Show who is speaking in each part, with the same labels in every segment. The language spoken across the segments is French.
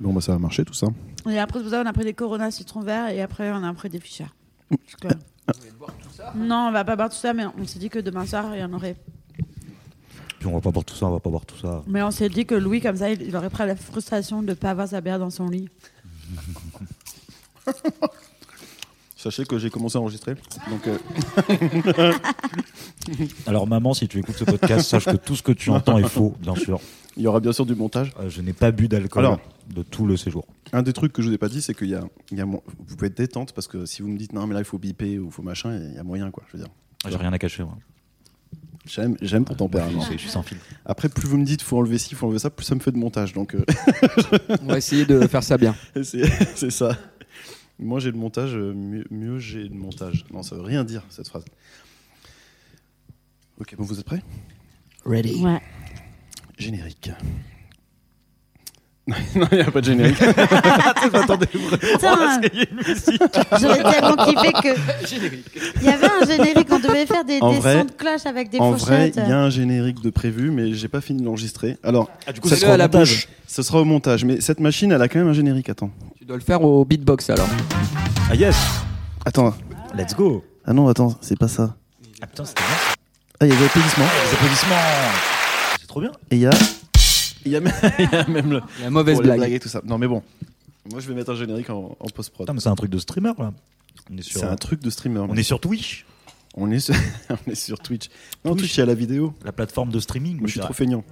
Speaker 1: Bon, bah, ça va marcher tout ça.
Speaker 2: Et après, c'est pour ça, on a pris des Corona citron vert et après, on a pris des Fischer. C'est clair. Non, on va pas boire tout ça, mais on s'est dit que demain soir, il y en aurait.
Speaker 3: Puis on va pas boire tout ça, on va pas boire tout ça.
Speaker 2: Mais on s'est dit que Louis, comme ça, il, il aurait pris la frustration de ne pas avoir sa bière dans son lit.
Speaker 1: Sachez que j'ai commencé à enregistrer. Donc, euh,
Speaker 3: Alors maman, si tu écoutes ce podcast, sache que tout ce que tu entends est faux, bien sûr.
Speaker 1: il y aura bien sûr du montage.
Speaker 3: Euh, je n'ai pas bu d'alcool
Speaker 1: Alors.
Speaker 3: de tout le séjour.
Speaker 1: Un des trucs que je vous ai pas dit, c'est qu'il y a, il y a mo- vous pouvez être détente parce que si vous me dites non, mais là, il faut biper ou il faut machin, il y a moyen, quoi. Je veux dire,
Speaker 3: J'ai rien à cacher. Moi.
Speaker 1: j'aime, j'aime ton
Speaker 3: Je
Speaker 1: tempérament.
Speaker 3: suis- je suis sans fil.
Speaker 1: Après, plus vous me dites faut enlever ci, faut enlever ça, plus ça me fait de montage. Donc, euh,
Speaker 4: On va essayer de faire ça bien.
Speaker 1: c'est, c'est ça. Moi, j'ai le montage, euh, mieux, mieux j'ai le montage. Non, ça veut rien dire, cette phrase. Ok, bon, vous êtes prêts
Speaker 4: Ready.
Speaker 2: Ouais.
Speaker 1: Générique. non, il n'y a pas de générique.
Speaker 2: Putain, j'aurais tellement kiffé que. Il y avait un générique, on devait faire des,
Speaker 1: En
Speaker 2: des
Speaker 1: vrai-
Speaker 2: sons de cloche avec des
Speaker 1: en vrai,
Speaker 2: fourchettes.
Speaker 1: il y a un générique de prévu, mais j'ai pas fini de l'enregistrer. Alors,
Speaker 3: du
Speaker 4: Ah, coup, c'est le à la bouche.
Speaker 1: ce sera au montage, mais cette machine, elle a quand même un générique. Attends.
Speaker 4: Tu dois le faire au beatbox alors.
Speaker 3: Ah yes,
Speaker 1: Attends.
Speaker 3: let's go.
Speaker 1: Ah non, attends, c'est pas ça.
Speaker 3: Ah putain, c'était bien.
Speaker 1: Ah, il y a des applaudissements.
Speaker 3: Les applaudissements. C'est trop bien.
Speaker 1: Et il y a. Il y a même, il y a même le.
Speaker 4: La mauvaise
Speaker 1: pour les
Speaker 4: blague.
Speaker 1: blagues et tout ça. Non, mais bon. Moi, je vais mettre un générique en, en post-prod.
Speaker 3: Putain, mais c'est un truc de streamer là. On est sur,
Speaker 1: C'est un truc de streamer.
Speaker 3: on est sur Twitch,
Speaker 1: on est sur, on est sur Twitch. Non,
Speaker 3: Twitch.
Speaker 1: Twitch, il y a la vidéo.
Speaker 3: la plateforme de streaming.
Speaker 1: Moi, je suis
Speaker 3: dirais.
Speaker 1: trop feignant.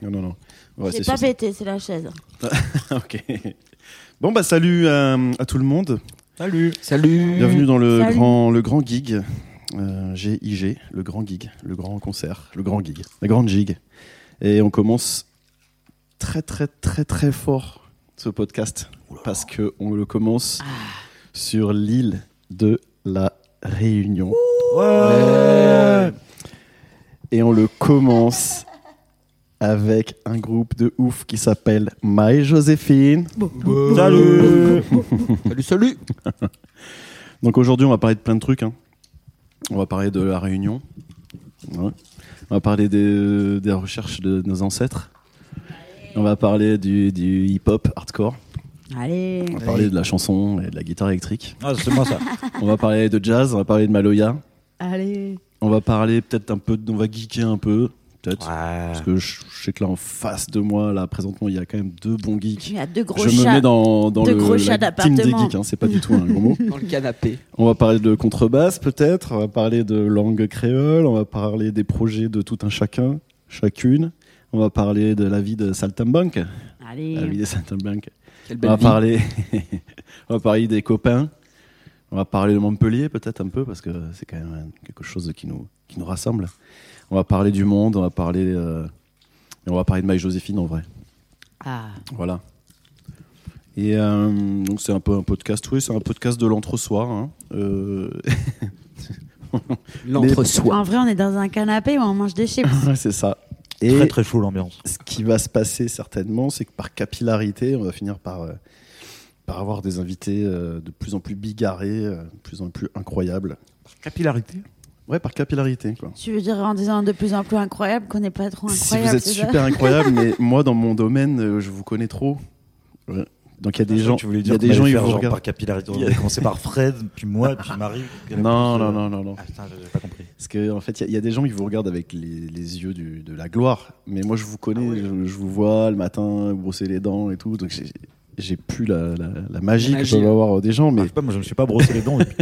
Speaker 1: Non, non, non. Ouais,
Speaker 2: J'ai
Speaker 1: c'est
Speaker 2: pas
Speaker 1: sûr,
Speaker 2: pété, c'est la chaise.
Speaker 1: ça. ok. Bon, bah, salut euh, à tout le monde.
Speaker 3: Salut.
Speaker 4: Mm. Salut.
Speaker 1: Bienvenue dans le
Speaker 2: Salut.
Speaker 1: grand, le grand gig. Euh, G-I-G, le grand gig, le grand concert, le grand gig, la grande gig. Et on commence très très très très fort ce podcast parce que on le commence sur l'île de la Réunion.
Speaker 3: Ouais.
Speaker 1: Et on le commence avec un groupe de ouf qui s'appelle My Joséphine.
Speaker 3: Salut.
Speaker 4: Salut, salut.
Speaker 1: Donc aujourd'hui, on va parler de plein de trucs. hein. On va parler de la Réunion. Ouais. On va parler des, des recherches de nos ancêtres. On va parler du, du hip-hop hardcore.
Speaker 2: Allez.
Speaker 1: On va parler de la chanson et de la guitare électrique.
Speaker 3: Ah, c'est moi ça.
Speaker 1: On va parler de jazz. On va parler de Maloya.
Speaker 2: Allez.
Speaker 1: On va parler peut-être un peu. de- On va geeker un peu. Peut-être.
Speaker 3: Ouais.
Speaker 1: Parce que je, je sais que là, en face de moi, là, présentement, il y a quand même deux bons geeks.
Speaker 2: Il y a deux gros
Speaker 1: je me
Speaker 2: chats.
Speaker 1: mets dans, dans
Speaker 2: deux
Speaker 1: le
Speaker 2: gros
Speaker 1: la
Speaker 2: chats
Speaker 1: team des
Speaker 2: d'appartement.
Speaker 1: geeks. hein, C'est pas du tout un gros mot.
Speaker 4: Dans le canapé.
Speaker 1: On va parler de contrebasse peut-être, on va parler de langue créole, on va parler des projets de tout un chacun, chacune. On va parler de la vie de Saltimbanque, la vie
Speaker 2: Allez.
Speaker 1: des Saltimbanques.
Speaker 4: Quelle
Speaker 1: On
Speaker 4: belle
Speaker 1: va
Speaker 4: vie.
Speaker 1: parler, on va parler des copains. On va parler de Montpellier peut-être un peu parce que c'est quand même quelque chose qui nous qui nous rassemble. On va parler du monde, on va parler, euh, et on va parler de Maï Joséphine en vrai.
Speaker 2: Ah.
Speaker 1: Voilà. Et euh, donc c'est un peu un podcast, oui, c'est un podcast de l'entre-soir. hein. Euh,
Speaker 4: L'entre-soi.
Speaker 2: En vrai, on est dans un canapé où on mange des chips.
Speaker 1: Ouais, c'est ça. Et
Speaker 3: Très très chaud l'ambiance.
Speaker 1: ce qui va se passer certainement, c'est que par capillarité, on va finir par, euh, par avoir des invités euh, de plus en plus bigarrés, euh, de plus en plus incroyables.
Speaker 3: Capillarité.
Speaker 1: Ouais, par capillarité. Quoi.
Speaker 2: Tu veux dire en disant de plus en plus incroyable qu'on n'est pas trop
Speaker 1: Si
Speaker 2: incroyable
Speaker 1: vous êtes
Speaker 2: c'est ça
Speaker 1: super incroyable, mais moi dans mon domaine, euh, je vous connais trop. Ouais. Donc il y a des gens,
Speaker 3: Ah, Tu voulais
Speaker 1: il y
Speaker 3: dire
Speaker 1: a des gens, ils vous
Speaker 3: par
Speaker 1: regardent.
Speaker 3: capillarité.
Speaker 1: Il
Speaker 3: On
Speaker 1: y a-
Speaker 3: avait commencé par Fred, puis moi, puis Marie. puis-
Speaker 1: Non, non, non, non, non.
Speaker 3: Ah putain, j'avais pas compris.
Speaker 1: Parce que en fait, il y, a- il y a des gens qui vous regardent avec les, les yeux du- de la gloire, mais moi je vous
Speaker 4: Ah
Speaker 1: connais, je, je vous vois le matin brosser les dents et tout, donc j'ai- j'ai plus la, la- la magie
Speaker 4: La
Speaker 1: que
Speaker 4: magie,
Speaker 1: peuvent
Speaker 4: hein.
Speaker 1: avoir euh, des gens,
Speaker 3: Ah, je
Speaker 1: mais
Speaker 3: sais pas, moi je me suis pas brossé les dents depuis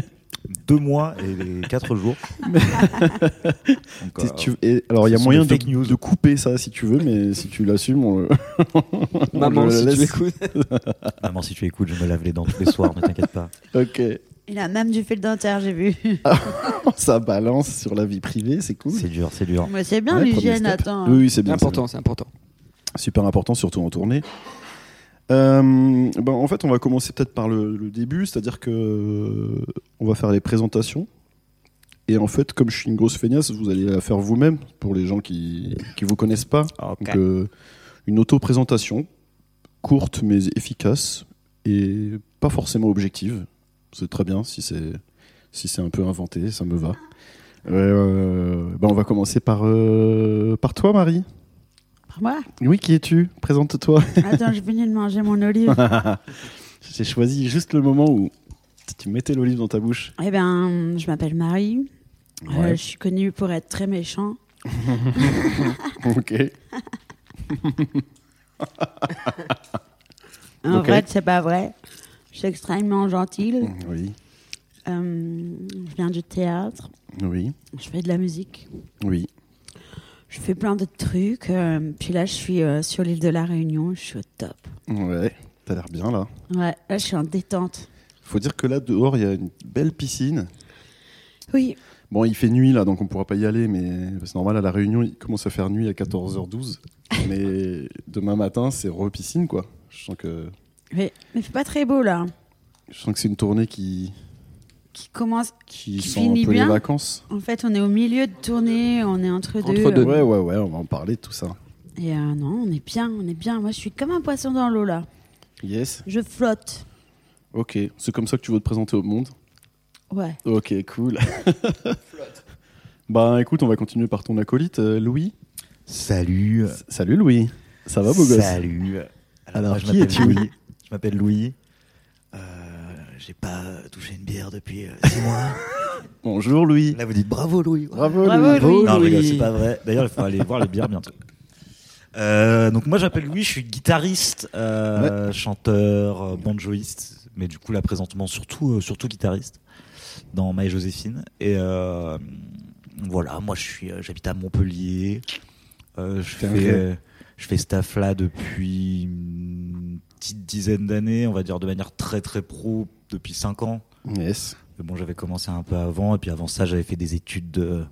Speaker 3: deux mois et les quatre jours. Donc,
Speaker 1: t'es-
Speaker 3: euh,
Speaker 1: tu- et- alors il y a
Speaker 3: ce sont
Speaker 1: moyen
Speaker 3: des
Speaker 1: de,
Speaker 3: fake news.
Speaker 1: de couper ça si tu veux, mais si tu l'assumes, on, le- on
Speaker 4: Maman,
Speaker 1: le
Speaker 4: si
Speaker 1: laisse.
Speaker 4: tu écoutes.
Speaker 3: ah, Maman, si tu écoutes, je me lave les dents tous les soirs, ne t'inquiète pas.
Speaker 1: Ok,
Speaker 2: Il a même du fil dentaire, j'ai vu.
Speaker 1: ça balance sur la vie privée, c'est cool.
Speaker 3: C'est dur, c'est dur.
Speaker 2: Mais c'est bien
Speaker 1: Ouais,
Speaker 2: l'hygiène,
Speaker 1: premier step.
Speaker 2: attends. hein.
Speaker 1: Oui, oui, c'est bien. c'est
Speaker 4: Important, c'est important.
Speaker 1: super important, surtout en tournée. Euh, ben, en fait, on va commencer peut-être par le, le début, c'est-à-dire que euh, on va faire les présentations. Et en fait, comme je suis une grosse feignasse, vous allez la faire vous-même pour les gens qui qui vous connaissent pas. Donc, euh, une auto-présentation courte mais efficace et pas forcément objective. C'est très bien si c'est si c'est un peu inventé, ça me va. Euh, ben, on va commencer par euh, par toi, Marie.
Speaker 2: Par moi
Speaker 1: Oui, qui es-tu Présente-toi.
Speaker 2: Attends, j'ai fini de manger mon olive.
Speaker 1: J'ai choisi juste le moment où tu mettais l'olive dans ta bouche.
Speaker 2: Eh ben, je m'appelle Marie. Euh,
Speaker 1: Ouais.
Speaker 2: je suis connue pour être très méchant.
Speaker 1: Ok.
Speaker 2: En
Speaker 1: Ok.
Speaker 2: vrai, c'est pas vrai. Je suis extrêmement gentille.
Speaker 1: Oui,
Speaker 2: Euh, je viens du théâtre.
Speaker 1: oui,
Speaker 2: Je fais de la musique.
Speaker 1: oui.
Speaker 2: Je fais plein d'autres trucs. euh, puis là, je suis euh, sur l'île de la Réunion. Je suis au top.
Speaker 1: Ouais, t'as l'air bien là.
Speaker 2: Ouais, là, je suis en détente.
Speaker 1: Faut dire que là dehors, il y a une belle piscine.
Speaker 2: Oui,
Speaker 1: Bon, il fait nuit là, donc on pourra pas y aller, mais c'est normal, à La Réunion, il commence à faire nuit à 14h12. Mais demain matin, c'est re-piscine quoi. Je sens que,
Speaker 2: mais, mais fait pas très beau là.
Speaker 1: je sens que c'est une tournée qui,
Speaker 2: Qui commence.
Speaker 1: qui,
Speaker 2: Qui
Speaker 1: sent un
Speaker 2: finit
Speaker 1: peu
Speaker 2: bien.
Speaker 1: les vacances.
Speaker 2: En fait, on est au milieu de tournée. On est entre,
Speaker 4: Entre
Speaker 2: deux.
Speaker 4: deux.
Speaker 1: Ouais, ouais, ouais, on va en parler de tout ça.
Speaker 2: Et euh, non, on est bien, on est bien. Moi, je suis comme un poisson dans l'eau là.
Speaker 1: Yes.
Speaker 2: Je flotte.
Speaker 1: Ok, c'est comme ça que tu veux te présenter au monde.
Speaker 2: Ouais.
Speaker 1: Ok, cool. bah écoute, on va continuer par ton acolyte, euh, Louis.
Speaker 3: Salut.
Speaker 1: S- Euh, Salut Louis. Ça va beau gosse
Speaker 3: Salut.
Speaker 1: Alors,
Speaker 3: moi, je
Speaker 1: qui
Speaker 3: m'appelle
Speaker 1: es-tu
Speaker 3: Louis. Je m'appelle Louis. Euh, J'ai pas euh, touché une bière depuis 6 mois.
Speaker 1: Bonjour Louis.
Speaker 3: Là, vous dites bravo Louis.
Speaker 1: Bravo,
Speaker 2: Bravo, Louis.
Speaker 3: Non, je
Speaker 4: Louis.
Speaker 3: rigole, c'est pas vrai. D'ailleurs, il faut aller voir les bières bientôt. Euh, donc moi j'appelle Louis, je suis guitariste, euh, chanteur, euh, banjoïste, mais du coup là présentement surtout euh, surtout guitariste dans My Joséphine. Et euh, voilà, moi je suis euh, j'habite à Montpellier, Euh, je
Speaker 1: T'es un
Speaker 3: fais
Speaker 1: vieux.
Speaker 3: euh, je fais staff là depuis une petite dizaine d'années, on va dire de manière très très pro depuis cinq ans.
Speaker 1: Yes.
Speaker 3: Mais bon, j'avais commencé un peu avant, et puis avant ça, j'avais fait des études de.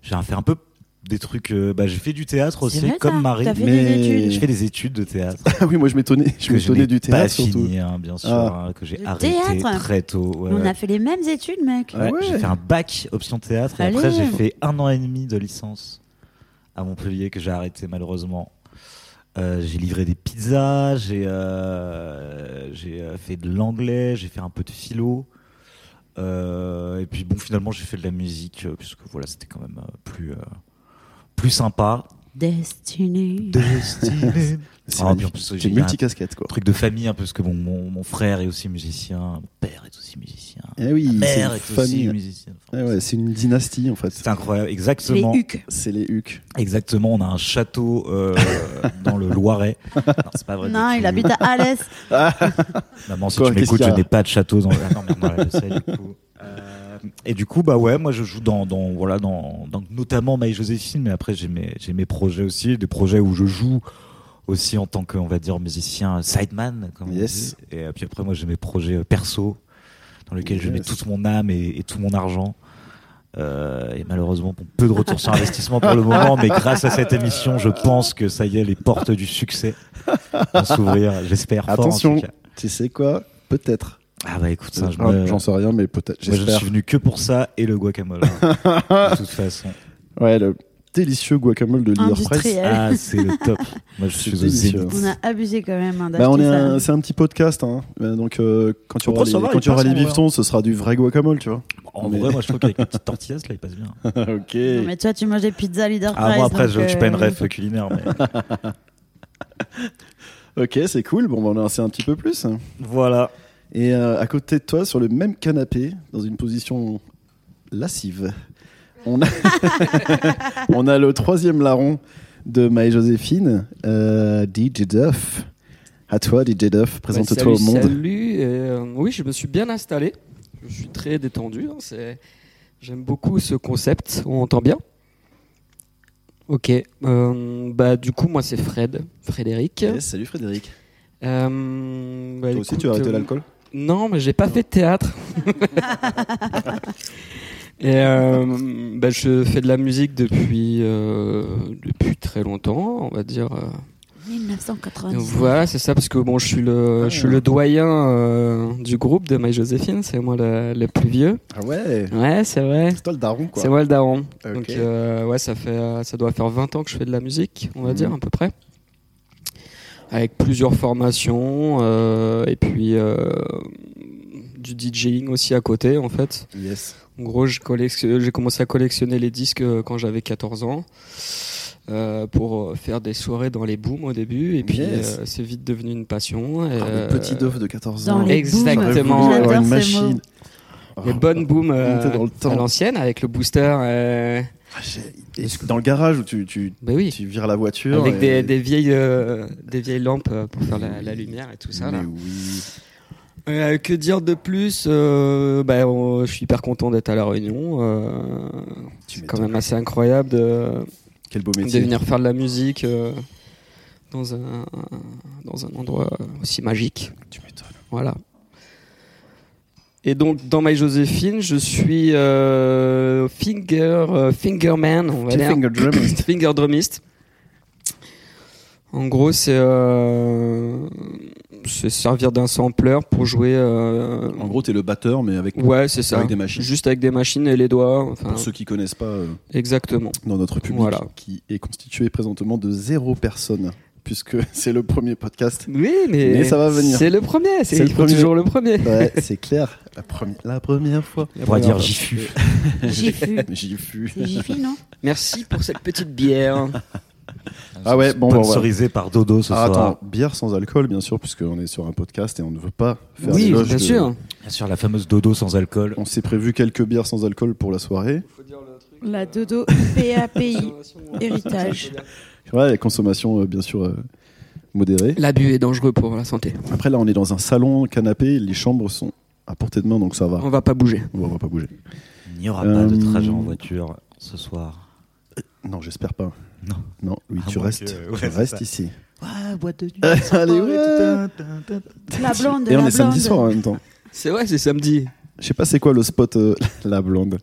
Speaker 3: J'ai fait un peu des trucs. euh, Bah, j'ai fait du théâtre
Speaker 2: C'est
Speaker 3: aussi,
Speaker 2: vrai,
Speaker 3: comme
Speaker 2: ça
Speaker 3: Marie.
Speaker 2: T'as fait
Speaker 1: mais-
Speaker 2: des études
Speaker 3: Je fais des études de théâtre.
Speaker 1: Ah oui, moi je m'étonnais, je
Speaker 3: que je n'ai
Speaker 1: m'étonnais du
Speaker 3: pas
Speaker 1: théâtre surtout.
Speaker 3: fini, hein, bien sûr,
Speaker 1: Ah.
Speaker 3: hein, que j'ai
Speaker 2: Le
Speaker 3: arrêté
Speaker 2: théâtre
Speaker 3: très tôt. ouais,
Speaker 2: On
Speaker 3: ouais.
Speaker 2: a fait les mêmes études, mec.
Speaker 1: Ouais.
Speaker 3: Ouais, J'ai fait un bac option théâtre, et
Speaker 2: Allez.
Speaker 3: après, j'ai fait un an et demi de licence à Montpellier, que j'ai arrêté malheureusement. Euh, j'ai livré des pizzas, j'ai euh, j'ai, euh, fait de l'anglais, j'ai fait un peu de philo. Euh, et puis bon, finalement, j'ai fait de la musique, euh, puisque voilà, c'était quand même euh, plus, euh, plus sympa.
Speaker 2: Destinée.
Speaker 3: Destiné.
Speaker 1: C'est
Speaker 3: Ah, puis en
Speaker 1: magnifique.
Speaker 3: plus,
Speaker 1: C'est
Speaker 3: j'ai
Speaker 1: une
Speaker 3: un
Speaker 1: multicasquette quoi.
Speaker 3: truc de famille, hein, parce que bon, mon, mon frère est aussi musicien, mon père est aussi musicien,
Speaker 1: Eh oui,
Speaker 3: ma
Speaker 1: c'est
Speaker 3: mère
Speaker 1: une
Speaker 3: est aussi
Speaker 1: famille. Ah
Speaker 3: musicienne. Enfin,
Speaker 1: Ouais, ouais, c'est une dynastie en fait.
Speaker 3: C'est incroyable,
Speaker 2: Les
Speaker 3: exactement.
Speaker 2: hucs.
Speaker 1: C'est les Hucs.
Speaker 3: Exactement, on a un château euh, dans le Loiret. Non, c'est pas vrai.
Speaker 2: Non,
Speaker 3: du
Speaker 2: il
Speaker 3: tout.
Speaker 2: habite à Alès.
Speaker 3: Maman, Bah, si
Speaker 1: Quoi,
Speaker 3: tu
Speaker 1: qu'est-ce
Speaker 3: m'écoutes,
Speaker 1: qu'il y
Speaker 3: je
Speaker 1: a
Speaker 3: n'ai pas de château dans le. Ah non, mais on enlève ça, du coup. Euh, et du coup, bah ouais, moi je joue dans, dans voilà, dans, dans notamment My Joséphine, mais après j'ai mes, j'ai mes projets aussi, des projets où je joue aussi en tant que, on va dire, musicien sideman, comme on
Speaker 1: Yes.
Speaker 3: dit. Et euh, puis après, moi j'ai mes projets euh, perso, dans lesquels je mets
Speaker 1: Yes.
Speaker 3: toute mon âme et, et tout mon argent. Euh, et malheureusement, bon, peu de retour sur investissement pour le moment, mais grâce à cette émission, je pense que ça y est, les portes du succès vont s'ouvrir. J'espère fort. en tout
Speaker 1: Attention.
Speaker 3: cas.
Speaker 1: Tu sais quoi Peut-être.
Speaker 3: Ah bah écoute, ça, je,
Speaker 1: Ah,
Speaker 3: me-
Speaker 1: J'en sais rien, mais peut-être.
Speaker 3: moi, je ne
Speaker 1: J'espère.
Speaker 3: suis venu que pour ça et le guacamole. hein, de toute façon.
Speaker 1: Ouais, le délicieux guacamole de Leader Price.
Speaker 2: Industriel.
Speaker 3: Ah, c'est le top. Moi, je
Speaker 1: C'est
Speaker 3: suis au
Speaker 1: délicieux.
Speaker 3: zénith.
Speaker 2: On a abusé quand même. hein,
Speaker 1: Bah, on
Speaker 2: d'acheter
Speaker 1: est
Speaker 2: ça.
Speaker 1: un- c'est un petit podcast, hein. Euh, donc euh, quand tu
Speaker 3: On
Speaker 1: auras
Speaker 3: peut
Speaker 1: les,
Speaker 3: savoir,
Speaker 1: quand
Speaker 3: il
Speaker 1: tu auras
Speaker 3: passe
Speaker 1: les
Speaker 3: en vrai.
Speaker 1: vivetons, ce sera du vrai guacamole, tu vois.
Speaker 3: En
Speaker 1: Mais-
Speaker 3: vrai, moi, je trouve qu'avec une petite tortilla, là, il passe bien.
Speaker 1: ok.
Speaker 2: Non, mais toi, tu manges des pizzas leader
Speaker 3: Ah,
Speaker 2: price.
Speaker 3: moi, après,
Speaker 2: donc,
Speaker 3: je ne suis
Speaker 2: euh,
Speaker 3: pas une ref culinaire, mais
Speaker 1: Ok, c'est cool. Bon, bah, on en sait un petit peu plus.
Speaker 3: voilà.
Speaker 1: Et euh, à côté de toi, sur le même canapé, dans une position lascive, on a, on a le troisième larron de Maë Joséphine, euh, DJ Duff. À toi, DJ Duff, présente-toi
Speaker 4: Bah,
Speaker 1: au
Speaker 4: salut,
Speaker 1: monde.
Speaker 4: Salut, euh, oui, je me suis bien installé. Je suis très détendu. hein, c'est- J'aime beaucoup ce concept. On entend bien Ok. euh, bah, du coup, moi, c'est Fred, Frédéric.
Speaker 1: Yes, salut Frédéric.
Speaker 4: Euh, bah,
Speaker 1: toi aussi,
Speaker 4: écoute,
Speaker 1: tu as arrêté
Speaker 4: euh,
Speaker 1: l'alcool
Speaker 4: Non, mais j'ai pas fait de théâtre. Et euh, bah, je fais de la musique depuis, euh, depuis très longtemps, on va dire. euh,
Speaker 2: 1990.
Speaker 4: voilà, c'est ça, parce que bon, je suis le, je suis le doyen euh, du groupe de My Joséphine, c'est moi le, le plus vieux.
Speaker 1: Ah ouais
Speaker 4: Ouais, c'est vrai.
Speaker 1: C'est toi le daron, quoi.
Speaker 4: C'est moi le daron.
Speaker 1: Ok.
Speaker 4: Donc, euh, ouais, ça, fait, euh, ça doit faire 20 ans que je fais de la musique, on va
Speaker 1: Mhm.
Speaker 4: dire, à peu près. Avec plusieurs formations, euh, et puis euh, du DJing aussi à côté, en fait.
Speaker 1: Yes.
Speaker 4: En gros, je collectionne- j'ai commencé à collectionner les disques euh, quand j'avais 14 ans. euh, pour faire des soirées dans les booms au début. Et puis,
Speaker 1: Yes.
Speaker 4: euh, c'est vite devenu une passion. Et,
Speaker 1: Ah,
Speaker 4: euh,
Speaker 1: les petits doves de 14
Speaker 2: Dans
Speaker 1: ans.
Speaker 2: les
Speaker 4: Exactement.
Speaker 1: J'aurais voulu avoir une
Speaker 2: J'adore ces mots.
Speaker 1: machine.
Speaker 4: les
Speaker 1: Ah,
Speaker 4: bonnes booms euh,
Speaker 1: On était dans le temps.
Speaker 4: à l'ancienne avec le booster. euh,
Speaker 1: ah, j'ai- et dans le garage où tu, tu,
Speaker 4: bah oui,
Speaker 1: tu vires la voiture.
Speaker 4: avec
Speaker 1: et-
Speaker 4: des, des vieilles, euh, des vieilles lampes euh, pour faire la, la lumière et tout ça. là.
Speaker 1: Mais oui.
Speaker 4: Euh, que dire de plus Euh, bah, on- Je suis hyper content d'être à La Réunion. euh,
Speaker 1: Tu
Speaker 4: c'est quand
Speaker 1: m'étonnes.
Speaker 4: même assez incroyable de,
Speaker 1: Quel beau
Speaker 4: de
Speaker 1: métier.
Speaker 4: venir faire de la musique euh, dans, un, dans un endroit aussi magique.
Speaker 1: Tu m'étonnes.
Speaker 4: Voilà. Et donc, dans My Joséphine, je suis euh, finger, euh, fingerman, on va
Speaker 1: Petit
Speaker 4: dire.
Speaker 1: finger drum.
Speaker 4: Finger drummist. En gros, c'est euh, se servir d'un sampler pour jouer. euh,
Speaker 1: En gros, t'es le batteur, mais avec,
Speaker 4: ouais, c'est ça.
Speaker 1: avec des machines.
Speaker 4: Juste avec des machines et les doigts. Enfin,
Speaker 1: Pour ceux qui connaissent pas, euh,
Speaker 4: exactement.
Speaker 1: dans notre public,
Speaker 4: Voilà.
Speaker 1: qui est constitué présentement de zéro personne, puisque c'est le premier podcast.
Speaker 4: Oui, mais,
Speaker 1: Mais ça va venir.
Speaker 4: C'est le premier. C'est
Speaker 1: C'est le
Speaker 4: il faut
Speaker 1: premier.
Speaker 4: toujours le premier.
Speaker 1: Ouais, c'est clair. La, premi- la première fois.
Speaker 3: On pourrait dire Jifu.
Speaker 2: J'y fus.
Speaker 1: J'y fus.
Speaker 2: C'est Jiffy, non
Speaker 4: Merci pour cette petite bière.
Speaker 1: Ah ouais, bon, bon,
Speaker 3: Sponsorisé par Dodo ce
Speaker 1: Ah,
Speaker 3: soir.
Speaker 1: attends, bière sans alcool, bien sûr, puisqu'on est sur un podcast et on ne veut pas faire
Speaker 4: oui,
Speaker 1: l'éloge
Speaker 4: bien
Speaker 1: de-
Speaker 4: sûr.
Speaker 3: Bien sûr, la fameuse Dodo sans alcool.
Speaker 1: On s'est prévu quelques bières sans alcool pour la soirée.
Speaker 2: La dodo PAPI. Héritage.
Speaker 1: Ouais, la consommation, euh, bien sûr, euh, modérée.
Speaker 4: L'abus est dangereux pour la santé.
Speaker 1: Après, là, on est dans un salon, canapé, les chambres sont à portée de main, donc ça va.
Speaker 4: On va pas bouger.
Speaker 1: On va, on va pas bouger.
Speaker 3: Il n'y aura
Speaker 1: Euh,
Speaker 3: pas de trajet en voiture ce soir.
Speaker 1: Non, j'espère pas.
Speaker 3: Non.
Speaker 1: Non, Louis,
Speaker 3: À
Speaker 1: tu
Speaker 3: moins
Speaker 1: restes,
Speaker 3: que- ouais,
Speaker 1: tu
Speaker 3: c'est
Speaker 1: restes
Speaker 3: ça.
Speaker 1: ici.
Speaker 3: Ouais, boîte de nuit.
Speaker 1: Allez, ouais.
Speaker 2: La blonde.
Speaker 1: Et on
Speaker 2: la
Speaker 1: est samedi
Speaker 2: blonde.
Speaker 1: soir en même temps.
Speaker 4: C'est vrai, c'est samedi.
Speaker 1: Je sais pas c'est quoi le spot euh, la blonde.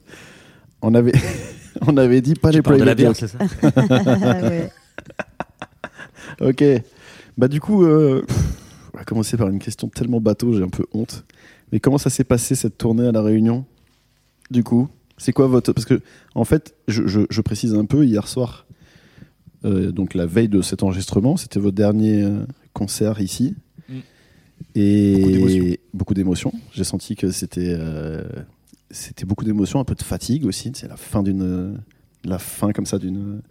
Speaker 1: On avait on avait dit pas les
Speaker 3: de la
Speaker 1: private
Speaker 3: bière,
Speaker 1: jokes.
Speaker 3: c'est ça
Speaker 2: Ah, Ouais.
Speaker 1: Ok. Bah du coup, euh, pff, on va commencer par une question tellement bateau, j'ai un peu honte. Mais comment ça s'est passé cette tournée à la Réunion Du coup, c'est quoi votre Parce que en fait, je, je- je précise un peu. Hier soir, euh, donc la veille de cet enregistrement, c'était votre dernier euh, concert ici.
Speaker 3: Mm.
Speaker 1: Et
Speaker 3: Beaucoup d'émotions.
Speaker 1: beaucoup d'émotions. J'ai senti que c'était euh, c'était beaucoup d'émotions, un peu de fatigue aussi. C'est la fin d'une la fin comme ça d'une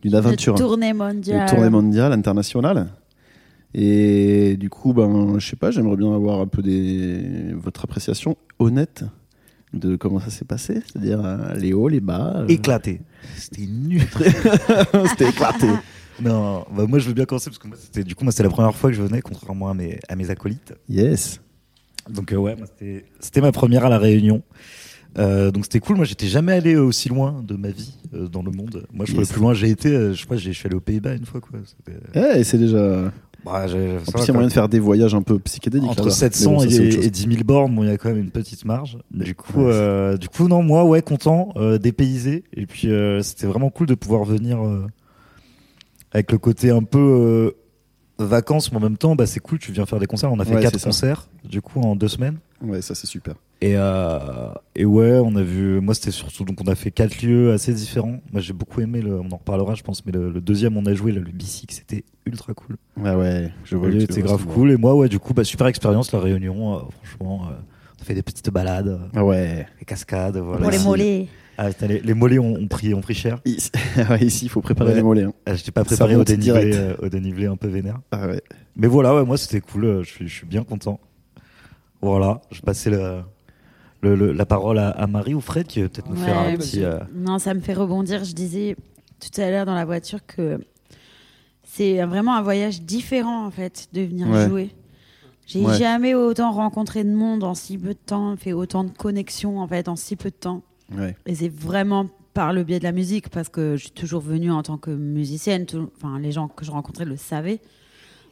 Speaker 1: d'une aventure.
Speaker 2: Une tournée
Speaker 1: Le
Speaker 2: mondiale.
Speaker 1: tournée mondiale, internationale. Et du coup, ben, je sais pas, j'aimerais bien avoir un peu des... votre appréciation honnête de comment ça s'est passé, c'est-à-dire euh, les hauts, les bas. euh.
Speaker 3: Éclaté. C'était nul.
Speaker 1: C'était éclaté.
Speaker 3: non, bah, moi je veux bien commencer parce que moi, c'était, du coup, moi, c'est la première fois que je venais, contrairement à mes, à mes acolytes.
Speaker 1: Yes.
Speaker 3: Donc euh, ouais, moi, c'était- c'était ma première à la Réunion. Euh, donc c'était cool. Moi, j'étais jamais allé euh, aussi loin de ma vie euh, dans le monde. Moi,
Speaker 1: Yes.
Speaker 3: je crois que plus loin j'ai été. euh, je crois que j'ai- je suis allé aux Pays-Bas une fois. Quoi. C'était-
Speaker 1: Eh, et c'est déjà.
Speaker 3: Bah, j'ai-
Speaker 1: En
Speaker 3: ça
Speaker 1: plus,
Speaker 3: va,
Speaker 1: il y
Speaker 3: quand
Speaker 1: a moyen de faire des voyages un peu psychédéliques.
Speaker 3: Entre
Speaker 1: là-bas.
Speaker 3: 700
Speaker 1: Mais bon, ça, c'est autre
Speaker 3: et,
Speaker 1: chose.
Speaker 3: et 10 000 bornes, bon, il y a quand même une petite marge. Du coup,
Speaker 1: Ouais.
Speaker 3: euh, du coup, non, moi, ouais, content, euh, dépaysé. Et puis, euh, c'était vraiment cool de pouvoir venir euh, avec le côté un peu euh, vacances, mais en même temps, bah, c'est cool, tu viens faire des concerts. On a fait
Speaker 1: Ouais, c'est
Speaker 3: quatre
Speaker 1: ça.
Speaker 3: concerts, du coup, en deux semaines.
Speaker 1: Ouais, ça c'est super.
Speaker 3: Et, euh, et ouais, on a vu. Moi, c'était surtout. Donc, on a fait quatre lieux assez différents. Moi, j'ai beaucoup aimé. Le, on en reparlera, je pense. Mais le, le deuxième, on a joué le, le Bicycle. C'était ultra cool.
Speaker 1: Ouais, Ah ouais, je vois.
Speaker 3: Le
Speaker 1: que
Speaker 3: lieu
Speaker 1: tu
Speaker 3: était
Speaker 1: vois
Speaker 3: grave
Speaker 1: ce
Speaker 3: cool. Et moi, ouais, du coup, bah, super expérience, la réunion. euh, franchement, euh, on a fait des petites balades, euh,
Speaker 1: moment. Ah ouais.
Speaker 3: des cascades. Voilà.
Speaker 2: Pour les
Speaker 1: Merci.
Speaker 2: mollets.
Speaker 3: Ah, c'était les, les mollets ont, ont pris, ont pris cher.
Speaker 1: Ici, ah ouais, ici, il faut préparer
Speaker 3: Ouais.
Speaker 1: les mollets. hein.
Speaker 3: Ah, J'étais pas
Speaker 1: Ça
Speaker 3: préparé au
Speaker 1: monte
Speaker 3: dénivelé,
Speaker 1: direct.
Speaker 3: euh, au dénivelé un peu vénère.
Speaker 1: Ah ouais.
Speaker 3: Mais voilà, ouais, moi, c'était cool. euh, je suis- je suis bien content. Voilà, je passais le- le- le- la parole à, à Marie ou Fred qui veut peut-être nous
Speaker 2: Ouais,
Speaker 3: faire un
Speaker 2: vas-y.
Speaker 3: petit. euh,
Speaker 2: Non, ça me fait rebondir. Je disais tout à l'heure dans la voiture que c'est vraiment un voyage différent en fait de venir
Speaker 1: Ouais.
Speaker 2: jouer. J'ai
Speaker 1: Ouais.
Speaker 2: jamais autant rencontré de monde en si peu de temps, fait autant de connexions en fait en si peu de temps.
Speaker 1: Ouais.
Speaker 2: Et c'est vraiment par le biais de la musique, parce que je suis toujours venue en tant que musicienne. tout- Enfin, les gens que je rencontrais le savaient,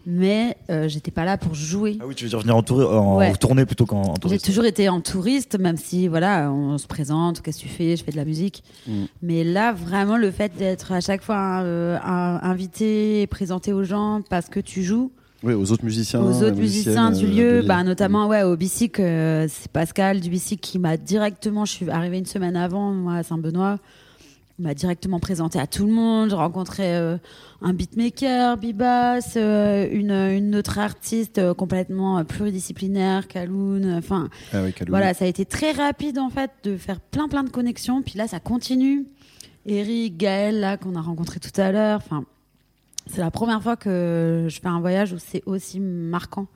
Speaker 2: mais euh, j'étais pas là pour jouer.
Speaker 3: Ah oui, tu veux dire venir en, tour- en
Speaker 2: Ouais.
Speaker 3: tournée plutôt qu'en en
Speaker 2: J'ai
Speaker 3: touriste.
Speaker 2: toujours été en touriste, même si voilà, on se présente, qu'est-ce que tu fais, je fais de la musique.
Speaker 1: Mm.
Speaker 2: Mais là, vraiment, le fait d'être à chaque fois euh, un- invité et présenté aux gens parce que tu joues,
Speaker 1: Ouais, aux autres musiciens.
Speaker 2: aux
Speaker 1: euh,
Speaker 2: autres musiciens
Speaker 1: musiciennes,
Speaker 2: du
Speaker 1: euh,
Speaker 2: lieu,
Speaker 1: de-
Speaker 2: bah, notamment ouais, au Bicyc, euh, c'est Pascal du Bicyc qui m'a directement, je suis arrivée une semaine avant moi à Saint-Benoît, il m'a directement présenté à tout le monde, j'ai rencontré euh, un beatmaker, Bibas, euh, une, une autre artiste euh, complètement euh, pluridisciplinaire, Kaloun, enfin
Speaker 1: Ah ouais, Calou.
Speaker 2: voilà, ça a été très rapide en fait de faire plein plein de connexions, puis là ça continue. Eric, Gaël, là, qu'on a rencontré tout à l'heure. Enfin, c'est la première fois que je fais un voyage où c'est aussi marquant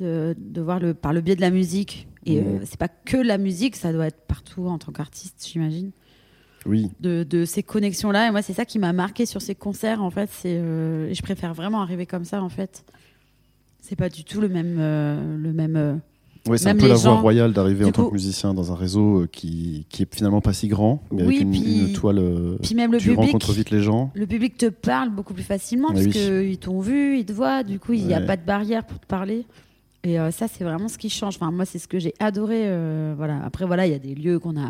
Speaker 2: de, de voir le, par le biais de la musique. Et
Speaker 4: Mmh.
Speaker 2: euh, c'est pas que la musique, ça doit être partout en tant qu'artiste, j'imagine.
Speaker 1: Oui.
Speaker 2: De, de ces connexions-là. Et moi, c'est ça qui m'a marqué sur ces concerts, en fait. C'est, euh, et je préfère vraiment arriver comme ça, en fait. C'est pas du tout le même. euh, le même euh,
Speaker 1: Ouais, c'est un
Speaker 2: Même
Speaker 1: peu la
Speaker 2: les
Speaker 1: voie
Speaker 2: gens,
Speaker 1: royale d'arriver
Speaker 2: du
Speaker 1: en tant
Speaker 2: coup-
Speaker 1: que musicien dans un réseau euh, qui, qui est finalement pas si grand, mais
Speaker 2: Oui,
Speaker 1: avec une,
Speaker 2: puis-
Speaker 1: une toile. euh,
Speaker 2: Puis même le
Speaker 1: tu
Speaker 2: public.
Speaker 1: rencontres vite les gens.
Speaker 2: Le public te parle beaucoup plus facilement
Speaker 1: Ah
Speaker 2: parce
Speaker 1: oui.
Speaker 2: qu'ils t'ont vu, ils te voient, du coup, il n'y a
Speaker 1: Ouais.
Speaker 2: pas de barrière pour te parler. Et euh, ça, c'est vraiment ce qui change. Enfin, moi, c'est ce que j'ai adoré. euh, voilà. Après, voilà, il y a des lieux qu'on a,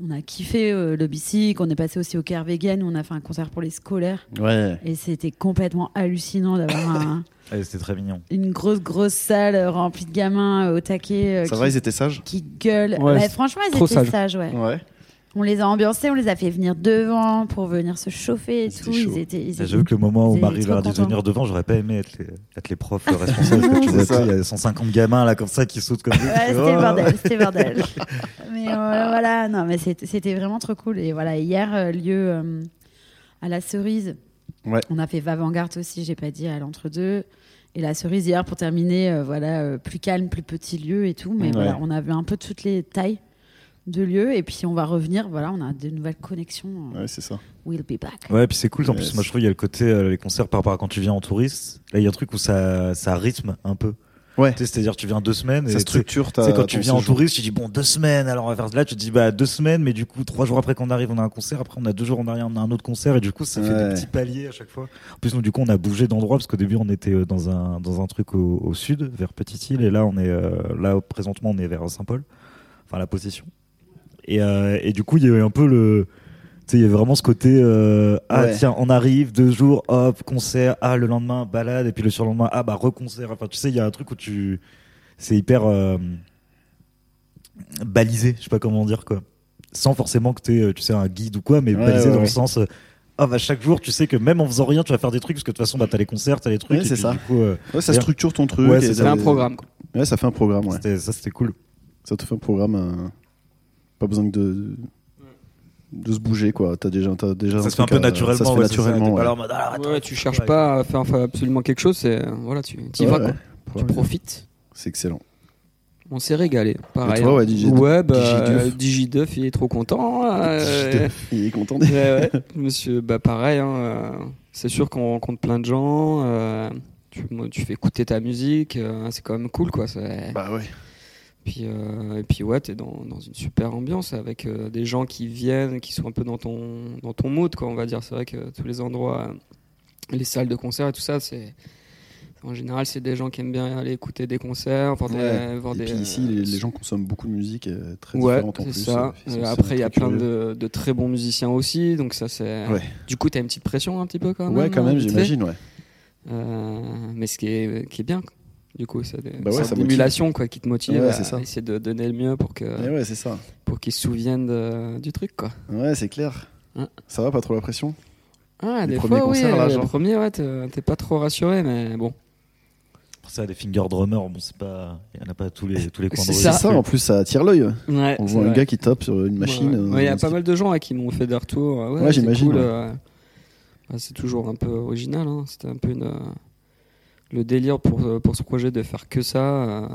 Speaker 2: on a kiffé, euh, le BC, qu'on est passé aussi au Caire Vegan, où on a fait un concert pour les scolaires.
Speaker 1: Ouais.
Speaker 2: Et c'était complètement hallucinant d'avoir un-
Speaker 3: Ouais, C'était très mignon.
Speaker 2: une grosse, grosse salle euh, remplie de gamins euh, au taquet euh,
Speaker 1: Ça
Speaker 2: qui,
Speaker 1: va, ils étaient sages
Speaker 2: qui gueulent.
Speaker 4: Ouais,
Speaker 2: Ouais,
Speaker 4: c'est
Speaker 2: franchement, ils
Speaker 4: trop
Speaker 2: étaient
Speaker 4: sage.
Speaker 2: sages, ouais.
Speaker 1: Ouais.
Speaker 2: On les a ambiancés, on les a fait venir devant pour venir se chauffer et
Speaker 1: C'était
Speaker 2: tout.
Speaker 1: chaud.
Speaker 2: Ils étaient, ils étaient
Speaker 3: J'avoue que le moment où
Speaker 2: Ils
Speaker 3: Marie
Speaker 2: étaient
Speaker 3: leur a
Speaker 2: trop
Speaker 3: dû
Speaker 2: contents.
Speaker 3: venir devant, j'aurais pas aimé être les, être les profs euh, responsables. parce que tu
Speaker 1: C'est
Speaker 3: vois,
Speaker 1: ça.
Speaker 3: tu sais, il y a 150 gamins là comme ça qui sautent comme des.
Speaker 2: Ouais, c'était le
Speaker 3: Oh.
Speaker 2: bordel, c'était le bordel. mais euh, voilà, non, mais c'était c'était vraiment trop cool. Et voilà, hier, euh, lieu euh, à la cerise,
Speaker 1: Ouais.
Speaker 2: on a fait Vavangard aussi, j'ai pas dit, à l'entre-deux. Et la cerise hier pour terminer, euh, voilà, euh, plus calme, plus petit lieu et tout. Mais
Speaker 1: Ouais.
Speaker 2: voilà, on a vu un peu toutes les tailles de lieux. Et puis on va revenir, voilà, on a de nouvelles connexions. euh,
Speaker 1: Ouais, c'est ça.
Speaker 2: We'll be back.
Speaker 3: Ouais, puis c'est cool. En
Speaker 1: Ouais,
Speaker 3: plus,
Speaker 1: c'est-
Speaker 3: moi, je trouve il y a le côté euh, les concerts par rapport à quand tu viens en touriste. Là, il y a un truc où ça, ça rythme un peu.
Speaker 1: Ouais.
Speaker 3: Tu sais, C'est-à-dire, tu viens deux semaines.
Speaker 1: Ça
Speaker 3: et tu sais-
Speaker 1: structure
Speaker 3: tu
Speaker 1: ta.
Speaker 3: sais, quand tu
Speaker 1: ton
Speaker 3: viens en
Speaker 1: séjour.
Speaker 3: touriste, tu dis bon deux semaines. Alors on va faire là, tu te dis bah deux semaines, mais du coup trois jours après qu'on arrive, on a un concert. Après on a deux jours en arrière, on a un autre concert, et du coup ça fait
Speaker 1: Ouais.
Speaker 3: des petits paliers à chaque fois. En plus nous du coup on a bougé d'endroit parce qu'au début on était euh, dans un dans un truc au, au sud vers Petite Île, et là on est euh, là présentement on est vers Saint-Paul, enfin la possession. Et, euh, et du coup il y avait un peu le tu sais, il y avait vraiment ce côté euh, ah
Speaker 1: Ouais.
Speaker 3: tiens on arrive deux jours hop concert ah le lendemain balade et puis le surlendemain ah bah reconcert enfin tu sais il y a un truc où tu c'est hyper euh, balisé, je sais pas comment dire quoi. Sans forcément que t'aies, euh, tu sais, un guide ou quoi, mais
Speaker 1: Ouais,
Speaker 3: balisé
Speaker 1: ouais,
Speaker 3: dans
Speaker 1: ouais.
Speaker 3: le sens. euh, ah bah chaque jour, tu sais que même en faisant rien, tu vas faire des trucs parce que de toute façon, bah t'as les concerts, t'as les trucs.
Speaker 1: Ouais,
Speaker 3: et
Speaker 1: c'est
Speaker 3: puis,
Speaker 1: ça.
Speaker 3: Du coup, euh,
Speaker 1: Ouais, ça
Speaker 3: D'ailleurs-
Speaker 1: structure ton truc.
Speaker 3: Ouais,
Speaker 1: et
Speaker 3: c'est
Speaker 1: ça-
Speaker 4: C'est un programme. quoi.
Speaker 1: Ouais, ça fait un programme. Ouais.
Speaker 3: c'était- ça c'était cool.
Speaker 1: Ça te fait un programme. euh, Pas besoin que de. De se bouger, quoi. T'as déjà. T'as déjà
Speaker 3: Ça
Speaker 1: truc
Speaker 3: se fait un peu
Speaker 1: à-
Speaker 3: naturellement.
Speaker 1: euh, Ça se fait
Speaker 3: ouais, c'est ça,
Speaker 1: naturellement.
Speaker 3: t'es pas
Speaker 1: ouais.
Speaker 3: là en mode, ah, attends,
Speaker 4: Ouais,
Speaker 3: faut-
Speaker 4: tu cherches
Speaker 3: ouais.
Speaker 4: pas à faire faire absolument quelque chose, c'est euh, voilà, tu y vas,
Speaker 1: Ouais,
Speaker 4: quoi.
Speaker 1: ouais.
Speaker 4: tu profites.
Speaker 1: C'est excellent.
Speaker 4: On s'est régalé. Pareil.
Speaker 1: toi, ouais, DJ
Speaker 4: ouais, bah,
Speaker 1: Digiduff.
Speaker 4: euh, Digiduff, il est trop content. euh,
Speaker 1: Il est content.
Speaker 4: ouais, ouais. Monsieur, bah pareil, hein, euh, c'est sûr qu'on rencontre plein de gens. euh, tu, moi, tu fais écouter ta musique, euh, c'est quand même cool, quoi. c'est-
Speaker 1: Bah ouais.
Speaker 4: Puis, euh, et puis ouais, t'es dans, dans une super ambiance avec euh, des gens qui viennent, qui sont un peu dans ton, dans ton mood, quoi, on va dire. C'est vrai que tous les endroits, euh, les salles de concert et tout ça, c'est. En général, c'est des gens qui aiment bien aller écouter des concerts, voir des.
Speaker 1: Ouais.
Speaker 4: voir
Speaker 1: Et
Speaker 4: des- euh,
Speaker 1: puis ici, les, les gens consomment beaucoup de musique euh, très
Speaker 4: Ouais,
Speaker 1: différente en
Speaker 4: c'est
Speaker 1: plus.
Speaker 4: ça.
Speaker 1: Ils sont-
Speaker 4: Euh,
Speaker 1: ils sont
Speaker 4: après, il y a
Speaker 1: très
Speaker 4: plein
Speaker 1: curieux.
Speaker 4: de, de très bons musiciens aussi, donc ça, c'est.
Speaker 1: Ouais.
Speaker 4: Du coup, t'as une petite pression un petit peu quand même.
Speaker 1: Ouais, quand
Speaker 4: hein,
Speaker 1: même,
Speaker 4: vite fait.
Speaker 1: j'imagine, ouais.
Speaker 4: Euh, mais ce qui est, qui est bien, quoi. du coup, c'est des-
Speaker 1: Bah ouais,
Speaker 4: c'est
Speaker 1: ça
Speaker 4: une
Speaker 1: motive.
Speaker 4: émulation quoi, qui te motive
Speaker 1: Ouais, c'est
Speaker 4: à
Speaker 1: ça.
Speaker 4: essayer de donner le mieux pour que
Speaker 1: Et Eh ouais, c'est ça.
Speaker 4: pour qu'ils se souviennent de- du truc quoi.
Speaker 1: Ouais, c'est clair.
Speaker 4: Hein.
Speaker 1: Ça va, pas trop la pression
Speaker 4: Ah,
Speaker 1: Les
Speaker 4: des
Speaker 1: premiers
Speaker 4: fois, oui,
Speaker 1: concerts, là,
Speaker 4: les
Speaker 1: genre.
Speaker 4: premiers, ouais, t'es t'es pas trop rassuré, mais bon.
Speaker 3: Pour ça, des finger drummers, bon, c'est pas. Il y en a pas à tous les, tous les coins de
Speaker 4: C'est
Speaker 3: rue.
Speaker 1: C'est
Speaker 4: Ça.
Speaker 1: ça, en plus, ça attire l'œil.
Speaker 4: Ouais,
Speaker 1: On
Speaker 4: c'est
Speaker 1: voit un
Speaker 4: vrai.
Speaker 1: gars qui tape sur une machine.
Speaker 4: Ouais, ouais.
Speaker 1: euh,
Speaker 4: Ouais, il y a
Speaker 1: dans
Speaker 4: pas
Speaker 1: ce-
Speaker 4: mal de gens ouais, qui m'ont fait des retours. Ouais,
Speaker 1: Ouais,
Speaker 4: c'est
Speaker 1: j'imagine,
Speaker 4: cool,
Speaker 1: ouais.
Speaker 4: euh, bah, c'est toujours un peu original. hein. C'était un peu une, euh, le délire pour, euh, pour ce projet de faire que ça, euh,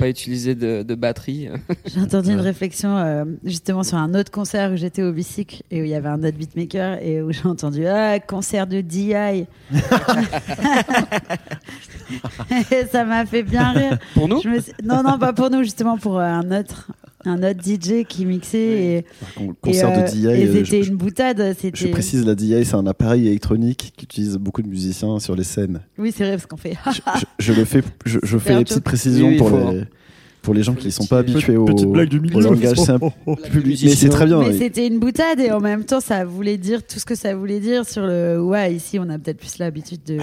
Speaker 4: pas utiliser de, de batterie. euh.
Speaker 2: J'ai entendu une
Speaker 3: Ouais.
Speaker 2: réflexion euh, justement sur un autre concert où j'étais au bicycle et où il y avait un autre beatmaker et où j'ai entendu ah, concert de DI. Et ça m'a fait bien rire.
Speaker 4: Pour nous
Speaker 2: Je me suis- Non, non, pas pour nous, justement pour euh, un autre. Un autre DJ qui mixait
Speaker 1: Con-
Speaker 2: et, et,
Speaker 1: Concert
Speaker 2: euh,
Speaker 1: de DI.
Speaker 2: et
Speaker 1: euh,
Speaker 2: c'était
Speaker 1: je- je-
Speaker 2: une boutade.
Speaker 1: Je
Speaker 2: C'était
Speaker 1: précise, la DI, c'est un appareil électronique qu'utilisent beaucoup de musiciens sur les scènes.
Speaker 2: oui, c'est vrai parce qu'on fait.
Speaker 1: Je, je- je le fais, je, je fais
Speaker 2: un
Speaker 1: les
Speaker 2: joke.
Speaker 1: petites précisions
Speaker 4: Oui, oui,
Speaker 1: pour,
Speaker 4: faut
Speaker 1: les, pour les gens qui
Speaker 4: les
Speaker 1: ne sont
Speaker 4: petits-
Speaker 1: pas
Speaker 4: Petite-
Speaker 1: habitués au,
Speaker 3: Petite blague Oh, de
Speaker 1: au
Speaker 3: milieu.
Speaker 1: langage simple. Mais c'est très bien.
Speaker 2: Mais
Speaker 1: oui.
Speaker 2: c'était une boutade et en même temps, ça voulait dire tout ce que ça voulait dire sur le. Ouais, ici, on a peut-être plus l'habitude de,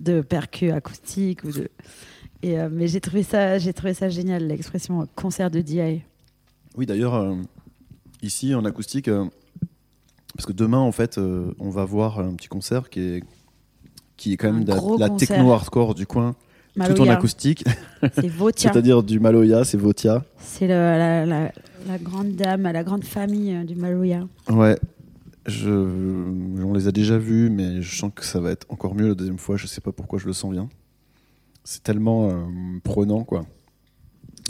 Speaker 2: de percus acoustiques ou de. Et, euh, mais j'ai trouvé ça, j'ai trouvé ça génial l'expression euh, concert de DI.
Speaker 1: Oui, d'ailleurs, euh, ici en acoustique, euh, parce que demain, en fait, euh, on va voir un petit concert qui est, qui est quand
Speaker 2: Un
Speaker 1: même de
Speaker 2: gros
Speaker 1: la, la
Speaker 2: concert.
Speaker 1: techno hardcore du coin, tout en
Speaker 2: Maloya,
Speaker 1: acoustique,
Speaker 2: c'est Votia.
Speaker 1: c'est-à-dire du Maloya, c'est Votia.
Speaker 2: C'est le- la, la- la grande dame, la grande famille euh, du Maloya.
Speaker 1: Ouais. Je, on les a déjà vus, mais je sens que ça va être encore mieux la deuxième fois. Je sais pas pourquoi je le sens bien. C'est tellement euh, prenant, quoi.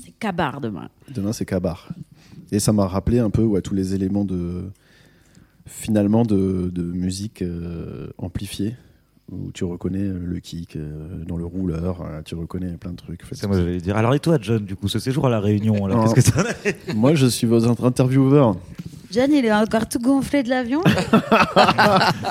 Speaker 2: C'est Cabar demain.
Speaker 1: Demain, c'est Kabar. Et ça m'a rappelé un peu ouais, tous les éléments de. Finalement, de, de musique euh, amplifiée, où tu reconnais euh, le kick euh, dans le rouleur, euh, tu reconnais plein de trucs. en fait.
Speaker 3: C'est moi, j'allais dire. Alors, et toi, John, du coup, ce séjour à la Réunion, alors,
Speaker 1: Non.
Speaker 3: qu'est-ce que t'en as
Speaker 1: Moi, je suis votre intervieweur.
Speaker 2: John, il est encore tout gonflé de l'avion.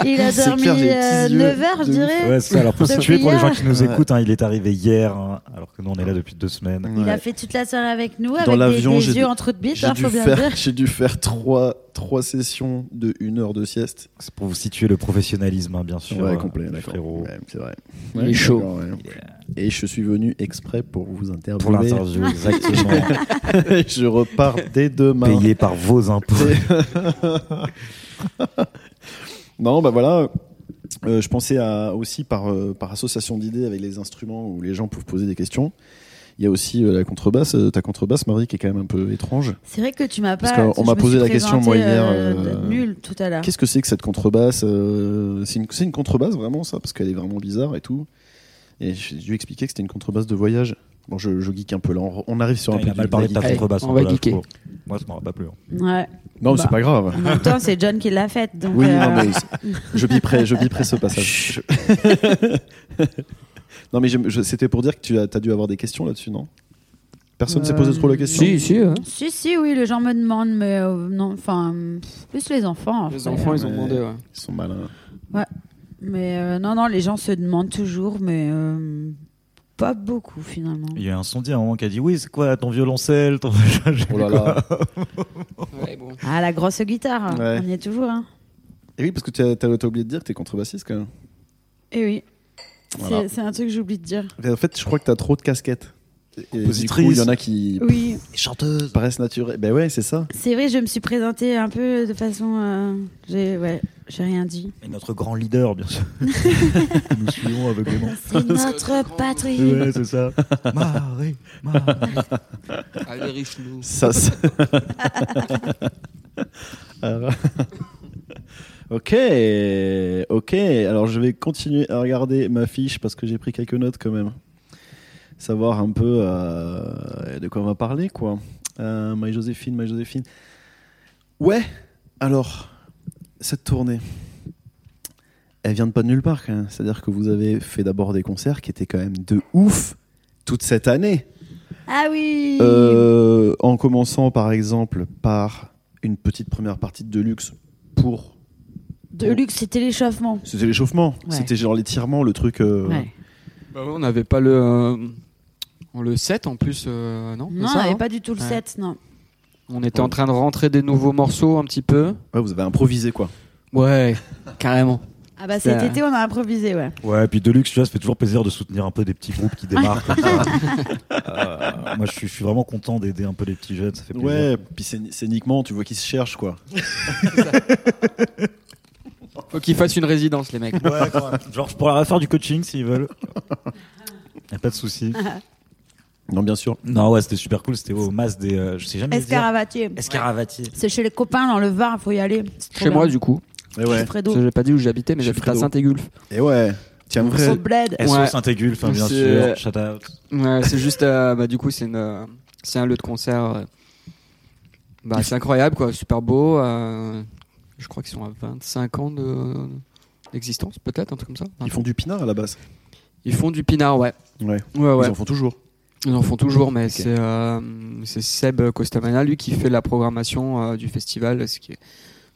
Speaker 2: il a
Speaker 1: C'est
Speaker 2: dormi
Speaker 1: clair, j'ai les petits yeux
Speaker 2: 9 heures, je
Speaker 1: de ouf.
Speaker 2: dirais.
Speaker 3: Ouais, c'est ça. Alors, pour
Speaker 2: De
Speaker 3: situer pour les gens qui nous
Speaker 1: Ouais.
Speaker 3: écoutent, hein, il est arrivé hier, hein, alors que nous, on est là depuis deux semaines.
Speaker 2: Il
Speaker 1: Ouais.
Speaker 2: a fait toute la soirée avec nous,
Speaker 1: Dans
Speaker 2: avec des,
Speaker 1: l'avion,
Speaker 2: des
Speaker 1: j'ai
Speaker 2: yeux
Speaker 1: dû-
Speaker 2: entre deux bites,
Speaker 1: J'ai
Speaker 2: hein,
Speaker 1: dû,
Speaker 2: faut bien
Speaker 1: faire-
Speaker 2: le dire.
Speaker 1: j'ai dû faire trois, trois sessions de une heure de sieste.
Speaker 3: C'est pour vous situer le professionnalisme, hein, bien sûr.
Speaker 1: ouais,
Speaker 3: euh,
Speaker 1: complet,
Speaker 3: du
Speaker 1: d'accord.
Speaker 3: frérot.
Speaker 1: Ouais, c'est vrai.
Speaker 4: Il
Speaker 1: Ouais,
Speaker 4: est chaud.
Speaker 1: d'accord, ouais.
Speaker 3: Il est- euh,
Speaker 1: Et je suis venu exprès pour vous interviewer.
Speaker 3: Pour l'interview, exactement.
Speaker 1: je repars dès demain.
Speaker 3: Payé par vos impôts.
Speaker 1: non, bah voilà. euh, je pensais à- aussi par, euh, par association d'idées avec les instruments où les gens peuvent poser des questions. Il y a aussi euh, la contrebasse. euh, ta contrebasse, Marie, qui est quand même un peu étrange.
Speaker 2: C'est vrai que tu m'as
Speaker 1: Parce
Speaker 2: pas.
Speaker 1: qu'on
Speaker 2: je
Speaker 1: m'a
Speaker 2: me
Speaker 1: posé
Speaker 2: suis
Speaker 1: la question, moi,
Speaker 2: présentée,
Speaker 1: hier,
Speaker 2: euh,
Speaker 1: euh,
Speaker 2: Nul tout à l'heure.
Speaker 1: Qu'est-ce que c'est que cette contrebasse euh, C'est une, c'est une contrebasse vraiment, ça Parce qu'elle est vraiment bizarre et tout. Et j'ai dû expliquer que c'était une contrebasse de voyage. Bon, je, je geek un peu là. On, on arrive sur un
Speaker 3: Ah,
Speaker 1: peu
Speaker 3: il a
Speaker 1: du-
Speaker 3: mal parlé de ta
Speaker 4: Allez,
Speaker 3: contrebasse.
Speaker 4: on va
Speaker 3: hein, voilà,
Speaker 4: geeker.
Speaker 3: je crois. Moi, je m'en rappelle plus. hein.
Speaker 2: Ouais.
Speaker 1: Non, mais c'est
Speaker 2: Bah.
Speaker 1: pas grave.
Speaker 2: En même temps, c'est John qui l'a faite. Donc,
Speaker 1: Oui,
Speaker 2: euh,
Speaker 1: non, mais c'est- je biperai, je biperai ce passage. non, mais je- je- c'était pour dire que tu as, t'as dû avoir des questions là-dessus, non Personne s'est posé
Speaker 2: Euh,
Speaker 1: trop la question
Speaker 4: Si, si. hein.
Speaker 2: Si, si, oui, les gens me demandent, mais euh, non, enfin, pff, plus les enfants. en
Speaker 4: Les
Speaker 2: vrai.
Speaker 4: enfants, ils ont
Speaker 1: Ouais.
Speaker 4: demandé. ouais.
Speaker 1: Ils sont malins.
Speaker 2: Mais euh, non, non, les gens se demandent toujours, mais euh, pas beaucoup finalement.
Speaker 3: Il y a un sondier à un moment qui a dit Oui, c'est quoi ton violoncelle ton...
Speaker 1: Oh là là.
Speaker 4: Ouais, bon.
Speaker 2: Ah, la grosse guitare,
Speaker 1: Ouais.
Speaker 2: on y est toujours. Hein.
Speaker 1: Et oui, parce que tu as, t'as- t'as oublié de dire que tu es contrebassiste quand même.
Speaker 2: Et Eh oui. C'est-
Speaker 1: Voilà.
Speaker 2: C'est un truc que j'oublie de dire.
Speaker 1: En fait, je crois que tu as trop de casquettes. Et du coup, il y en a qui
Speaker 2: Oui,
Speaker 3: Chanteuse.
Speaker 1: paraissent naturelles. Ben ouais, c'est ça.
Speaker 2: c'est vrai, je me suis présentée un peu de façon. euh, j'ai ouais, j'ai rien dit.
Speaker 3: Et notre grand leader, bien sûr. nous suivons aveuglément.
Speaker 2: C'est notre patrie.
Speaker 3: Ouais, c'est ça. Marie, Marie.
Speaker 4: Allez, riche, nous.
Speaker 1: Ça, ça- Alors- ok, ok. Alors je vais continuer à regarder ma fiche parce que j'ai pris quelques notes quand même. Savoir un peu euh, de quoi on va parler, quoi. Euh, Marie-Joséphine, Marie-Joséphine. Ouais, alors, cette tournée, elle vient de pas de nulle part quand même. C'est-à-dire que vous avez fait d'abord des concerts qui étaient quand même de ouf toute cette année.
Speaker 2: Ah oui
Speaker 1: Euh, en commençant par exemple par une petite première partie de luxe pour.
Speaker 2: De luxe, c'était l'échauffement.
Speaker 1: C'était l'échauffement,
Speaker 2: Ouais.
Speaker 1: c'était genre l'étirement, le truc. euh,
Speaker 2: Ouais.
Speaker 4: Bah ouais, on n'avait pas le, euh, on le 7 en plus, euh, non
Speaker 2: Non,
Speaker 4: c'est
Speaker 2: on
Speaker 4: ça,
Speaker 2: n'avait
Speaker 4: hein
Speaker 2: pas du tout le
Speaker 4: Ouais.
Speaker 2: set, non.
Speaker 4: On était en train de rentrer des nouveaux morceaux un petit peu.
Speaker 1: ouais, vous avez improvisé quoi.
Speaker 4: Ouais, carrément.
Speaker 2: Ah bah
Speaker 4: C'est-
Speaker 2: cet été, on a improvisé, ouais.
Speaker 3: Ouais, et puis Deluxe, tu vois, ça fait toujours plaisir de soutenir un peu des petits groupes qui démarrent. comme ça. Euh, moi, je suis, je suis vraiment content d'aider un peu les petits jeunes, ça fait plaisir.
Speaker 1: Ouais, puis scén- scéniquement, tu vois qu'ils se cherchent quoi.
Speaker 4: Faut qu'ils fassent une résidence, les mecs.
Speaker 3: Ouais, quand même. Genre, je pourrais faire du coaching s'ils veulent. Y a pas de souci.
Speaker 1: Non, bien sûr.
Speaker 3: Non, ouais, c'était super cool. C'était au mas des. euh, je sais jamais. le dire.
Speaker 2: Escaravatier.
Speaker 3: Escaravatier.
Speaker 2: C'est chez les copains dans le Var, faut y aller. C'est trop
Speaker 4: Chez moi,
Speaker 2: bien.
Speaker 4: du coup.
Speaker 3: Eh
Speaker 1: Et ouais.
Speaker 2: Chez Fredo.
Speaker 4: Parce que j'ai pas dit où j'habitais, mais
Speaker 1: Chez
Speaker 4: j'habite à
Speaker 1: Fredo.
Speaker 4: Saint-Égulf.
Speaker 1: Et Eh ouais. Tiens,
Speaker 2: Au
Speaker 1: vrai.
Speaker 2: bled.
Speaker 3: SO
Speaker 4: Ouais.
Speaker 3: Saint-Égul, enfin, bien
Speaker 4: C'est-
Speaker 3: sûr. Shout out.
Speaker 4: Ouais, c'est juste, euh, bah, du coup, c'est une, euh, c'est un lieu de concert. euh, bah, c'est incroyable, quoi. Super beau. euh, je crois qu'ils sont à 25 ans de- euh, d'existence, peut-être, un truc comme ça.
Speaker 1: Ils font du pinard à la base.
Speaker 4: Ils font du pinard, ouais.
Speaker 1: Ouais.
Speaker 4: Ouais, ouais.
Speaker 1: Ils en font toujours.
Speaker 4: Ils en font toujours, mais c'est euh, c'est Seb Costamana, lui, qui fait la programmation euh, du festival, ce qui est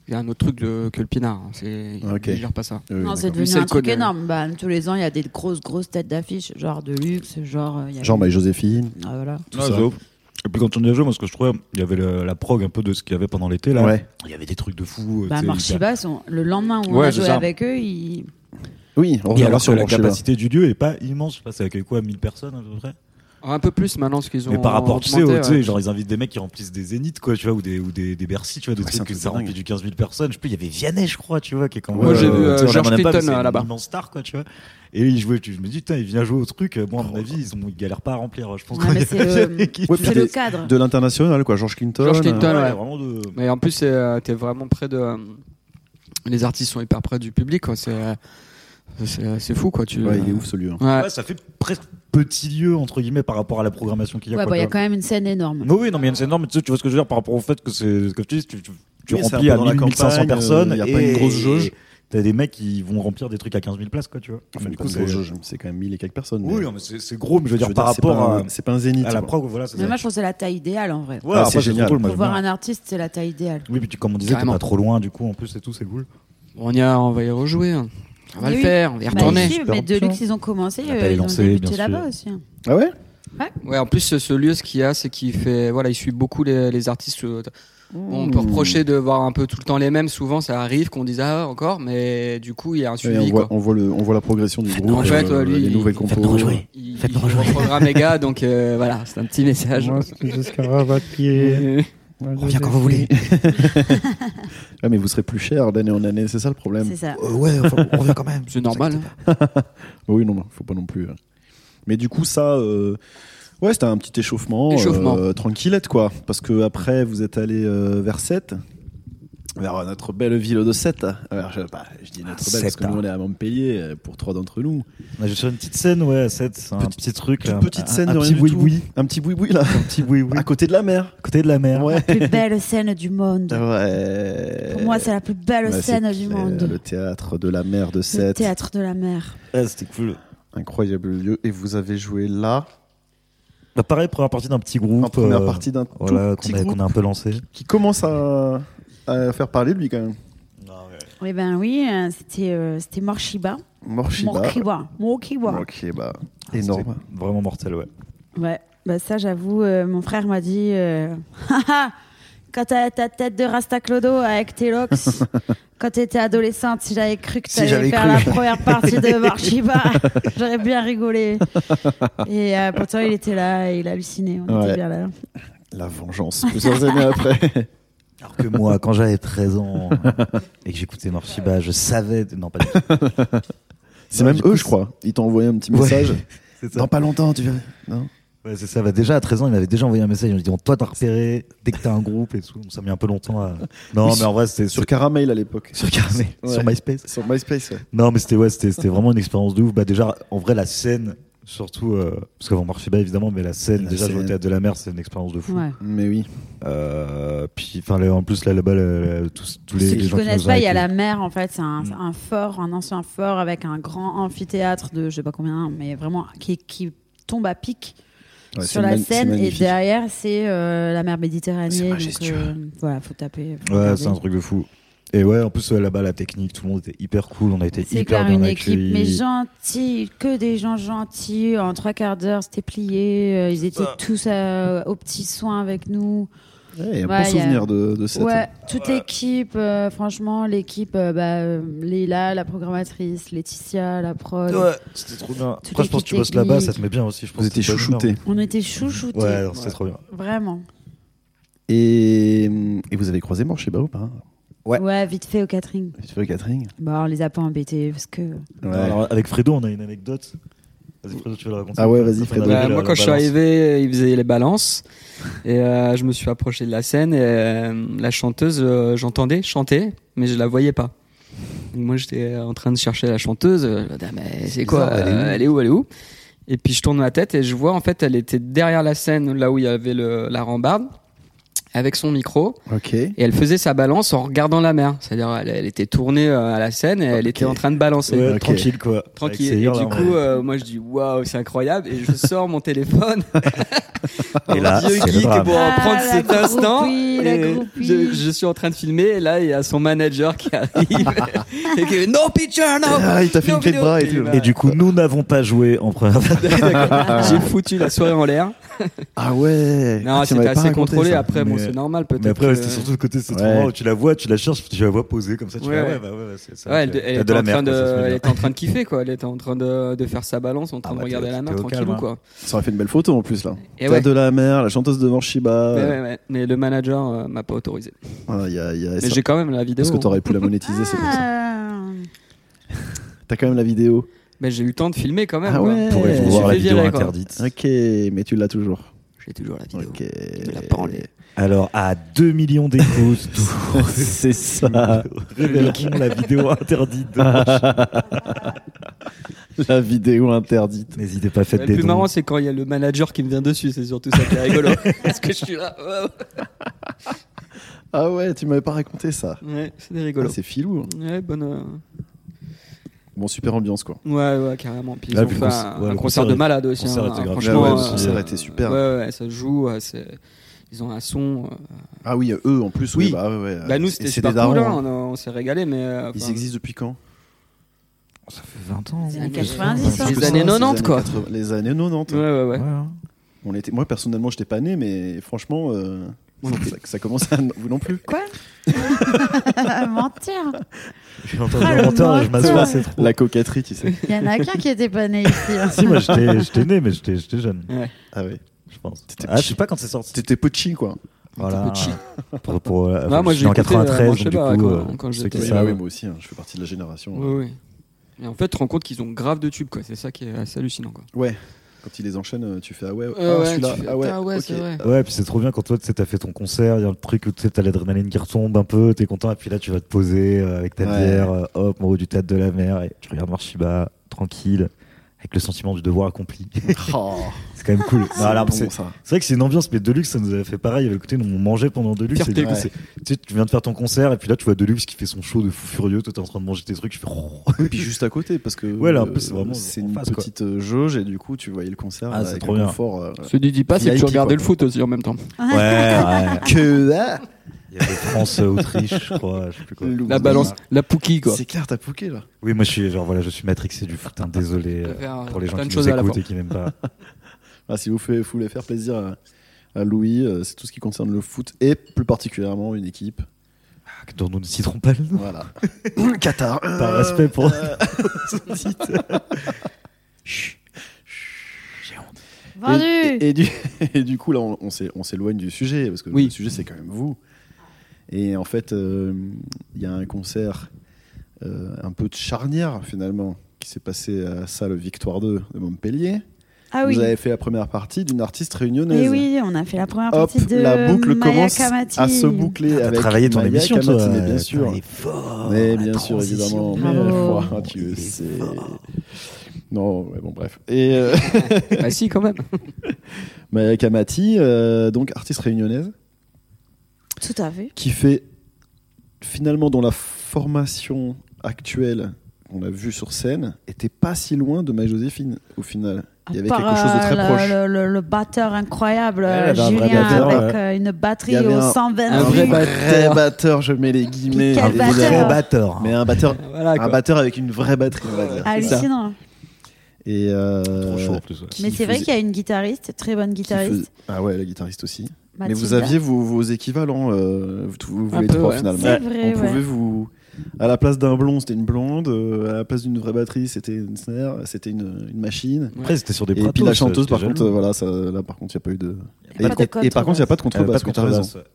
Speaker 4: il y a un autre truc de- que le pinard. hein, c'est- Il
Speaker 1: Ok.
Speaker 4: gère pas ça.
Speaker 1: Euh,
Speaker 2: Non,
Speaker 1: d'accord.
Speaker 2: c'est
Speaker 4: Lui,
Speaker 2: devenu
Speaker 4: c'est
Speaker 2: un
Speaker 4: le
Speaker 2: truc
Speaker 4: code,
Speaker 2: énorme. Bah, tous les ans, il y a des grosses, grosses têtes d'affiche, genre de luxe, genre. euh, il y a-
Speaker 1: Genre Marie-Joséphine.
Speaker 2: Ah, voilà.
Speaker 1: Tout
Speaker 3: Ouais,
Speaker 1: ça.
Speaker 3: c'est ouf. Et puis quand on y a joué, moi ce que je trouvais, il y avait le- la prog un peu de ce qu'il y avait pendant l'été là.
Speaker 1: Ouais.
Speaker 3: Il y avait des trucs de fou. euh,
Speaker 2: Bah,
Speaker 3: tu sais,
Speaker 2: Marchiba, sont- le lendemain où on
Speaker 4: Ouais,
Speaker 2: a
Speaker 4: c'est
Speaker 2: joué
Speaker 4: ça.
Speaker 2: avec eux, ils.
Speaker 1: Oui, on
Speaker 3: Et
Speaker 1: reviendra
Speaker 3: alors que
Speaker 1: sur
Speaker 3: la
Speaker 1: Mancheva.
Speaker 3: capacité du lieu est pas immense. Je sais pas, c'est avec quoi 1000 personnes à peu près.
Speaker 4: Un peu plus maintenant, ce qu'ils ont.
Speaker 3: Mais par rapport, tu sais,
Speaker 4: augmenté,
Speaker 3: au- tu sais,
Speaker 4: ouais.
Speaker 3: genre ils invitent des mecs qui remplissent des zéniths quoi, tu vois, ou des, ou des, des Bercy, tu vois, des
Speaker 1: Ouais, c'est un
Speaker 3: trucs que
Speaker 1: truc
Speaker 3: ça
Speaker 1: de dingue.
Speaker 3: remplit du 15 000 personnes. Je sais plus, il y avait Vianney, je crois, tu vois, qui est quand même.
Speaker 1: Moi, j'ai vu,
Speaker 3: tu sais,
Speaker 4: euh,
Speaker 3: on l'aime,
Speaker 4: Georges
Speaker 3: on l'aime pas, mais
Speaker 4: Payton,
Speaker 3: c'est
Speaker 4: euh,
Speaker 3: une
Speaker 4: là-bas.
Speaker 3: immense star quoi, tu vois. Et il jouait, tu- je me dis, putain, il vient jouer au truc. Moi, à mon avis, ils, ont, ils galèrent pas à remplir. Je pense
Speaker 2: Ouais,
Speaker 3: qu'il
Speaker 2: mais
Speaker 3: y a-
Speaker 2: c'est euh,
Speaker 3: il y a
Speaker 2: le-
Speaker 3: des qui-
Speaker 1: Ouais,
Speaker 2: C'est
Speaker 1: puis
Speaker 2: le
Speaker 1: des-
Speaker 2: cadre.
Speaker 1: De l'international quoi, George Clinton.
Speaker 4: George
Speaker 1: euh,
Speaker 4: Clinton.
Speaker 3: Ouais,
Speaker 4: ouais.
Speaker 3: vraiment de.
Speaker 4: Mais en plus, c'est, euh, t'es vraiment près de. euh, Les artistes sont hyper près du public, quoi. C'est, euh, c'est, euh, c'est fou, quoi. Tu,
Speaker 1: euh, Ouais, il est ouf hein. celui-là.
Speaker 4: Ouais.
Speaker 3: Ouais, ça fait presque petit lieu, entre guillemets, par rapport à la programmation qu'il y a.
Speaker 2: Ouais,
Speaker 3: quoi,
Speaker 2: bon, il y a
Speaker 3: quand
Speaker 2: quand même une scène énorme.
Speaker 3: même. Oui, oui, non, mais il y a une scène énorme, mais tu sais, tu vois ce que je veux dire par rapport au fait que c'est, comme tu dis, tu, tu- tu
Speaker 1: Oui, c'est
Speaker 3: remplis
Speaker 1: un
Speaker 3: à
Speaker 1: peu dans la
Speaker 3: 1000,
Speaker 1: campagne,
Speaker 3: 1500
Speaker 1: euh,
Speaker 3: personnes.
Speaker 1: il y a pas
Speaker 3: et-
Speaker 1: une grosse jauge.
Speaker 3: et T'as des mecs qui vont remplir des trucs à 15 000 places, quoi, tu vois.
Speaker 1: Enfin, du
Speaker 3: Donc,
Speaker 1: coup,
Speaker 3: c'est-
Speaker 1: c'est c'est quand même 1000 et quelques personnes. mais-
Speaker 3: Oui, non, mais c'est c'est gros, mais je veux dire,
Speaker 1: veux
Speaker 3: par
Speaker 1: c'est pas
Speaker 3: rapport
Speaker 1: un-
Speaker 3: à,
Speaker 1: C'est pas un zénith.
Speaker 3: à la
Speaker 1: quoi.
Speaker 3: prog, voilà, c'est
Speaker 2: Mais
Speaker 3: ça.
Speaker 2: moi, je pense que c'est la taille idéale en vrai.
Speaker 3: Ouais,
Speaker 1: Ah,
Speaker 3: après,
Speaker 1: c'est génial.
Speaker 3: cool, moi,
Speaker 2: Pour
Speaker 3: j'aime
Speaker 2: voir un
Speaker 3: bien.
Speaker 2: artiste, c'est la taille idéale.
Speaker 3: Oui, puis tu, comme on disait, t'es
Speaker 4: Carrément.
Speaker 3: pas trop loin, du coup, en plus, et tout, c'est cool.
Speaker 4: On y a, on va y rejouer. hein. On va
Speaker 2: Mais
Speaker 4: le
Speaker 2: oui.
Speaker 4: faire, on va y
Speaker 2: Bah,
Speaker 4: retourner.
Speaker 2: si, mais
Speaker 3: Super
Speaker 2: Deluxe, ils ont commencé,
Speaker 3: La
Speaker 2: euh,
Speaker 3: taille
Speaker 2: ils ont
Speaker 3: lancée,
Speaker 2: débuté
Speaker 3: bien
Speaker 2: là-bas aussi. hein.
Speaker 1: Ah ouais
Speaker 4: Ouais, en plus, ce, ce lieu, ce qu'il y a, c'est qu'il fait, voilà, il suit beaucoup les, les artistes. euh, On peut reprocher de voir un peu tout le temps les mêmes. Souvent, ça arrive qu'on dise ah encore, mais du coup, il y a un
Speaker 1: Ouais,
Speaker 4: suivi.
Speaker 1: on, voit,
Speaker 4: quoi.
Speaker 1: on, voit le- on voit la progression du groupe,
Speaker 4: en fait,
Speaker 1: euh,
Speaker 4: ouais, lui,
Speaker 1: les
Speaker 4: il-
Speaker 1: nouvelles
Speaker 4: faites-nous
Speaker 1: compos.
Speaker 5: rejouer.
Speaker 4: Il,
Speaker 5: Faites-le
Speaker 4: il
Speaker 5: rejouer.
Speaker 4: reprogramme les gars, donc euh, voilà, c'est un petit message.
Speaker 6: Moi, c'est jusqu'à Ravatier.
Speaker 5: Reviens quand vous voulez.
Speaker 1: Ah, mais vous serez plus cher d'année en année, c'est ça le problème.
Speaker 2: C'est ça.
Speaker 5: Euh, ouais, enfin, on revient quand même.
Speaker 4: C'est normal. hein.
Speaker 1: Bah oui, non, non, faut pas non plus. euh. Mais du coup, ça, euh, ouais, c'était un petit échauffement,
Speaker 4: Échauffement.
Speaker 1: euh, tranquillette, quoi. Parce que après, vous êtes allé euh, vers 7, vers euh, notre belle ville de 7. Alors, je, bah, je dis notre belle parce que
Speaker 3: Sète, hein.
Speaker 1: nous, on est à Montpellier euh, pour trois d'entre nous.
Speaker 3: On a juste fait une petite scène, ouais, à 7, c'est un
Speaker 1: Petite-
Speaker 3: petit truc.
Speaker 1: Toute
Speaker 3: là,
Speaker 1: petite
Speaker 3: un-
Speaker 1: scène
Speaker 3: un
Speaker 1: de
Speaker 3: petit
Speaker 1: rien du tout.
Speaker 3: oui-oui,
Speaker 1: Un petit boui-boui, là.
Speaker 3: un petit oui-oui.
Speaker 1: à côté de la mer.
Speaker 3: À côté de la mer.
Speaker 1: Ouais. Ah
Speaker 2: Plus belle scène du monde.
Speaker 1: Ouais.
Speaker 2: Pour moi, c'est la plus belle
Speaker 1: Bah,
Speaker 2: scène
Speaker 1: c'est
Speaker 2: du
Speaker 1: clair, Le
Speaker 2: monde.
Speaker 1: théâtre de la mer de
Speaker 2: Le
Speaker 1: 7.
Speaker 2: théâtre de la mer.
Speaker 1: Ah,
Speaker 3: Ouais, c'était cool.
Speaker 1: Incroyable lieu. Et vous avez joué là,
Speaker 3: Bah, pareil, première partie d'un petit groupe.
Speaker 1: en première
Speaker 3: euh,
Speaker 1: partie d'un
Speaker 3: Voilà,
Speaker 1: tout petit
Speaker 3: qu'on a,
Speaker 1: groupe
Speaker 3: qu'on a un peu lancé.
Speaker 1: qui commence à, à faire parler de lui quand même. Ah,
Speaker 2: Eh ben oui, euh, c'était euh, c'était Morshiba.
Speaker 1: Morshiba.
Speaker 2: Morkiwa. Morkiwa.
Speaker 1: Ok, bah, énorme.
Speaker 3: C'était Vraiment mortel, ouais.
Speaker 2: Ouais, bah ça j'avoue, euh, mon frère m'a dit euh, Haha, quand t'as ta tête de Rasta Clodo avec tes locks, quand t'étais adolescente, si j'avais cru que
Speaker 5: Si
Speaker 2: t'allais
Speaker 5: j'avais
Speaker 2: faire
Speaker 5: cru.
Speaker 2: la première partie de Marchiba, j'aurais bien rigolé. Et euh, pourtant il était là, il hallucinait, on
Speaker 1: Ouais.
Speaker 2: était bien là.
Speaker 1: La vengeance, plusieurs années après.
Speaker 3: Alors que moi, quand j'avais 13 ans et que j'écoutais Morshiba, je savais. Non, pas du tout.
Speaker 1: C'est
Speaker 3: Ouais,
Speaker 1: même
Speaker 3: du
Speaker 1: eux,
Speaker 3: coup,
Speaker 1: je crois. Ils t'ont envoyé un petit
Speaker 3: Ouais.
Speaker 1: message.
Speaker 3: C'est ça.
Speaker 1: Dans pas longtemps, tu verras. Non
Speaker 3: Ouais, c'est ça. Bah, déjà, à 13 ans, il m'avait déjà envoyé un message. Il m'a dit Toi, t'as repéré dès que t'as un groupe et tout. Ça a mis un peu longtemps à. Non,
Speaker 1: Oui,
Speaker 3: mais en vrai, c'était sur,
Speaker 1: Sur Caramel à l'époque.
Speaker 3: sur Carnet,
Speaker 1: Ouais.
Speaker 3: sur MySpace.
Speaker 1: Sur MySpace, ouais.
Speaker 3: Non, mais c'était ouais, c'était c'était vraiment une expérience de ouf. Bah déjà, en vrai, la scène, surtout euh, parce qu'avant Marchiba évidemment, mais la scène
Speaker 1: La
Speaker 3: déjà jouer au
Speaker 1: scène.
Speaker 3: théâtre de la mer, c'est une expérience de fou.
Speaker 2: Ouais.
Speaker 1: Mais oui.
Speaker 3: Euh, puis, enfin, le- en plus là là-bas, le- le- tous, tous les,
Speaker 2: Ceux
Speaker 3: les
Speaker 2: qui
Speaker 3: gens qui
Speaker 2: connaissent
Speaker 3: nous
Speaker 2: pas, il y a
Speaker 3: arrêtent,
Speaker 2: la mer en fait, c'est un,
Speaker 3: Mm.
Speaker 2: un fort, un ancien fort avec un grand amphithéâtre de je sais pas combien, mais vraiment qui, qui tombe à pic
Speaker 1: Ouais, c'est
Speaker 2: sur la
Speaker 1: mag- c'est
Speaker 2: scène et
Speaker 1: magnifique.
Speaker 2: derrière c'est euh, la mer Méditerranée.
Speaker 1: C'est
Speaker 2: donc,
Speaker 1: majestueux.
Speaker 2: euh, voilà, faut taper. faut
Speaker 3: Ah Ouais,
Speaker 2: regarder.
Speaker 3: c'est un truc de fou. Et ouais, en plus euh, là-bas, la technique, tout le monde était hyper cool. On a été
Speaker 2: C'est
Speaker 3: hyper
Speaker 2: clair,
Speaker 3: bien
Speaker 2: une
Speaker 3: accueillis.
Speaker 2: équipe, mais gentille, que des gens gentils. En trois quarts d'heure, c'était plié. euh, Ils étaient tous euh, aux petits soins avec nous.
Speaker 1: Ouais, il y a un
Speaker 2: Ouais,
Speaker 1: bon
Speaker 2: il y a-
Speaker 1: souvenir de, de cette.
Speaker 2: Ouais, toute l'équipe, euh, franchement, l'équipe, euh, bah, euh, Leila, la programmatrice, Laetitia, la prod.
Speaker 3: Ouais, c'était trop bien.
Speaker 2: Toute
Speaker 3: Après, je pense que tu
Speaker 2: l'équipe
Speaker 3: bosses là-bas,
Speaker 2: technique.
Speaker 3: ça te met bien aussi. Je pense
Speaker 1: Vous
Speaker 3: que
Speaker 1: étiez
Speaker 3: c'est pas
Speaker 1: chouchoutés.
Speaker 2: On était chouchoutés,
Speaker 3: énorme. Ouais, non, c'était trop bien.
Speaker 2: vraiment.
Speaker 1: Et, et vous avez croisé Morshiba ou pas
Speaker 2: Ouais.
Speaker 3: Ouais.
Speaker 2: vite fait au catering.
Speaker 1: Tu veux Catherine
Speaker 2: Bah, on les a pas embêtés parce que.
Speaker 3: Alors, avec Fredo, on a une anecdote. Vas-y, Fredo, tu veux la raconter
Speaker 1: Ah ouais, vas-y,
Speaker 3: Quand on a
Speaker 1: Fredo.
Speaker 3: vu
Speaker 1: Ouais,
Speaker 4: Bah,
Speaker 3: la-
Speaker 4: moi,
Speaker 3: la
Speaker 4: quand je suis
Speaker 3: balance.
Speaker 4: arrivé, ils faisaient les balances. Et euh, je me suis approché de la scène. Et, euh, la chanteuse, euh, j'entendais chanter, mais je la voyais pas. Donc, moi, j'étais euh, en train de chercher la chanteuse. euh, je me dis, Ah, mais c'est quoi
Speaker 3: bizarre, elle est où
Speaker 4: euh, Elle est où Elle est où Et puis, je tourne ma tête et je vois, en fait, elle était derrière la scène, là où il y avait le- la rambarde, avec son micro.
Speaker 1: Ok.
Speaker 4: Et elle faisait sa balance en regardant la mer. C'est-à-dire, elle, elle était tournée euh, à la scène et elle
Speaker 1: Ok.
Speaker 4: était en train de balancer.
Speaker 3: Ouais,
Speaker 1: Ok.
Speaker 3: Tranquille, quoi.
Speaker 4: Tranquille.
Speaker 3: Avec ses
Speaker 4: Et
Speaker 3: heures,
Speaker 4: du
Speaker 3: là,
Speaker 4: coup,
Speaker 3: on-
Speaker 4: euh, moi je dis waouh, c'est incroyable. Et je sors mon téléphone.
Speaker 3: Et là,
Speaker 4: Radio
Speaker 3: c'est le
Speaker 4: Geek
Speaker 3: drame.
Speaker 4: pour
Speaker 2: Ah,
Speaker 4: prendre
Speaker 2: la
Speaker 4: cet instant.
Speaker 2: groupie, la
Speaker 4: Et
Speaker 2: groupie.
Speaker 4: je, je suis en train de filmer. Et là, il y a son manager qui arrive. et qui dit no picture, no.
Speaker 1: Ah, il t'a fait
Speaker 4: no
Speaker 1: une clé de
Speaker 4: vidéo.
Speaker 1: bras et tout.
Speaker 4: bah,
Speaker 3: Et du coup, nous n'avons pas joué en première
Speaker 4: J'ai foutu la soirée en l'air.
Speaker 1: Ah ouais Ah,
Speaker 4: Non,
Speaker 1: tu
Speaker 4: c'était
Speaker 1: m'avais pas
Speaker 4: assez
Speaker 1: raconté
Speaker 4: contrôlé.
Speaker 1: ça.
Speaker 4: Après, bon,
Speaker 3: Mais-
Speaker 4: c'est normal peut-être.
Speaker 3: Mais après,
Speaker 4: que-
Speaker 3: c'était surtout le côté de cette
Speaker 1: Ouais.
Speaker 3: moment où tu la vois, tu la cherches, tu la vois posée comme ça, tu
Speaker 4: Ouais,
Speaker 3: fais,
Speaker 4: ouais.
Speaker 3: ouais, bah ouais, ouais, c'est ça.
Speaker 4: Ouais, elle,
Speaker 3: T'as
Speaker 4: elle
Speaker 3: de
Speaker 4: était
Speaker 3: la
Speaker 4: en train
Speaker 3: merde,
Speaker 4: de,
Speaker 3: quoi, ça se met
Speaker 4: elle
Speaker 3: bien.
Speaker 4: était en train de kiffer quoi. Elle était en train de, de faire sa balance, en train
Speaker 3: Ah
Speaker 4: de
Speaker 3: bah,
Speaker 4: regarder la mer
Speaker 3: t'étais au
Speaker 4: tranquillou
Speaker 3: calme, hein.
Speaker 4: quoi.
Speaker 1: Ça aurait fait une belle photo en plus là. T'as
Speaker 4: Et Eh ouais.
Speaker 1: de la mer, la chanteuse de Morshiba.
Speaker 4: Mais, ouais, ouais. Mais le manager euh, m'a pas autorisé.
Speaker 1: Ah, y a, y a
Speaker 4: Mais
Speaker 1: ça.
Speaker 4: j'ai quand même la vidéo.
Speaker 1: Parce que
Speaker 4: hein.
Speaker 1: t'aurais pu la monétiser, c'est pour ça.
Speaker 2: Ah.
Speaker 1: T'as quand même la vidéo.
Speaker 4: Mais Eh, j'ai eu le temps de filmer quand même.
Speaker 1: Ah
Speaker 4: quoi.
Speaker 1: ouais.
Speaker 3: Pour
Speaker 1: Ouais.
Speaker 3: aller
Speaker 1: Je
Speaker 3: voir la
Speaker 4: me suis fait
Speaker 3: vidéo
Speaker 4: virer, quoi.
Speaker 3: interdite.
Speaker 1: Ok, mais tu l'as toujours.
Speaker 4: J'ai toujours la vidéo.
Speaker 1: Ok.
Speaker 4: Il me l'a pas enlevé.
Speaker 3: Alors, à 2 millions d'écoutes,
Speaker 1: C'est ça,
Speaker 3: révélons la vidéo interdite. de Manche.
Speaker 1: la vidéo interdite.
Speaker 3: N'hésitez pas, faites
Speaker 4: Ouais,
Speaker 3: des
Speaker 4: le plus
Speaker 3: dons.
Speaker 4: marrant, c'est quand il y a le manager qui me vient dessus, c'est surtout ça qui est rigolo. Parce que je suis là. ouais,
Speaker 1: Ah ouais, tu m'avais pas raconté ça.
Speaker 4: Ouais, Ouais, c'était rigolo.
Speaker 1: Ah, c'est filou.
Speaker 4: ouais, bonne. euh,
Speaker 1: Bon, super ambiance quoi.
Speaker 4: Ouais, ouais, carrément. Puis ils
Speaker 3: Là,
Speaker 4: ont
Speaker 3: puis le
Speaker 4: fait
Speaker 3: conce-
Speaker 4: un,
Speaker 3: ouais,
Speaker 4: un
Speaker 3: le
Speaker 4: concert de
Speaker 3: concert
Speaker 4: malade aussi.
Speaker 3: concert
Speaker 4: hein.
Speaker 3: était grave
Speaker 4: Franchement,
Speaker 1: bien. Ouais, ouais, le concert
Speaker 4: euh,
Speaker 1: était super.
Speaker 4: Ouais, ouais, ça se joue. ouais, c'est- ils ont un son. euh,
Speaker 1: Ah oui, eux en plus, oui.
Speaker 4: Oui.
Speaker 1: bah, ouais, ouais.
Speaker 4: Bah, nous,
Speaker 1: Et
Speaker 4: c'était
Speaker 1: c'est
Speaker 4: super
Speaker 1: des darons,
Speaker 4: cool. hein,
Speaker 1: hein.
Speaker 4: On, a- on s'est régalé, mais. euh,
Speaker 1: Ils
Speaker 4: enfin,
Speaker 1: existent depuis quand
Speaker 3: Ça fait 20 ans.
Speaker 2: C'est
Speaker 3: oui,
Speaker 2: un
Speaker 3: je sais pas,
Speaker 2: 90,
Speaker 3: parce
Speaker 4: hein.
Speaker 3: que
Speaker 4: Les
Speaker 3: ça-
Speaker 4: années
Speaker 1: Les
Speaker 4: 90, quoi.
Speaker 1: 80, Les années 90.
Speaker 4: Ouais, ouais,
Speaker 3: Ouais,
Speaker 4: ouais.
Speaker 3: hein.
Speaker 1: On était, moi personnellement, j'étais pas né, mais franchement, euh,
Speaker 4: Moi non
Speaker 1: ça, ça commence à vous non plus.
Speaker 2: Quoi Ah. Mentir
Speaker 3: J'ai entendu
Speaker 2: Ah,
Speaker 3: un
Speaker 2: le
Speaker 3: menteur et je m'assois,
Speaker 2: menteur.
Speaker 3: c'est trop.
Speaker 1: La coquetterie, tu sais.
Speaker 2: Il y en a qu'un qui était pas né ici. hein.
Speaker 3: Si, moi j'étais j'étais né, mais j'étais j'étais jeune,
Speaker 1: Ah ouais.
Speaker 3: je pense.
Speaker 1: T'étais
Speaker 3: Ah, je
Speaker 1: petit.
Speaker 3: sais pas quand c'est sorti.
Speaker 1: T'étais petit quoi.
Speaker 3: Voilà.
Speaker 4: petit.
Speaker 3: Pour, pour, euh,
Speaker 4: moi,
Speaker 3: je suis
Speaker 4: j'ai
Speaker 3: en
Speaker 4: écouté, euh,
Speaker 3: 93,
Speaker 4: Manche
Speaker 3: donc du coup,
Speaker 4: Bas, quand-
Speaker 3: euh,
Speaker 4: quand
Speaker 3: ceux
Speaker 4: j'étais- Ah
Speaker 3: qui
Speaker 1: Oui,
Speaker 4: ça,
Speaker 1: bah
Speaker 3: savent.
Speaker 1: oui, moi aussi, hein, je fais partie de la génération.
Speaker 4: Ouais, ouais. Et en fait, tu te rends compte qu'ils ont grave de tubes, quoi. C'est ça qui est assez hallucinant, quoi.
Speaker 1: Ouais. Quand ils les enchaînent, euh, tu fais ah ouais,
Speaker 4: Ouais,
Speaker 1: ah,
Speaker 4: ouais,
Speaker 1: celui-là,
Speaker 4: tu fais,
Speaker 1: ah ouais,
Speaker 4: putain, ouais,
Speaker 1: ok.
Speaker 4: c'est vrai.
Speaker 3: Ouais, puis c'est trop bien quand toi, tu sais, t'as fait ton concert, il y a un truc où tu sais, t'as l'adrénaline qui retombe un peu, t'es content, et puis là, tu vas te poser euh, avec ta
Speaker 1: Ouais.
Speaker 3: bière, euh, hop, en haut du théâtre de la mer, et tu regardes Marshiba, tranquille, avec le sentiment du devoir accompli.
Speaker 1: Oh,
Speaker 3: c'est quand même cool.
Speaker 1: c'est
Speaker 3: Voilà,
Speaker 1: bon,
Speaker 3: c'est
Speaker 1: ça.
Speaker 3: c'est vrai que c'est une ambiance, mais Deluxe, ça nous avait fait pareil avec le côté, où on mangeait pendant Deluxe.
Speaker 4: Fierté,
Speaker 3: et du coup,
Speaker 1: ouais.
Speaker 3: c'est- tu sais, tu viens de faire ton concert, et puis là, tu vois Deluxe qui fait son show de fou furieux, toi, t'es en train de manger tes trucs, tu fais.
Speaker 1: Oui, puis juste à côté, parce que
Speaker 3: Ouais, là, en plus,
Speaker 1: euh,
Speaker 3: c'est vraiment en
Speaker 1: une
Speaker 3: face, quoi.
Speaker 1: petite euh, jauge et du coup, tu voyais le concert
Speaker 3: Ah,
Speaker 1: là,
Speaker 3: c'est
Speaker 1: avec
Speaker 3: trop
Speaker 1: un
Speaker 3: bien.
Speaker 1: confort. euh,
Speaker 4: Ce dit dis pas, c'est que tu
Speaker 1: VIP,
Speaker 4: regardais
Speaker 1: quoi.
Speaker 4: le foot aussi en même temps.
Speaker 3: Ouais, ouais.
Speaker 1: Que là,
Speaker 3: Il y avait France-Autriche, je crois, je sais plus quoi.
Speaker 1: Lourd.
Speaker 4: La
Speaker 1: Oui.
Speaker 4: balance, la pouquille, quoi.
Speaker 1: c'est clair, t'as pouqué là.
Speaker 3: Oui, moi je suis genre voilà, je suis matrixé du foot. hein, désolé
Speaker 4: Je
Speaker 3: euh,
Speaker 4: vais faire, euh,
Speaker 3: pour les gens
Speaker 4: plein de
Speaker 3: qui
Speaker 4: choses
Speaker 3: nous
Speaker 4: à la
Speaker 3: écoutent
Speaker 4: fois.
Speaker 3: et qui n'aiment pas.
Speaker 1: Ah, si vous faites- vous voulez faire plaisir à, à Louis, euh, c'est tout ce qui concerne le foot et plus particulièrement une équipe.
Speaker 3: Ah, Dont nous ne citerons pas le nom.
Speaker 1: Voilà. le Qatar.
Speaker 3: Par respect pour
Speaker 1: Euh,
Speaker 3: nos auditeurs.
Speaker 2: Vendu
Speaker 1: Et, et- et du, et du coup, là, on, on s'est- on s'éloigne du sujet, parce que
Speaker 4: Oui.
Speaker 1: le sujet, c'est quand même vous. Et en fait, euh, il y a un concert euh, un peu de charnière, finalement, qui s'est passé à la salle Victoire 2 de Montpellier.
Speaker 2: Ah
Speaker 1: Vous
Speaker 2: oui.
Speaker 1: avez fait la première partie d'une artiste réunionnaise.
Speaker 2: Et oui, on a fait la première
Speaker 1: Hop,
Speaker 2: partie de
Speaker 1: la boucle
Speaker 2: Maya
Speaker 1: commence
Speaker 2: Kamati.
Speaker 1: à se boucler
Speaker 3: T'as
Speaker 1: avec
Speaker 3: travaillé ton
Speaker 1: Maya
Speaker 3: émission, toi.
Speaker 1: Kamati, mais
Speaker 3: euh,
Speaker 1: bien sûr.
Speaker 3: t'es fort,
Speaker 1: Mais
Speaker 3: la
Speaker 1: bien sûr,
Speaker 3: transition.
Speaker 1: évidemment. euh,
Speaker 2: Bravo.
Speaker 1: Mille fois, tu
Speaker 3: Il
Speaker 1: le
Speaker 3: est
Speaker 1: sais.
Speaker 3: fort.
Speaker 1: Non, ouais, bon, bref. Et euh,
Speaker 4: Ah si, quand même.
Speaker 1: Maya Kamati, euh, donc artiste réunionnaise,
Speaker 2: Tout à fait.
Speaker 1: qui fait finalement dans la formation actuelle qu'on a vue sur scène, était pas si loin de Maya Joséphine au final. Il y avait
Speaker 2: À part,
Speaker 1: quelque chose de très
Speaker 2: euh, le-
Speaker 1: proche.
Speaker 2: Le, le- le batteur incroyable,
Speaker 3: avait
Speaker 2: euh,
Speaker 3: un vrai
Speaker 2: Julien,
Speaker 3: batteur,
Speaker 2: avec euh, une
Speaker 1: Il y
Speaker 2: batterie
Speaker 1: avait
Speaker 2: au
Speaker 1: Ah un-
Speaker 2: 120
Speaker 4: un vrai
Speaker 2: vues.
Speaker 4: batteur.
Speaker 1: batteur, je mets les guillemets.
Speaker 2: Quel
Speaker 3: Un
Speaker 1: évidemment.
Speaker 3: vrai
Speaker 2: batteur.
Speaker 3: batteur.
Speaker 1: Mais un batteur,
Speaker 4: Ah, Voilà,
Speaker 1: un
Speaker 4: quoi.
Speaker 1: batteur avec une vraie batterie, on va dire.
Speaker 2: Hallucinant.
Speaker 1: Et euh,
Speaker 3: Trop chaud en plus. ouais.
Speaker 1: qui
Speaker 2: Mais c'est vrai
Speaker 1: faisait-
Speaker 2: qu'il y a une guitariste, très bonne
Speaker 1: qui faisait-
Speaker 2: guitariste.
Speaker 1: Ah ouais, la guitariste aussi. Mais
Speaker 2: Mathilda.
Speaker 1: vous aviez vos, vos équivalents, euh, vous, vous- vous
Speaker 4: Un
Speaker 1: les
Speaker 4: peu,
Speaker 1: trois
Speaker 4: ouais.
Speaker 1: finalement.
Speaker 2: C'est vrai,
Speaker 1: On
Speaker 2: ouais.
Speaker 1: pouvait vous. À la place d'un blond, c'était une blonde. euh, à la place d'une vraie batterie, c'était une snare, c'était une, une machine.
Speaker 3: Après, c'était sur des
Speaker 1: Et
Speaker 3: plateaux.
Speaker 1: puis la
Speaker 3: ça,
Speaker 1: chanteuse,
Speaker 3: j'étais
Speaker 1: par
Speaker 3: jaloux.
Speaker 1: contre, euh, voilà, ça, là par contre, il n'y a pas eu de.
Speaker 2: Et pas de
Speaker 1: et par contre, Oh, il n'y a pas de
Speaker 3: Euh, pas
Speaker 1: contrebasse.
Speaker 3: de
Speaker 1: oui, t'as raison.
Speaker 3: contrebasse,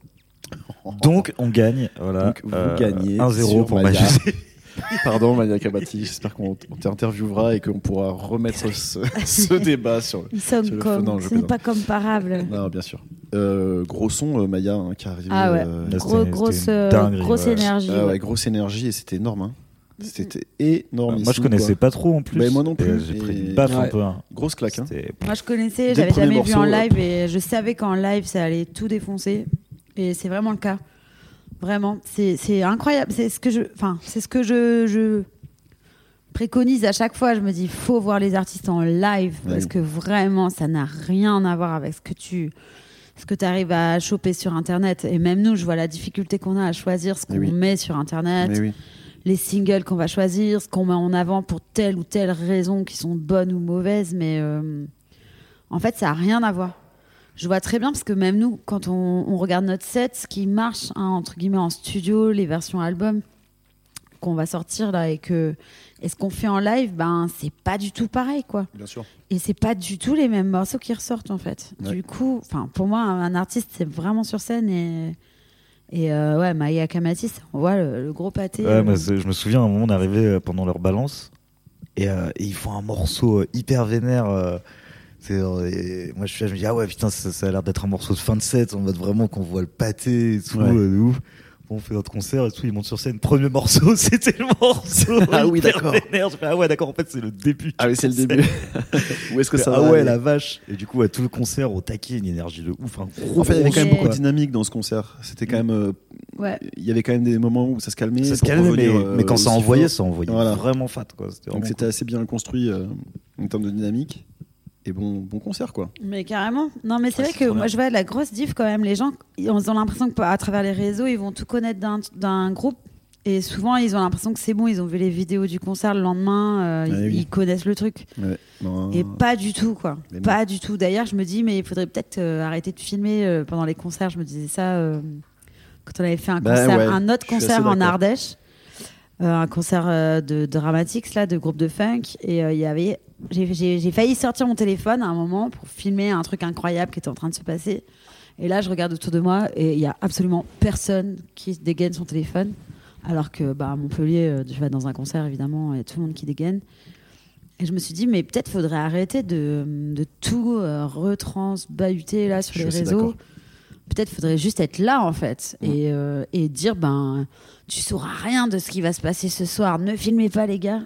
Speaker 3: ouais. Donc, on gagne. Voilà.
Speaker 1: Donc, vous gagnez
Speaker 3: 1-0
Speaker 1: sur
Speaker 3: pour
Speaker 1: Maya.
Speaker 3: Majus.
Speaker 1: Pardon, Mania Kabati, j'espère qu'on on t'interviewera et qu'on pourra remettre ce, ce débat sur le.
Speaker 2: Ils
Speaker 1: Je
Speaker 2: sont
Speaker 1: le
Speaker 2: comme,
Speaker 1: fais- non, je
Speaker 2: ce n'est
Speaker 1: plaisante.
Speaker 2: pas comparable.
Speaker 1: Non, bien sûr. Euh, gros son, euh, Maya, hein, qui est arrivé.
Speaker 2: Ah ouais.
Speaker 1: euh,
Speaker 3: Là,
Speaker 2: Gros,
Speaker 3: c'était-
Speaker 2: grosse,
Speaker 3: c'était une
Speaker 2: euh,
Speaker 3: dinguerie,
Speaker 2: grosse
Speaker 3: ouais.
Speaker 2: énergie.
Speaker 1: Ah ouais,
Speaker 2: ouais.
Speaker 1: grosse énergie et c'était énorme. hein. C'était énorme.
Speaker 3: Moi, je connaissais pas trop en plus.
Speaker 1: Bah, moi non
Speaker 3: Et euh,
Speaker 1: plus.
Speaker 3: J'ai
Speaker 1: Et-
Speaker 3: pris une baffe un
Speaker 4: Ouais.
Speaker 3: peu. hein.
Speaker 1: Grosse claque. hein.
Speaker 3: C'était-
Speaker 2: Moi, je connaissais,
Speaker 1: Dès
Speaker 2: j'avais
Speaker 1: le premier
Speaker 2: jamais vu en
Speaker 1: morceau,
Speaker 2: live et je savais qu'en live, ça allait tout défoncer. Et c'est vraiment le cas. Vraiment, c'est c'est incroyable. C'est ce que je, enfin, c'est ce que je, je préconise à chaque fois. Je me dis, faut voir les artistes en live
Speaker 1: Ouais.
Speaker 2: parce que vraiment, ça n'a rien à voir avec ce que tu, ce que tu arrives à choper sur Internet. Et même nous, je vois la difficulté qu'on a à choisir ce
Speaker 1: Mais
Speaker 2: qu'on
Speaker 1: Eh oui. Eh
Speaker 2: met sur Internet
Speaker 1: Mais oui.
Speaker 2: les singles qu'on va choisir, ce qu'on met en avant pour telle ou telle raison qui sont bonnes ou mauvaises, mais euh, en fait, ça n'a rien à voir. Je vois très bien parce que même nous, quand on, on regarde notre set, ce qui marche hein, entre guillemets en studio, les versions album qu'on va sortir là et que et ce qu'on fait en live, ben c'est pas du tout pareil quoi.
Speaker 1: Bien sûr.
Speaker 2: Et c'est pas du tout les mêmes morceaux qui ressortent en fait.
Speaker 1: Ouais.
Speaker 2: Du coup, enfin pour moi, un un artiste c'est vraiment sur scène et et euh, ouais, Maya Kamati, ça, on voit le, le gros pâté.
Speaker 3: Ouais,
Speaker 2: euh,
Speaker 3: moi, c'est- je me souviens, à un moment, on arrivait euh, pendant leur balance et, euh, et ils font un morceau euh, hyper vénère. euh, C'est- et moi, je suis là, je me dis, ah ouais, putain, ça, ça a l'air d'être un morceau de fin de set, on mode vraiment qu'on voit le pâté et tout,
Speaker 1: Ouais.
Speaker 3: euh, de ouf. Bon, on fait notre concert et tout, ils montent sur scène. Premier morceau, c'était le morceau.
Speaker 1: Ah oui,
Speaker 3: hyper
Speaker 1: d'accord.
Speaker 3: vénère. Je fais, Ah ouais, d'accord, en fait, c'est le début.
Speaker 1: Ah oui, c'est le début. Où est-ce que ça
Speaker 3: ah
Speaker 1: va
Speaker 3: ouais,
Speaker 1: aller
Speaker 3: la vache. Et du coup, à tout le concert, on taquait une énergie de ouf. un gros
Speaker 1: En fait, il y avait quand même
Speaker 2: Ouais.
Speaker 1: beaucoup de dynamique dans ce concert. C'était
Speaker 3: Mm.
Speaker 1: quand même, euh,
Speaker 2: Ouais.
Speaker 1: il y avait quand même des moments où ça se calmait.
Speaker 3: Ça se
Speaker 1: pour
Speaker 3: calmait, mais,
Speaker 1: revenir, euh,
Speaker 3: mais quand ça
Speaker 1: aussi
Speaker 3: envoyait,
Speaker 1: fort.
Speaker 3: ça envoyait
Speaker 1: Voilà.
Speaker 3: vraiment fat. Quoi. C'était
Speaker 1: donc
Speaker 3: vraiment
Speaker 1: c'était assez bien construit euh, en termes de dynamique. Et bon, bon concert quoi.
Speaker 2: Mais carrément. Non, mais c'est vrai
Speaker 3: Ouais, Ah, c'est
Speaker 2: que
Speaker 3: trop
Speaker 2: moi,
Speaker 3: bien.
Speaker 2: je vois la grosse diff quand même. Les gens, ils ont l'impression que à travers les réseaux, ils vont tout connaître d'un- d'un groupe. Et souvent, ils ont l'impression que c'est bon. Ils ont vu les vidéos du concert le lendemain. euh,
Speaker 3: Ah
Speaker 1: Ouais,
Speaker 2: ils,
Speaker 1: oui.
Speaker 2: ils connaissent le truc.
Speaker 1: Ouais. Non,
Speaker 2: Et pas du tout, quoi.
Speaker 1: Hein. Mais non.
Speaker 2: Pas du tout. D'ailleurs, je me dis, mais il faudrait peut-être euh, arrêter de filmer euh, pendant les concerts. Je me disais ça euh, quand on avait fait un
Speaker 1: Bah
Speaker 2: concert,
Speaker 1: ouais,
Speaker 2: un autre
Speaker 1: je suis assez
Speaker 2: concert en
Speaker 1: d'accord.
Speaker 2: Ardèche, euh, un concert euh, de Dramatics, là, de groupe de funk. Et euh, il y avait. j'ai- J'ai j'ai failli sortir mon téléphone à un moment pour filmer un truc incroyable qui était en train de se passer. Et là, je regarde autour de moi et il y a absolument personne qui dégaine son téléphone. Alors que bah, à Montpellier, euh, je vais dans un concert évidemment et tout le monde qui dégaine. Et je me suis dit, mais peut-être faudrait arrêter de, de tout euh, retransbahuter là sur
Speaker 1: Je
Speaker 2: les
Speaker 1: suis assez
Speaker 2: réseaux.
Speaker 1: d'accord.
Speaker 2: Peut-être faudrait juste être là en fait
Speaker 1: Mm.
Speaker 2: et, euh, et dire, ben tu sauras rien de ce qui va se passer ce soir. Ne filmez pas les gars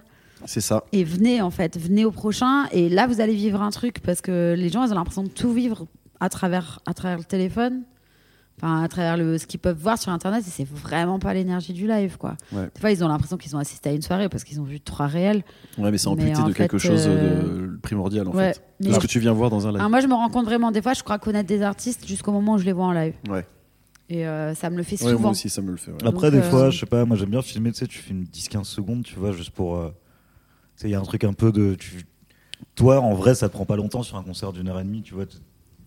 Speaker 1: C'est ça.
Speaker 2: et venez en fait, venez au prochain et là vous allez vivre un truc parce que les gens ils ont l'impression de tout vivre à travers à travers le téléphone, enfin à travers le ce qu'ils peuvent voir sur internet et c'est vraiment pas l'énergie du live quoi.
Speaker 1: Ouais.
Speaker 2: Des fois ils ont l'impression qu'ils ont assisté à une soirée parce qu'ils ont vu trois réels.
Speaker 1: Ouais, mais c'est
Speaker 2: Mais
Speaker 1: amputé
Speaker 2: en
Speaker 1: de quelque
Speaker 2: fait,
Speaker 1: chose
Speaker 2: euh,
Speaker 1: de primordial en
Speaker 2: Ouais,
Speaker 1: fait.
Speaker 2: mais-
Speaker 1: De ce que tu viens voir dans un live.
Speaker 2: Ah, moi je me rends compte vraiment des fois je crois connaître des artistes jusqu'au moment où je les vois en live.
Speaker 1: Ouais.
Speaker 2: Et euh, ça me le fait
Speaker 1: Ouais, moi
Speaker 2: souvent.
Speaker 1: aussi, ça me le fait. ouais.
Speaker 3: Après,
Speaker 2: Donc,
Speaker 3: des
Speaker 2: euh,
Speaker 3: fois, je sais pas, moi j'aime bien filmer, tu sais, tu filmes 10-15 secondes, tu vois, juste pour. euh, tu sais, il y a un truc un peu de. tu- toi, en vrai, ça te prend pas longtemps sur un concert d'une heure et demie, tu vois, tu,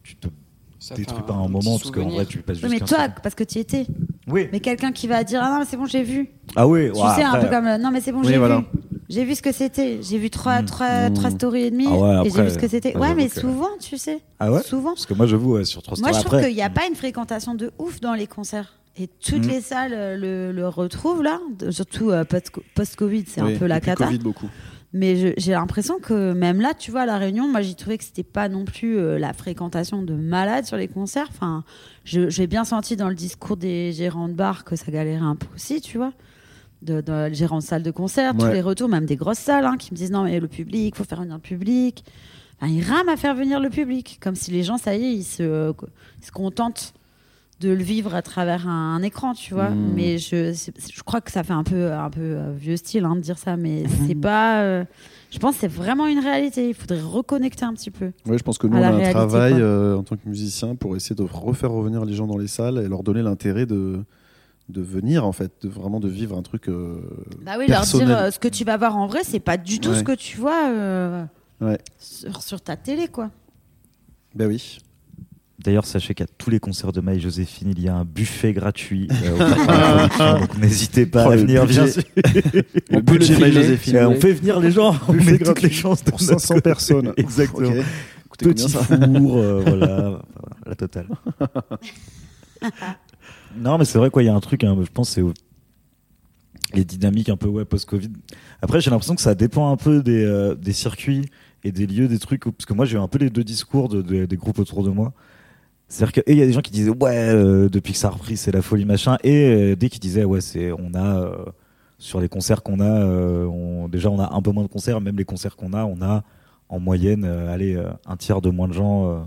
Speaker 3: tu te
Speaker 4: Ça fait
Speaker 3: détruis pas un
Speaker 4: petit
Speaker 3: moment, parce qu'en
Speaker 4: souvenir.
Speaker 3: vrai, tu passes
Speaker 2: Oui,
Speaker 3: juste
Speaker 2: mais
Speaker 3: 15
Speaker 2: toi
Speaker 3: secondes.
Speaker 2: parce que tu y étais.
Speaker 3: Oui,
Speaker 2: Mais quelqu'un qui va dire ah non mais c'est bon j'ai vu.
Speaker 3: ah oui,
Speaker 2: Tu
Speaker 3: ouais,
Speaker 2: sais, un
Speaker 3: après-
Speaker 2: peu comme euh, non, mais c'est bon,
Speaker 1: Oui,
Speaker 2: j'ai
Speaker 1: voilà.
Speaker 2: vu. J'ai vu ce que c'était. J'ai vu trois,
Speaker 3: Mm.
Speaker 2: trois,
Speaker 1: Mm.
Speaker 2: trois stories et demie
Speaker 3: Ah ouais,
Speaker 2: et j'ai vu
Speaker 3: après,
Speaker 2: ce que c'était.
Speaker 3: ouais,
Speaker 2: Ouais,
Speaker 3: j'avoue
Speaker 2: mais
Speaker 3: que-
Speaker 2: souvent, tu sais.
Speaker 3: Ah ouais
Speaker 2: Souvent.
Speaker 3: Parce que moi, j'avoue, ouais, sur trois
Speaker 2: Moi, je
Speaker 3: stars,
Speaker 2: trouve
Speaker 3: après-
Speaker 2: qu'il n'y a pas une fréquentation de ouf dans les concerts. Et toutes
Speaker 3: Mm.
Speaker 2: les salles euh, le, le retrouvent là, de- surtout euh, post- post-Covid, c'est
Speaker 1: Oui,
Speaker 2: un peu la
Speaker 1: depuis
Speaker 2: cata.
Speaker 1: Covid beaucoup.
Speaker 2: Mais je- j'ai l'impression que même là, tu vois, à La Réunion, moi j'ai trouvé que c'était pas non plus euh, la fréquentation de malade sur les concerts. Enfin, je- j'ai bien senti dans le discours des gérants de bar que ça galérait un peu aussi, tu vois. De, de- les gérants de salles de concert, tous
Speaker 1: Ouais.
Speaker 2: les retours, même des grosses salles hein, qui me disent non, mais le public, faut faire venir le public. Enfin, ils rament à faire venir le public, comme si les gens, ça y est, ils se, euh, ils se contentent de le vivre à travers un, un écran, tu vois.
Speaker 1: Mm.
Speaker 2: Mais je, c'est- je crois que ça fait un peu, un peu euh, vieux style hein, de dire ça, mais c'est pas. euh, je pense que c'est vraiment une réalité. Il faudrait reconnecter un petit peu.
Speaker 1: Ouais, je pense que nous,
Speaker 2: À
Speaker 1: on
Speaker 2: la
Speaker 1: a un
Speaker 2: réalité,
Speaker 1: travail
Speaker 2: quoi.
Speaker 1: euh, en tant que musicien pour essayer de refaire revenir les gens dans les salles et leur donner l'intérêt de, de venir, en fait, de vraiment de vivre un truc. euh,
Speaker 2: Bah oui,
Speaker 1: Personnel.
Speaker 2: leur dire euh, ce que tu vas voir en vrai, c'est pas du tout
Speaker 1: Ouais.
Speaker 2: ce que tu vois euh,
Speaker 1: Ouais.
Speaker 2: sur, sur ta télé, quoi.
Speaker 1: Ben oui.
Speaker 3: D'ailleurs, sachez qu'à tous les concerts de Maï Joséphine, il y a un buffet gratuit. euh, au Parc de la Production, donc n'hésitez pas
Speaker 1: Oh,
Speaker 3: à
Speaker 1: le
Speaker 3: venir, bien
Speaker 1: budget.
Speaker 3: sûr.
Speaker 1: Le
Speaker 4: peut le
Speaker 1: budget
Speaker 4: filmer.
Speaker 1: Marie-Joséphine.
Speaker 3: Euh,
Speaker 4: oui.
Speaker 3: on fait venir les gens, on
Speaker 1: Buffet
Speaker 3: met toutes
Speaker 1: gratuit
Speaker 3: les chances de
Speaker 1: pour
Speaker 3: notre
Speaker 1: 500
Speaker 3: côté.
Speaker 1: personnes.
Speaker 3: Exactement.
Speaker 1: Ok. Écoutez,
Speaker 3: Petit
Speaker 1: combien ça
Speaker 3: four, euh, voilà, Enfin, voilà, la totale. non, mais c'est vrai, quoi, il y a un truc, hein, je pense, c'est au- les dynamiques un peu ouais, post-Covid. Après, j'ai l'impression que ça dépend un peu des, euh, des circuits et des lieux, des trucs, où- parce que moi, j'ai eu un peu les deux discours de- de- des groupes autour de moi. C'est-à-dire que et il y a des gens qui disaient ouais euh, depuis que ça a repris c'est la folie machin et euh, dès qu'ils disaient ouais c'est on a euh, sur les concerts qu'on a euh, on- déjà on a un peu moins de concerts même les concerts qu'on a on a en moyenne euh, allez euh, un tiers de moins de gens euh,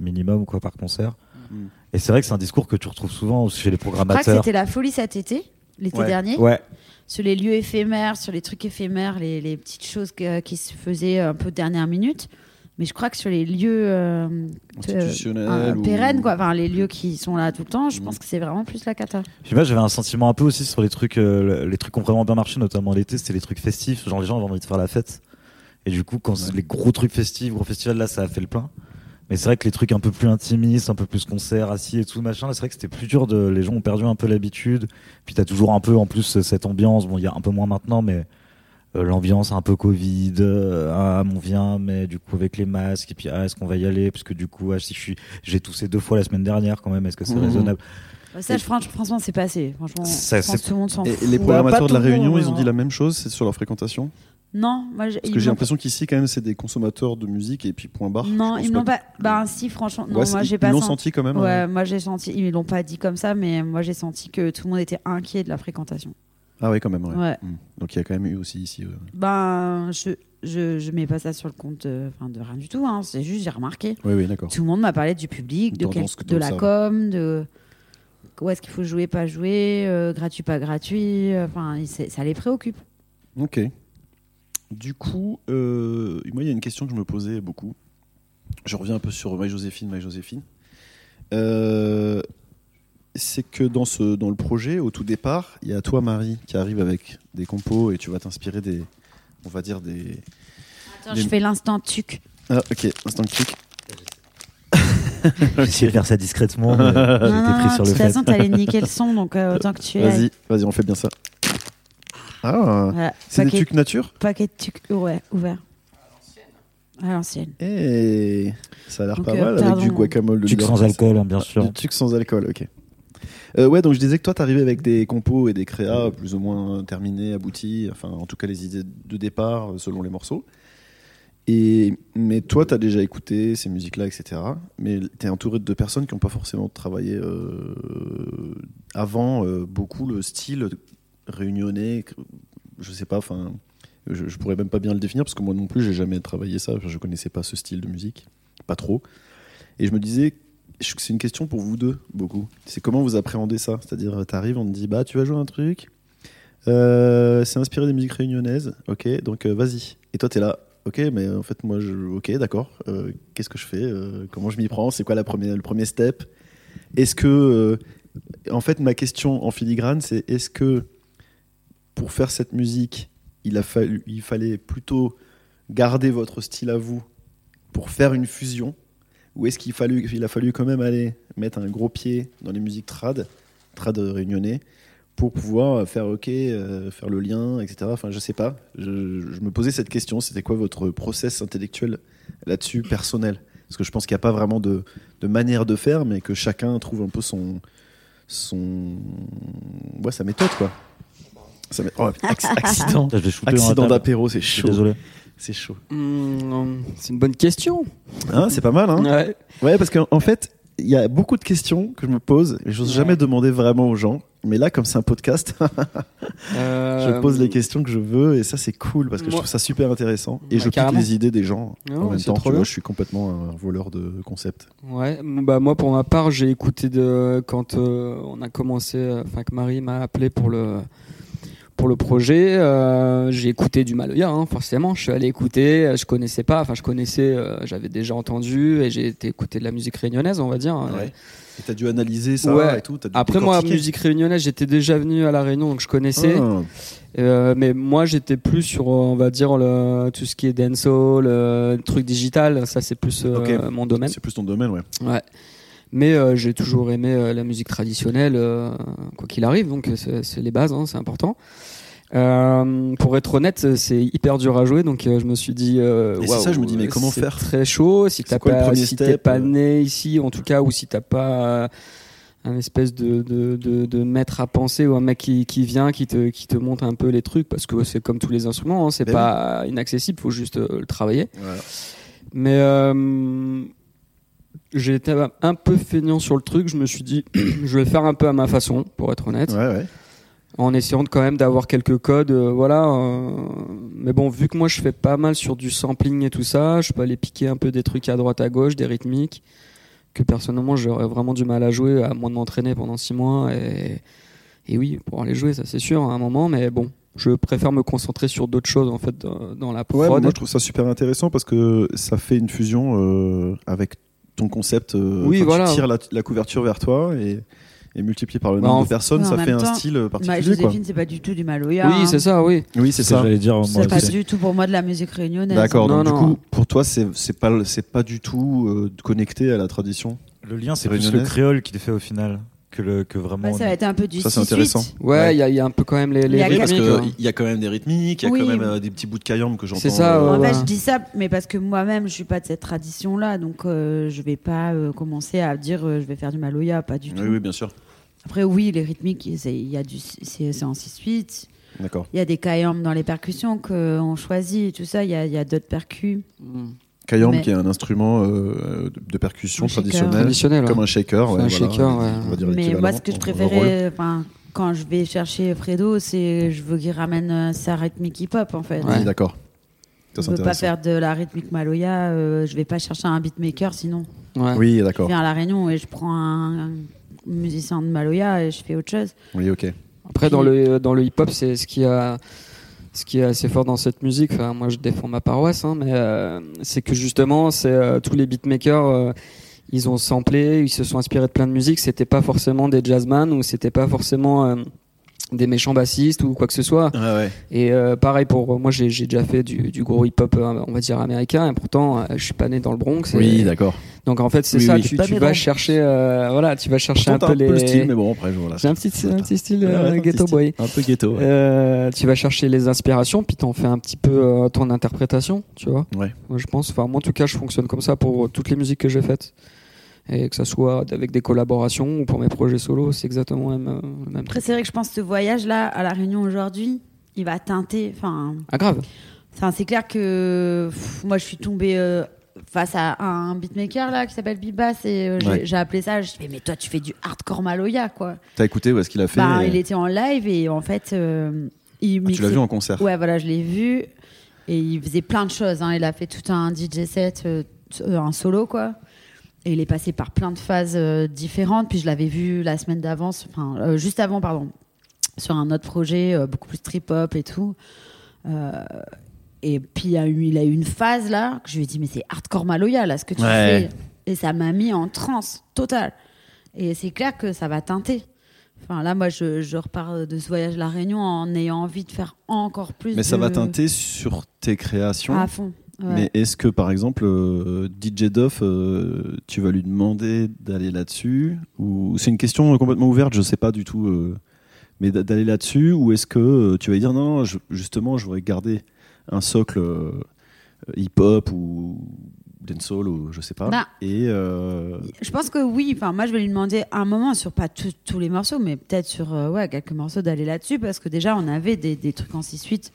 Speaker 3: minimum quoi par concert
Speaker 1: Mm.
Speaker 3: et c'est vrai que c'est un discours que tu retrouves souvent chez les
Speaker 2: Je crois que
Speaker 3: programmateurs
Speaker 2: c'était la folie cet été, l'été
Speaker 1: Ouais.
Speaker 2: dernier,
Speaker 3: ouais
Speaker 2: sur les lieux éphémères, sur les trucs éphémères, les, les petites choses que- qui se faisaient un peu dernière minute. Mais je crois que sur les lieux euh,
Speaker 1: Institutionnel.
Speaker 2: euh,
Speaker 1: ou- Mm.
Speaker 2: pérennes, quoi, enfin les lieux qui sont là tout le temps, je pense que c'est vraiment plus la cata.
Speaker 3: Puis moi, j'avais un sentiment un peu aussi sur les trucs, euh, les trucs qui ont vraiment bien marché, notamment l'été, c'était les trucs festifs. Genre, les gens avaient envie de faire la fête. Et du coup, quand c'est
Speaker 1: Ouais.
Speaker 3: les gros trucs festifs, gros festivals, là, ça a fait le plein. Mais c'est vrai que les trucs un peu plus intimistes, un peu plus concerts, assis et tout, machin, là, c'est vrai que c'était plus dur de, les gens ont perdu un peu l'habitude. Puis t'as toujours un peu, en plus, cette ambiance. Bon, il y a un peu moins maintenant, mais euh, l'ambiance un peu Covid. euh, ah, on vient, mais du coup, avec les masques. Et puis, ah, est-ce qu'on va y aller? Parce que du coup, ah, si je suis, j'ai toussé deux fois la semaine dernière, quand même, est-ce que c'est
Speaker 1: Mhm.
Speaker 3: raisonnable?
Speaker 2: Ça,
Speaker 3: Et-
Speaker 2: je- franch- franchement, c'est passé. Franchement,
Speaker 3: Ça,
Speaker 2: je pense
Speaker 3: c'est-
Speaker 2: que tout le monde s'en
Speaker 1: Et
Speaker 2: fout.
Speaker 1: les
Speaker 2: Bah, pas
Speaker 1: programmateurs de
Speaker 2: tout
Speaker 1: la
Speaker 2: le monde,
Speaker 1: Réunion, ils ont
Speaker 2: hein.
Speaker 1: dit la même chose, c'est sur leur fréquentation.
Speaker 2: Non, moi, je-
Speaker 1: Parce
Speaker 2: ils
Speaker 1: que j'ai
Speaker 2: m'ont-
Speaker 1: l'impression qu'ici, quand même, c'est des consommateurs de musique et puis point barre.
Speaker 2: Non,
Speaker 1: Je pense
Speaker 2: ils m'ont
Speaker 1: pas-
Speaker 2: pas. Bah, si, franchement, non,
Speaker 1: Ouais, c'est-
Speaker 2: moi, j'ai
Speaker 1: ils
Speaker 2: pas
Speaker 1: l'ont
Speaker 2: senti.
Speaker 1: senti quand même.
Speaker 2: Ouais,
Speaker 1: euh.
Speaker 2: moi j'ai senti, ils l'ont pas dit comme ça, mais moi j'ai senti que tout le monde était inquiet de la fréquentation.
Speaker 1: Ah oui, quand même. ouais.
Speaker 2: Ouais.
Speaker 1: Mm. Donc il y a quand même eu aussi ici. euh,
Speaker 2: Ben, je, je, je mets pas ça sur le compte de, enfin, de rien du tout, hein, c'est juste j'ai remarqué.
Speaker 1: Oui, oui, d'accord.
Speaker 2: Tout le monde m'a parlé du public, de,
Speaker 1: Dans-
Speaker 2: quel-
Speaker 1: dans ce que-
Speaker 2: de
Speaker 1: dans
Speaker 2: la
Speaker 1: ça, ouais.
Speaker 2: com, de où est-ce qu'il faut jouer, pas jouer, euh, gratuit, pas gratuit, euh, enfin il- c'est- ça les préoccupe.
Speaker 1: Ok. Du coup, euh, moi, il y a une question que je me posais beaucoup. Je reviens un peu sur My Joséphine, My Joséphine. Euh, c'est que dans, ce, dans le projet, au tout départ, il y a toi, Marie, qui arrive avec des compos et tu vas t'inspirer des. On va dire des.
Speaker 2: Attends,
Speaker 1: Les-
Speaker 2: je fais l'instant tuc.
Speaker 1: Ah, ok, instant clic.
Speaker 3: J'ai essayé de faire ça discrètement, mais
Speaker 1: Ah,
Speaker 3: j'ai
Speaker 2: Non, non,
Speaker 3: été
Speaker 2: non,
Speaker 3: pris sur
Speaker 2: de
Speaker 3: le
Speaker 2: toute
Speaker 3: fait.
Speaker 2: façon t'allais niquer le son, donc euh, autant que tu aies.
Speaker 1: Vas-y, vas-y, on fait bien ça. Ah,
Speaker 2: Voilà,
Speaker 1: c'est des
Speaker 2: paquet-
Speaker 1: trucs nature
Speaker 2: paquet de tuc oh ouais, ouvert. À l'ancienne.
Speaker 1: Eh, ça a l'air
Speaker 2: Donc,
Speaker 1: pas
Speaker 2: euh,
Speaker 1: mal avec
Speaker 2: pardon.
Speaker 1: du guacamole. de
Speaker 3: Tuc
Speaker 1: l'or-
Speaker 3: sans alcool, hein, bien
Speaker 1: Bah, Du
Speaker 2: Ah.
Speaker 3: sûr.
Speaker 1: truc sans alcool, ok. Euh, ouais, donc je disais que toi, t'arrivais avec des compos et des créas plus ou moins terminés, aboutis, enfin, en tout cas, les idées de départ euh, selon les morceaux. Et, mais toi, t'as déjà écouté ces musiques-là, etc. Mais t'es entouré de deux personnes qui n'ont pas forcément travaillé euh, avant euh, beaucoup le style réunionnais, je sais pas, enfin, je, je pourrais même pas bien le définir parce que moi non plus, j'ai jamais travaillé ça, Enfin, je connaissais pas ce style de musique, pas trop. Et je me disais, je- c'est une question pour vous deux, beaucoup. C'est comment vous appréhendez ça C'est-à-dire, t'arrives, on te dit, bah, tu vas jouer un truc, euh, c'est inspiré des musiques réunionnaises, ok, donc euh, vas-y. Et toi, t'es là, ok, mais en fait, moi, je, ok, d'accord, euh, qu'est-ce que je fais Euh, Comment je m'y prends C'est quoi la première, le premier step Est-ce que. euh, en fait, ma question en filigrane, c'est est-ce que pour faire cette musique, il, a fallu, il fallait plutôt garder votre style à vous pour faire une fusion ou est-ce qu'il fallu, il a fallu quand même aller mettre un gros pied dans les musiques trad, trad réunionnais, pour pouvoir faire OK, euh, faire le lien, etc. Enfin, je sais pas. Je, je me posais cette question. C'était quoi votre process intellectuel là-dessus, personnel Parce que je pense qu'il n'y a pas vraiment de, de manière de faire, mais que chacun trouve un peu son. son... Ouais, sa méthode, quoi. Sa mé- oh, acc- accident.
Speaker 3: Je vais shooter dans la
Speaker 1: Accident
Speaker 3: table.
Speaker 1: d'apéro, c'est
Speaker 3: Je suis
Speaker 1: chaud.
Speaker 3: désolé.
Speaker 1: C'est chaud.
Speaker 4: Hum, c'est une bonne question.
Speaker 1: Hein, c'est pas mal, hein
Speaker 4: Ouais.
Speaker 1: Ouais, parce qu'en en fait, il y a beaucoup de questions que je me pose. Je n'ose
Speaker 4: Ouais.
Speaker 1: jamais demander vraiment aux gens. Mais là, comme c'est un podcast,
Speaker 4: Euh,
Speaker 1: je pose les questions que je veux. Et ça, c'est cool parce que je
Speaker 4: moi-
Speaker 1: trouve ça super intéressant. Et
Speaker 4: Bah,
Speaker 1: je pique
Speaker 4: carrément.
Speaker 1: les idées des gens.
Speaker 4: Non,
Speaker 1: en même
Speaker 4: c'est
Speaker 1: temps,
Speaker 4: trop
Speaker 1: tu vois,
Speaker 4: bien.
Speaker 1: je suis complètement un voleur de concepts.
Speaker 4: Ouais, m- bah moi pour ma part, j'ai écouté de quand euh, on a commencé, euh, enfin que Marie m'a appelé pour le pour le projet, euh, j'ai écouté du Maloya, hein, forcément. Je suis allé écouter, euh, je connaissais pas, enfin je connaissais, euh, j'avais déjà entendu et j'ai été écouter de la musique réunionnaise, on va dire. hein.
Speaker 1: Ouais. Et t'as dû analyser ça
Speaker 4: Ouais.
Speaker 1: et tout. t'as dû
Speaker 4: Après moi,
Speaker 1: décortiquer.
Speaker 4: musique réunionnaise, j'étais déjà venu à la Réunion, donc je connaissais.
Speaker 1: Ah,
Speaker 4: Euh, mais moi, j'étais plus sur, euh, on va dire, le, tout ce qui est dancehall, le truc digital. Ça, c'est plus euh,
Speaker 1: Ok.
Speaker 4: mon domaine.
Speaker 1: c'est plus ton domaine, ouais.
Speaker 4: Ouais. Mais euh, j'ai toujours aimé euh, la musique traditionnelle, euh, quoi qu'il arrive. Donc, euh, c'est c'est les bases, hein, c'est important. Euh, pour être honnête, c'est hyper dur à jouer, donc euh, je me suis dit. Euh,
Speaker 1: Et c'est
Speaker 4: waouh,
Speaker 1: ça, je me dis, mais comment
Speaker 4: c'est
Speaker 1: faire
Speaker 4: Très chaud. Si
Speaker 1: C'est
Speaker 4: t'as
Speaker 1: quoi le
Speaker 4: pas,
Speaker 1: premier
Speaker 4: si
Speaker 1: step,
Speaker 4: t'es pas
Speaker 1: euh
Speaker 4: né ici, en tout cas, ou si t'as pas euh, un espèce de, de, de, de maître à penser ou un mec qui, qui vient, qui te, qui te montre un peu les trucs, parce que c'est comme tous les instruments, hein, c'est
Speaker 1: Ben
Speaker 4: pas inaccessible, faut juste euh, le travailler.
Speaker 1: Voilà.
Speaker 4: Mais euh, j'ai été un peu feignant sur le truc. Je me suis dit, je vais faire un peu à ma façon, pour être honnête,
Speaker 1: Ouais, ouais.
Speaker 4: en essayant de quand même d'avoir quelques codes. euh, voilà. euh, mais bon, vu que moi je fais pas mal sur du sampling et tout ça, je peux aller piquer un peu des trucs à droite, à gauche, des rythmiques que personnellement j'aurais vraiment du mal à jouer, à moins de m'entraîner pendant six mois. Et, et oui, pour aller jouer, ça c'est sûr, à un moment. Mais bon, je préfère me concentrer sur d'autres choses en fait dans, dans la
Speaker 1: Ouais,
Speaker 4: prod.
Speaker 1: mais moi je trouve ça super intéressant parce que ça fait une fusion euh, avec ton concept. euh,
Speaker 4: Oui,
Speaker 1: enfin,
Speaker 4: voilà.
Speaker 1: Tu tires la, la couverture vers toi et, et multiplié par le
Speaker 4: Bah,
Speaker 1: nombre
Speaker 4: en-
Speaker 1: de personnes,
Speaker 2: Ouais, en
Speaker 1: ça
Speaker 2: même
Speaker 1: fait un
Speaker 2: temps, bah,
Speaker 1: style euh,
Speaker 2: Ma
Speaker 1: particulier. quoi.
Speaker 2: Joséphine, c'est pas du tout du Maloya.
Speaker 4: oui,
Speaker 2: hein.
Speaker 4: c'est ça, oui.
Speaker 1: Oui, c'est
Speaker 3: C'est ce
Speaker 1: ça.
Speaker 3: que J'allais dire, moi,
Speaker 2: C'est
Speaker 3: je
Speaker 2: pas
Speaker 3: sais-
Speaker 2: du tout pour moi de la musique réunionnaise. hein.
Speaker 1: D'accord.
Speaker 4: Non,
Speaker 1: Donc du
Speaker 4: non.
Speaker 1: coup, pour toi, c'est c'est pas c'est pas du tout euh, connecté à la tradition.
Speaker 3: le lien, c'est plus le
Speaker 1: Réunionnaise.
Speaker 3: créole qui le fait au final que, le, que vraiment.
Speaker 2: Bah, ça va être un peu du
Speaker 1: Ça, c'est
Speaker 2: 6-8.
Speaker 1: intéressant.
Speaker 4: Ouais, il y a- il y, a un peu quand même les, les
Speaker 2: Il y a
Speaker 1: parce
Speaker 4: rythmiques, hein.
Speaker 1: qu'il y a quand même des rythmiques, il y a
Speaker 2: Oui.
Speaker 1: quand même euh, des petits bouts de cayenne que j'entends. euh,
Speaker 4: C'est ça,
Speaker 2: En
Speaker 4: ouais, ouais.
Speaker 2: fait, je dis ça, mais parce que moi-même, je suis pas de cette tradition-là, donc euh, je vais pas euh, commencer à dire euh, je vais faire du Maloya, pas du tout.
Speaker 1: oui, oui, bien sûr.
Speaker 2: Après, oui, les rythmiques, c'est- il y a du, c'est c'est en 6-8.
Speaker 1: D'accord.
Speaker 2: Il y a des kayams dans les percussions qu'on choisit, tout ça. Il y a, il y a d'autres percus.
Speaker 4: Mm.
Speaker 1: Kayam,
Speaker 2: Mais-
Speaker 1: qui est un instrument euh, de de percussion
Speaker 2: Un shaker.
Speaker 1: traditionnel,
Speaker 4: Traditionnel.
Speaker 1: comme
Speaker 4: hein.
Speaker 1: un shaker.
Speaker 4: C'est
Speaker 1: ouais,
Speaker 4: un
Speaker 1: voilà.
Speaker 4: shaker, ouais.
Speaker 1: On va dire
Speaker 2: Mais
Speaker 1: l'équivalent
Speaker 2: moi, ce que je
Speaker 1: en- en rôle.
Speaker 2: préférais, enfin, quand je vais chercher Fredo, c'est je veux qu'il ramène euh, sa rythmique hip-hop, en fait.
Speaker 4: Ouais.
Speaker 1: Oui, D'accord. Ça,
Speaker 2: Je
Speaker 1: c'est
Speaker 2: ne veux pas
Speaker 1: intéressant.
Speaker 2: faire de la rythmique maloya. euh, je vais pas chercher un beatmaker, sinon
Speaker 4: Ouais.
Speaker 1: Oui,
Speaker 2: je
Speaker 1: d'accord.
Speaker 2: viens à la Réunion et je prends un, un musicien de maloya et je fais autre chose.
Speaker 1: Oui, ok.
Speaker 4: Après, dans le, dans le hip-hop, c'est ce qui a. Ce qui est assez fort dans cette musique, enfin, moi je défends ma paroisse, hein, mais euh, c'est que justement, c'est euh, tous les beatmakers, euh, ils ont samplé, ils se sont inspirés de plein de musiques. C'était pas forcément des jazzman ou c'était pas forcément euh, des méchants bassistes ou quoi que ce soit.
Speaker 1: Ah ouais.
Speaker 4: Et euh, pareil pour moi, j'ai j'ai déjà fait du, du gros hip-hop, euh, on va dire américain, et pourtant, euh, je suis pas né dans le Bronx. et-
Speaker 1: Oui, d'accord.
Speaker 4: donc en fait, c'est
Speaker 1: Oui,
Speaker 4: ça.
Speaker 1: oui.
Speaker 4: Tu,
Speaker 1: Pas
Speaker 4: tu
Speaker 1: des
Speaker 4: vas
Speaker 1: dents.
Speaker 4: chercher, euh, voilà, tu vas chercher
Speaker 1: J'ai
Speaker 4: un peu les.
Speaker 1: le style, mais bon, après, voilà.
Speaker 4: J'ai un petit, un petit style euh,
Speaker 1: Ouais, ouais,
Speaker 4: ghetto
Speaker 1: un petit
Speaker 4: boy.
Speaker 1: style Un peu ghetto. ouais.
Speaker 4: Euh, tu vas chercher les inspirations, puis t'en fais un petit peu euh, ton interprétation, tu vois.
Speaker 1: Ouais.
Speaker 4: Moi, je pense, enfin, moi en tout cas, je fonctionne comme ça pour euh, toutes les musiques que j'ai faites. Et que ça soit avec des collaborations ou pour mes projets solo, c'est exactement le même, euh, le même
Speaker 2: Après,
Speaker 4: truc.
Speaker 2: c'est vrai que je pense que ce voyage-là, à la Réunion aujourd'hui, il va teinter. Enfin,
Speaker 4: Ah, grave.
Speaker 2: Enfin, c'est clair que pff, moi, je suis tombée euh, face à un beatmaker là qui s'appelle Bibas et euh, j'ai-
Speaker 1: Ouais.
Speaker 2: j'ai appelé ça. Je fais mais toi, tu fais du hardcore Maloya quoi.
Speaker 1: T'as écouté où est-ce qu'il a fait
Speaker 2: Bah,
Speaker 1: euh,
Speaker 2: il était en live et en fait, euh, il
Speaker 1: ah, Tu l'as
Speaker 2: mixait-
Speaker 1: vu en concert
Speaker 2: Ouais, voilà, je l'ai vu et il faisait plein de choses. hein. Il a fait tout un DJ set, euh, t- euh, un solo quoi. Et il est passé par plein de phases euh, différentes. Puis je l'avais vu la semaine d'avance, enfin euh, juste avant, pardon, sur un autre projet euh, beaucoup plus trip hop et tout. Euh, et puis il a, eu, il a eu une phase là que je lui ai dit mais c'est hardcore Maloya là ce que tu
Speaker 1: Ouais.
Speaker 2: fais. Et ça m'a mis en transe totale. Et c'est clair que ça va teinter. Enfin là moi je, je repars de ce voyage à la Réunion en ayant envie de faire encore plus.
Speaker 1: Mais ça
Speaker 2: de-
Speaker 1: va teinter sur tes créations.
Speaker 2: à fond. ouais.
Speaker 1: Mais est-ce que par exemple euh, DJ Duff, euh, tu vas lui demander d'aller là-dessus ou c'est une question euh, complètement ouverte, je sais pas du tout, euh, mais d'a- d'aller là-dessus ou est-ce que euh, tu vas lui dire non, non, je- justement, je voudrais garder un socle euh, hip-hop ou dancehall ou je sais pas
Speaker 2: Bah.
Speaker 1: et euh,
Speaker 2: Je pense que oui. Enfin, moi, je vais lui demander un moment sur pas tous- tous les morceaux, mais peut-être sur euh, ouais quelques morceaux d'aller là-dessus parce que déjà on avait des, des trucs en 6-8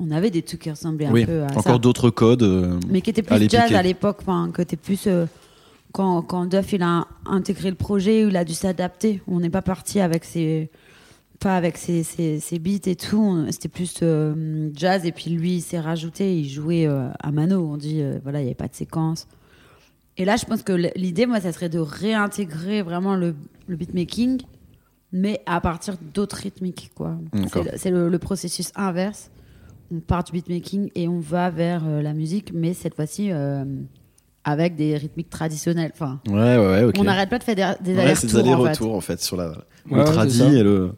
Speaker 2: on avait des trucs qui ressemblaient un
Speaker 1: oui,
Speaker 2: peu à ça.
Speaker 1: encore d'autres codes. euh,
Speaker 2: mais qui était plus
Speaker 1: Allez,
Speaker 2: jazz
Speaker 1: piquer.
Speaker 2: à l'époque, enfin, que t'es plus euh, quand, quand Duff il a intégré le projet, il a dû s'adapter. On n'est pas parti avec ses pas avec ses, ses, ses beats et tout. On- C'était plus euh, jazz et puis lui il s'est rajouté, il jouait euh, à mano. On dit euh, voilà il n'y avait pas de séquence. Et là je pense que l- l'idée moi ça serait de réintégrer vraiment le, le beatmaking, mais à partir d'autres rythmiques quoi.
Speaker 1: D'accord.
Speaker 2: C'est- C'est le- le processus inverse on part du beatmaking et on va vers euh, la musique, mais cette fois-ci euh, avec des rythmiques traditionnelles. Enfin,
Speaker 1: Ouais, ouais, ouais, ok.
Speaker 2: on n'arrête pas de faire des, des
Speaker 1: Ouais, c'est des
Speaker 2: allers-retours. en fait.
Speaker 1: allers-retours en fait sur la
Speaker 4: Ouais,
Speaker 1: le
Speaker 4: ouais,
Speaker 1: tradit
Speaker 4: c'est ça.
Speaker 1: et le,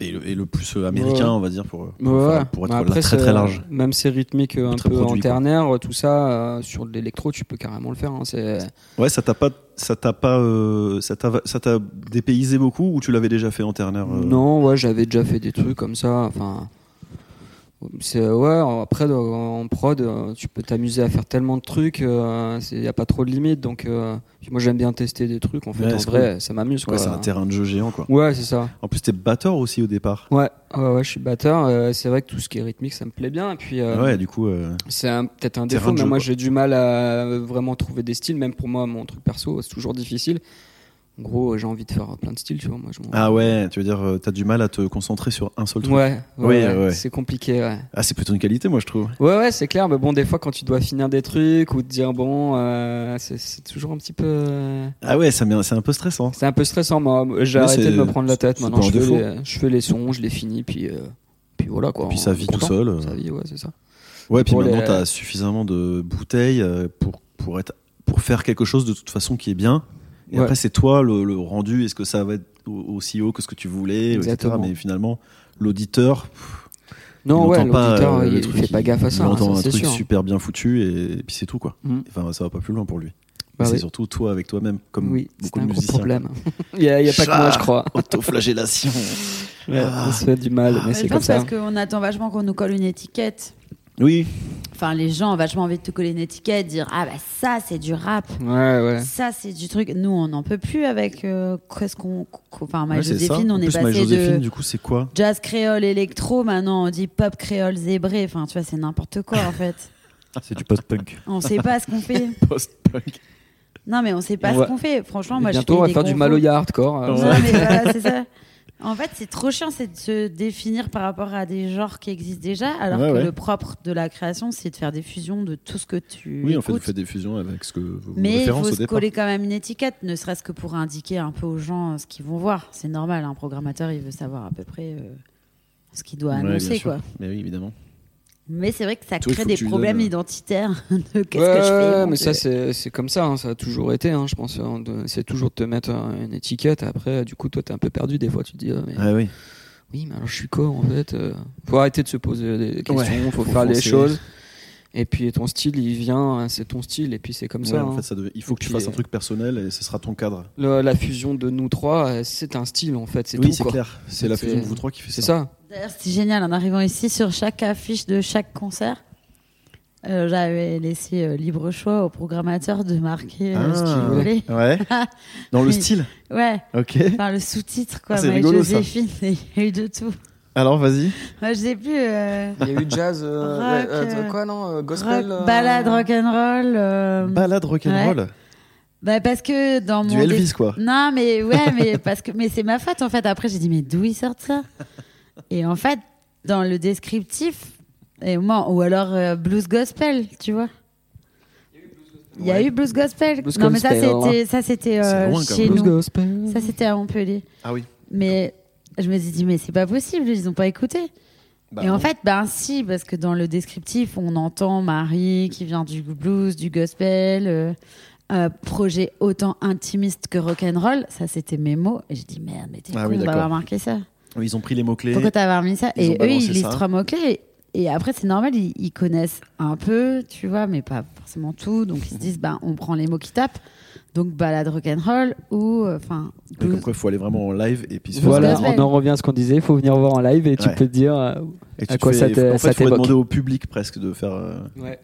Speaker 1: et le et le plus euh, américain
Speaker 4: Ouais.
Speaker 1: on va dire pour
Speaker 4: Ouais,
Speaker 1: pour,
Speaker 4: ouais.
Speaker 1: faire- pour être
Speaker 4: Mais
Speaker 1: là,
Speaker 4: après,
Speaker 1: très
Speaker 4: c'est- euh,
Speaker 1: très large.
Speaker 4: Même ces rythmiques euh, un
Speaker 1: Très
Speaker 4: peu
Speaker 1: produit, quoi.
Speaker 4: en ternaire, euh, tout ça, euh, sur de l'électro, tu peux carrément le faire. hein, c'est-
Speaker 1: Ouais, ça t'a pas ça t'a pas euh, ça t'a ça t'a dépaysé beaucoup ou tu l'avais déjà fait en ternaire euh
Speaker 4: Non, ouais, j'avais déjà fait des trucs comme ça. Enfin, c'est ouais. Après, dans- en prod, euh, tu peux t'amuser à faire tellement de trucs. Il n'y a pas trop de limites. Donc, euh, puis moi, j'aime bien tester des trucs. En fait,
Speaker 1: Ouais,
Speaker 4: en
Speaker 1: c'est
Speaker 4: vrai, ça m'amuse.
Speaker 1: Ouais,
Speaker 4: quoi.
Speaker 1: c'est un terrain de jeu géant quoi.
Speaker 4: Ouais, c'est ça.
Speaker 1: En plus t'es batteur aussi au départ.
Speaker 4: Ouais, ouais, ouais, je suis batteur. euh, c'est vrai que tout ce qui est rythmique, ça me plaît bien. Et puis, euh,
Speaker 1: Ouais, du coup euh,
Speaker 4: c'est un- peut-être un
Speaker 1: Terrain
Speaker 4: défaut,
Speaker 1: de
Speaker 4: mais
Speaker 1: jeu,
Speaker 4: moi
Speaker 1: quoi.
Speaker 4: j'ai du mal à vraiment trouver des styles. Même pour moi, mon truc perso, c'est toujours difficile. En gros, j'ai envie de faire plein de styles, tu vois. Moi, je m'en-
Speaker 1: Ah ouais, tu veux dire euh, t'as du mal à te concentrer sur un seul truc.
Speaker 4: ouais, ouais,
Speaker 1: Oui,
Speaker 4: ouais,
Speaker 1: ouais.
Speaker 4: c'est compliqué. Ouais.
Speaker 1: Ah, c'est plutôt une qualité moi je trouve.
Speaker 4: Ouais, ouais, c'est clair, mais bon, des fois, quand tu dois finir des trucs ou te dire, bon, euh, c'est- c'est toujours un petit peu. euh,
Speaker 1: Ah ouais, ça m'est- c'est un peu stressant.
Speaker 4: C'est un peu stressant, moi. J'ai
Speaker 1: Mais
Speaker 4: arrêté
Speaker 1: c'est-
Speaker 4: de me prendre la tête
Speaker 1: c'est
Speaker 4: maintenant.
Speaker 1: pas un
Speaker 4: Je fais,
Speaker 1: défaut.
Speaker 4: les, je fais les sons, je les finis, puis, euh, puis voilà quoi.
Speaker 1: Puis ça vit tout
Speaker 4: Content.
Speaker 1: seul. euh.
Speaker 4: Ça vit, ouais, c'est ça.
Speaker 1: Ouais, puis
Speaker 4: Pour les-
Speaker 1: maintenant, tu as suffisamment de bouteilles euh, pour, pour, être, pour faire quelque chose de toute façon qui est bien. Et
Speaker 4: Ouais.
Speaker 1: après, c'est toi le, le rendu. Est-ce que ça va être au- aussi haut que ce que tu voulais, etc.
Speaker 4: Exactement.
Speaker 1: Mais finalement, l'auditeur,
Speaker 4: Non,
Speaker 1: il
Speaker 4: ouais,
Speaker 1: n'entend pas,
Speaker 4: l'auditeur,
Speaker 1: euh,
Speaker 4: il,
Speaker 1: le
Speaker 4: il
Speaker 1: truc,
Speaker 4: fait pas gaffe à
Speaker 1: il
Speaker 4: ça, hein,
Speaker 1: entend
Speaker 4: ça,
Speaker 1: un
Speaker 4: c'est
Speaker 1: truc
Speaker 4: sûr.
Speaker 1: super bien foutu et, et puis c'est tout, quoi.
Speaker 4: Mm.
Speaker 1: Enfin, ça va pas plus loin pour lui.
Speaker 4: Bah
Speaker 1: c'est
Speaker 4: oui.
Speaker 1: surtout toi avec toi-même, comme
Speaker 4: oui, c'est
Speaker 1: beaucoup
Speaker 4: un
Speaker 1: de
Speaker 4: gros
Speaker 1: musiciens.
Speaker 4: problème. il n'y a, il y a pas que moi, je crois.
Speaker 1: Autoflagellation.
Speaker 4: Ouais, On se fait du mal, mais
Speaker 2: Ah, Mais
Speaker 4: c'est
Speaker 2: je
Speaker 4: comme
Speaker 2: pense
Speaker 4: ça.
Speaker 2: parce qu'on attend vachement qu'on nous colle une étiquette.
Speaker 1: oui,
Speaker 2: Enfin, les gens ont vachement envie de te coller une étiquette, dire ah bah ça c'est du rap,
Speaker 4: Ouais, ouais.
Speaker 2: ça c'est du truc. Nous on n'en peut plus avec euh, qu'est-ce qu'on, qu'on- enfin My
Speaker 1: Ouais, c'est ça.
Speaker 2: Joséphine,
Speaker 1: en
Speaker 2: on est
Speaker 1: plus,
Speaker 2: passé
Speaker 1: Marie Joséphine,
Speaker 2: de
Speaker 1: du coup, c'est quoi
Speaker 2: jazz créole électro, maintenant on dit pop créole zébré. Enfin, tu vois, c'est n'importe quoi en fait.
Speaker 3: C'est du post-punk.
Speaker 2: On sait pas ce qu'on fait.
Speaker 1: Post-punk.
Speaker 2: Non mais on sait pas
Speaker 4: On
Speaker 2: ce
Speaker 4: va-
Speaker 2: qu'on fait. Franchement,
Speaker 4: Et
Speaker 2: moi
Speaker 4: bientôt,
Speaker 2: je fais
Speaker 4: on va
Speaker 2: des
Speaker 4: faire du
Speaker 2: confos.
Speaker 4: Maloya hardcore. euh,
Speaker 1: Ouais.
Speaker 2: Non, mais voilà, c'est ça. En fait, c'est trop chiant, c'est de se définir par rapport à des genres qui existent déjà, alors
Speaker 1: Ouais,
Speaker 2: que
Speaker 1: ouais.
Speaker 2: le propre de la création, c'est de faire des fusions de tout ce que tu.
Speaker 1: Oui, en fait, vous
Speaker 2: écoutes.
Speaker 1: faites des fusions avec ce que vos
Speaker 2: Mais il
Speaker 1: références
Speaker 2: faut
Speaker 1: au
Speaker 2: se
Speaker 1: départ.
Speaker 2: coller quand même une étiquette, ne serait-ce que pour indiquer un peu aux gens euh, ce qu'ils vont voir. C'est normal, un programmateur, il veut savoir à peu près euh, ce qu'il doit
Speaker 1: Ouais, bien
Speaker 2: annoncer.
Speaker 1: sûr.
Speaker 2: quoi.
Speaker 1: Mais oui, évidemment.
Speaker 2: Mais c'est vrai que ça
Speaker 1: Toi, il
Speaker 2: crée
Speaker 1: faut que
Speaker 2: des
Speaker 1: tu lui
Speaker 2: problèmes
Speaker 1: donnes, euh,
Speaker 2: identitaires de qu'est-ce
Speaker 4: ouais,
Speaker 2: que je
Speaker 4: ouais,
Speaker 2: fais.
Speaker 4: mais
Speaker 2: mon
Speaker 4: ça
Speaker 2: Dieu.
Speaker 4: c'est c'est comme ça, hein, ça a toujours été, hein, je pense. hein, de- c'est toujours de te mettre euh, une étiquette. Après, du coup, toi, t'es un peu perdu des fois. Tu te dis, ah, mais-
Speaker 1: Ah oui.
Speaker 4: oui, mais alors je suis quoi en fait euh Faut arrêter de se poser des questions,
Speaker 1: Ouais,
Speaker 4: faut,
Speaker 1: faut
Speaker 4: faire les
Speaker 1: foncer.
Speaker 4: choses. Et puis ton style, il vient, hein, c'est ton style, et puis c'est comme
Speaker 1: Ouais,
Speaker 4: ça.
Speaker 1: en
Speaker 4: hein.
Speaker 1: fait, ça devait- il faut que tu
Speaker 4: Puis,
Speaker 1: fasses un
Speaker 4: euh,
Speaker 1: truc personnel et ce sera ton cadre.
Speaker 4: Le- la fusion de nous trois, euh, c'est un style en fait, c'est
Speaker 1: Oui,
Speaker 4: tout,
Speaker 1: c'est
Speaker 4: quoi.
Speaker 1: clair. C'est la
Speaker 4: C'est-
Speaker 1: fusion de vous trois qui fait ça.
Speaker 4: C'est ça.
Speaker 2: D'ailleurs, c'est génial. En arrivant ici, sur chaque affiche de chaque concert, euh, j'avais laissé euh, libre choix au programmateur de marquer euh, ce
Speaker 1: Ah.
Speaker 2: qu'il voulait.
Speaker 1: Ouais. Dans le
Speaker 2: Oui.
Speaker 1: style.
Speaker 2: Ouais,
Speaker 1: Ok.
Speaker 2: enfin le sous-titre, quoi.
Speaker 1: Ah, c'est
Speaker 2: My
Speaker 1: rigolo, ça.
Speaker 2: Joséphine, il y a eu de tout.
Speaker 1: Alors, vas-y.
Speaker 2: Moi, je sais plus. euh,
Speaker 4: Il y a eu jazz,
Speaker 2: euh, Rock, ouais, euh, euh,
Speaker 4: quoi non, gospel,
Speaker 2: rock, balade, rock'n'roll. euh,
Speaker 1: Balade rock'n'roll.
Speaker 2: bah, parce que dans
Speaker 1: Du
Speaker 2: mon. dé-
Speaker 1: Elvis, quoi.
Speaker 2: Non, mais ouais, mais parce que mais c'est ma faute en fait. Après, j'ai dit mais d'où ils sortent ça Et en fait, dans le descriptif, et moi ou alors euh, blues gospel, tu vois. Il y a eu blues gospel.
Speaker 4: Blues
Speaker 2: non, mais ça
Speaker 4: gospel,
Speaker 2: c'était ça c'était euh,
Speaker 1: C'est loin, quand
Speaker 2: chez
Speaker 1: même.
Speaker 2: nous.
Speaker 4: gospel.
Speaker 2: Ça c'était à Montpellier.
Speaker 1: Ah oui.
Speaker 2: Mais je me suis dit mais c'est pas possible, ils ont pas écouté.
Speaker 1: Bah,
Speaker 2: Et en
Speaker 1: non.
Speaker 2: fait, ben si, parce que dans le descriptif, on entend Marie qui vient du blues, du gospel, euh, euh, projet autant intimiste que rock'n'roll. Ça, c'était mes mots. Et j'ai dit, merde, mais t'es
Speaker 1: Ah
Speaker 2: con,
Speaker 1: oui,
Speaker 2: on va
Speaker 1: d'accord.
Speaker 2: avoir marqué ça.
Speaker 1: ils ont pris les mots-clés.
Speaker 2: Pourquoi t'as remis ça
Speaker 1: ils ont
Speaker 2: Et eux,
Speaker 1: balancé
Speaker 2: ils lisent
Speaker 1: ça.
Speaker 2: trois mots-clés. Et après, c'est normal, ils, ils connaissent un peu, tu vois, mais pas forcément tout. Donc, ils se disent, ben, on prend les mots qui tapent. Donc, balade rock'n'roll ou, euh, enfin,
Speaker 1: Donc,
Speaker 2: blues.
Speaker 1: après, il faut aller vraiment en live et puis se faire un
Speaker 2: Voilà,
Speaker 7: Voilà,
Speaker 1: plaisir.
Speaker 2: gospel.
Speaker 7: on en revient à ce qu'on disait, il faut venir voir en live et tu
Speaker 1: Ouais.
Speaker 7: peux te dire euh,
Speaker 1: Et tu
Speaker 7: à
Speaker 1: te
Speaker 7: quoi
Speaker 1: fais-
Speaker 7: ça t'é-
Speaker 1: En
Speaker 7: ça
Speaker 1: fait, faut
Speaker 7: t'évoque.
Speaker 1: demander au public presque de faire. euh,
Speaker 4: Ouais.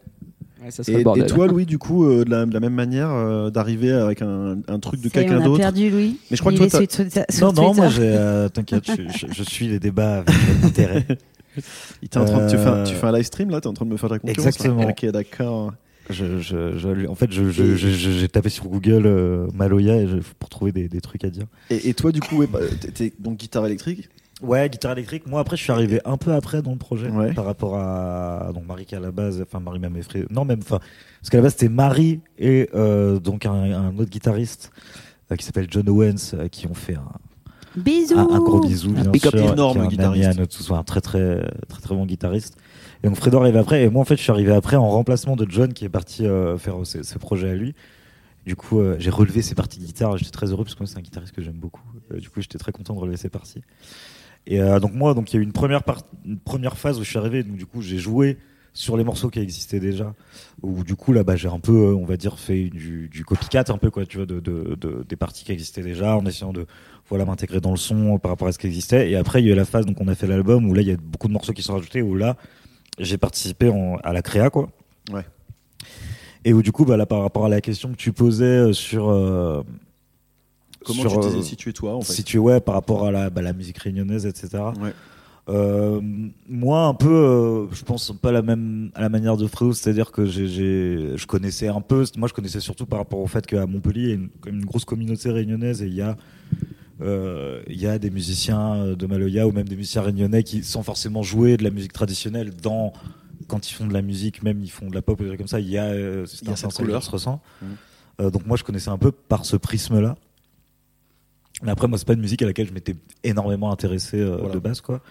Speaker 4: Ouais, ça serait
Speaker 1: Et,
Speaker 4: le bordel.
Speaker 1: et toi, Louis, du coup, euh, de, la, de la même manière, euh, d'arriver avec un, un truc de
Speaker 2: Ça y est,
Speaker 1: quelqu'un
Speaker 2: On a
Speaker 1: d'autre.
Speaker 2: perdu Louis.
Speaker 1: Mais je crois que
Speaker 2: Il
Speaker 1: toi,
Speaker 2: est
Speaker 1: t'as-
Speaker 2: sur- sur- sur
Speaker 3: Non, non, moi,
Speaker 2: Twitter.
Speaker 3: j'ai, euh, t'inquiète, je, je- je suis les débats avec intérêt.
Speaker 1: Il était en train de- tu, fais un,
Speaker 3: Euh,
Speaker 1: tu fais un live stream là, t'es en train de me faire de la concurrence. là.
Speaker 3: Exactement.
Speaker 1: Ok, d'accord.
Speaker 3: Je, je, je- en fait, je- je- je- je- j'ai tapé sur Google euh, Maloya et je- pour trouver des, des trucs à dire.
Speaker 1: Et, et toi, du coup, ouais, bah, t'étais donc guitare électrique.
Speaker 3: Ouais, guitare électrique. Moi, après, je suis arrivé un peu après dans le projet
Speaker 1: Ouais.
Speaker 3: par rapport à donc Marie qui à la base, enfin Marie même effrayée. Non, même enfin parce qu'à la base c'était Marie et euh, donc un, un autre guitariste euh, qui s'appelle John Owens euh, qui ont fait un,
Speaker 2: Bisous.
Speaker 1: Ah,
Speaker 3: un- un gros bisou bien
Speaker 1: big up
Speaker 3: sûr, qui est
Speaker 1: énorme
Speaker 3: un ami
Speaker 1: guitariste.
Speaker 3: à notre soin, un très très très très bon guitariste. Et donc Fredo arrive après et moi en fait je suis arrivé après en remplacement de John qui est parti euh, faire ses, ses projets à lui. Du coup, euh, j'ai relevé ses parties de guitare. J'étais très heureux parce que moi, c'est un guitariste que j'aime beaucoup. Euh, du coup, j'étais très content de relever ses parties. Et euh, donc moi, donc il y a eu une première part- une première phase où je suis arrivé. Donc du coup, j'ai joué sur les morceaux qui existaient déjà. Où du coup là, bah, j'ai un peu, euh, on va dire, fait du, du copycat un peu quoi, tu vois, de, de- de- des parties qui existaient déjà, en essayant de voilà m'intégrer dans le son euh, par rapport à ce qui existait. Et après, il y a eu la phase donc on a fait l'album où là, il y a beaucoup de morceaux qui sont rajoutés. Où là, j'ai participé en- à la créa quoi.
Speaker 1: Ouais.
Speaker 3: Et où du coup, bah, là, par rapport à la question que tu posais euh, sur euh,
Speaker 1: Comment
Speaker 3: sur,
Speaker 1: tu t'es
Speaker 3: euh,
Speaker 1: situé toi en fait
Speaker 3: si tu ouais par rapport à la, bah, la musique réunionnaise etc
Speaker 1: Ouais.
Speaker 3: Euh, moi un peu euh, je pense pas la même à la manière de Fredo c'est à dire que j'ai- j'ai je connaissais un peu moi je connaissais surtout par rapport au fait qu'à Montpellier il y a une, quand même une grosse communauté réunionnaise et il y a euh, il y a des musiciens euh, de Maloya ou même des musiciens réunionnais qui sans forcément jouer de la musique traditionnelle dans quand ils font de la musique même ils font de la pop ou des trucs comme ça il y a euh, c'est
Speaker 1: Il y a
Speaker 3: un
Speaker 1: cette
Speaker 3: sens qui
Speaker 1: couleur.
Speaker 3: se ressent
Speaker 1: Mhm.
Speaker 3: Euh, donc moi je connaissais un peu par ce prisme là mais après, moi, c'est pas une musique à laquelle je m'étais énormément intéressé euh,
Speaker 1: Voilà.
Speaker 3: de base, quoi.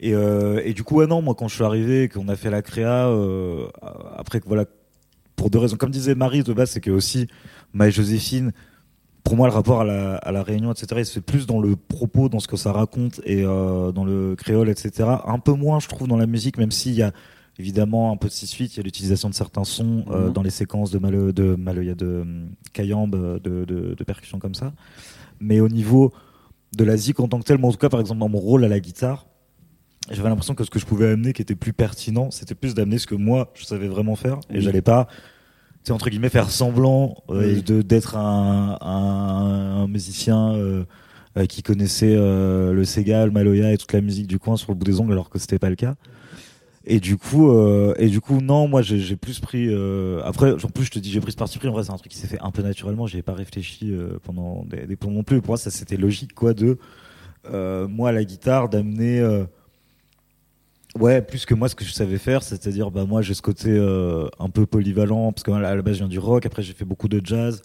Speaker 3: Et, euh, et du coup, ouais, non, moi, quand je suis arrivé, et qu'on a fait la créa, euh, après que voilà, pour deux raisons. Comme disait Marie de base, c'est que aussi, ma Joséphine, pour moi, le rapport à la, à la réunion, etc., il se fait plus dans le propos, dans ce que ça raconte et euh, dans le créole, etc. Un peu moins, je trouve, dans la musique, même s'il y a évidemment un peu de 6-8, il y a l'utilisation de certains sons euh,
Speaker 1: Mhm.
Speaker 3: dans les séquences de Malo, de Malo, il y a de hum, Cayambe, euh, de, de, de percussions comme ça. Mais au niveau de la zik en tant que telle, moi, en tout cas, par exemple, dans mon rôle à la guitare, j'avais l'impression que ce que je pouvais amener qui était plus pertinent, c'était plus d'amener ce que moi je savais vraiment faire et j'allais pas tu sais, entre guillemets faire semblant euh,
Speaker 1: Oui.
Speaker 3: de d'être un, un, un musicien euh, euh, qui connaissait euh, le Sega, le Maloya et toute la musique du coin sur le bout des ongles alors que c'était pas le cas. Et du coup, euh, et du coup, non, moi j'ai j'ai plus pris. euh, après, en plus, je te dis, j'ai pris ce parti pris. En vrai, c'est un truc qui s'est fait un peu naturellement. J'y ai pas réfléchi euh, pendant des, des plombs non plus. Pour moi, ça c'était logique, quoi, de euh, moi la guitare, d'amener. euh, Ouais, plus que moi, ce que je savais faire, c'est-à-dire, bah, moi, j'ai ce côté euh, un peu polyvalent, parce que à la base, je viens du rock, après, j'ai fait beaucoup de jazz,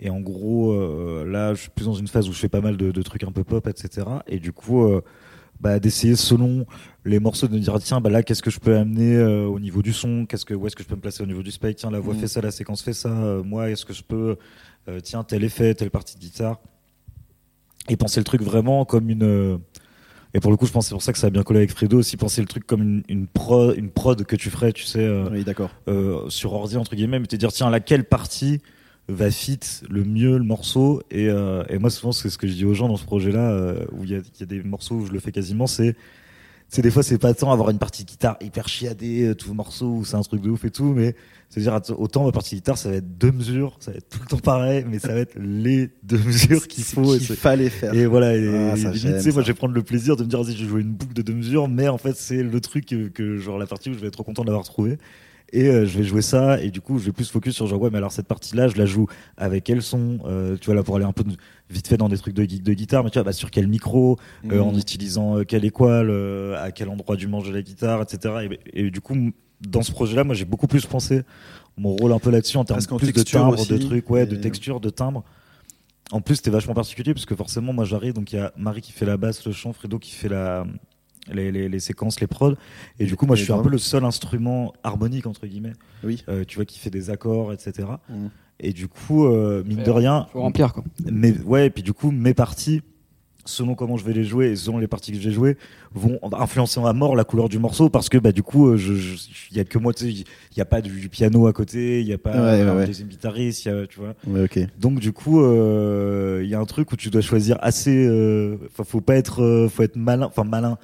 Speaker 3: et en gros, euh, là, je suis plus dans une phase où je fais pas mal de, de trucs un peu pop, etc. Et du coup, euh, bah, d'essayer selon les morceaux de me dire, tiens, bah, là, qu'est-ce que je peux amener euh, au niveau du son, qu'est-ce que, où est-ce que je peux me placer au niveau du spike, tiens, la voix
Speaker 1: Mhm.
Speaker 3: fait ça, la séquence fait ça, euh, moi, est-ce que je peux, euh, tiens, tel effet, telle partie de guitare, et penser le truc vraiment comme une. euh, et pour le coup, je pense que c'est pour ça que ça a bien collé avec Fredo aussi, penser le truc comme une, une, pro- une prod que tu ferais, tu sais, euh,
Speaker 1: Oui, d'accord.
Speaker 3: euh, sur ordi, entre guillemets, mais te dire, tiens, laquelle partie va fit le mieux le morceau et, euh, et moi, souvent, c'est ce que je dis aux gens dans ce projet-là, euh, où il y a, il y a des morceaux où je le fais quasiment, c'est. C'est des fois, c'est pas tant avoir une partie de guitare hyper chiadée, euh, tout morceau, où c'est un truc de ouf et tout, mais c'est-à-dire, att- autant ma partie de guitare, ça va être deux mesures, ça va être tout le temps pareil, mais ça va être les deux mesures qu'il faut. et
Speaker 1: qu'il
Speaker 3: c'est-
Speaker 1: fallait faire.
Speaker 3: et voilà, et,
Speaker 1: Ah,
Speaker 3: et
Speaker 1: ça,
Speaker 3: limite,
Speaker 1: j'aime
Speaker 3: tu sais, moi
Speaker 1: ça.
Speaker 3: je vais prendre le plaisir de me dire, vas-y, je vais jouer une boucle de deux mesures, mais en fait, c'est le truc que, que, genre, la partie où je vais être trop content d'avoir trouvé. Et euh, je vais jouer ça, et du coup, je vais plus focus sur genre, ouais, mais alors cette partie-là, je la joue avec quel son, euh, tu vois, là, pour aller un peu de- vite fait dans des trucs de geek de guitare, mais tu vois, bah, sur quel micro,
Speaker 1: Mmh.
Speaker 3: euh,
Speaker 1: Mm.
Speaker 3: en utilisant euh, quelle équale, euh, à quel endroit du manche de la guitare, etc. Et, et du coup, m- dans ce projet-là, moi, j'ai beaucoup plus pensé mon rôle un peu là-dessus en termes
Speaker 1: Parce qu'en
Speaker 3: plus de
Speaker 1: texture
Speaker 3: timbre,
Speaker 1: aussi,
Speaker 3: de trucs, ouais, de
Speaker 1: et-
Speaker 3: texture, de timbre. En plus, c'était vachement particulier parce que forcément, moi, j'arrive, donc il y a Marie qui fait la basse, le chant, Fredo qui fait la les, les, les séquences, les prods. Et du coup,
Speaker 1: Et
Speaker 3: moi, je suis
Speaker 1: toi
Speaker 3: un peu le seul instrument harmonique entre guillemets,
Speaker 1: Oui.
Speaker 3: euh, tu vois, qui fait des accords, etc.
Speaker 1: Mhm.
Speaker 3: Et du coup, euh, mine de
Speaker 4: Ouais,
Speaker 3: rien,
Speaker 4: Faut remplir quoi.
Speaker 3: mais ouais, et puis du coup, mes parties, selon comment je vais les jouer et selon les parties que j'ai jouées, vont influencer à mort la couleur du morceau parce que bah du coup, euh, je- je- il y a que moi, tu sais, il y a pas du, du piano à côté, il y a pas
Speaker 1: Ouais, ouais,
Speaker 3: un
Speaker 1: ouais.
Speaker 3: deuxième guitariste, il y a, tu vois.
Speaker 1: Ouais, ok.
Speaker 3: Donc du coup, euh, il y a un truc où tu dois choisir assez. euh, Enfin, faut pas être, euh, faut être malin, enfin malin.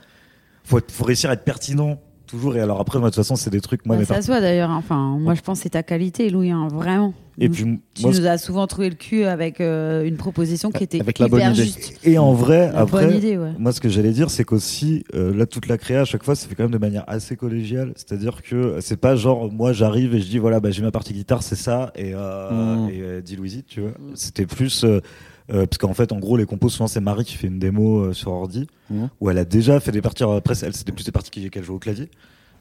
Speaker 3: Faut, être- faut réussir à être pertinent toujours. Et alors après, moi de toute façon, c'est des trucs moi.
Speaker 2: Bah,
Speaker 3: mes
Speaker 2: ça
Speaker 3: parties-
Speaker 2: se voit d'ailleurs. hein. Enfin, moi, je pense que c'est ta qualité, Louis. hein, Vraiment.
Speaker 3: et puis
Speaker 2: tu
Speaker 3: moi, ce-
Speaker 2: nous as souvent trouvé le cul avec euh, une proposition qui était
Speaker 1: Avec la
Speaker 2: hyper
Speaker 1: bonne idée.
Speaker 2: juste.
Speaker 3: et en vrai,
Speaker 2: La
Speaker 3: après, euh,
Speaker 2: bonne idée, ouais.
Speaker 3: Moi, ce que j'allais dire, c'est qu'aussi, euh, là, toute la créa, à chaque fois, c'est fait quand même de manière assez collégiale. C'est-à-dire que euh, c'est pas genre, moi, j'arrive et je dis, voilà, bah, j'ai ma partie guitare, c'est ça, et, euh,
Speaker 1: Mm.
Speaker 3: et euh, deal with it, tu vois. C'était plus, euh, euh, parce qu'en fait, en gros, les compos, souvent, c'est Marie qui fait une démo euh, sur ordi,
Speaker 1: Mm.
Speaker 3: où elle a déjà fait des parties. Alors, Après, elle, c'était plus des parties qui- qu'elle joue au clavier.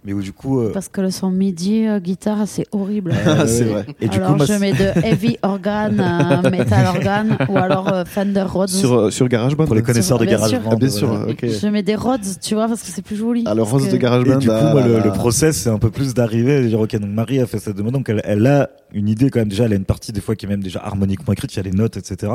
Speaker 3: Mais où, du coup, euh,
Speaker 2: Parce que le son midi euh, guitare, c'est horrible.
Speaker 3: euh,
Speaker 1: Ah, c'est vrai.
Speaker 3: Et du
Speaker 2: alors,
Speaker 3: coup, moi,
Speaker 2: je
Speaker 3: c'est-
Speaker 2: mets de heavy organ, euh, metal organ, ou alors euh, Fender Rhodes.
Speaker 1: Sur, euh, sur GarageBand
Speaker 3: pour les connaisseurs de
Speaker 2: bien sûr.
Speaker 3: GarageBand.
Speaker 1: Ah, bien sûr,
Speaker 3: voilà.
Speaker 1: ok.
Speaker 2: Je mets des Rhodes, tu vois, parce que c'est plus joli.
Speaker 1: Ah, le
Speaker 2: Parce
Speaker 1: rose
Speaker 2: que-
Speaker 1: de GarageBand.
Speaker 3: Et du coup,
Speaker 1: ah
Speaker 3: moi,
Speaker 1: là
Speaker 3: le,
Speaker 1: là.
Speaker 3: le process, c'est un peu plus d'arriver et de dire, OK, donc Marie a fait sa demande. Donc, elle, elle a une idée quand même. Déjà, elle a une partie des fois qui est même déjà harmoniquement écrite. Il y a les notes, etc.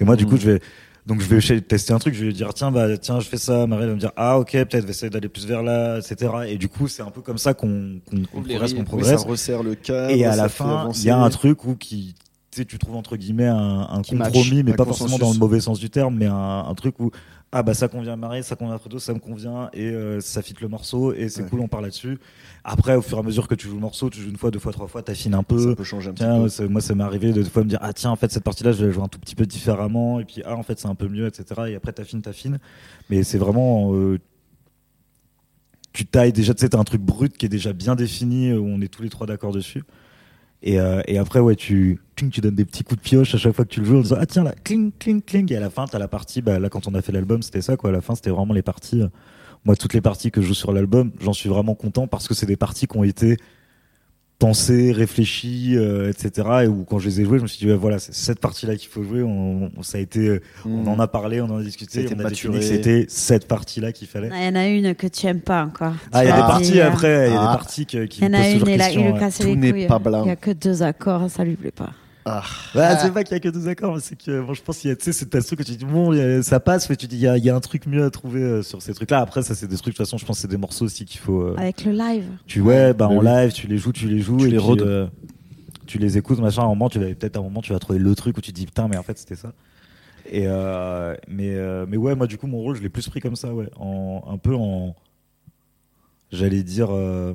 Speaker 3: Et moi, du
Speaker 1: Mm.
Speaker 3: coup, je vais, donc, je vais essayer de tester un truc. Je vais lui dire, tiens, bah, tiens, je fais ça. Marie elle va me dire, ah, OK, peut-être, je vais essayer d'aller plus vers là, etc. Et du coup, c'est un peu comme ça qu'on, qu'on, qu'on progresse, qu'on
Speaker 1: Oui,
Speaker 3: progresse.
Speaker 1: ça resserre le cadre.
Speaker 3: et à
Speaker 1: ça
Speaker 3: la
Speaker 1: fait
Speaker 3: fin,
Speaker 1: avancer.
Speaker 3: il y a un truc où qui, tu sais, tu trouves entre guillemets un, un
Speaker 1: Qui match,
Speaker 3: compromis, mais
Speaker 1: un
Speaker 3: pas forcément dans
Speaker 1: consensus.
Speaker 3: le mauvais sens du terme, mais un, un truc où ah bah ça convient à Marie, ça convient à Fredo, ça me convient et euh, ça fit le morceau et c'est
Speaker 1: Ouais.
Speaker 3: cool, on part là-dessus. Après, au fur et à mesure que tu joues le morceau, tu joues une fois, deux fois, trois fois, t'affines un
Speaker 1: Ça
Speaker 3: peu.
Speaker 1: peut changer un petit
Speaker 3: Tiens,
Speaker 1: peu.
Speaker 3: ça- moi, ça m'est arrivé de des fois me dire ah tiens, en fait cette partie-là, je vais la jouer un tout petit peu différemment et puis ah en fait c'est un peu mieux, etc. Et après t'affines, t'affines, mais c'est vraiment euh, tu tailles déjà, tu sais, t'as un truc brut qui est déjà bien défini, euh, où on est tous les trois d'accord dessus. Et, euh, et après, ouais, tu, tling, tu donnes des petits coups de pioche à chaque fois que tu le joues en disant Ah, tiens, là, cling, cling, cling. Et à la fin, t'as la partie, bah, là, quand on a fait l'album, c'était ça, quoi. À la fin, c'était vraiment les parties. euh, moi, toutes les parties que je joue sur l'album, j'en suis vraiment content parce que c'est des parties qui ont été pensées, réfléchies, euh, etc. Et où, quand je les ai jouées, je me suis dit, ouais, voilà, c'est cette partie-là qu'il faut jouer. On, on- ça a été, euh,
Speaker 1: Mmh.
Speaker 3: on en a parlé, on en
Speaker 1: Ça
Speaker 3: a
Speaker 1: a
Speaker 3: discuté,
Speaker 1: été
Speaker 3: on a
Speaker 1: Mm.
Speaker 3: défini
Speaker 1: maturé.
Speaker 3: que c'était cette partie-là qu'il fallait.
Speaker 2: Ah, Il y en a une que tu aimes pas encore.
Speaker 3: Ah, il y a
Speaker 1: Ah.
Speaker 3: des parties après, il y a
Speaker 1: Ah.
Speaker 3: des parties que- qui
Speaker 2: Il y en
Speaker 3: me
Speaker 2: a
Speaker 3: posent
Speaker 2: une,
Speaker 3: toujours
Speaker 2: et là, il
Speaker 3: question.
Speaker 2: lui
Speaker 3: ouais.
Speaker 2: casse
Speaker 1: Tout
Speaker 2: Ah, les
Speaker 1: n'est
Speaker 2: couilles.
Speaker 1: pas blanc.
Speaker 2: Il y a que deux accords, ça lui plaît pas. Ah.
Speaker 3: Bah, c'est pas qu'il y a que deux accords, mais c'est que bon, je pense qu'il y a, tu sais, c'est un truc que tu dis bon, il y a- ça passe, mais tu dis il y a, il y a un truc mieux à trouver euh, sur ces trucs-là. Après, ça c'est des trucs de toute façon, je pense que c'est des morceaux aussi qu'il faut. euh,
Speaker 2: Avec le live.
Speaker 3: tu ouais, bah en
Speaker 1: Oui.
Speaker 3: live, tu les joues, tu les joues,
Speaker 1: Tu
Speaker 3: et
Speaker 1: les
Speaker 3: puis,
Speaker 1: rôdes.
Speaker 3: euh, tu les écoutes, machin. À un moment, tu vas peut-être à un moment, tu vas trouver le truc où tu te dis putain, mais en fait c'était ça. Et euh, mais euh, mais ouais, moi du coup mon rôle, je l'ai plus pris comme ça, ouais, en, un peu en J'allais dire. euh,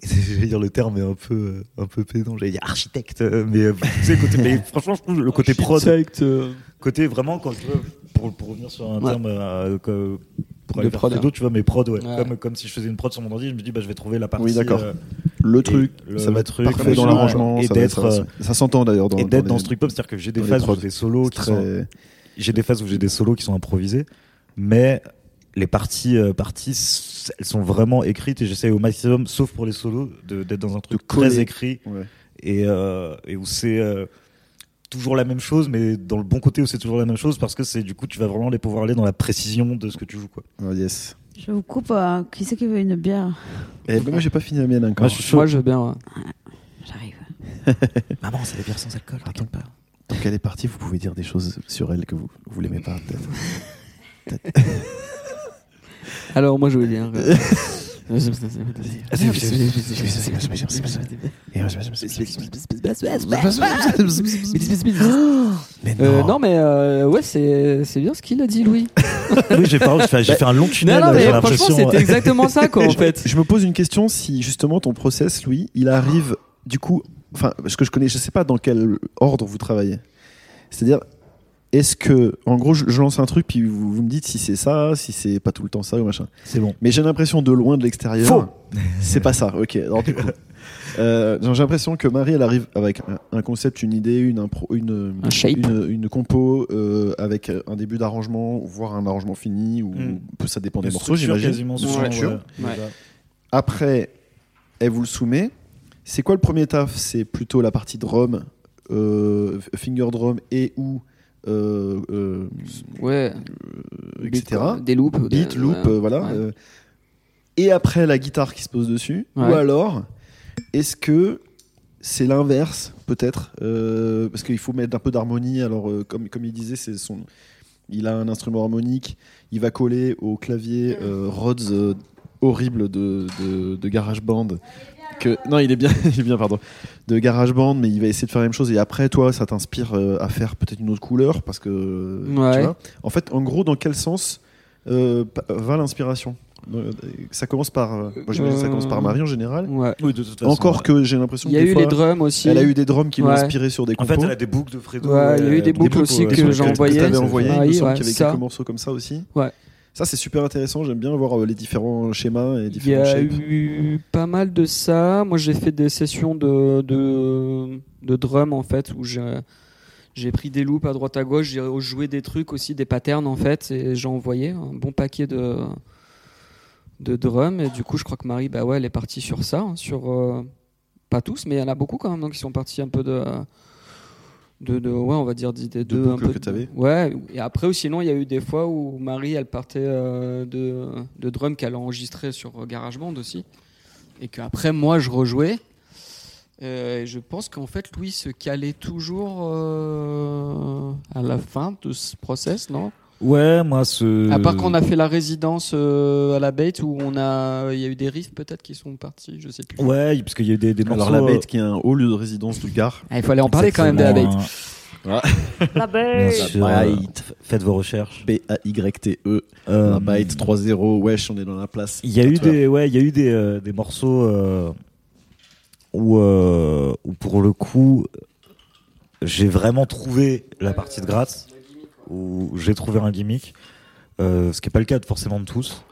Speaker 3: J'allais dire le terme est un peu, euh, un peu pédant. J'allais dire architecte, euh, mais, euh, tu sais, côté- mais franchement, je trouve le côté prod, euh, côté vraiment quand tu veux, pour, pour revenir sur un
Speaker 4: Ouais.
Speaker 3: terme euh, que- pour
Speaker 4: De
Speaker 3: aller faire
Speaker 4: prod,
Speaker 3: d'autres, tu vois, mais prod, ouais.
Speaker 4: Ouais.
Speaker 3: Comme, comme si je faisais une prod sur mon ordi, je me dis, bah, je vais trouver la partie.
Speaker 1: Oui, d'accord.
Speaker 3: euh,
Speaker 1: Le
Speaker 3: et
Speaker 1: truc,
Speaker 3: le-
Speaker 1: ça va
Speaker 3: le
Speaker 1: être
Speaker 3: truc,
Speaker 1: parfait dans
Speaker 3: machin,
Speaker 1: l'arrangement.
Speaker 3: et
Speaker 1: ça va-
Speaker 3: d'être, euh,
Speaker 1: ça va- Ça s'entend d'ailleurs dans
Speaker 3: et d'être dans
Speaker 1: les-
Speaker 3: ce truc pop, c'est-à-dire que j'ai des
Speaker 1: dans les
Speaker 3: phases où
Speaker 1: prods.
Speaker 3: j'ai des solos qui sont
Speaker 1: très-
Speaker 3: j'ai des phases où j'ai des solos qui sont improvisés, mais les parties, euh, parties s- elles sont vraiment écrites et j'essaie au maximum, sauf pour les solos, de- d'être dans un truc
Speaker 1: De coller.
Speaker 3: très écrit
Speaker 1: Ouais.
Speaker 3: et, euh, et où c'est euh, toujours la même chose, mais dans le bon côté où c'est toujours la même chose parce que c'est du coup tu vas vraiment les pouvoir aller dans la précision de ce que tu joues quoi.
Speaker 1: Ah, yes.
Speaker 2: Je vous coupe. euh, qui c'est qui veut une bière
Speaker 1: Eh ben, moi, j'ai pas fini la mienne encore.
Speaker 3: Moi, je suis chaud.
Speaker 4: Moi, je veux bien. euh, ouais.
Speaker 2: J'arrive.
Speaker 5: Maman, c'est des bières sans alcool, t'inquiète pas.
Speaker 1: Donc elle est partie, vous pouvez dire des choses sur elle que vous, vous l'aimez pas peut-être.
Speaker 4: Alors, moi, je veux dire. euh,
Speaker 5: non.
Speaker 4: Euh, non, mais euh, ouais, c'est c'est bien ce qu'il a dit, Louis.
Speaker 3: oui, j'ai parlé, j'ai fait, j'ai fait un long tunnel.
Speaker 4: Non, non, mais
Speaker 3: j'ai
Speaker 4: franchement,
Speaker 3: l'impression.
Speaker 4: c'était exactement ça, quoi, en fait.
Speaker 1: Je me pose une question si justement ton process, Louis, il arrive du coup, enfin, ce que je connais, je sais pas dans quel ordre vous travaillez. C'est-à-dire, est-ce que, en gros, je, je lance un truc puis vous, vous me dites si c'est ça, si c'est pas tout le temps ça ou machin.
Speaker 3: C'est bon.
Speaker 1: Mais j'ai l'impression de loin de l'extérieur.
Speaker 3: Faux.
Speaker 1: C'est pas ça. Ok. alors du coup, euh, genre, j'ai l'impression que Marie, elle arrive avec un, un concept, une idée, une impro, une,
Speaker 4: Un shape.
Speaker 1: une, une compo euh, avec un début d'arrangement, voire un arrangement fini, ou
Speaker 3: Mm.
Speaker 1: ça dépend des
Speaker 3: Une
Speaker 1: morceaux,
Speaker 3: structure
Speaker 1: j'imagine.
Speaker 3: quasiment
Speaker 1: Une
Speaker 3: sans,
Speaker 1: structure.
Speaker 3: ouais,
Speaker 4: Ouais.
Speaker 3: déjà.
Speaker 1: Après, elle vous le soumet. C'est quoi le premier taf C'est plutôt la partie drum, euh, finger drum et ou euh, euh,
Speaker 4: Ouais.
Speaker 1: euh, etc.
Speaker 4: Des loops. des-
Speaker 1: Beat, loop, euh, voilà.
Speaker 4: ouais.
Speaker 1: euh, et après la guitare qui se pose dessus.
Speaker 4: Ouais.
Speaker 1: Ou alors, est-ce que c'est l'inverse, peut-être euh, Parce qu'il faut mettre un peu d'harmonie. Alors, euh, comme, comme il disait, c'est son. Il a un instrument harmonique, il va coller au clavier euh, Rhodes euh, horrible de, de, de GarageBand. Que, non, il est bien, il est bien, pardon. De GarageBand, mais il va essayer de faire la même chose. Et après, toi, ça t'inspire euh, à faire peut-être une autre couleur, parce que. euh, tu
Speaker 4: Ouais.
Speaker 1: vois. en fait, en gros, dans quel sens euh, pa- va l'inspiration Euh, Ça commence par. euh, moi, j'imagine que ça commence par Marie en général.
Speaker 4: Ouais.
Speaker 3: Oui, de toute façon,
Speaker 1: Encore
Speaker 3: ouais.
Speaker 1: que j'ai l'impression
Speaker 4: Il y
Speaker 1: que
Speaker 4: a
Speaker 1: des
Speaker 4: eu
Speaker 1: fois,
Speaker 4: les drums aussi.
Speaker 1: elle a eu des drums qui l'ont
Speaker 4: Ouais.
Speaker 1: inspiré sur des
Speaker 3: En
Speaker 1: compos. Euh,
Speaker 3: fait, elle a des boucles de Fredo. euh,
Speaker 4: Ouais, il y a eu des boucles
Speaker 3: boucles,
Speaker 4: aussi
Speaker 3: ouais,
Speaker 4: que
Speaker 3: sur lesquelles
Speaker 4: j'ai
Speaker 3: tu
Speaker 4: envoyées.
Speaker 3: t'avais
Speaker 1: t'avais
Speaker 4: ça.
Speaker 1: envoyé,
Speaker 4: Ah
Speaker 1: il me
Speaker 4: oui,
Speaker 1: semble
Speaker 4: ouais,
Speaker 1: qu'il y avait
Speaker 4: ça.
Speaker 1: quelques morceaux comme ça aussi.
Speaker 4: Ouais.
Speaker 1: Ça, c'est super intéressant. J'aime bien voir euh, les différents schémas et les
Speaker 4: Il y
Speaker 1: différents
Speaker 4: a
Speaker 1: shapes.
Speaker 4: eu pas mal de ça. Moi, j'ai fait des sessions de, de, de drum, en fait, où j'ai, j'ai pris des loops à droite à gauche, j'ai joué des trucs aussi, des patterns, en fait, et j'ai envoyé un bon paquet de, de drums. Et du coup, je crois que Marie, bah ouais, elle est partie sur ça, hein, sur... euh, pas tous, mais il y en a beaucoup quand même, donc ils sont partis un peu de... De, de- ouais on va dire d'idées
Speaker 1: De
Speaker 4: de un
Speaker 1: boucles
Speaker 4: peu
Speaker 1: que t'avais.
Speaker 4: ouais et après ou sinon il y a eu des fois où Marie elle partait euh, de de drums qu'elle a enregistré sur euh, GarageBand aussi et qu'après moi je rejouais. Euh, et je pense qu'en fait Louis se calait toujours euh, à la fin de ce process, non
Speaker 3: Ouais, moi, ce.
Speaker 1: Euh,
Speaker 4: À part qu'on a fait la résidence euh, à la Bait où on a, il y a eu des riffs peut-être qui sont partis, je sais plus.
Speaker 3: Ouais, parce qu'il y a eu des, des
Speaker 1: Alors,
Speaker 3: morceaux.
Speaker 1: la
Speaker 3: euh,
Speaker 1: bête qui est un haut lieu de résidence du Gard.
Speaker 4: Ah, il faut aller en parler quand même de la Bait.
Speaker 3: Exactement, hein. Bien sûr,
Speaker 1: La
Speaker 3: euh,
Speaker 1: Bite.
Speaker 3: Faites vos
Speaker 1: euh,
Speaker 3: recherches.
Speaker 1: B-A-Y-T-E.
Speaker 3: Euh,
Speaker 1: La bite 3-0. Wesh, on est dans la place.
Speaker 3: Il y a eu des, ouais, il y a eu des, euh, des morceaux euh, où, euh, où pour le coup, j'ai vraiment trouvé la partie de grâce, où j'ai trouvé un gimmick, euh, ce qui n'est pas le cas de forcément de tous.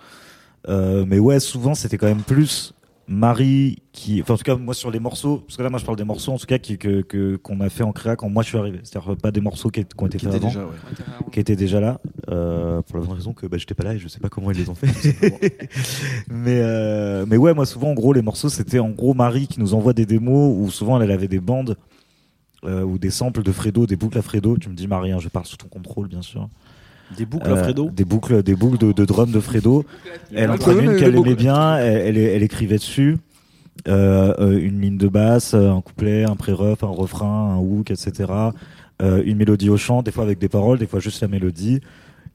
Speaker 3: Euh, mais ouais, souvent c'était quand même plus Marie qui, enfin en tout cas moi sur les morceaux, parce que là moi je parle des morceaux en tout cas qui, que que- qu'on a fait en créa quand moi je suis arrivé, c'est-à-dire pas des morceaux qui, qui ont été
Speaker 1: Qui
Speaker 3: faits
Speaker 1: étaient
Speaker 3: avant
Speaker 1: déjà, ouais.
Speaker 3: qui était déjà là, euh, pour la bonne raison que bah, j'étais pas là et je sais pas comment ils les ont fait. mais, euh, mais ouais, moi souvent, en gros, les morceaux, c'était en gros Marie qui nous envoie des démos où souvent elle, elle avait des bandes euh, ou des samples de Fredo, des boucles à Fredo. Tu me dis, Marie, hein, je parle sous ton contrôle, bien sûr.
Speaker 1: Des boucles
Speaker 3: Euh, Des boucles, des boucles de, de drum de Fredo. Elle en prenait une qu'elle aimait bien, elle, elle, elle écrivait dessus. Euh, euh, une ligne de basse, euh, un couplet, un pré-ref, un refrain, un hook, etc. Euh, une mélodie au chant, des fois avec des paroles, des fois juste la mélodie.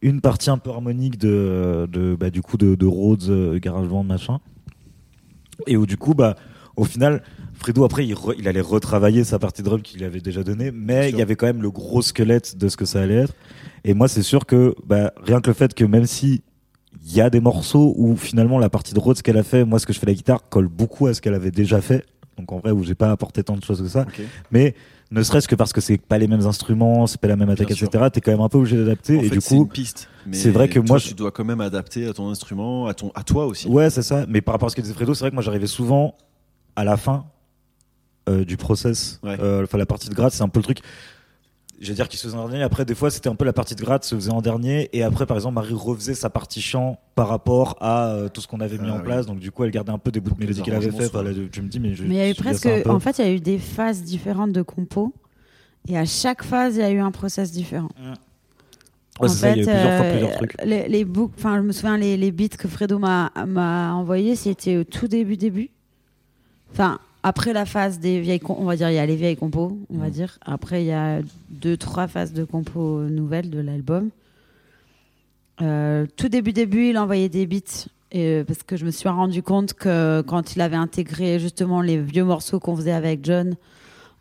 Speaker 3: Une partie un peu harmonique de, de bah, du coup de, de Rhodes, euh, GarageBand, machin. Et où du coup, bah, au final, Fredo après il, re- il allait retravailler sa partie de drum qu'il avait déjà donnée, mais il y avait quand même le gros squelette de ce que ça allait être. Et moi, c'est sûr que bah, rien que le fait que même si il y a des morceaux où finalement la partie de Rhodes qu'elle a fait, moi ce que je fais à la guitare, colle beaucoup à ce qu'elle avait déjà fait. Donc en vrai, où j'ai pas apporté tant de choses que ça.
Speaker 1: Ok.
Speaker 3: Mais ne serait-ce que parce que c'est pas les mêmes instruments, c'est pas la même attaque,
Speaker 1: Bien sûr.
Speaker 3: etc. T'es quand même un peu obligé d'adapter.
Speaker 8: En
Speaker 3: Et
Speaker 8: fait,
Speaker 3: du
Speaker 8: c'est
Speaker 3: coup,
Speaker 8: une piste. mais
Speaker 3: c'est vrai que
Speaker 8: toi,
Speaker 3: moi, je-
Speaker 8: tu dois quand même adapter à ton instrument, à ton, à toi aussi.
Speaker 3: Ouais, c'est ça. Mais par rapport à ce que disait Fredo, c'est vrai que moi j'arrivais souvent à la fin euh, du process.
Speaker 8: Ouais.
Speaker 3: Euh, Enfin, la partie de grade, c'est un peu le truc. Je veux dire qu'il se faisait en dernier. Après, des fois, c'était un peu la partie de grade se faisait en dernier. Et après, par exemple, Marie refaisait sa partie chant par rapport à euh, tout ce qu'on avait mis
Speaker 8: Ah,
Speaker 3: en
Speaker 8: oui.
Speaker 3: place. Donc, du coup, elle gardait un peu des bouts de
Speaker 8: que les
Speaker 3: mélodie qu'elle avait
Speaker 8: arrangements
Speaker 3: fait.
Speaker 8: soient-
Speaker 3: Enfin, là, tu me dis, mais je.
Speaker 2: Mais il y a eu
Speaker 3: je dis ça
Speaker 2: presque.
Speaker 3: un peu.
Speaker 2: En fait, il y a eu des phases différentes de compos. Et à chaque phase, il y a eu un process différent.
Speaker 3: Ouais,
Speaker 2: en
Speaker 3: c'est ça, il y a eu
Speaker 2: fait,
Speaker 3: plusieurs fois
Speaker 2: euh,
Speaker 3: plusieurs trucs.
Speaker 2: Les, les boucles- enfin, je me souviens, les, les beats que Fredo m'a m'a envoyé, c'était au tout début, début. Enfin, après la phase des vieilles, com- on va dire, il y a les vieilles compos, on va
Speaker 3: Mhm.
Speaker 2: dire. Après, il y a deux, trois phases de compos nouvelles de l'album. Euh, tout début, début, il envoyait des beats. Et, euh, parce que je me suis rendu compte que quand il avait intégré justement les vieux morceaux qu'on faisait avec John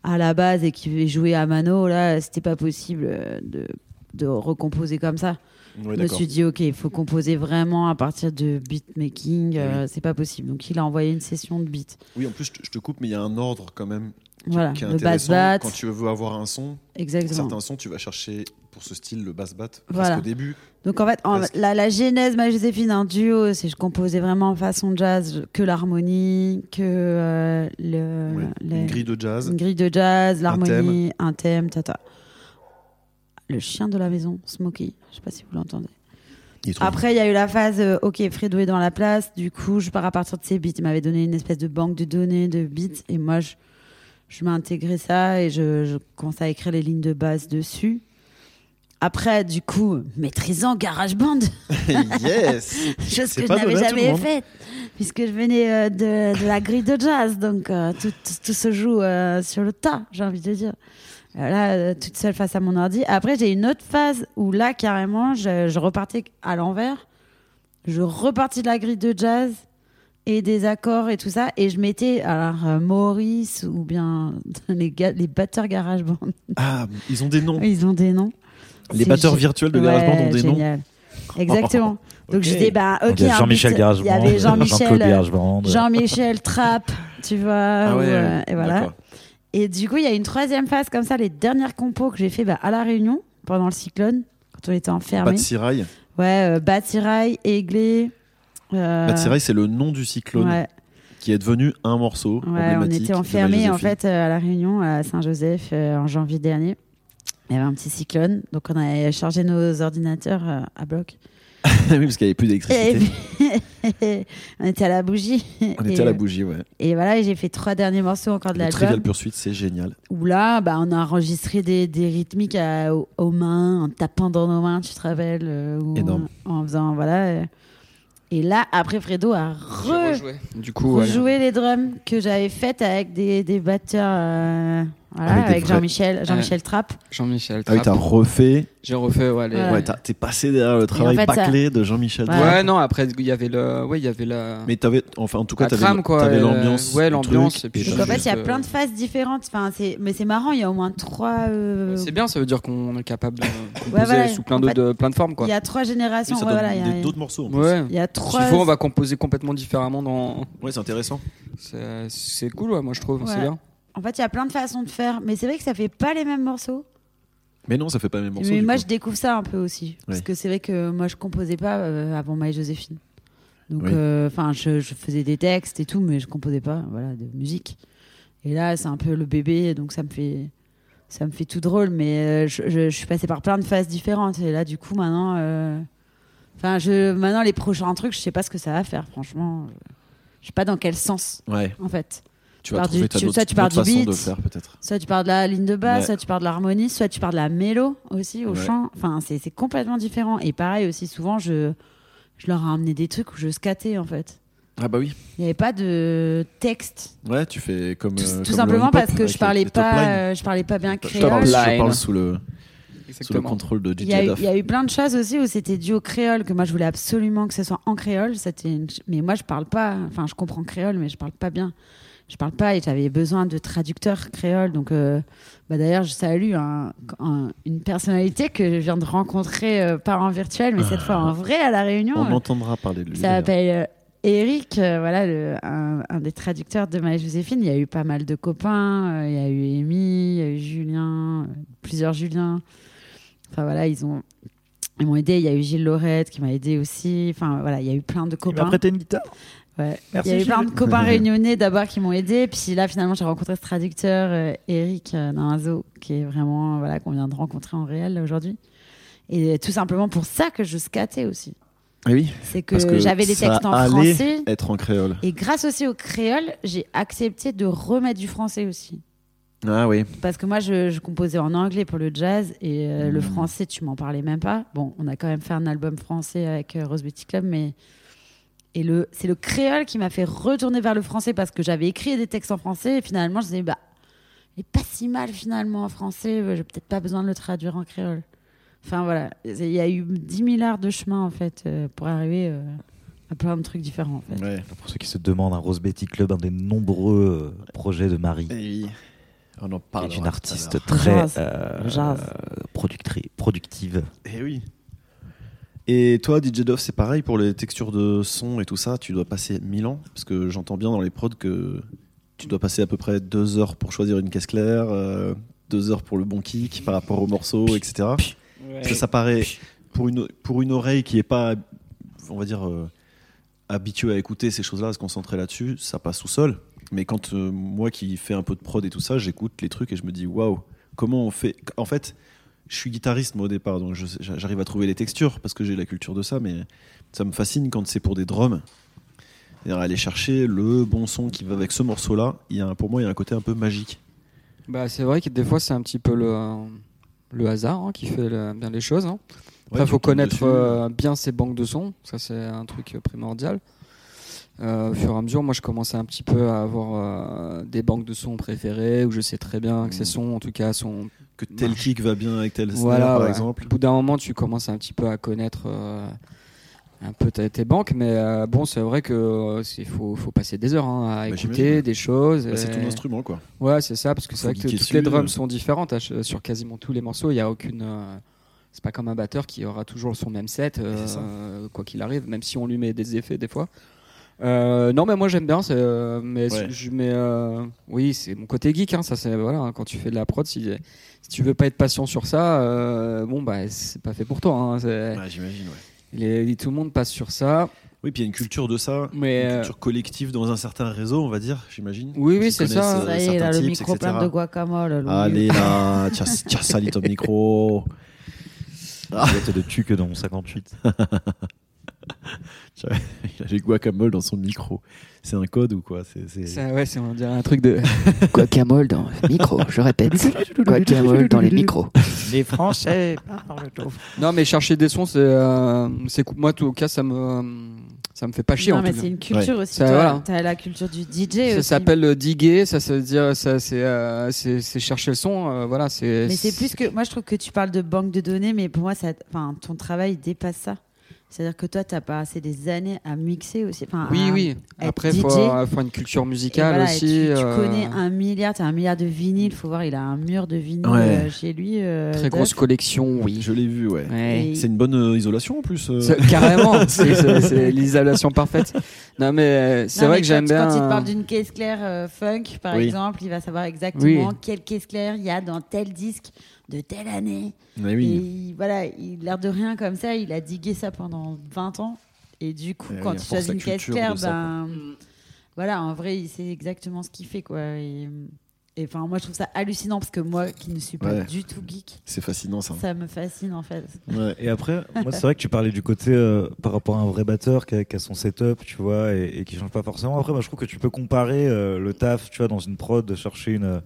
Speaker 2: à la base et qu'il jouait à Mano, là, c'était pas possible euh, de, de recomposer comme ça.
Speaker 8: Ouais,
Speaker 2: Je me suis dit, ok, il faut composer vraiment à partir de beatmaking, euh, c'est pas possible. Donc il a envoyé une session de beat.
Speaker 8: Oui, en plus, je te- je te coupe, mais il y a un ordre quand même
Speaker 2: Voilà,
Speaker 8: qui est
Speaker 2: le bass
Speaker 8: intéressant.
Speaker 2: bat,
Speaker 8: Quand tu veux avoir un son,
Speaker 2: exactement.
Speaker 8: certains sons, tu vas chercher pour ce style le bass bat presque
Speaker 2: Voilà.
Speaker 8: au début.
Speaker 2: Donc en fait, en-
Speaker 8: Parce que-
Speaker 2: la, la genèse, ma Joséphine, un duo, c'est je composais vraiment en façon jazz je- que l'harmonie, que euh, le,
Speaker 8: Ouais,
Speaker 2: les-
Speaker 8: Une grille de jazz.
Speaker 2: une grille de jazz,
Speaker 8: thème.
Speaker 2: l'harmonie, un thème, tata. Le chien de la maison, Smokey, je sais pas si vous l'entendez.
Speaker 1: Il est trop
Speaker 2: Après, il y a eu la phase euh, OK, Fredo est dans la place. Du coup, je pars à partir de ses beats. Il m'avait donné une espèce de banque de données, de beats. Et moi, je, je m'intégrais ça et je, je commençais à écrire les lignes de base dessus. Après, du coup, maîtrisant GarageBand,
Speaker 8: yes
Speaker 2: chose
Speaker 8: C'est
Speaker 2: que je
Speaker 8: pas donné
Speaker 2: n'avais
Speaker 8: à tout le
Speaker 2: jamais
Speaker 8: monde.
Speaker 2: faite, puisque je venais euh, de, de la grille de jazz. Donc, euh, tout, tout- tout se joue euh, sur le tas, j'ai envie de dire. Euh, Là, euh, toute seule face à mon ordi. Après, j'ai une autre phase où là, carrément, je, je repartais à l'envers. Je repartis de la grille de jazz et des accords et tout ça. Et je mettais, alors, euh, Maurice ou bien les, gars, les batteurs GarageBand.
Speaker 8: Ah, ils ont des noms.
Speaker 2: Ils ont des noms.
Speaker 1: Les
Speaker 2: C'est
Speaker 1: batteurs
Speaker 2: gé-
Speaker 1: virtuels de
Speaker 2: Ouais,
Speaker 1: GarageBand ont des noms.
Speaker 2: génial. Exactement. Donc je disais, bah, ok.
Speaker 3: Donc, il y a
Speaker 2: un
Speaker 3: Jean-Michel
Speaker 2: beat-
Speaker 3: Garage
Speaker 2: Il y avait
Speaker 3: Jean-Claude
Speaker 2: euh, Jean-Michel.
Speaker 3: Garageband.
Speaker 2: Jean-Michel Trapp, tu vois.
Speaker 1: Ah
Speaker 2: ou, euh, et voilà.
Speaker 8: Ah D'accord.
Speaker 2: Et du coup, il y a une troisième phase comme ça, les dernières compos que j'ai fait bah, à La Réunion pendant le cyclone, quand on était
Speaker 8: Pas
Speaker 2: enfermés.
Speaker 8: de Sirail.
Speaker 2: Ouais, euh, Batirail, Aiglé. euh,
Speaker 8: Pat Sirail, c'est le nom du cyclone
Speaker 2: ouais,
Speaker 8: qui est devenu un morceau
Speaker 2: ouais, on
Speaker 8: emblématique de
Speaker 2: était
Speaker 8: Marie
Speaker 2: enfermés en
Speaker 8: Joséphine.
Speaker 2: fait euh, à La Réunion, à Saint-Joseph, euh, en janvier dernier. Il y avait un petit cyclone, donc on avait chargé nos ordinateurs euh, à bloc.
Speaker 8: oui, parce qu'il n'y avait plus
Speaker 2: Et
Speaker 8: d'électricité.
Speaker 2: puis- on était à la bougie.
Speaker 8: On
Speaker 2: et,
Speaker 8: était à la bougie, ouais.
Speaker 2: Et voilà, et j'ai fait trois derniers morceaux encore de
Speaker 8: Le Trivial
Speaker 2: l'album.
Speaker 8: Pursuit, c'est génial.
Speaker 2: Où là, bah, on a enregistré des, des rythmiques à- aux, aux mains, en tapant dans nos mains, tu te rappelles euh, ou
Speaker 8: Énorme.
Speaker 2: En, en faisant, voilà. euh. Et là, après, Fredo a re-
Speaker 4: Du coup, ouais.
Speaker 2: rejoué les drums que j'avais faites avec des, des batteurs. euh, voilà,
Speaker 1: Avec
Speaker 2: avec,
Speaker 1: des vrais.
Speaker 2: Jean-Michel Jean-Michel Trapp.
Speaker 4: Jean-Michel.
Speaker 1: Ah oui,
Speaker 4: Trapp.
Speaker 1: t'as refait.
Speaker 4: J'ai refait ouais, les-
Speaker 2: Voilà.
Speaker 8: Ouais, t'as- t'es passé derrière le travail
Speaker 2: en fait, ça-
Speaker 8: bâclé de Jean-Michel.
Speaker 2: Ouais.
Speaker 4: Ouais,
Speaker 8: Drouin.
Speaker 4: non, après, il y avait le. Ouais, il y avait la.
Speaker 8: Mais t'avais, enfin, en tout cas,
Speaker 4: La
Speaker 8: t'avais
Speaker 4: trame, quoi,
Speaker 8: t'avais
Speaker 4: euh,
Speaker 8: l'ambiance.
Speaker 4: ouais,
Speaker 8: le
Speaker 4: l'ambiance,
Speaker 8: truc,
Speaker 4: et puis
Speaker 8: et
Speaker 2: Donc en
Speaker 8: t'avais-
Speaker 2: fait, il y a
Speaker 4: euh,
Speaker 2: plein de phases différentes. Enfin, c'est- mais c'est marrant, il y a au moins trois. euh,
Speaker 4: C'est bien, ça veut dire qu'on est capable de composer
Speaker 2: voilà,
Speaker 4: sous plein
Speaker 2: en
Speaker 4: de,
Speaker 2: fait.
Speaker 4: de- plein de formes, quoi.
Speaker 2: Il y a trois générations.
Speaker 8: Oui, ça
Speaker 2: ouais,
Speaker 8: donne
Speaker 2: voilà, il y a-
Speaker 8: des- d'autres morceaux. en plus.
Speaker 4: Ouais.
Speaker 2: il y a
Speaker 4: S'il
Speaker 2: trois.
Speaker 4: faut, on va composer complètement différemment dans.
Speaker 8: Ouais, c'est intéressant.
Speaker 4: C'est c'est cool, ouais, moi je trouve, c'est
Speaker 2: Ouais.
Speaker 4: bien.
Speaker 2: En fait, il y a plein de façons de faire, mais c'est vrai que ça fait pas les mêmes morceaux.
Speaker 8: Mais non, ça fait pas les mêmes morceaux.
Speaker 2: mais
Speaker 8: du
Speaker 2: moi,
Speaker 8: coup.
Speaker 2: je découvre ça un peu aussi, parce
Speaker 8: Oui.
Speaker 2: que c'est vrai que moi, je composais pas euh, avant My Joséphine. Donc,
Speaker 8: Oui.
Speaker 2: euh, enfin, je, je faisais des textes et tout, mais je composais pas, voilà, de musique. Et là, c'est un peu le bébé, donc ça me fait, ça me fait tout drôle. Mais euh, je, je- je suis passée par plein de phases différentes, et là, du coup, maintenant, euh, enfin, je, maintenant, les prochains trucs, je sais pas ce que ça va faire, franchement. Je sais pas dans quel sens,
Speaker 8: Ouais,
Speaker 2: en fait.
Speaker 8: tu vas
Speaker 2: Par du-
Speaker 8: trouver ta
Speaker 2: tu-
Speaker 8: d'autres-
Speaker 2: ça, tu pars
Speaker 8: d'autres
Speaker 2: du
Speaker 8: façons
Speaker 2: beat.
Speaker 8: de faire, peut-être.
Speaker 2: Soit tu parles de la ligne de basse,
Speaker 8: Ouais.
Speaker 2: soit tu parles de l'harmonie, soit tu parles de la mélo aussi au
Speaker 8: Ouais.
Speaker 2: chant. Enfin, c'est c'est complètement différent. Et pareil aussi, souvent, je, je leur ai amené des trucs où je scattais en fait.
Speaker 8: Ah bah oui.
Speaker 2: Il n'y avait pas de texte.
Speaker 8: Ouais, tu fais comme.
Speaker 2: Tout,
Speaker 8: euh,
Speaker 2: tout
Speaker 8: comme le
Speaker 2: simplement
Speaker 8: hip-hop,
Speaker 2: parce que
Speaker 8: avec
Speaker 2: je parlais
Speaker 8: les top lines.
Speaker 2: pas, euh, je parlais pas bien
Speaker 8: Je te parle,
Speaker 2: créole.
Speaker 8: je
Speaker 4: Line.
Speaker 8: te parle sous le, sous le
Speaker 4: Exactement.
Speaker 8: contrôle de DJ
Speaker 2: Il y, a eu,
Speaker 8: Daf.
Speaker 2: il y a eu plein de choses aussi où c'était dû au créole que moi je voulais absolument que ce soit en créole. C'était une ch- mais moi je parle pas. Enfin, je comprends créole, mais je parle pas bien. je parle pas et j'avais besoin de traducteurs créoles. Donc, euh, bah, d'ailleurs, je salue un- un- une personnalité que je viens de rencontrer, euh, pas en virtuel, mais cette fois en vrai à La Réunion. euh,
Speaker 9: On entendra parler de lui.
Speaker 2: Ça s'appelle euh, Eric, euh, voilà, le- un, un des traducteurs de Ma Joséphine. Il y a eu pas mal de copains. euh, Il y a eu Amy, il y a eu Julien, euh, plusieurs Juliens. Enfin voilà, ils ont. Ils m'ont aidé, il y a eu Gilles Laurette qui m'a aidé aussi. Enfin voilà, il y a eu plein de
Speaker 3: Il m'a
Speaker 2: copains.
Speaker 3: prêté une guitare.
Speaker 2: Ouais.
Speaker 3: Merci,
Speaker 2: Il y a eu
Speaker 3: Gilles.
Speaker 2: plein de copains réunionnais d'abord qui m'ont aidé. Puis là, finalement, j'ai rencontré ce traducteur, euh, Eric euh, Narazo, qui est vraiment, voilà, qu'on vient de rencontrer en réel là, aujourd'hui. Et tout simplement pour ça que je scattais aussi.
Speaker 1: Eh oui.
Speaker 2: C'est
Speaker 1: Parce
Speaker 2: que,
Speaker 1: que
Speaker 2: j'avais des
Speaker 1: ça
Speaker 2: textes en
Speaker 1: allait
Speaker 2: français.
Speaker 1: Être en créole.
Speaker 2: Et grâce aussi au créole, j'ai accepté de remettre du français aussi.
Speaker 1: Ah oui.
Speaker 2: Parce que moi, je, je composais en anglais pour le jazz et euh, le français, tu m'en parlais même pas. Bon, on a quand même fait un album français avec euh, Rose Beauty Club, mais. Et le, c'est le créole qui m'a fait retourner vers le français parce que j'avais écrit des textes en français et finalement, je me disais, bah, il est pas si mal finalement en français, euh, j'ai peut-être pas besoin de le traduire en créole. Enfin voilà, il y a eu 10 000 heures de chemin en fait euh, pour arriver euh, à plein de trucs différents en fait.
Speaker 1: Ouais.
Speaker 3: Pour ceux qui se demandent, un Rose Betty Club, un des nombreux euh, projets de Marie.
Speaker 1: Eh oui. On en parle.
Speaker 3: est une artiste très
Speaker 2: Jazz.
Speaker 3: euh,
Speaker 2: Jazz.
Speaker 3: productri- productive.
Speaker 1: Eh oui. Et toi, DJ Dove, c'est pareil pour les textures de son et tout ça. Tu dois passer 1000 ans parce que j'entends bien dans les prods que tu dois passer à peu près deux heures pour choisir une caisse claire, euh, deux heures pour le bon kick par rapport au morceau, etc. Parce que ça paraît pour une pour une oreille qui est pas, on va dire, euh, habituée à écouter ces choses-là, à se concentrer là-dessus, ça passe tout seul. Mais quand euh, moi qui fais un peu de prod et tout ça, j'écoute les trucs et je me dis waouh, comment on fait En fait, je suis guitariste moi au départ, donc je sais- j'a- j'arrive à trouver les textures parce que j'ai la culture de ça, mais ça me fascine quand c'est pour des drums. C'est-à-dire aller chercher le bon son qui va avec ce morceau-là. Il y a un- pour moi, il y a un côté un peu magique.
Speaker 4: Bah, c'est vrai que des fois, c'est un petit peu le, euh, le hasard hein, qui fait le- bien les choses. hein. Après,
Speaker 1: Ouais,
Speaker 4: il faut
Speaker 1: tu tombes
Speaker 4: connaître
Speaker 1: dessus.
Speaker 4: euh, bien ses banques de sons. Ça, c'est un truc euh, primordial. Euh, au fur et à mesure, moi, je commençais un petit peu à avoir euh, des banques de sons préférées où je sais très bien que ces
Speaker 1: Mm.
Speaker 4: sons, en tout cas, sont
Speaker 1: que tel kick va bien avec tel snare,
Speaker 4: Voilà,
Speaker 1: par
Speaker 4: ouais.
Speaker 1: exemple.
Speaker 4: Au bout d'un moment, tu commences un petit peu à connaître euh, un peu ta- tes banques, mais euh, bon, c'est vrai que euh, c'est- faut, faut passer des heures hein, à
Speaker 1: Bah, j'imagine.
Speaker 4: écouter des choses.
Speaker 1: Bah, c'est
Speaker 4: et-
Speaker 1: ton instrument, quoi.
Speaker 4: Ouais, c'est ça, parce que c'est
Speaker 1: Faut
Speaker 4: vrai que
Speaker 1: geeker
Speaker 4: toutes
Speaker 1: dessus,
Speaker 4: les drums
Speaker 1: euh.
Speaker 4: sont différentes à ch- sur quasiment tous les morceaux. Il y a aucune. euh, c'est pas comme un batteur qui aura toujours son même set,
Speaker 1: c'est ça.
Speaker 4: euh, quoi qu'il arrive, même si on lui met des effets des fois. Euh, non, mais moi j'aime bien. c'est, euh, mais
Speaker 1: Ouais.
Speaker 4: je mais, euh, oui, c'est mon côté geek. Hein, ça, c'est voilà. hein, quand tu fais de la prod, si, si tu veux pas être patient sur ça, euh, bon bah c'est pas fait pour toi. hein, c'est-
Speaker 1: Ouais, Bah, j'imagine, ouais.
Speaker 4: les- tout le monde passe sur ça.
Speaker 1: Oui, puis il y a une culture de ça,
Speaker 4: Mais
Speaker 1: une
Speaker 4: euh,
Speaker 1: culture collective dans un certain réseau, on va dire, j'imagine.
Speaker 4: Oui, oui,
Speaker 1: Qui
Speaker 4: c'est
Speaker 1: connaissent,
Speaker 4: ça.
Speaker 1: euh,
Speaker 2: Ça y est,
Speaker 1: certains
Speaker 2: là, le
Speaker 1: tips,
Speaker 2: micro
Speaker 1: etc..
Speaker 2: plein de guacamole. le
Speaker 4: Ah,
Speaker 1: Allez là, tiens, tiens, salis ton micro. Ah.
Speaker 3: Il y a de tu que dans mon 58.
Speaker 1: Il a du guacamole dans son micro. C'est un code ou quoi C'est- c'est-
Speaker 4: ça, ouais, c'est on dirait un truc de.
Speaker 5: Guacamole dans le micro, je répète. Guacamole dans les micros.
Speaker 10: Les Français parlent au
Speaker 4: Non, mais chercher des sons, c'est, euh, c'est cou- moi, en tout cas, ça me, euh, ça me fait pas chier.
Speaker 2: Non,
Speaker 4: en tout
Speaker 2: mais
Speaker 4: cas.
Speaker 2: c'est une culture aussi.
Speaker 4: Ça,
Speaker 2: toi.
Speaker 4: voilà.
Speaker 2: T'as la culture du DJ
Speaker 4: Ça
Speaker 2: aussi.
Speaker 4: s'appelle euh, diguer, ça se dire, ça c'est, euh, c'est, c'est chercher le son, euh, voilà. C'est,
Speaker 2: Mais c'est plus que. Moi, je trouve que tu parles de banque de données, mais pour moi, ça... enfin, ton travail dépasse ça. C'est-à-dire que toi, t'as passé des années à mixer aussi. Enfin,
Speaker 4: Oui,
Speaker 2: à-
Speaker 4: oui.
Speaker 2: être
Speaker 4: Après, faut,
Speaker 2: DJ.
Speaker 4: euh, faut une culture
Speaker 2: Et
Speaker 4: musicale
Speaker 2: voilà, et
Speaker 4: aussi.
Speaker 2: tu, tu
Speaker 4: euh,
Speaker 2: connais un milliard, t'as un milliard de vinyles. Faut voir, il a un mur de vinyles
Speaker 1: Ouais.
Speaker 2: euh, chez lui. euh,
Speaker 4: très
Speaker 2: Duff.
Speaker 4: grosse collection, oui.
Speaker 1: Je l'ai vu, ouais.
Speaker 4: Ouais.
Speaker 2: Et-
Speaker 1: C'est une bonne euh, isolation en plus. euh.
Speaker 4: C'est- carrément, c'est, c'est- c'est l'isolation parfaite. Non, mais euh, c'est
Speaker 2: Non,
Speaker 4: vrai
Speaker 2: mais
Speaker 4: que j'aime
Speaker 2: quand-
Speaker 4: bien.
Speaker 2: Quand il te
Speaker 4: euh,
Speaker 2: parle d'une caisse claire euh, funk, par
Speaker 1: Oui.
Speaker 2: exemple, il va savoir exactement
Speaker 4: Oui.
Speaker 2: quelle caisse claire il y a dans tel disque de telle année.
Speaker 1: Mais oui.
Speaker 2: Et il- voilà, il l'air de rien comme ça, il a digué ça pendant 20 ans. Et du coup,
Speaker 1: Eh
Speaker 2: quand
Speaker 1: oui, à
Speaker 2: il
Speaker 1: force,
Speaker 2: choisit
Speaker 1: la
Speaker 2: une caisse
Speaker 1: culture
Speaker 2: claire,
Speaker 1: de ça,
Speaker 2: ben, voilà, en vrai, il sait exactement ce qu'il fait, quoi. Et et enfin, moi, je trouve ça hallucinant parce que moi, qui ne suis pas
Speaker 1: Ouais.
Speaker 2: du tout geek,
Speaker 1: C'est fascinant ça.
Speaker 2: ça me fascine en fait.
Speaker 1: Ouais.
Speaker 3: Et après, moi, c'est vrai que tu parlais du côté euh, par rapport à un vrai batteur qui a, qui a son setup, tu vois, et, et qui change pas forcément. Après, moi, je trouve que tu peux comparer euh, le taf, tu vois, dans une prod, de chercher une,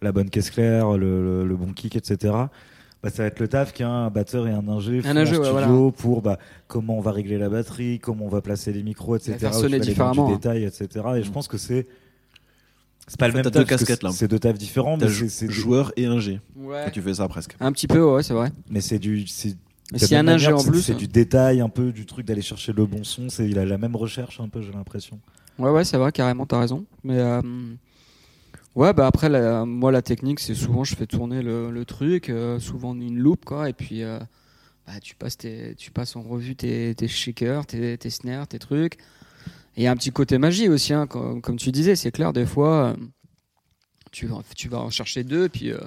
Speaker 3: la bonne caisse claire, le, le- le bon kick, etc. Bah, ça va être le taf qu'un batteur et un ingé font en
Speaker 4: ingé, ouais,
Speaker 3: studio
Speaker 4: voilà.
Speaker 3: pour bah, comment on va régler la batterie, comment on va placer les micros, etc.
Speaker 4: faire
Speaker 3: où tu vas
Speaker 4: sonner
Speaker 3: aller dans
Speaker 4: différemment,
Speaker 3: Du
Speaker 4: hein.
Speaker 3: détail, etc. Et je pense que c'est. C'est pas le
Speaker 1: fait,
Speaker 3: même
Speaker 1: t'as
Speaker 3: taf.
Speaker 1: deux
Speaker 3: parce que
Speaker 1: casquettes, là.
Speaker 3: C'est deux tafs différents,
Speaker 1: T'as
Speaker 3: mais c'est-
Speaker 1: jou-
Speaker 3: c'est
Speaker 1: joueur et un G.
Speaker 4: ouais.
Speaker 1: Tu fais ça presque.
Speaker 4: Un petit peu, ouais, c'est vrai.
Speaker 3: mais c'est du. c'est-
Speaker 4: Mais
Speaker 3: de la
Speaker 4: si un
Speaker 3: même
Speaker 4: ingé
Speaker 3: manière,
Speaker 4: en
Speaker 3: c'est-
Speaker 4: plus. hein.
Speaker 3: C'est du détail un peu du truc d'aller chercher le bon son. C'est il a la même recherche un peu, j'ai l'impression.
Speaker 4: Ouais, ouais, c'est vrai, carrément, t'as raison. Mais euh, ouais, bah après, la- moi, la technique, c'est souvent je fais tourner le, le truc, euh, souvent une loupe, quoi. Et puis, euh, bah, tu, passes tes- tu passes en revue tes, tes shakers, tes, tes snares, tes trucs. Et il y a un petit côté magie aussi, hein, comme, comme tu disais, c'est clair, des fois, euh, tu, vas- tu vas en chercher deux, puis. euh,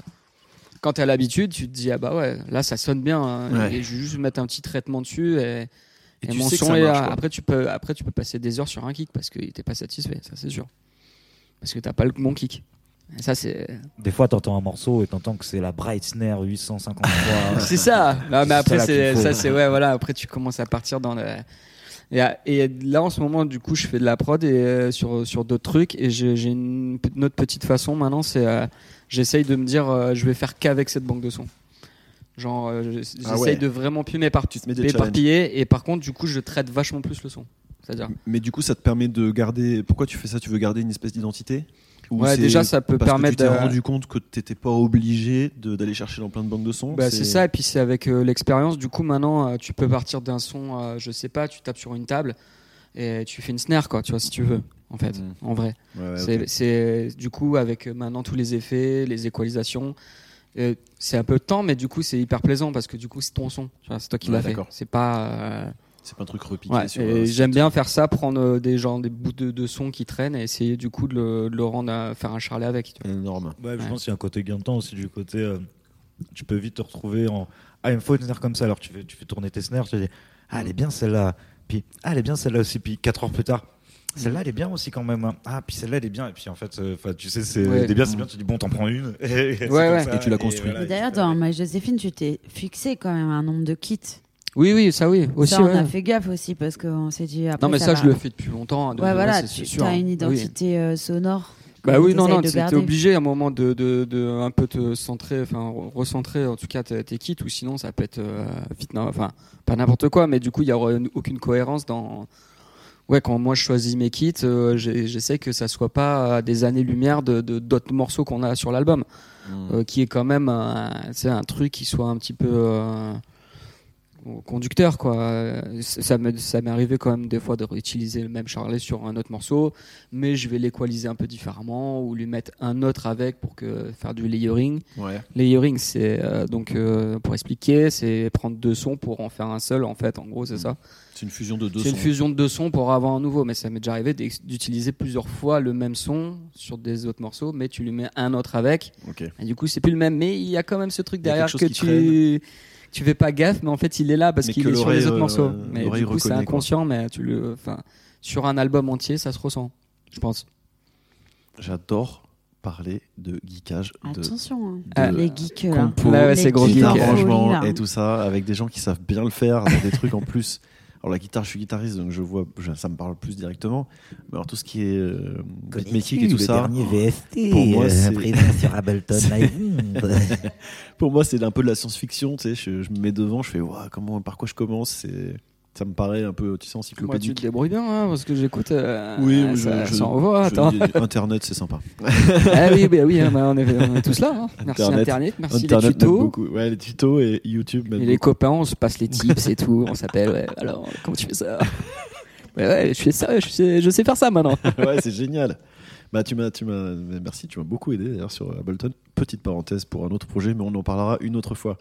Speaker 4: quand t'as l'habitude, tu te dis ah bah ouais, là ça sonne bien. hein,
Speaker 1: Ouais.
Speaker 4: Et je vais juste mettre un petit traitement dessus et,
Speaker 1: Et
Speaker 4: et
Speaker 1: tu
Speaker 4: mon
Speaker 1: sais que
Speaker 4: son
Speaker 1: ça
Speaker 4: est
Speaker 1: marche,
Speaker 4: à-
Speaker 1: quoi.
Speaker 4: après tu peux après tu peux passer des heures sur un kick parce qu'il t'es pas satisfait, ça c'est sûr. Parce que t'as pas le bon kick. Et ça c'est
Speaker 3: Des fois, t'entends un morceau et t'entends que c'est la Breitner 853.
Speaker 4: c'est ça. Non, mais après
Speaker 3: ça qu'il
Speaker 4: c'est
Speaker 3: faut.
Speaker 4: ça c'est ouais voilà, après tu commences à partir dans le et, à- et là en ce moment du coup je fais de la prod et euh, sur sur d'autres trucs et j'ai j'ai une, p- une autre petite façon maintenant c'est euh, j'essaye de me dire euh, je vais faire qu'avec cette banque de sons. Genre euh, je- j'essaye
Speaker 1: Ah ouais.
Speaker 4: de vraiment plus m'épar-
Speaker 1: Tu te mets des
Speaker 4: m'éparpiller et par contre du coup je traite vachement plus le son. C'est-à-dire
Speaker 1: Mais du coup, ça te permet de garder. Pourquoi tu fais ça Tu veux garder une espèce d'identité Ou
Speaker 4: Ouais,
Speaker 1: c'est
Speaker 4: déjà, ça peut
Speaker 1: parce
Speaker 4: permettre
Speaker 1: Que tu t'es
Speaker 4: de-
Speaker 1: rendu compte que t'étais pas obligé de- d'aller chercher dans plein de banques de sons.
Speaker 4: Bah, c'est ça, et puis c'est avec euh, l'expérience. Du coup, maintenant, euh, tu peux partir d'un son, euh, je sais pas, tu tapes sur une table et tu fais une snare, quoi, tu vois, si tu veux, en fait,
Speaker 1: Mhm.
Speaker 4: en vrai.
Speaker 1: Ouais, ouais,
Speaker 4: C'est-
Speaker 1: ok.
Speaker 4: c'est du coup avec euh, maintenant tous les effets, les équalisations. euh, c'est un peu de temps, mais du coup, c'est hyper plaisant parce que du coup, c'est ton son, tu vois, c'est toi qui
Speaker 1: Ouais,
Speaker 4: l'as fait.
Speaker 1: d'accord.
Speaker 4: C'est pas. euh,
Speaker 1: C'est pas un truc repiqué.
Speaker 4: Ouais,
Speaker 1: sur,
Speaker 4: et
Speaker 1: euh,
Speaker 4: j'aime bien faire ça, prendre euh, des gens, des bouts de, de son qui traînent et essayer du coup de le, de le rendre, à, faire un charlet avec. tu vois.
Speaker 1: énorme.
Speaker 3: Ouais, Bah, je
Speaker 4: Ouais.
Speaker 3: pense qu'il y a un côté gain de temps aussi, du côté. euh, tu peux vite te retrouver en. Ah, il me faut une snare comme ça. Alors, tu fais, tu fais tourner tes snares, tu dis Ah, elle est bien celle-là. Puis, ah, elle est bien celle-là aussi. Puis, 4 heures plus tard, celle-là, elle est bien aussi quand même. hein. Ah, puis celle-là, elle est bien. Et puis, en fait, euh, 'fin, tu sais, c'est
Speaker 4: Ouais.
Speaker 3: des biens, c'est bien. Tu dis Bon, t'en prends une. et c'est
Speaker 4: Ouais,
Speaker 3: comme
Speaker 4: ouais.
Speaker 3: ça,
Speaker 1: Et tu la construis.
Speaker 3: voilà,
Speaker 2: Et d'ailleurs,
Speaker 3: tu-
Speaker 2: dans My Joséphine, tu t'es fixé quand même un nombre de kits.
Speaker 4: Oui, oui, ça oui. Aussi,
Speaker 2: ça, on
Speaker 4: ouais.
Speaker 2: a fait gaffe aussi parce qu'on s'est dit. Après,
Speaker 4: Non, mais ça,
Speaker 2: va-
Speaker 4: je le fais depuis longtemps. hein, de-
Speaker 2: Ouais,
Speaker 4: de-
Speaker 2: voilà,
Speaker 4: c'est- c'est
Speaker 2: tu
Speaker 4: sûr,
Speaker 2: as
Speaker 4: hein.
Speaker 2: une
Speaker 4: Oui.
Speaker 2: identité euh, sonore.
Speaker 4: Bah
Speaker 2: que
Speaker 4: oui, non,
Speaker 2: t'essayes
Speaker 4: non,
Speaker 2: de
Speaker 4: t'es
Speaker 2: garder.
Speaker 4: obligé à un moment de, de, de un peu te centrer, enfin re- recentrer en tout cas tes, tes kits, ou sinon ça peut être euh, vite, non, enfin pas n'importe quoi, mais du coup il y aura une- aucune cohérence dans. Ouais, quand moi je choisis mes kits, euh, j'ai- j'essaie que ça soit pas à des années-lumière de de- d'autres morceaux qu'on a sur l'album, euh, qui est quand même un, c'est un truc qui soit un petit peu euh, au conducteur quoi. Euh, c- Ça me- ça m'est arrivé quand même des fois de réutiliser le même charlet sur un autre morceau mais je vais l'équaliser un peu différemment ou lui mettre un autre avec pour que faire du layering.
Speaker 1: Ouais.
Speaker 4: Layering, c'est euh, donc euh, pour expliquer, c'est prendre deux sons pour en faire un seul en fait. En gros, c'est ça.
Speaker 1: C'est une fusion de deux
Speaker 4: C'est
Speaker 1: sons.
Speaker 4: une fusion de deux sons pour avoir un nouveau, mais ça m'est déjà arrivé d'ex- d'utiliser plusieurs fois le même son sur des autres morceaux, mais tu lui mets un autre avec.
Speaker 1: Ok.
Speaker 4: Et du coup, c'est plus le même, mais il y a quand même ce truc
Speaker 1: Il y a
Speaker 4: derrière
Speaker 1: quelque
Speaker 4: que
Speaker 1: chose qui traîne.
Speaker 4: tu tu fais pas gaffe, mais en fait, il est là parce
Speaker 1: Mais
Speaker 4: qu'il
Speaker 1: que
Speaker 4: est sur les
Speaker 1: l'oreille,
Speaker 4: autres
Speaker 1: euh,
Speaker 4: morceaux.
Speaker 1: ouais,
Speaker 4: Mais
Speaker 1: l'oreille
Speaker 4: du coup, c'est
Speaker 1: reconnaît, quoi.
Speaker 4: inconscient, mais tu le, enfin, sur un album entier, ça se ressent, je pense.
Speaker 1: J'adore parler de geekage, de, de
Speaker 2: Attention, hein.
Speaker 4: Ah.
Speaker 2: les geeks. là.
Speaker 1: compo,
Speaker 4: Là, ouais,
Speaker 2: Les
Speaker 4: c'est gros
Speaker 2: geeks
Speaker 4: geek.
Speaker 2: en folie,
Speaker 1: d'arrangement
Speaker 3: hein.
Speaker 2: là.
Speaker 1: et tout ça, avec des gens qui savent bien le faire, dans des trucs en plus. Alors la guitare, je suis guitariste, donc je vois, je- ça me parle plus directement. Mais alors tout ce qui est euh, beatmaking et tout
Speaker 3: le
Speaker 1: ça, oh,
Speaker 3: dernier VST
Speaker 1: Pour moi,
Speaker 3: euh,
Speaker 1: c'est-
Speaker 3: présent sur Ableton Live. Monde.
Speaker 1: pour moi, c'est un peu de la science-fiction. Tu sais, je, je me mets devant, je fais, Ouah, comment, par quoi je commence C'est, ça me paraît un peu, tu sais,
Speaker 4: Moi, tu te
Speaker 1: encyclopédique.
Speaker 4: débrouilles bien, hein, parce que j'écoute. euh,
Speaker 1: Oui, oui,
Speaker 4: ça,
Speaker 1: je-
Speaker 4: ça
Speaker 1: je-
Speaker 4: envoie,
Speaker 1: Je
Speaker 4: attends.
Speaker 1: me dis, Internet, c'est sympa.
Speaker 4: ah oui, bah oui, hein, bah, on, est, on est tous là. hein. Merci
Speaker 1: Internet.
Speaker 4: Internet, merci
Speaker 1: Internet
Speaker 4: les
Speaker 1: m'aide
Speaker 4: tutos.
Speaker 1: beaucoup. Ouais, les tutos et YouTube. m'aident
Speaker 4: Et les
Speaker 1: beaucoup.
Speaker 4: copains, on se passe les tips et tout. On s'appelle, ouais, alors, comment tu fais ça Ouais, ouais, je fais ça, je sais, je sais faire ça maintenant.
Speaker 1: ouais, c'est génial. Bah, tu m'as, tu m'as, merci, tu m'as beaucoup aidé d'ailleurs sur Ableton. Petite parenthèse pour un autre projet, mais on en parlera une autre fois.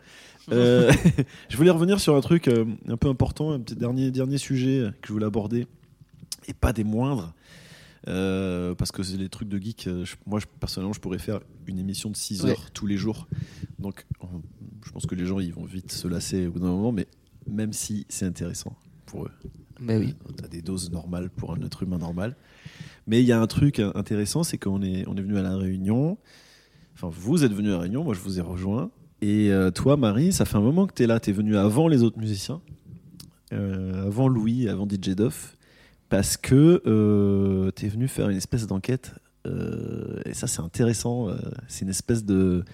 Speaker 1: Euh, je voulais revenir sur un truc euh, un peu important, un petit dernier, dernier sujet euh, que je voulais aborder, et pas des moindres, euh, parce que c'est les trucs de geek. euh, je- moi, je- personnellement, je pourrais faire une émission de 6 heures
Speaker 4: Ouais.
Speaker 1: tous les jours. Donc, on- je pense que les gens, ils vont vite se lasser au bout d'un moment, mais même si c'est intéressant pour eux.
Speaker 4: Bah oui.
Speaker 1: T'as des doses normales pour un être humain normal. Mais il y a un truc euh, intéressant, c'est qu'on est, on est venu à la réunion. Enfin, vous êtes venu à la réunion, moi je vous ai rejoint. Et euh, toi, Marie, ça fait un moment que tu es là. Tu es venu avant les autres musiciens, euh, avant Louis, avant DJ Doff, parce que tu es venu faire une espèce d'enquête. euh, et ça, c'est intéressant. euh, c'est une espèce de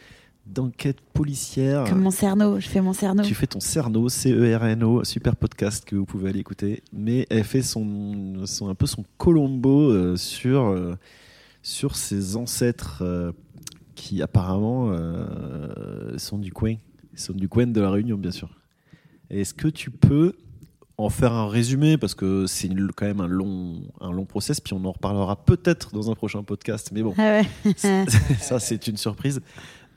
Speaker 1: d'enquête policière.
Speaker 2: Comme mon cerno, je fais mon cerno.
Speaker 1: Tu fais ton Cerno, E C-E-R-N-O, super podcast que vous pouvez aller écouter. Mais elle fait son, son- un peu son Colombo euh, sur, euh, sur ses ancêtres euh, qui apparemment euh, sont du coin, sont du coin de la Réunion, bien sûr. Est-ce que tu peux en faire un résumé parce que c'est une- quand même un long, un long process. Puis on en reparlera peut-être dans un prochain podcast. Mais bon,
Speaker 2: Ah ouais.
Speaker 1: ça c'est une surprise.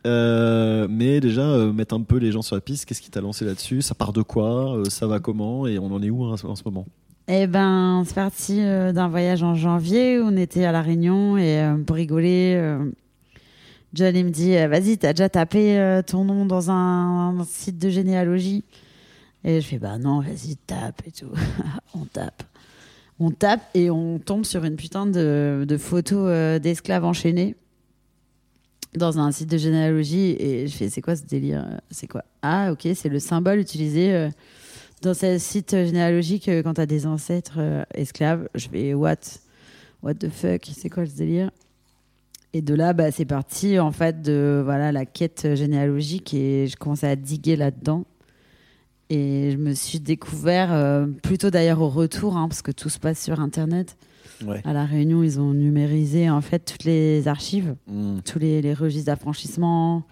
Speaker 1: Euh, mais déjà, euh, mettre un peu les gens sur la piste. Qu'est-ce qui t'a lancé là-dessus Ça part de quoi Euh, Ça va comment Et on en est où hein, en ce moment
Speaker 2: Eh ben, c'est parti euh, d'un voyage en janvier où on était à La Réunion et euh, pour rigoler, euh, John il me dit eh, Vas-y, t'as déjà tapé euh, ton nom dans un, un site de généalogie Et je fais Bah non, vas-y, tape et tout. on tape. On tape et on tombe sur une putain de, de photo euh, d'esclaves enchaînés dans un site de généalogie. Et je fais C'est quoi ce délire C'est quoi Ah, ok, c'est le symbole utilisé. euh, dans ce site généalogique, euh, quand t'as des ancêtres euh, esclaves, je vais what What the fuck C'est quoi ce délire Et de là, bah, c'est parti en fait de voilà la quête généalogique et je commençais à diguer là-dedans. Et je me suis découvert, euh, plutôt d'ailleurs au retour, hein, parce que tout se passe sur Internet.
Speaker 1: Ouais.
Speaker 2: À La Réunion, ils ont numérisé en fait toutes les archives
Speaker 1: Hmm.
Speaker 2: tous les, les registres d'affranchissement,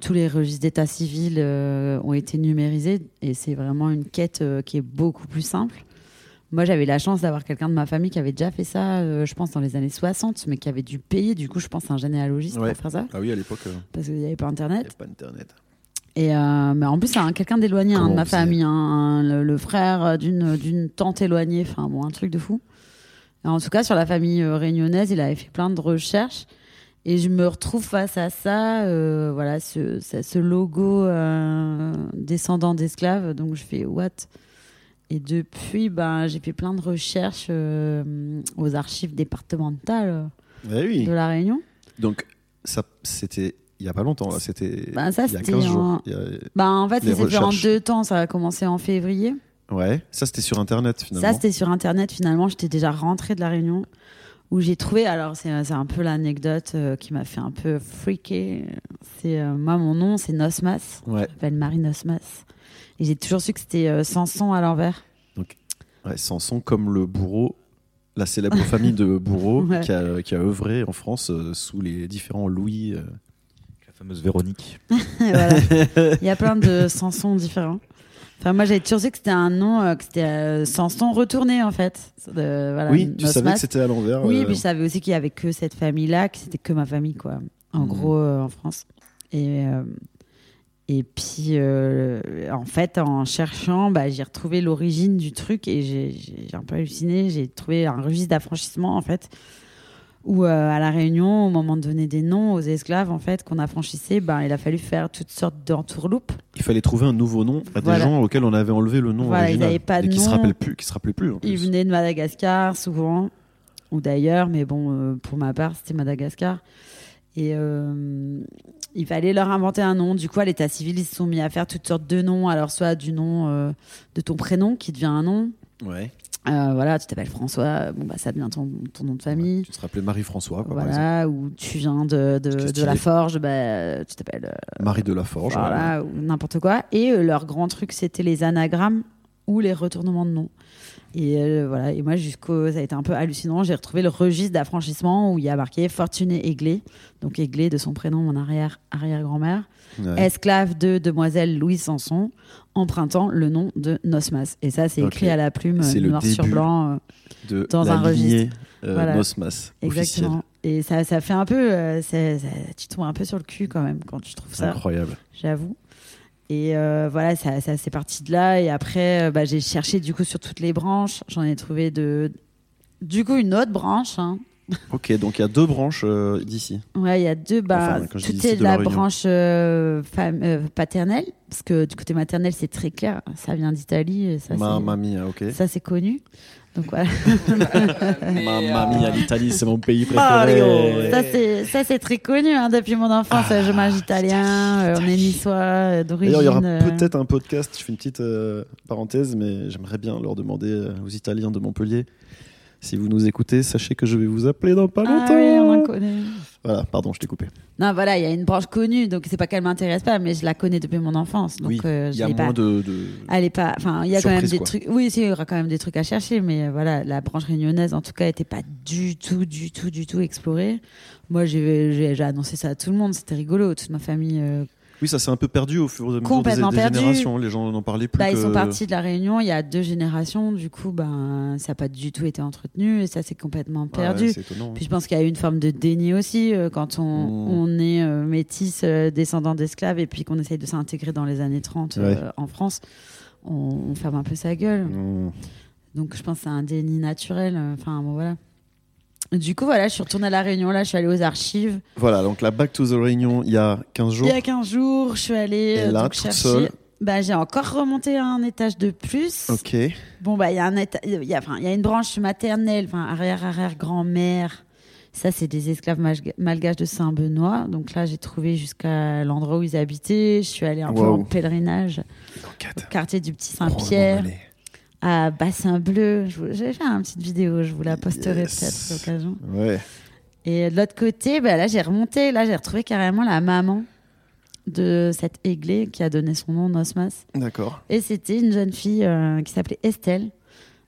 Speaker 2: tous les registres d'état civil euh, ont été numérisés et c'est vraiment une quête euh, qui est beaucoup plus simple. Moi, j'avais la chance d'avoir quelqu'un de ma famille qui avait déjà fait ça, euh, je pense, dans les années 60, mais qui avait dû payer, du coup, je pense, un généalogiste
Speaker 1: Ouais.
Speaker 2: pour faire ça,
Speaker 1: Ah oui, à l'époque, il
Speaker 2: parce qu'il n'y avait pas
Speaker 1: n'y
Speaker 2: Internet.
Speaker 1: avait pas Internet.
Speaker 2: Et euh, mais en plus, c'est un- quelqu'un d'éloigné hein,
Speaker 1: Comment
Speaker 2: de ma
Speaker 1: on faisait
Speaker 2: famille, hein, un- le, le frère euh, d'une d'une tante éloignée, enfin bon, un truc de fou. Et en tout cas, sur la famille euh, réunionnaise, il avait fait plein de recherches. Et je me retrouve face à ça, euh, voilà, ce, ce- ce logo euh, descendant d'esclaves. Donc je fais what Et depuis, ben, j'ai fait plein de recherches euh, aux archives départementales
Speaker 1: Ouais, oui.
Speaker 2: de la Réunion.
Speaker 1: Donc, ça, c'était il y a pas longtemps, là. C'était
Speaker 2: Ben, ça,
Speaker 1: il y a
Speaker 2: c'était
Speaker 1: 15 jours.
Speaker 2: en-
Speaker 1: Il y a-
Speaker 2: Ben, en fait,
Speaker 1: Les
Speaker 2: ça s'est fait en
Speaker 1: recherches.
Speaker 2: deux temps. Ça a commencé en février.
Speaker 1: Ouais, ça, c'était sur Internet, finalement.
Speaker 2: Ça, c'était sur Internet, finalement. J'étais déjà rentrée de La Réunion où j'ai trouvé. Alors, c'est c'est un peu l'anecdote euh, qui m'a fait un peu freaker. C'est euh, moi, mon nom, c'est Nosmas.
Speaker 1: ouais.
Speaker 2: Je m'appelle Marie Nosmas. Et j'ai toujours su que c'était euh, Samson à l'envers.
Speaker 1: ouais, Samson comme le bourreau, la célèbre famille de bourreaux
Speaker 2: Ouais.
Speaker 1: qui, a, qui a œuvré en France euh, sous les différents Louis. euh.
Speaker 3: La fameuse Véronique.
Speaker 2: Et voilà. Il y a plein de Samson différents. Enfin, moi, j'ai toujours su que c'était un nom, euh, que c'était euh, Samson retourné, en fait. De- voilà,
Speaker 1: oui, tu savais
Speaker 2: Nosmas.
Speaker 1: que c'était à l'envers.
Speaker 2: Oui,
Speaker 1: euh,
Speaker 2: puis je savais aussi qu'il y avait que cette famille-là, que c'était que ma famille, quoi. En
Speaker 1: Mhm.
Speaker 2: gros, euh, en France. Et, euh, et puis, euh, en fait, en cherchant, bah, j'ai retrouvé l'origine du truc et j'ai- j'ai j'ai un peu halluciné. J'ai trouvé un registre d'affranchissement, en fait, où euh, à La Réunion, au moment de donner des noms aux esclaves, en fait, qu'on affranchissait, ben il a fallu faire toutes sortes d'entourloupes.
Speaker 1: il fallait trouver un nouveau nom à des
Speaker 2: Voilà.
Speaker 1: gens auxquels on avait enlevé le nom
Speaker 2: Voilà, ils
Speaker 1: original
Speaker 2: avaient pas
Speaker 1: et
Speaker 2: de
Speaker 1: qui se
Speaker 2: nom.
Speaker 1: rappellent plus, qui se rappelaient plus. en
Speaker 2: Ils
Speaker 1: plus.
Speaker 2: venaient de Madagascar souvent, ou d'ailleurs, mais bon, euh, pour ma part, c'était Madagascar. Et euh, il fallait leur inventer un nom. Du coup, à l'état civil, ils se sont mis à faire toutes sortes de noms. Alors, soit du nom euh, de ton prénom qui devient un nom.
Speaker 1: Ouais.
Speaker 2: Euh, voilà, tu t'appelles François, bon, bah, ça devient ton, ton nom de famille.
Speaker 1: Tu te rappelais Marie-François, quoi, par exemple.
Speaker 2: voilà, ou tu viens de, de-
Speaker 1: Qu'est-ce
Speaker 2: de
Speaker 1: qu'il
Speaker 2: la
Speaker 1: est
Speaker 2: forge, bah, euh, tu t'appelles euh,
Speaker 1: Marie de la Forge. voilà.
Speaker 2: voilà, ou n'importe quoi. Et euh, leur grand truc, c'était les anagrammes ou les retournements de nom. Et euh, voilà, et moi, jusqu'au. Ça a été un peu hallucinant. J'ai retrouvé le registre d'affranchissement où il y a marqué Fortuné Aiglé. Donc, Aiglé, de son prénom, mon arrière- arrière-grand-mère.
Speaker 1: Ouais.
Speaker 2: Esclave de demoiselle Louise Sanson, empruntant le nom de Nosmas. Et ça, c'est
Speaker 1: Ok.
Speaker 2: écrit à la plume,
Speaker 1: C'est
Speaker 2: euh,
Speaker 1: le
Speaker 2: noir sur
Speaker 1: début.
Speaker 2: blanc. euh,
Speaker 1: De
Speaker 2: dans
Speaker 1: la
Speaker 2: un
Speaker 1: lignée, euh,
Speaker 2: Voilà.
Speaker 1: Nosmas, officielle.
Speaker 2: exactement. Et ça, ça fait un peu. euh, ça- ça- tu tombes un peu sur le cul quand même quand tu trouves ça.
Speaker 1: Incroyable.
Speaker 2: j'avoue. Et euh, voilà, ça, ça c'est parti de là. Et après, euh, bah, j'ai cherché du coup sur toutes les branches. J'en ai trouvé de, du coup, une autre branche. hein.
Speaker 1: Ok, donc il y a deux branches euh, d'ici.
Speaker 2: Ouais, il y a deux. Bah,
Speaker 1: Enfin, quand je dis
Speaker 2: tout
Speaker 1: ici,
Speaker 2: est
Speaker 1: de
Speaker 2: de
Speaker 1: la
Speaker 2: la
Speaker 1: Réunion.
Speaker 2: branche euh, fam- euh, paternelle, parce que du côté maternel, c'est très clair. Ça vient d'Italie. et Ça,
Speaker 1: Ma
Speaker 2: c'est-
Speaker 1: mamie, ah, ok.
Speaker 2: ça c'est connu. Donc voilà.
Speaker 1: Mamma mia, l'Italie, c'est mon pays préféré.
Speaker 2: Mario Ah, Ça, c'est- ça, c'est très connu hein, depuis mon enfance.
Speaker 1: Ah,
Speaker 2: je mange italien, euh, on est niçois euh, d'origine.
Speaker 1: D'ailleurs, il y aura
Speaker 2: euh,
Speaker 1: peut-être un podcast, je fais une petite euh, parenthèse, mais j'aimerais bien leur demander euh, aux Italiens de Montpellier. Si vous nous écoutez, sachez que je vais vous appeler dans pas
Speaker 2: Ah
Speaker 1: longtemps.
Speaker 2: oui, on en connaît.
Speaker 1: Voilà, pardon, je t'ai coupé.
Speaker 2: Non, voilà, il y a une branche connue, donc c'est pas qu'elle m'intéresse pas, mais je la connais depuis mon enfance. Donc,
Speaker 1: oui,
Speaker 2: euh,
Speaker 1: il
Speaker 2: je
Speaker 1: y a
Speaker 2: l'ai
Speaker 1: moins
Speaker 2: pas.
Speaker 1: de, de-
Speaker 2: Elle est pas. Enfin, il y a quand même
Speaker 1: Surprise,
Speaker 2: des
Speaker 1: quoi.
Speaker 2: trucs. Oui, si, il y aura quand même des trucs à chercher, mais euh, voilà, la branche réunionnaise, en tout cas, était pas du tout, du tout, du tout explorée. Moi, j'ai j'ai- j'ai annoncé ça à tout le monde, c'était rigolo. Toute ma famille euh,
Speaker 1: Oui, ça s'est un peu perdu au fur et à mesure des,
Speaker 2: Complètement
Speaker 1: des
Speaker 2: perdu.
Speaker 1: générations. Les gens n'en parlaient plus.
Speaker 2: Bah, Ils
Speaker 1: que-
Speaker 2: sont partis de la Réunion il y a deux générations, du coup, ben, ça n'a pas du tout été entretenu et ça c'est complètement
Speaker 1: Ouais,
Speaker 2: perdu.
Speaker 1: c'est étonnant. hein.
Speaker 2: Puis je pense qu'il y a eu une forme de déni aussi euh, quand on,
Speaker 1: Mm.
Speaker 2: on est euh, métis, euh, descendant d'esclaves et puis qu'on essaye de s'intégrer dans les années 30 euh,
Speaker 1: Ouais.
Speaker 2: en France. On, on ferme un peu sa gueule.
Speaker 1: Mmh.
Speaker 2: Donc je pense que c'est un déni naturel. euh, Enfin bon voilà. Du coup voilà, je suis retournée à la Réunion. Là, je suis allée aux archives.
Speaker 1: Voilà, donc la Back to the Réunion, il y a 15
Speaker 2: Il
Speaker 1: jours.
Speaker 2: y a 15 jours, je suis allée
Speaker 1: Et
Speaker 2: euh,
Speaker 1: là,
Speaker 2: donc
Speaker 1: toute
Speaker 2: chercher.
Speaker 1: seule.
Speaker 2: Bah, j'ai encore remonté à un étage de plus.
Speaker 1: Ok.
Speaker 2: Bon, bah, il y, a un éta- il y, a- enfin, il y a une branche maternelle, enfin, arrière-arrière-grand-mère. Ça, c'est des esclaves malga- malgaches de Saint-Benoît. Donc là, j'ai trouvé jusqu'à l'endroit où ils habitaient. Je suis allée un peu
Speaker 1: Waouh.
Speaker 2: en pèlerinage
Speaker 1: L'enquête.
Speaker 2: au quartier du Petit
Speaker 1: Probablement
Speaker 2: Saint-Pierre,
Speaker 1: allée.
Speaker 2: à Bassin-Bleu. Je vous- J'ai fait une petite vidéo, je vous la posterai
Speaker 1: Yes.
Speaker 2: peut-être à l'occasion.
Speaker 1: Ouais.
Speaker 2: Et de l'autre côté, bah, là, j'ai remonté. Là, j'ai retrouvé carrément la maman de cette églée qui a donné son nom, Nosmas.
Speaker 1: D'accord.
Speaker 2: Et c'était une jeune fille euh, qui s'appelait Estelle.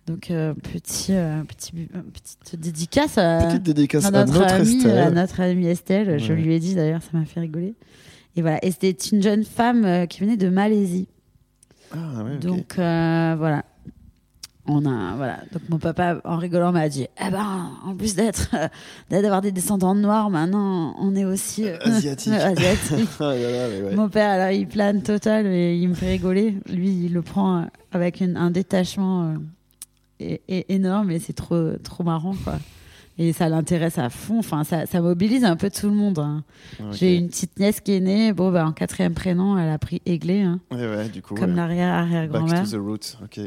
Speaker 2: Donc, euh, petit, euh, petit, bu- euh, petite dédicace à,
Speaker 1: Petite dédicace
Speaker 2: à
Speaker 1: à notre
Speaker 2: amie, à
Speaker 1: Estelle.
Speaker 2: notre amie Estelle. Je
Speaker 1: Ouais.
Speaker 2: lui ai dit d'ailleurs, ça m'a fait rigoler. Et voilà, et c'était une jeune femme euh, qui venait de Malaisie.
Speaker 1: Ah ouais, ok.
Speaker 2: Donc, euh, voilà. On a, voilà. Donc, mon papa, en rigolant, m'a dit Eh ben, en plus d'être, euh, d'avoir des descendants noirs, maintenant, on est aussi. euh,
Speaker 1: Asiatique.
Speaker 2: asiatique.
Speaker 1: Ah là là, mais ouais.
Speaker 2: Mon père, alors, il plane total et il me fait rigoler. Lui, il le prend euh, avec une- un détachement euh, é- é- énorme et c'est trop, trop marrant, quoi. Et ça l'intéresse à fond. Enfin, ça, ça mobilise un peu tout le monde. hein.
Speaker 1: Ok.
Speaker 2: J'ai une petite nièce qui est née. Bon, bah, en quatrième prénom, elle a pris Aiglé, hein,
Speaker 1: Ouais, ouais, du coup.
Speaker 2: comme
Speaker 1: ouais. Back
Speaker 2: l'arrière-arrière-grand-mère.
Speaker 1: to the root. Ok.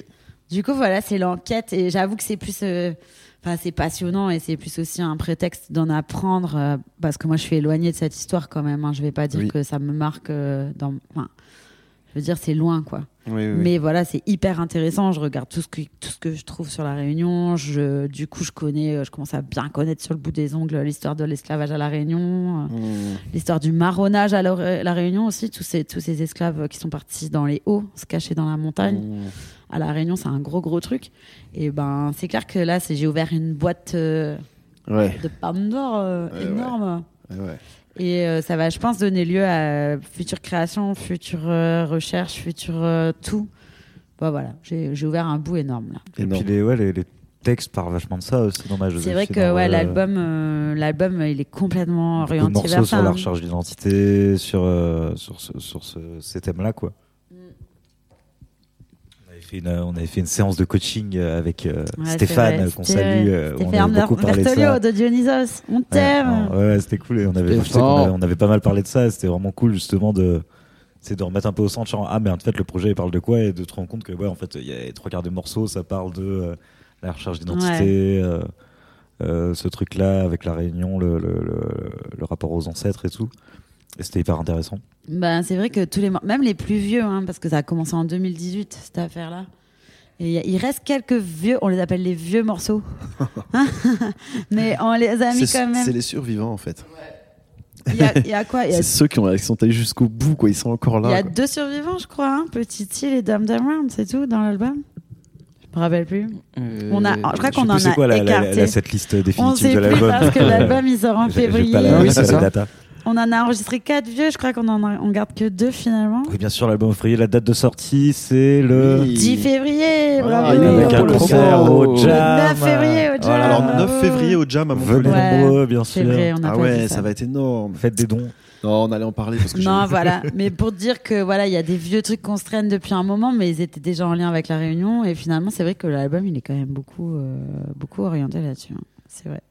Speaker 2: Du coup, voilà, c'est l'enquête. Et j'avoue que c'est plus. euh, Enfin, c'est passionnant et c'est plus aussi un prétexte d'en apprendre. euh, parce que moi, je suis éloignée de cette histoire quand même. hein. Je vais pas dire
Speaker 1: Oui.
Speaker 2: que ça me marque euh, dans. Enfin, je veux dire, c'est loin, quoi.
Speaker 1: Oui, oui, oui.
Speaker 2: Mais voilà, c'est hyper intéressant. Je regarde tout ce que, tout ce que je trouve sur la Réunion. Je, du coup, je connais, euh, je commence à bien connaître sur le bout des ongles l'histoire de l'esclavage à la Réunion, euh,
Speaker 1: Mmh.
Speaker 2: l'histoire du marronnage à la la Réunion aussi. Tous ces, tous ces esclaves euh, qui sont partis dans les hauts, se cacher dans la montagne
Speaker 1: Mmh.
Speaker 2: à la Réunion, c'est un gros gros truc. Et ben, c'est clair que là, c'est- j'ai ouvert une boîte euh,
Speaker 1: Ouais.
Speaker 2: de Pandore euh,
Speaker 1: Ouais,
Speaker 2: énorme.
Speaker 1: ouais, ouais.
Speaker 2: Et euh, ça va, je pense, donner lieu à future création, future euh, recherche, future euh, tout. Bon, voilà, j'ai j'ai ouvert un bout énorme là.
Speaker 3: Et
Speaker 1: Énorme.
Speaker 3: puis les, ouais, les, les textes parlent vachement de ça aussi dans ma
Speaker 2: C'est vrai que ouais, l'album, euh, l'album, il est complètement
Speaker 3: Beaucoup de
Speaker 2: orienté
Speaker 3: morceaux
Speaker 2: vers ça.
Speaker 3: sur la
Speaker 2: hein.
Speaker 3: recherche d'identité, sur, euh, sur, ce- sur ce- ces thèmes-là, quoi.
Speaker 2: Mm.
Speaker 3: On avait fait une, euh, on avait fait une séance de coaching euh, avec euh,
Speaker 2: Ouais, c'est
Speaker 3: Stéphane,
Speaker 2: vrai,
Speaker 3: euh, qu'on
Speaker 2: c'était-
Speaker 3: salue. euh, on
Speaker 2: Stéphane
Speaker 3: avait beaucoup parlé de
Speaker 2: Bertolio
Speaker 3: ça.
Speaker 2: de Dionysos, on t'aime.
Speaker 3: Ouais, ouais, c'était cool. Et on, avait,
Speaker 5: C'était
Speaker 3: je sais qu'on
Speaker 5: fort.
Speaker 3: avait- on avait pas mal parlé de ça. et C'était vraiment cool, justement, de, c'est de remettre un peu au centre. Genre, ah, mais en fait, le projet, il parle de quoi Et de te rendre compte que, ouais, en fait, il y a les trois quarts des morceaux, ça parle de euh, la recherche d'identité, euh, euh, ce truc-là, avec la réunion, le, le, le- le rapport aux ancêtres et tout. Et c'était hyper intéressant.
Speaker 2: Ben, c'est vrai que tous les, mor- même les plus vieux, hein, parce que ça a commencé en 2018, cette affaire-là. Et il y a- il reste quelques vieux, on les appelle les vieux morceaux. Hein Mais on les a mis
Speaker 1: C'est
Speaker 2: quand
Speaker 1: c'est
Speaker 2: même.
Speaker 1: les survivants en fait.
Speaker 2: Il y a, il y a quoi Il y a,
Speaker 1: C'est ceux qui, ont, qui sont allés jusqu'au bout, quoi. Ils sont encore
Speaker 2: il y
Speaker 1: là.
Speaker 2: a
Speaker 1: quoi.
Speaker 2: deux survivants, je crois, hein, Petit Hill et Dum Dum Round, c'est tout dans l'album Je me rappelle plus.
Speaker 4: Euh,
Speaker 2: On a- je crois
Speaker 3: Euh, Je
Speaker 2: qu'on
Speaker 3: sais
Speaker 2: en
Speaker 3: plus c'est
Speaker 2: a
Speaker 3: quoi la, la- la-
Speaker 2: écarté.
Speaker 3: cette liste
Speaker 2: on
Speaker 3: définitive
Speaker 2: sait
Speaker 3: de
Speaker 2: plus
Speaker 3: l'album
Speaker 2: parce que l'album il sort en
Speaker 3: J'ai- j'ai pas
Speaker 2: février.
Speaker 3: la-
Speaker 5: Oui,
Speaker 3: j'ai
Speaker 5: c'est
Speaker 3: pas la
Speaker 5: ça.
Speaker 3: data.
Speaker 2: On en a enregistré quatre vieux, je crois qu'on en a- on garde que deux finalement.
Speaker 3: Oui, bien sûr, l'album février, la date de sortie, c'est le.
Speaker 1: Oui.
Speaker 2: 10 février,
Speaker 3: Ah,
Speaker 2: bravo.
Speaker 1: il y avait
Speaker 3: Avec
Speaker 1: qu'un
Speaker 3: un
Speaker 1: Pour le
Speaker 3: concert
Speaker 5: concert
Speaker 3: au
Speaker 5: au-
Speaker 3: Jam.
Speaker 2: Le 9 février au Jam.
Speaker 3: Voilà.
Speaker 1: Alors,
Speaker 2: Bravo.
Speaker 1: 9 février au Jam à
Speaker 3: Venez
Speaker 1: Montpellier.
Speaker 2: Ouais,
Speaker 3: nombreux, bien
Speaker 2: C'est
Speaker 3: sûr.
Speaker 2: vrai, on n'a
Speaker 1: Ah
Speaker 2: pas
Speaker 1: ouais,
Speaker 2: dit
Speaker 1: ça va être énorme.
Speaker 3: Faites des dons.
Speaker 1: Non, on allait en parler parce que j'ai-
Speaker 2: Non, voilà. Mais pour dire que voilà, il y a des vieux trucs qu'on se traîne depuis un moment, mais ils étaient déjà en lien avec la Réunion. Et finalement, c'est vrai que l'album, il est quand même beaucoup, euh, beaucoup orienté là-dessus. hein. C'est vrai.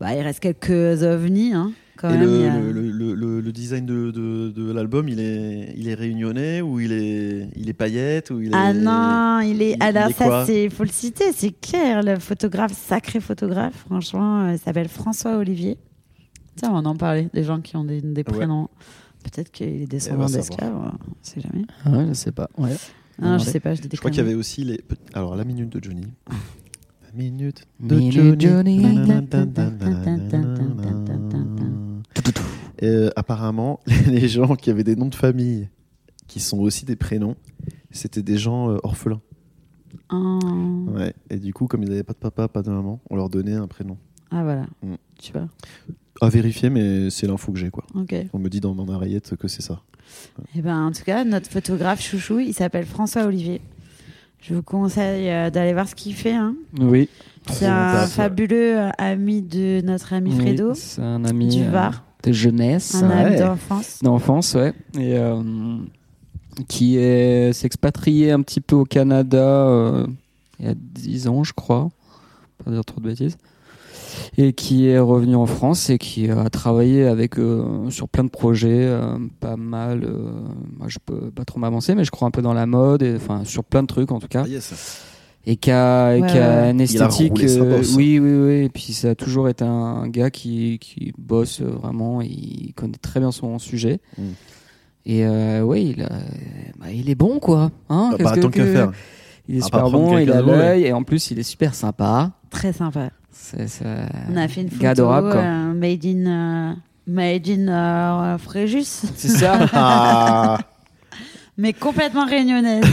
Speaker 2: Bah, il reste quelques ovnis, hein, quand
Speaker 1: Et
Speaker 2: même. il y a-
Speaker 1: le, le, le- le- le design de, de- de l'album, il est, il est réunionnais ou il est, il est paillette ou il est...
Speaker 2: Ah non, il est.
Speaker 1: il- il
Speaker 2: alors
Speaker 1: est
Speaker 2: ça,
Speaker 1: quoi
Speaker 2: c'est faut le citer, c'est clair. Le photographe, sacré photographe, franchement, euh, il s'appelle François Olivier. Tiens, on en parlait. Des gens qui ont des, des
Speaker 1: Ah
Speaker 2: prénoms. Peut-être
Speaker 1: Eh ben,
Speaker 2: qu'il est descendant
Speaker 1: savoir.
Speaker 2: d'esclaves, euh, on sait jamais.
Speaker 5: Ouais, je sais pas. Ouais.
Speaker 2: Non, je
Speaker 5: Ouais.
Speaker 2: sais pas, je dis des
Speaker 1: Je crois qu'il y
Speaker 2: conneries.
Speaker 1: avait aussi les... peut- Alors, la minute de Johnny. La minute de
Speaker 11: Minute
Speaker 1: Johnny.
Speaker 11: Johnny.
Speaker 1: Euh, apparemment, les gens qui avaient des noms de famille, qui sont aussi des prénoms, c'était des gens euh, orphelins.
Speaker 2: Ah.
Speaker 1: Ouais. Et du coup, comme ils n'avaient pas de papa, pas de maman, on leur donnait un prénom.
Speaker 2: Ah voilà,
Speaker 1: Mm.
Speaker 2: tu vois.
Speaker 1: À vérifier, mais c'est l'info que j'ai, quoi.
Speaker 2: Ok.
Speaker 1: On me dit dans mon oreillette que c'est ça.
Speaker 2: Et ben, en tout cas, notre photographe chouchou, il s'appelle François Olivier. Je vous conseille euh, d'aller voir ce qu'il fait. hein.
Speaker 4: Oui.
Speaker 2: C'est un fabuleux euh, ami de notre ami Fredo,
Speaker 4: Oui, C'est un ami
Speaker 2: du
Speaker 4: euh,
Speaker 2: Var,
Speaker 4: de jeunesse.
Speaker 2: un ami
Speaker 4: Ouais.
Speaker 2: d'enfance.
Speaker 4: d'enfance, ouais, et euh, qui est s'expatrié un petit peu au Canada euh, il y a 10 ans, je crois, pas dire trop de bêtises, et qui est revenu en France et qui a travaillé avec euh, sur plein de projets, euh, pas mal. euh, moi, je peux pas trop m'avancer, mais je crois un peu dans la mode, et, enfin sur plein de trucs en tout cas
Speaker 1: Ah, yes.
Speaker 4: et qui a, et
Speaker 2: Ouais,
Speaker 4: qui a
Speaker 2: ouais.
Speaker 4: une
Speaker 1: Il a
Speaker 4: esthétique. euh,
Speaker 1: roulé sa bosse.
Speaker 4: oui, oui, oui. Et puis ça a toujours été un, un gars qui, qui bosse euh, vraiment. Il connaît très bien son sujet.
Speaker 1: Mm.
Speaker 4: Et euh, ouais, il, a- bah, il est bon, quoi. Hein,
Speaker 1: Ah,
Speaker 4: qu'est-ce
Speaker 1: bah,
Speaker 4: que-
Speaker 1: tant qu'à
Speaker 4: que-
Speaker 1: faire.
Speaker 4: Il est
Speaker 1: À
Speaker 4: super
Speaker 1: part prendre
Speaker 4: bon, il a
Speaker 1: quelqu'un de
Speaker 4: l'œil. Et en plus, il est super sympa.
Speaker 2: Très sympa.
Speaker 4: C'est, c'est
Speaker 2: On a fait une photo
Speaker 4: gars adorable, quoi.
Speaker 2: euh, made in, euh, made in euh, Fréjus,
Speaker 4: C'est ça.
Speaker 1: Ah.
Speaker 2: mais complètement réunionnaise.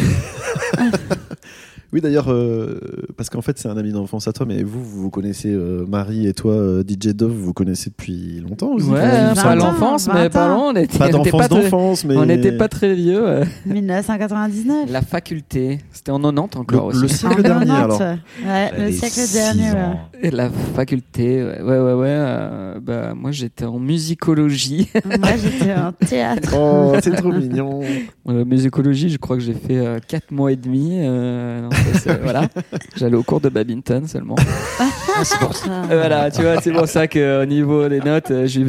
Speaker 1: Oui, d'ailleurs, euh, parce qu'en fait, c'est un ami d'enfance à toi, mais vous, vous vous connaissez, euh, Marie et toi, euh, DJ Dove, vous connaissez depuis longtemps aussi.
Speaker 4: ouais,
Speaker 2: vingt
Speaker 4: pas
Speaker 2: ans,
Speaker 4: l'enfance, mais
Speaker 2: vingt
Speaker 4: pas
Speaker 2: ans.
Speaker 4: loin. On était,
Speaker 1: Pas
Speaker 4: on était
Speaker 1: d'enfance
Speaker 4: pas très-
Speaker 1: d'enfance, mais.
Speaker 4: on n'était pas très vieux. euh.
Speaker 2: 1999.
Speaker 4: La faculté. C'était en 90 encore
Speaker 1: Le- le
Speaker 4: aussi. Ah,
Speaker 1: siècle dernier, alors.
Speaker 2: Ouais, le
Speaker 3: Allez,
Speaker 2: siècle
Speaker 3: six
Speaker 2: dernier. ouais.
Speaker 3: ans.
Speaker 4: Et la faculté, ouais, ouais, ouais. ouais, euh, bah, moi, j'étais en musicologie.
Speaker 2: Moi, j'étais en théâtre.
Speaker 1: Oh, c'est trop mignon.
Speaker 4: Euh, musicologie, je crois que j'ai fait 4 mois et demi. euh, non, ça, c'est- voilà. J'allais au cours de badminton seulement. Euh, voilà, tu vois, c'est pour ça qu'au niveau des notes, euh, j'ai-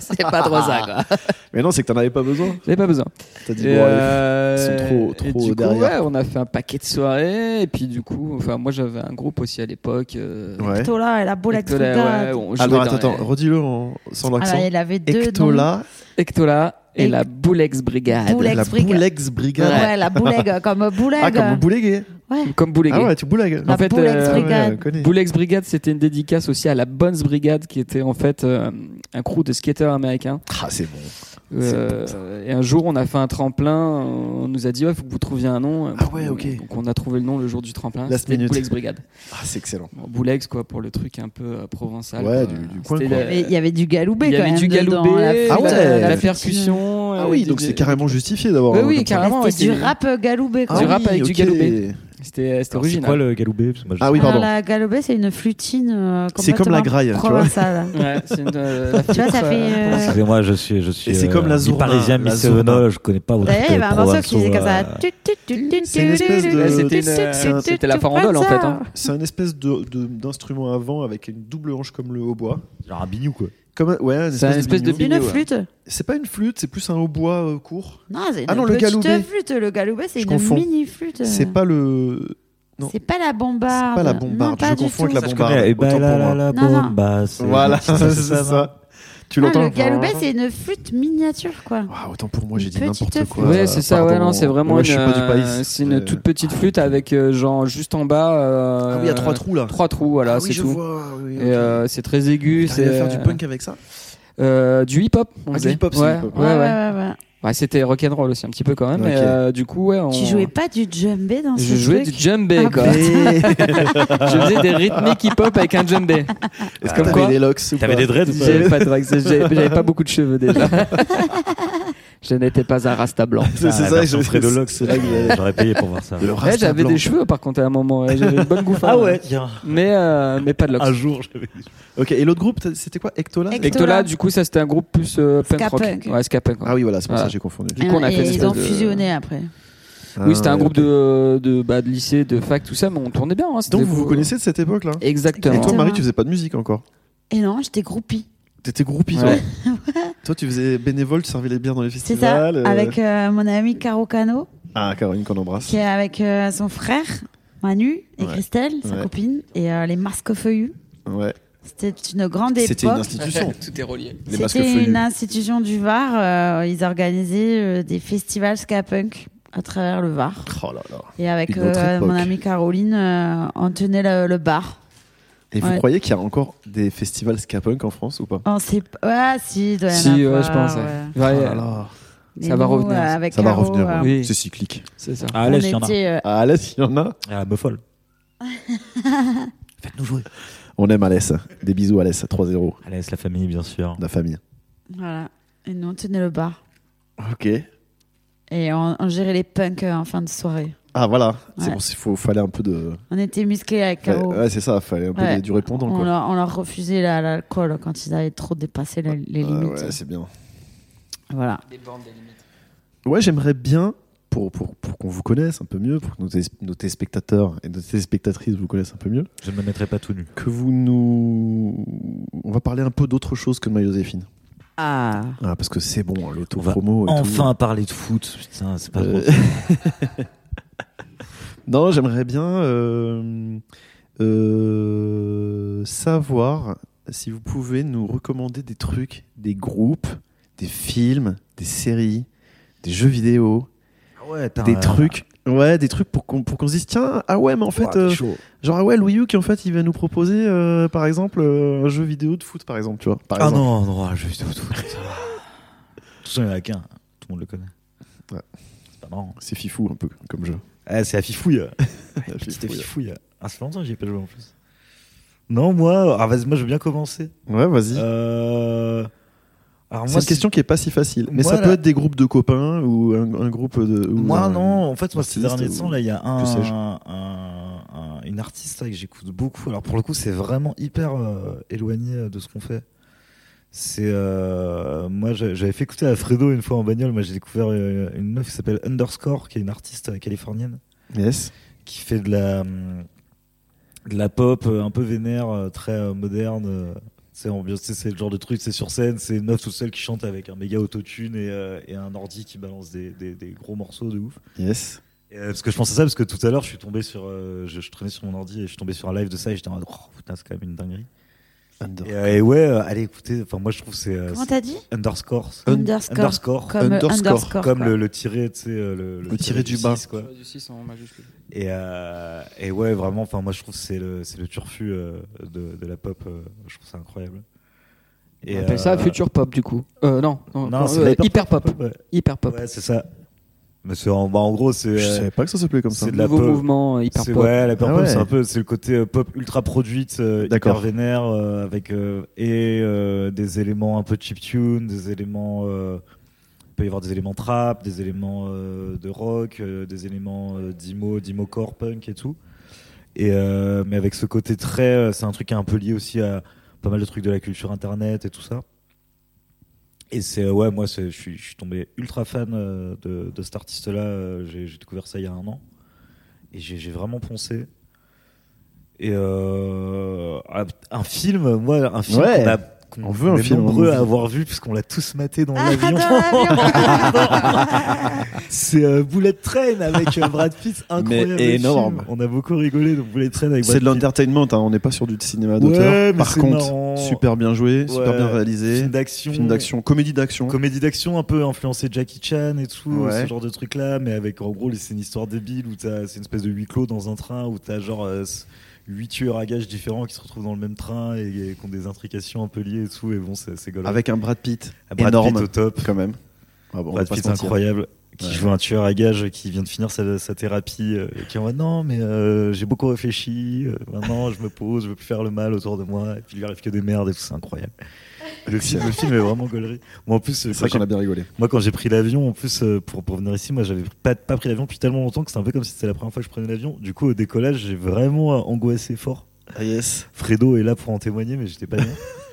Speaker 4: c'est pas trop ça, quoi.
Speaker 1: Mais non, c'est que t'en avais pas besoin.
Speaker 4: J'avais pas besoin.
Speaker 1: T'as dit,
Speaker 4: Et,
Speaker 1: bon, allez,
Speaker 4: euh,
Speaker 1: ils sont trop-
Speaker 4: et
Speaker 1: trop
Speaker 4: du coup,
Speaker 1: derrière.
Speaker 4: ouais, on a fait un paquet de soirées. Et puis, du coup, enfin, moi, j'avais un groupe aussi à l'époque. euh,
Speaker 1: Ouais.
Speaker 2: Hectola et la boulette
Speaker 4: Ectola, ouais,
Speaker 2: frutade.
Speaker 4: on jouait
Speaker 1: Alors,
Speaker 4: dans
Speaker 1: attends,
Speaker 4: les-
Speaker 1: attends, redis-le en- sans
Speaker 2: Alors,
Speaker 1: l'accent.
Speaker 2: Ah, il avait deux noms.
Speaker 1: Ectola,
Speaker 4: Ectola et
Speaker 2: Ec-
Speaker 4: la Boulex Brigade.
Speaker 2: Boulex
Speaker 1: la
Speaker 2: Brigade.
Speaker 1: Boulex Brigade.
Speaker 2: Ouais, la boulegue, euh, comme boulegue.
Speaker 1: Ah, comme boulégué.
Speaker 4: Comme Boulex.
Speaker 1: Ah ouais, tu boulegues. Ah
Speaker 2: La
Speaker 4: en fait,
Speaker 2: boulex
Speaker 4: euh,
Speaker 1: ouais,
Speaker 2: brigade.
Speaker 1: connais.
Speaker 4: Boulex Brigade, c'était une dédicace aussi à la Bonnes Brigade, qui était en fait euh, un crew de skateurs américains.
Speaker 1: Ah, c'est bon.
Speaker 4: Euh, et un jour, on a fait un tremplin. euh, On nous a dit, ouais, faut que vous trouviez un nom.
Speaker 1: Ah ouais, ok.
Speaker 4: Donc, on a trouvé le nom le jour du tremplin.
Speaker 1: Last
Speaker 4: C'était
Speaker 1: minute.
Speaker 4: Boulex Brigade.
Speaker 1: Ah, c'est excellent.
Speaker 4: Bon, Boulex, quoi, pour le truc un peu euh, provençal.
Speaker 1: Ouais,
Speaker 4: quoi.
Speaker 1: du- du coin,
Speaker 4: C'était
Speaker 1: quoi.
Speaker 4: la-
Speaker 2: Mais il y avait du galoubé
Speaker 4: il y
Speaker 2: quand
Speaker 4: avait
Speaker 2: même.
Speaker 4: du
Speaker 2: dedans,
Speaker 4: galoubé,
Speaker 2: la
Speaker 1: Ah
Speaker 4: la,
Speaker 1: ouais.
Speaker 4: la- la
Speaker 1: Ouais.
Speaker 4: percussion.
Speaker 1: Ah
Speaker 4: euh,
Speaker 1: oui,
Speaker 4: du-
Speaker 1: donc c'est carrément justifié d'avoir.
Speaker 4: Oui,
Speaker 1: euh,
Speaker 4: oui,
Speaker 1: comme ça.
Speaker 4: carrément.
Speaker 2: Mais C'était
Speaker 4: ouais,
Speaker 2: du Ah rap galoubé quoi.
Speaker 4: Du rap
Speaker 1: oui,
Speaker 4: avec du
Speaker 1: ok.
Speaker 4: galoubé. C'était c'était
Speaker 3: Alors, C'est
Speaker 4: original.
Speaker 3: quoi le galoubé Parce que moi, je
Speaker 1: Ah
Speaker 3: sais
Speaker 1: oui,
Speaker 2: Alors,
Speaker 1: pardon.
Speaker 2: la galoubé, c'est une flutine. euh,
Speaker 1: C'est comme la
Speaker 2: complètement
Speaker 1: graille, tu vois.
Speaker 2: provençale.
Speaker 4: Ouais, c'est une, euh, la
Speaker 2: Tu vois, ça
Speaker 4: flûte,
Speaker 2: fait, euh,
Speaker 3: pas. Excusez-moi, je suis, je suis.
Speaker 1: Et c'est comme la
Speaker 3: mi
Speaker 1: Zurna,
Speaker 3: parisien,
Speaker 1: la
Speaker 3: mi
Speaker 1: Zurna.
Speaker 3: Cévenol, je connais pas votre.
Speaker 2: Ouais, il y avait un morceau Eh, ben, qui faisait comme ça.
Speaker 3: provençaux, euh,
Speaker 2: Tu, tu, tu, tu,
Speaker 1: C'est une
Speaker 2: tu,
Speaker 1: espèce
Speaker 2: tu,
Speaker 1: de-
Speaker 2: tu, tu,
Speaker 4: C'était une,
Speaker 2: tu,
Speaker 4: euh,
Speaker 2: tu,
Speaker 4: c'était
Speaker 2: tu,
Speaker 4: la
Speaker 2: tu,
Speaker 4: farandole, en
Speaker 2: tu,
Speaker 4: fait,
Speaker 2: tu,
Speaker 4: hein.
Speaker 1: C'est un espèce de- de- d'instrument à vent avec une double hanche comme le hautbois.
Speaker 3: Genre un bignou quoi.
Speaker 1: Comme un- ouais,
Speaker 4: C'est un espèce de
Speaker 1: biniou.
Speaker 4: biniou.
Speaker 2: Une
Speaker 4: ouais.
Speaker 2: flûte
Speaker 1: C'est pas une flûte, c'est plus un hautbois euh, court.
Speaker 2: Non, c'est une
Speaker 1: Ah non, le
Speaker 2: petite
Speaker 1: galoubé.
Speaker 2: flûte. Le galoubé, c'est
Speaker 1: Je
Speaker 2: une
Speaker 1: confonds.
Speaker 2: mini flûte.
Speaker 1: C'est pas le. non.
Speaker 2: C'est pas la bombarde.
Speaker 1: C'est pas la
Speaker 2: Non,
Speaker 1: bombarde,
Speaker 2: pas
Speaker 1: je
Speaker 2: du
Speaker 1: confonds avec
Speaker 2: tout.
Speaker 1: la
Speaker 3: Ça, je
Speaker 1: bombarde,
Speaker 3: connais. Eh ben,
Speaker 1: autant
Speaker 3: la,
Speaker 1: pour
Speaker 3: la,
Speaker 1: moi.
Speaker 3: la
Speaker 4: Ah
Speaker 2: Non, non.
Speaker 3: bombe, bah, c'est-
Speaker 1: Voilà,
Speaker 3: c'est
Speaker 1: c'est ça. Tu
Speaker 2: Ah,
Speaker 1: l'entends
Speaker 2: le galoubé, c'est une flûte miniature, quoi.
Speaker 1: Ah, Autant pour moi, j'ai dit
Speaker 2: Petite
Speaker 1: n'importe quoi. euh,
Speaker 4: Ouais, c'est ça,
Speaker 1: Pardon.
Speaker 4: ouais, non, c'est vraiment
Speaker 1: Moi,
Speaker 4: une,
Speaker 1: je suis pas du
Speaker 4: euh,
Speaker 1: pays.
Speaker 4: c'est une
Speaker 1: Euh,
Speaker 4: toute petite flûte avec euh, genre juste en bas. euh,
Speaker 1: Ah oui, il y a trois trous là.
Speaker 4: trois trous, voilà,
Speaker 1: Ah
Speaker 4: c'est
Speaker 1: oui, je
Speaker 4: tout.
Speaker 1: vois. oui,
Speaker 4: Et
Speaker 1: ok.
Speaker 4: euh, c'est très aigu.
Speaker 1: T'arrives
Speaker 4: C'est
Speaker 1: à faire du punk avec ça
Speaker 4: euh, du hip hop. On
Speaker 1: Ah, du
Speaker 4: faisait.
Speaker 1: hip-hop, c'est
Speaker 4: ouais,
Speaker 1: hip-hop.
Speaker 4: ouais, ouais.
Speaker 2: ouais.
Speaker 4: Ouais, c'était rock and roll aussi un petit peu quand même. mais,
Speaker 1: Ok.
Speaker 4: euh, du coup, ouais, on...
Speaker 2: Tu jouais pas du djembé dans ce
Speaker 4: Je jouais
Speaker 2: truc
Speaker 4: du djembé
Speaker 2: Ah,
Speaker 4: quoi. je faisais des rythmiques hip hop avec un djembé.
Speaker 1: Est-ce que
Speaker 4: Comme quoi
Speaker 1: t'avais des locks ou
Speaker 3: T'avais
Speaker 1: pas
Speaker 3: des dreads ou pas
Speaker 4: J'avais pas de vague, j'avais j'avais pas beaucoup de cheveux déjà. je n'étais pas un rasta blanc.
Speaker 1: C'est
Speaker 3: Ah,
Speaker 1: c'est
Speaker 3: la
Speaker 1: ça,
Speaker 3: version
Speaker 1: je-
Speaker 3: Fredo Lox,
Speaker 1: c'est là que j'avais-
Speaker 3: J'aurais payé pour voir ça. Ah
Speaker 1: Le
Speaker 4: Ouais,
Speaker 1: rasta
Speaker 4: j'avais
Speaker 1: blanc. Ah
Speaker 4: des cheveux par contre à un moment, ouais, j'avais une bonne gouffe.
Speaker 3: tiens.
Speaker 4: Mais, euh, mais pas de locks.
Speaker 3: Un jour, j'avais.
Speaker 1: Ok, et l'autre groupe, t'as- c'était quoi Ectola
Speaker 2: Ectola.
Speaker 4: Ectola, du coup, ça c'était un groupe plus euh, punk
Speaker 2: Ska
Speaker 4: rock.
Speaker 2: punk.
Speaker 4: Ouais, ska punk, ouais.
Speaker 1: Ah oui, voilà, c'est pour ça
Speaker 4: Ah.
Speaker 1: que j'ai confondu.
Speaker 4: Du coup, on a
Speaker 2: Et
Speaker 4: fait une
Speaker 2: ils
Speaker 4: espèce
Speaker 2: ont
Speaker 4: de-
Speaker 2: fusionné après.
Speaker 4: Oui, c'était
Speaker 1: Ah,
Speaker 4: un
Speaker 1: ouais,
Speaker 4: groupe
Speaker 1: ok.
Speaker 4: de, de, bah, de lycée, de fac, tout ça, mais on tournait bien. hein, c'était
Speaker 1: Donc vous vous
Speaker 4: cool.
Speaker 1: connaissez de cette époque là
Speaker 4: Exactement.
Speaker 1: Et toi,
Speaker 2: Exactement.
Speaker 1: Marie, tu faisais pas de musique encore
Speaker 2: Et non, j'étais groupie.
Speaker 1: T'étais groupie,
Speaker 4: Ouais.
Speaker 1: toi Toi, tu faisais bénévole, tu servais les bières dans les
Speaker 2: C'est ça,
Speaker 1: festivals. euh,
Speaker 2: avec euh, mon ami Caro Cano,
Speaker 1: Ah, Caroline, qu'on embrasse.
Speaker 2: qui est avec euh, son frère Manu et
Speaker 1: Ouais.
Speaker 2: Christelle, sa
Speaker 1: Ouais.
Speaker 2: copine, et euh, les Masques Feuillus.
Speaker 1: Ouais.
Speaker 2: C'était une grande
Speaker 1: C'était une
Speaker 2: époque.
Speaker 1: institution.
Speaker 4: Tout est relié.
Speaker 1: Les masques
Speaker 2: C'était
Speaker 1: feuillus.
Speaker 2: une institution du Var. euh, ils organisaient euh, des festivals ska punk à travers le Var.
Speaker 1: Oh là là.
Speaker 2: Et avec
Speaker 1: Une autre
Speaker 2: euh,
Speaker 1: époque.
Speaker 2: mon amie Caroline, euh, on tenait le, le bar.
Speaker 1: Et vous
Speaker 2: Ouais.
Speaker 1: croyez qu'il y a encore des festivals ska punk en France ou pas
Speaker 2: On s'est. Ouais, si, il doit y en
Speaker 4: Si,
Speaker 2: avoir,
Speaker 4: ouais, je pense. ouais.
Speaker 1: Oh
Speaker 2: ouais.
Speaker 4: Ouais,
Speaker 3: Ah
Speaker 4: euh,
Speaker 1: là là.
Speaker 2: Et
Speaker 4: Ça va
Speaker 2: nous,
Speaker 4: revenir.
Speaker 2: euh, avec
Speaker 1: Ça va
Speaker 2: Caro,
Speaker 1: revenir,
Speaker 2: euh,
Speaker 1: ouais.
Speaker 4: Oui.
Speaker 1: C'est cyclique.
Speaker 4: c'est ça.
Speaker 3: Ah,
Speaker 2: on
Speaker 3: là, il y en a.
Speaker 2: était, euh,
Speaker 1: À Alès, il y en a.
Speaker 3: Ah, me folle.
Speaker 1: Faites-nous jouer. On aime Alès. Des bisous, Alès. 3-0.
Speaker 3: Allez, c'est la famille, bien sûr.
Speaker 2: euh,
Speaker 1: La famille.
Speaker 2: voilà. Et nous, on tenait le bar.
Speaker 1: Ok.
Speaker 2: Et on, on gérait les punks euh, en fin de soirée.
Speaker 1: Ah voilà, c'est
Speaker 2: Ouais.
Speaker 1: pour ça qu'il faut- fallait un peu de.
Speaker 2: On était musclés avec
Speaker 1: Ouais,
Speaker 2: Caro.
Speaker 1: ouais, c'est ça, fallait un peu
Speaker 2: Ouais.
Speaker 1: de- du répondant
Speaker 2: on,
Speaker 1: quoi. Ah,
Speaker 2: leur, on leur refusait la- l'alcool quand ils avaient trop dépassé la- les
Speaker 1: Ah
Speaker 2: limites.
Speaker 1: ouais, c'est bien.
Speaker 2: voilà.
Speaker 4: Des bornes, des limites.
Speaker 1: Ouais, j'aimerais bien, pour, pour, pour qu'on vous connaisse un peu mieux, pour que nos, télés- nos téléspectateurs et nos téléspectatrices vous connaissent un peu mieux,
Speaker 3: Je ne me mettrai pas tout nu.
Speaker 1: que vous nous. On va parler un peu d'autre chose que de My Joséphine.
Speaker 2: Ah.
Speaker 1: Ah, parce que c'est bon, hein,
Speaker 3: On va
Speaker 1: l'auto-promo. et tout.
Speaker 3: Enfin parler de foot, putain, c'est pas
Speaker 1: Euh,
Speaker 3: drôle.
Speaker 1: Non, j'aimerais bien euh, euh, savoir si vous pouvez nous recommander des trucs, des groupes, des films, des séries, des jeux vidéo,
Speaker 3: ah Ouais, t'as
Speaker 1: des
Speaker 3: un-
Speaker 1: trucs. Ouais, des trucs pour qu'on pour qu'on se dise tiens ah ouais mais en fait
Speaker 3: Ouah, t'es
Speaker 1: euh,
Speaker 3: chaud.
Speaker 1: genre ah ouais Louis Huck en fait il va nous proposer euh, par exemple euh, un jeu vidéo de foot par exemple tu vois par
Speaker 3: Ah
Speaker 1: exemple.
Speaker 3: non, non, ah, je vais tout. tout- tout- ça va. De toute façon, il n'y en a qu'un. Tout le monde le connaît.
Speaker 1: Ouais.
Speaker 3: C'est pas marrant.
Speaker 1: c'est fifou un peu comme jeu
Speaker 3: Eh, c'est la fifouille.
Speaker 1: La
Speaker 3: C'était
Speaker 1: fifouille.
Speaker 3: fifouille. Ah, ça fait longtemps que j'y ai pas joué en plus. Non, moi, ah, vas-y, moi, je veux bien commencer.
Speaker 1: ouais vas-y
Speaker 3: Euh... Alors,
Speaker 1: c'est
Speaker 3: moi,
Speaker 1: une question qui est pas si facile mais
Speaker 3: Moi,
Speaker 1: ça
Speaker 3: là-
Speaker 1: peut être des groupes de copains ou un, un groupe de ou
Speaker 3: Moi
Speaker 1: un-
Speaker 3: non, en fait moi ces
Speaker 1: artiste
Speaker 3: derniers
Speaker 1: ou-
Speaker 3: temps là il y a un,
Speaker 1: que sais-je.
Speaker 3: un- un- une artiste là, que j'écoute beaucoup. Alors pour le coup c'est vraiment hyper euh, éloigné euh, de ce qu'on fait. C'est euh, moi j'a- j'avais fait écouter à Fredo une fois en bagnole. Moi j'ai découvert euh, une meuf qui s'appelle Underscore qui est une artiste euh, californienne
Speaker 1: yes
Speaker 3: qui fait de la hum, de la pop euh, un peu vénère euh, très euh, moderne. euh, C'est ambiance- c'est- c'est le genre de truc, c'est sur scène, c'est une meuf toute seule qui chante avec un méga autotune et, euh, et un ordi qui balance des- des- des gros morceaux de ouf.
Speaker 1: yes
Speaker 3: Et, euh, parce que je pensais ça parce que tout à l'heure je suis tombé sur euh, je, je traînais sur mon ordi et je suis tombé sur un live de ça et j'étais en mode oh, putain c'est quand même une dinguerie. Et, euh, et ouais euh, allez écoutez enfin moi je trouve que c'est euh,
Speaker 2: Comment
Speaker 3: c'est
Speaker 2: t'as dit
Speaker 3: underscore c'est-
Speaker 2: Underscore.
Speaker 3: underscore
Speaker 2: Comme, euh,
Speaker 1: Underscore.
Speaker 2: underscore,
Speaker 3: comme
Speaker 2: quoi.
Speaker 3: le, le tiré tu sais euh, le,
Speaker 1: Le tiré du bas.
Speaker 3: six, quoi.
Speaker 4: Du 6 en majuscule.
Speaker 3: Et, euh, et ouais vraiment enfin moi je trouve que c'est le c'est le turfu euh, de, de la pop euh, je trouve ça incroyable. Et,
Speaker 4: On appelle ça
Speaker 3: euh,
Speaker 4: future pop du coup. Euh, non, non,
Speaker 3: Non,
Speaker 4: non,
Speaker 3: c'est
Speaker 4: euh,
Speaker 3: la
Speaker 4: hyper pop.
Speaker 3: ouais.
Speaker 4: Hyper pop.
Speaker 3: Ouais, c'est ça. Mais c'est en, bah, en gros c'est
Speaker 1: je
Speaker 3: euh,
Speaker 1: savais pas que ça s'appelait comme ça
Speaker 3: c'est de la
Speaker 4: Nouveau
Speaker 3: pop.
Speaker 4: mouvement euh, hyper
Speaker 3: C'est-
Speaker 4: pop.
Speaker 3: Ouais, la pop,
Speaker 1: Ah ouais.
Speaker 3: c'est un peu c'est le côté euh, pop ultra produite, euh,
Speaker 1: D'accord.
Speaker 3: hyper vénère, euh, avec euh, et euh, des éléments un peu chip tune, des éléments. euh, il peut y avoir des éléments trap, des éléments euh, de rock, euh, des éléments euh, d'imo, d'imocore, punk et tout. Et euh, mais avec ce côté très, euh, c'est un truc qui est un peu lié aussi à pas mal de trucs de la culture internet et tout ça. Et c'est euh, ouais, moi c'est- je suis je suis tombé ultra fan euh, de, de cet artiste-là. euh, J'ai j'ai découvert ça il y a un an et j'ai j'ai vraiment poncé. Et euh, un- un film, moi, un film
Speaker 1: Ouais.
Speaker 3: qu'on a- qu'on
Speaker 1: On veut un
Speaker 3: est
Speaker 1: film, on
Speaker 3: nombreux
Speaker 1: veut.
Speaker 3: à avoir vu puisqu'on l'a tous maté dans
Speaker 2: Ah,
Speaker 3: l'avion. c'est euh, Bullet Train avec euh, Brad Pitt, incroyable.
Speaker 1: Mais
Speaker 3: film.
Speaker 1: énorme.
Speaker 3: On a beaucoup rigolé donc Bullet Train avec Brad
Speaker 1: C'est de
Speaker 3: Pitt.
Speaker 1: l'entertainment, hein, on n'est pas sur du cinéma
Speaker 3: Ouais,
Speaker 1: d'auteur.
Speaker 3: mais
Speaker 1: Par
Speaker 3: c'est
Speaker 1: contre,
Speaker 3: marrant.
Speaker 1: super bien joué, super
Speaker 3: Ouais,
Speaker 1: bien réalisé.
Speaker 3: Film d'action.
Speaker 1: Film d'action, comédie d'action.
Speaker 3: Comédie d'action un peu influencé Jackie Chan et tout,
Speaker 1: Ouais.
Speaker 3: ce genre de truc là, mais avec en gros c'est une histoire débile où t'as- c'est une espèce de huis clos dans un train où t'as genre euh, s- huit tueurs à gages différents qui se retrouvent dans le même train et, et qui ont des intrications un peu liées et tout, et bon c'est c'est gaulant.
Speaker 1: avec un Brad Pitt
Speaker 3: Brad
Speaker 1: énorme.
Speaker 3: Pitt au top,
Speaker 1: quand même. Ah bon, on va
Speaker 3: Brad
Speaker 1: pas
Speaker 3: Pitt
Speaker 1: se mentir.
Speaker 3: incroyable qui
Speaker 1: Ouais.
Speaker 3: joue un tueur à gages qui vient de finir sa, sa thérapie euh, et qui est en mode non mais euh, j'ai beaucoup réfléchi euh, maintenant je me pose je veux plus faire le mal autour de moi et puis il lui arrive que des merdes et tout c'est incroyable le film, le film est vraiment gaulerie moi en plus euh,
Speaker 1: C'est vrai
Speaker 3: quand
Speaker 1: qu'on a bien rigolé.
Speaker 3: moi, quand j'ai pris l'avion, en plus, euh, pour, pour venir ici, moi, j'avais pas, pas pris l'avion depuis tellement longtemps que c'était un peu comme si c'était la première fois que je prenais l'avion. Du coup, au décollage, j'ai vraiment euh, angoissé fort.
Speaker 1: yes.
Speaker 3: Fredo est là pour en témoigner, mais j'étais pas bien.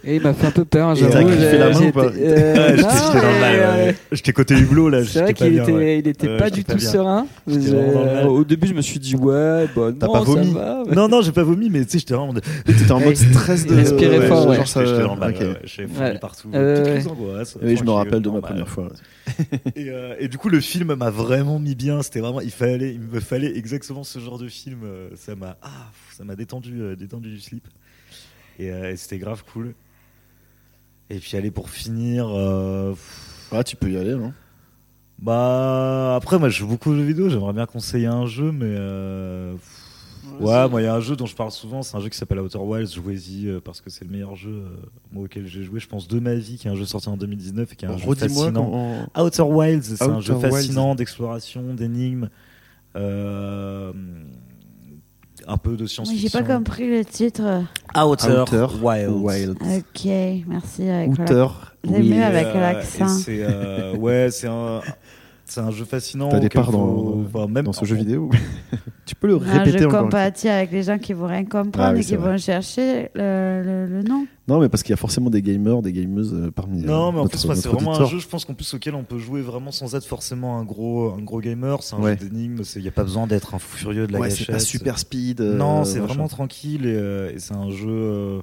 Speaker 4: Et il m'a fait un peu peur,
Speaker 3: Et t'as
Speaker 4: j'avoue.
Speaker 3: kiffé
Speaker 4: j'ai-
Speaker 3: la main ou
Speaker 4: j'étais-
Speaker 1: pas
Speaker 4: euh,
Speaker 3: j'étais
Speaker 4: non,
Speaker 3: j'étais dans le
Speaker 4: mais,
Speaker 3: live,
Speaker 4: euh,
Speaker 3: ouais. J'étais côté hublot, là.
Speaker 4: C'est vrai
Speaker 3: Euh, j'étais pas
Speaker 4: qu'il
Speaker 3: bien,
Speaker 4: était,
Speaker 3: ouais.
Speaker 4: il était
Speaker 3: Ouais,
Speaker 4: pas
Speaker 3: Euh, j'étais
Speaker 4: du
Speaker 3: pas
Speaker 4: tout
Speaker 3: bien.
Speaker 4: serein.
Speaker 3: J'étais vraiment dans le
Speaker 4: Euh,
Speaker 3: mal.
Speaker 4: Au début, je me suis dit, ouais, bah,
Speaker 1: T'as
Speaker 4: non,
Speaker 1: pas vomi
Speaker 4: ça va.
Speaker 3: Non, non, j'ai pas vomi, mais tu sais, j'étais vraiment. en mode-
Speaker 1: T'étais en mode stress de.
Speaker 4: Il respirait
Speaker 1: Euh, ouais,
Speaker 4: fort,
Speaker 1: genre
Speaker 4: ouais.
Speaker 1: ça-
Speaker 3: J'étais dans le mal,
Speaker 1: ok.
Speaker 3: ouais, ouais, J'avais vomi
Speaker 4: Ouais.
Speaker 3: partout.
Speaker 4: Euh,
Speaker 3: toutes les
Speaker 4: ouais.
Speaker 3: angoisses,
Speaker 1: Oui, je me
Speaker 3: tranquille,
Speaker 1: rappelle de ma
Speaker 3: normal.
Speaker 1: première fois.
Speaker 3: Et, euh, et du coup, le film m'a vraiment mis bien. C'était vraiment, il fallait, il me fallait exactement ce genre de film. Euh, Ça m'a, ah, pff, ça m'a détendu, euh, détendu du slip. Et, euh, et c'était grave cool. Et puis, allez, pour finir, euh, pff,
Speaker 1: Ah, tu peux y aller,
Speaker 3: hein.
Speaker 1: non
Speaker 3: bah, après, moi, je joue beaucoup aux jeux vidéo. J'aimerais bien conseiller un jeu, mais euh, pff, ouais, moi, il y a un jeu dont je parle souvent. C'est un jeu qui s'appelle Outer Wilds. Jouez-y euh, parce que c'est le meilleur jeu, euh, moi, auquel j'ai joué, je pense, de ma vie, qui est un jeu sorti en 2019 et qui est un jeu
Speaker 1: Redis-moi
Speaker 3: fascinant.
Speaker 1: quand.
Speaker 3: Outer Wilds, c'est un
Speaker 1: Outer
Speaker 3: jeu fascinant
Speaker 1: Wilds.
Speaker 3: d'exploration, d'énigmes, euh, un peu de
Speaker 2: Oui,
Speaker 3: science-fiction.
Speaker 2: J'ai pas compris le titre.
Speaker 3: Outer,
Speaker 1: Outer
Speaker 3: Wilds.
Speaker 1: Wild.
Speaker 2: Ok, merci. euh, Avec, voilà.
Speaker 1: Outer
Speaker 2: J'aimais
Speaker 3: et,
Speaker 2: avec
Speaker 3: euh,
Speaker 2: l'accent.
Speaker 3: et c'est, euh, ouais, c'est un, c'est un jeu fascinant.
Speaker 8: T'as des
Speaker 3: auquel
Speaker 8: parts dans-
Speaker 3: faut- enfin, même
Speaker 8: dans ce jeu
Speaker 3: en-
Speaker 8: vidéo. tu peux le
Speaker 2: Ah,
Speaker 8: répéter
Speaker 2: je
Speaker 8: encore. une fois.
Speaker 2: compatis avec les gens qui vont rien comprendre
Speaker 8: Ah oui,
Speaker 2: et
Speaker 8: c'est
Speaker 2: qui
Speaker 8: vrai.
Speaker 2: vont chercher le, le- le nom.
Speaker 8: Non, mais parce qu'il y a forcément des gamers, des gameuses euh, parmi. euh,
Speaker 3: Non, mais en
Speaker 8: notre-
Speaker 3: plus, ouais, c'est
Speaker 8: notre
Speaker 3: vraiment un
Speaker 8: auditoire.
Speaker 3: jeu, je pense qu'en plus, auquel on peut jouer vraiment sans être forcément un gros, un gros gamer. C'est un
Speaker 8: Ouais.
Speaker 3: jeu d'énigmes, il n'y a pas besoin d'être un fou furieux de la
Speaker 8: Ouais, c'est
Speaker 3: gâchette.
Speaker 8: pas super speed. euh,
Speaker 3: Non, c'est
Speaker 8: machin.
Speaker 3: vraiment tranquille et, euh, et c'est un jeu euh,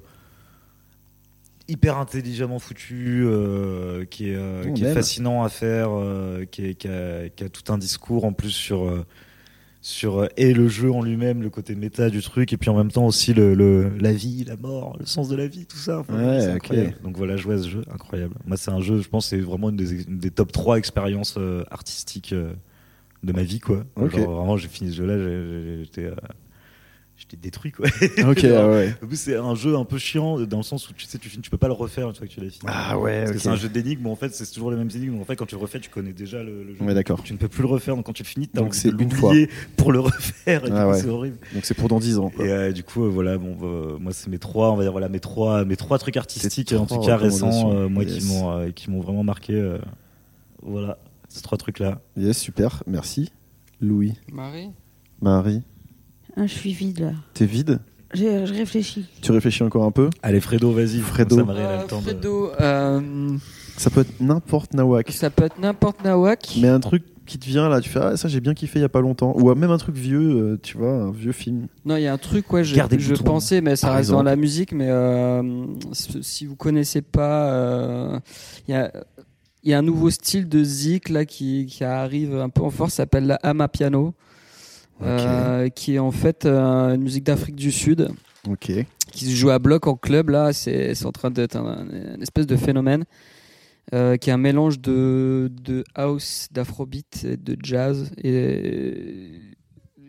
Speaker 3: hyper intelligemment foutu, euh, qui est, euh,
Speaker 8: On
Speaker 3: qui est
Speaker 8: aime.
Speaker 3: fascinant à faire, euh, qui, est- qui a, qui a tout un discours en plus sur. euh, sur euh, et le jeu en lui-même, le côté méta du truc, et puis en même temps aussi le, le- la vie, la mort, le sens de la vie, tout ça. Enfin,
Speaker 8: Ouais,
Speaker 3: c'est
Speaker 8: ok.
Speaker 3: incroyable. Donc voilà, jouer à ce jeu, incroyable. Moi, c'est un jeu, je pense, c'est vraiment une des, une des top 3 expériences euh, artistiques euh, de ma vie, quoi.
Speaker 8: Ok.
Speaker 3: Genre, vraiment, j'ai fini ce jeu-là, j'ai- j'ai- j'étais. euh, J'étais détruit quoi.
Speaker 8: Ok, ah ouais.
Speaker 3: En plus, c'est un jeu un peu chiant dans le sens où tu sais tu finis, tu peux pas le refaire une fois que tu l'as fini.
Speaker 8: Ah ouais,
Speaker 3: Parce
Speaker 8: ok.
Speaker 3: que c'est un jeu d'énigmes, mais en fait c'est toujours les mêmes énigmes. En fait quand tu le refais tu connais déjà le, le jeu.
Speaker 8: Ouais, d'accord.
Speaker 3: Tu ne peux plus le refaire donc quand tu le finis t'as
Speaker 8: Donc,
Speaker 3: envie
Speaker 8: c'est
Speaker 3: de
Speaker 8: une fois.
Speaker 3: l'oublier pour le refaire. et du
Speaker 8: Ah
Speaker 3: coup,
Speaker 8: ouais.
Speaker 3: C'est horrible.
Speaker 8: Donc c'est pour dans 10 ans.
Speaker 3: Et
Speaker 8: quoi.
Speaker 3: euh, du coup euh, voilà bon euh, moi c'est mes trois on va dire voilà mes trois mes trois trucs artistiques
Speaker 8: Tes
Speaker 3: en
Speaker 8: trois
Speaker 3: tout cas récents
Speaker 8: recommandations.
Speaker 3: euh, moi
Speaker 8: Yes.
Speaker 3: qui m'ont euh, qui m'ont vraiment marqué. euh, voilà ces trois trucs là.
Speaker 8: Yes, super, merci. Louis,
Speaker 4: Marie
Speaker 8: Marie,
Speaker 2: Ah, je suis vide là.
Speaker 8: t'es vide
Speaker 2: Je, je réfléchis.
Speaker 8: Tu réfléchis encore un peu
Speaker 3: Allez Fredo vas-y.
Speaker 8: Fredo.
Speaker 3: Ça, Marie, elle a le temps de-
Speaker 4: Ah, Fredo, euh,
Speaker 8: Ça peut être n'importe Nawak,
Speaker 4: ça peut être n'importe Nawak.
Speaker 8: mais un truc qui te vient là, tu fais ah ça j'ai bien kiffé il y a pas longtemps, ou euh, même un truc vieux, euh, tu vois, un vieux film.
Speaker 4: Non, il y a un truc, ouais, je,
Speaker 3: Gardez le
Speaker 4: je
Speaker 3: bouton,
Speaker 4: pensais, mais ça
Speaker 8: par
Speaker 4: reste
Speaker 8: exemple.
Speaker 4: dans la musique. Mais euh, si si vous connaissez pas, euh, il y a. Il y a un nouveau style de zik là qui, qui arrive un peu en force, ça s'appelle la hama piano, euh, qui est en fait euh, une musique d'Afrique du Sud
Speaker 8: Ok.
Speaker 4: qui se joue à bloc en club là, c'est c'est en train d'être un, un espèce de phénomène euh, qui est un mélange de, de house, d'afrobeat, et de jazz et,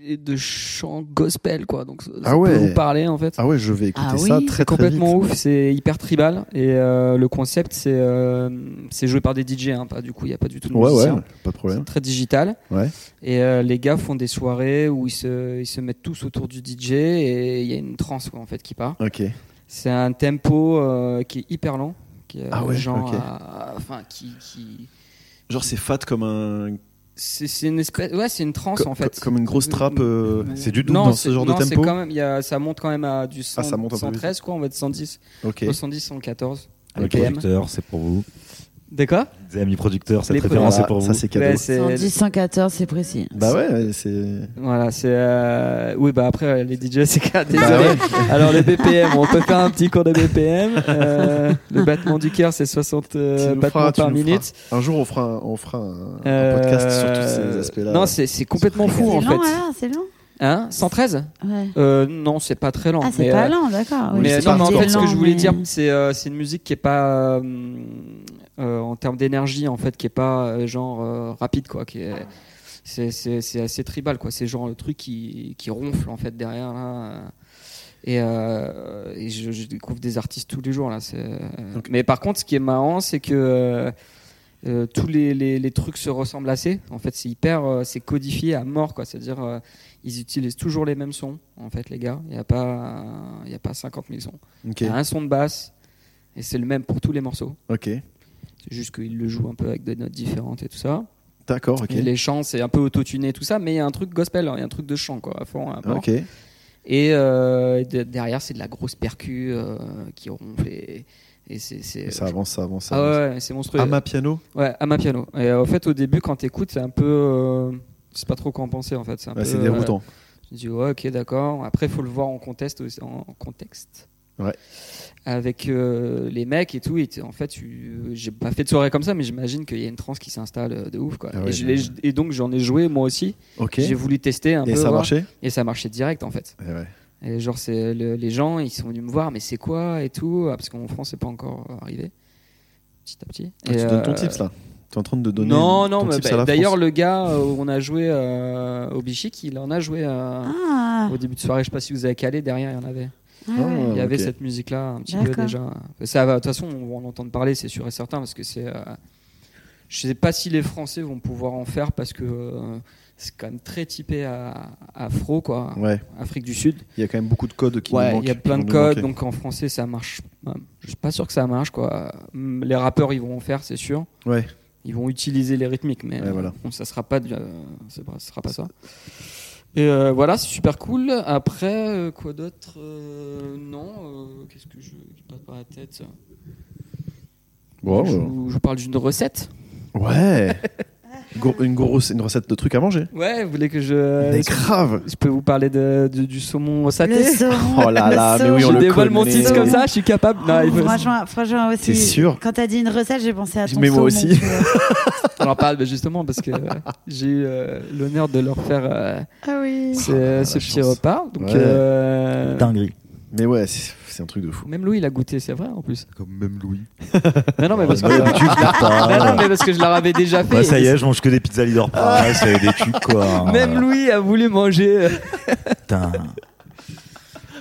Speaker 4: et de chant gospel quoi. Donc ça,
Speaker 8: Ah
Speaker 4: ça
Speaker 8: ouais.
Speaker 4: peut vous parler en fait.
Speaker 8: Ah ouais, je vais écouter
Speaker 2: Ah oui,
Speaker 8: ça très
Speaker 4: C'est
Speaker 8: très
Speaker 4: complètement
Speaker 8: vite.
Speaker 4: ouf, c'est hyper tribal et euh, le concept c'est euh, c'est joué par des DJ, hein, pas du coup il y a pas du tout de
Speaker 8: Ouais ouais,
Speaker 4: musiciens.
Speaker 8: pas de problème.
Speaker 4: C'est très digital.
Speaker 8: Ouais.
Speaker 4: Et euh, les gars font des soirées où ils se, ils se mettent tous autour du DJ et il y a une transe quoi, en fait qui part.
Speaker 8: Ok.
Speaker 4: C'est un tempo euh, qui est hyper lent. Qui, est,
Speaker 8: Ah
Speaker 4: euh,
Speaker 8: ouais,
Speaker 4: genre,
Speaker 8: ok.
Speaker 4: à- à- enfin, qui, qui...
Speaker 8: Genre c'est fat comme un,
Speaker 4: C'est, c'est une espèce, ouais, c'est une transe
Speaker 8: co-
Speaker 4: en fait.
Speaker 8: co- comme une grosse trappe. euh, C'est du doux
Speaker 4: non,
Speaker 8: dans
Speaker 4: c'est-
Speaker 8: ce genre
Speaker 4: non,
Speaker 8: de
Speaker 4: c'est
Speaker 8: tempo.
Speaker 4: quand même, il y a, ça monte quand même à du 100,
Speaker 8: Ah, ça monte un peu
Speaker 4: 113 quoi, on va être 110,
Speaker 8: Ok.
Speaker 4: 110, 114.
Speaker 8: Ah,
Speaker 3: Les
Speaker 4: BPM.
Speaker 3: producteurs c'est pour vous.
Speaker 4: D'accord.
Speaker 3: Les amis producteurs cette
Speaker 4: Les
Speaker 3: référence
Speaker 8: Ah,
Speaker 3: c'est pour vous.
Speaker 8: ça c'est cadeau.
Speaker 4: Ouais, c'est-
Speaker 2: 110, 114, c'est précis.
Speaker 8: Bah ouais, c'est.
Speaker 4: Voilà, c'est. euh, Oui, bah après, euh, les DJ, c'est qu'à désolé.
Speaker 8: Bah ouais.
Speaker 4: Alors, les BPM, on peut faire un petit cours de BPM. Euh, le battement du cœur, c'est 60 euh,
Speaker 8: Tu nous
Speaker 4: battements
Speaker 8: feras, tu
Speaker 4: par
Speaker 8: nous feras.
Speaker 4: minute.
Speaker 8: Un jour on fera un, on fera un, un
Speaker 4: Euh,
Speaker 8: podcast sur tous ces aspects-là.
Speaker 4: Non, c'est c'est complètement
Speaker 2: C'est
Speaker 4: fou en
Speaker 2: lent,
Speaker 4: fait.
Speaker 8: hein.
Speaker 2: alors, c'est lent.
Speaker 4: Hein 113
Speaker 2: Ouais.
Speaker 4: euh, Non, c'est pas très lent.
Speaker 2: Ah, c'est
Speaker 4: mais,
Speaker 2: pas
Speaker 4: euh,
Speaker 2: lent, d'accord. oui.
Speaker 4: mais,
Speaker 8: c'est
Speaker 4: non,
Speaker 8: pas
Speaker 4: mais en
Speaker 8: hardcore.
Speaker 4: fait, ce que
Speaker 2: lent,
Speaker 4: je voulais
Speaker 2: mais-
Speaker 4: dire, c'est euh, c'est une musique qui est pas euh, euh, en termes d'énergie, en fait, qui est pas euh, genre euh, rapide, quoi. Qui est c'est c'est c'est assez tribal, quoi. C'est genre le truc qui qui ronfle en fait derrière là. euh, Et, euh, et je, je découvre des artistes tous les jours là. c'est- euh,
Speaker 8: Donc-
Speaker 4: Mais par contre, ce qui est marrant, c'est que euh, euh, tous les, les, les trucs se ressemblent assez. En fait, c'est hyper, euh, c'est codifié à mort, quoi. C'est-à-dire, euh, ils utilisent toujours les mêmes sons, en fait, les gars. Il n'y a pas, euh, il y a pas 50 000 sons.
Speaker 8: Ok.
Speaker 4: Il y a un son de basse et c'est le même pour tous les morceaux.
Speaker 8: Ok.
Speaker 4: C'est juste qu'ils le jouent un peu avec des notes différentes et tout ça.
Speaker 8: D'accord. Ok.
Speaker 4: Et les chants, c'est un peu autotuné tout ça, mais il y a un truc gospel, hein, il y a un truc de chant, quoi, à fond, à mort.
Speaker 8: Ok.
Speaker 4: Et euh, de- derrière, c'est de la grosse percu euh, qui ronfle et, et c'est. c'est-
Speaker 8: Et ça avance, ça avance. ça
Speaker 4: Ah
Speaker 8: avance.
Speaker 4: ouais, ouais, c'est monstrueux.
Speaker 8: À ma piano.
Speaker 4: Ouais, à ma piano. Et euh, en fait, au début, quand t'écoutes, c'est un peu. euh, je sais pas trop quoi en penser en fait. C'est un
Speaker 8: Ouais,
Speaker 4: peu,
Speaker 8: Bah, c'est
Speaker 4: euh,
Speaker 8: déroutant.
Speaker 4: je dis ouais, ok, d'accord. Après, faut le voir en contexte, aussi- en contexte.
Speaker 8: Ouais.
Speaker 4: Avec euh, les mecs et tout. Et t- en fait, tu- j'ai pas fait de soirée comme ça, mais j'imagine qu'il y a une transe qui s'installe euh, de ouf. Quoi.
Speaker 8: Ah ouais,
Speaker 4: et, je l'ai- et donc, j'en ai joué moi aussi.
Speaker 8: Ok.
Speaker 4: J'ai voulu tester un peu.
Speaker 8: Et ça a
Speaker 4: voir.
Speaker 8: marché
Speaker 4: Et ça marchait direct en fait.
Speaker 8: Eh ouais.
Speaker 4: Et genre, c'est le- les gens, ils sont venus me voir, mais c'est quoi et tout. ah, Parce qu'en France, c'est pas encore arrivé. Petit à petit.
Speaker 8: Ah, Tu
Speaker 4: Et,
Speaker 8: donnes ton
Speaker 4: euh,
Speaker 8: tips là. Tu es en train de donner
Speaker 4: non, non,
Speaker 8: ton
Speaker 4: mais
Speaker 8: tips
Speaker 4: bah,
Speaker 8: à la
Speaker 4: d'ailleurs,
Speaker 8: France.
Speaker 4: le gars euh, où on a joué euh, au Bichic, il en a joué euh,
Speaker 2: Ah,
Speaker 4: au début de soirée. Je sais pas si vous avez calé, derrière, il y en
Speaker 2: ah
Speaker 4: avait.
Speaker 2: ouais.
Speaker 8: Ah,
Speaker 1: Oh.
Speaker 4: Il y avait
Speaker 8: ok.
Speaker 4: cette musique-là un petit peu
Speaker 2: D'accord.
Speaker 4: déjà. Ça va, de toute façon, on va en entendre parler, c'est sûr et certain, parce que c'est. euh, Je sais pas si les Français vont pouvoir en faire parce que euh, c'est quand même très typé à, à afro, quoi,
Speaker 1: Ouais,
Speaker 4: Afrique du Sud.
Speaker 1: il y a quand même beaucoup de codes qui nous
Speaker 4: Ouais,
Speaker 1: manquent.
Speaker 4: il y a plein
Speaker 1: qui
Speaker 4: de
Speaker 1: vont nous
Speaker 4: codes,
Speaker 1: manquer.
Speaker 4: donc en français ça marche. euh, Je suis pas sûr que ça marche, quoi. Hum, Les rappeurs ils vont en faire, c'est sûr.
Speaker 1: Ouais.
Speaker 4: Ils vont utiliser les rythmiques, mais
Speaker 1: Ouais,
Speaker 4: euh,
Speaker 1: voilà.
Speaker 4: bon, ça sera pas, de- euh, c'est pas- ça sera pas ça. Et euh, voilà, c'est super cool. Après, euh, quoi d'autre Euh, Non, euh, qu'est-ce que je qui me passe par la tête ça
Speaker 1: Bon,
Speaker 4: je,
Speaker 1: euh,
Speaker 4: vous- je vous parle d'une recette.
Speaker 1: Ouais. Gro- une grosse, une recette de trucs à manger.
Speaker 4: Ouais, vous voulez que je
Speaker 1: Mais grave.
Speaker 4: je peux vous parler de, de- du saumon au
Speaker 2: Le
Speaker 4: saté
Speaker 2: sauron.
Speaker 1: Oh là
Speaker 2: Le
Speaker 1: là, mais
Speaker 2: saumon.
Speaker 1: oui, on
Speaker 4: Je
Speaker 1: le
Speaker 4: dévoile mon
Speaker 1: connaît.
Speaker 4: titre comme ça, je suis capable. Non, il faut-
Speaker 2: franchement, franchement aussi.
Speaker 1: T'es sûr
Speaker 2: Quand t'as dit une recette, j'ai pensé à ton
Speaker 1: Mais moi
Speaker 2: saumon,
Speaker 1: aussi.
Speaker 2: tu vois.
Speaker 4: On en parle justement parce que euh, j'ai eu euh, l'honneur de leur faire euh,
Speaker 2: ah oui.
Speaker 4: ce,
Speaker 1: la
Speaker 4: ce petit
Speaker 1: chance.
Speaker 4: repas. Donc,
Speaker 1: Ouais.
Speaker 4: euh,
Speaker 3: Dinguerie.
Speaker 1: Mais ouais, c'est c'est un truc de fou.
Speaker 4: même Louis, il a goûté, c'est vrai en plus.
Speaker 3: Comme même Louis.
Speaker 4: Non, non, mais parce que,
Speaker 3: D'habitude, je l'ai pas.
Speaker 4: Non, non, mais parce que je leur avais déjà fait.
Speaker 3: Bah, ça y est, Ah. je mange que des pizzas leader price et des trucs quoi.
Speaker 4: Même Louis a voulu manger. euh,
Speaker 3: Putain.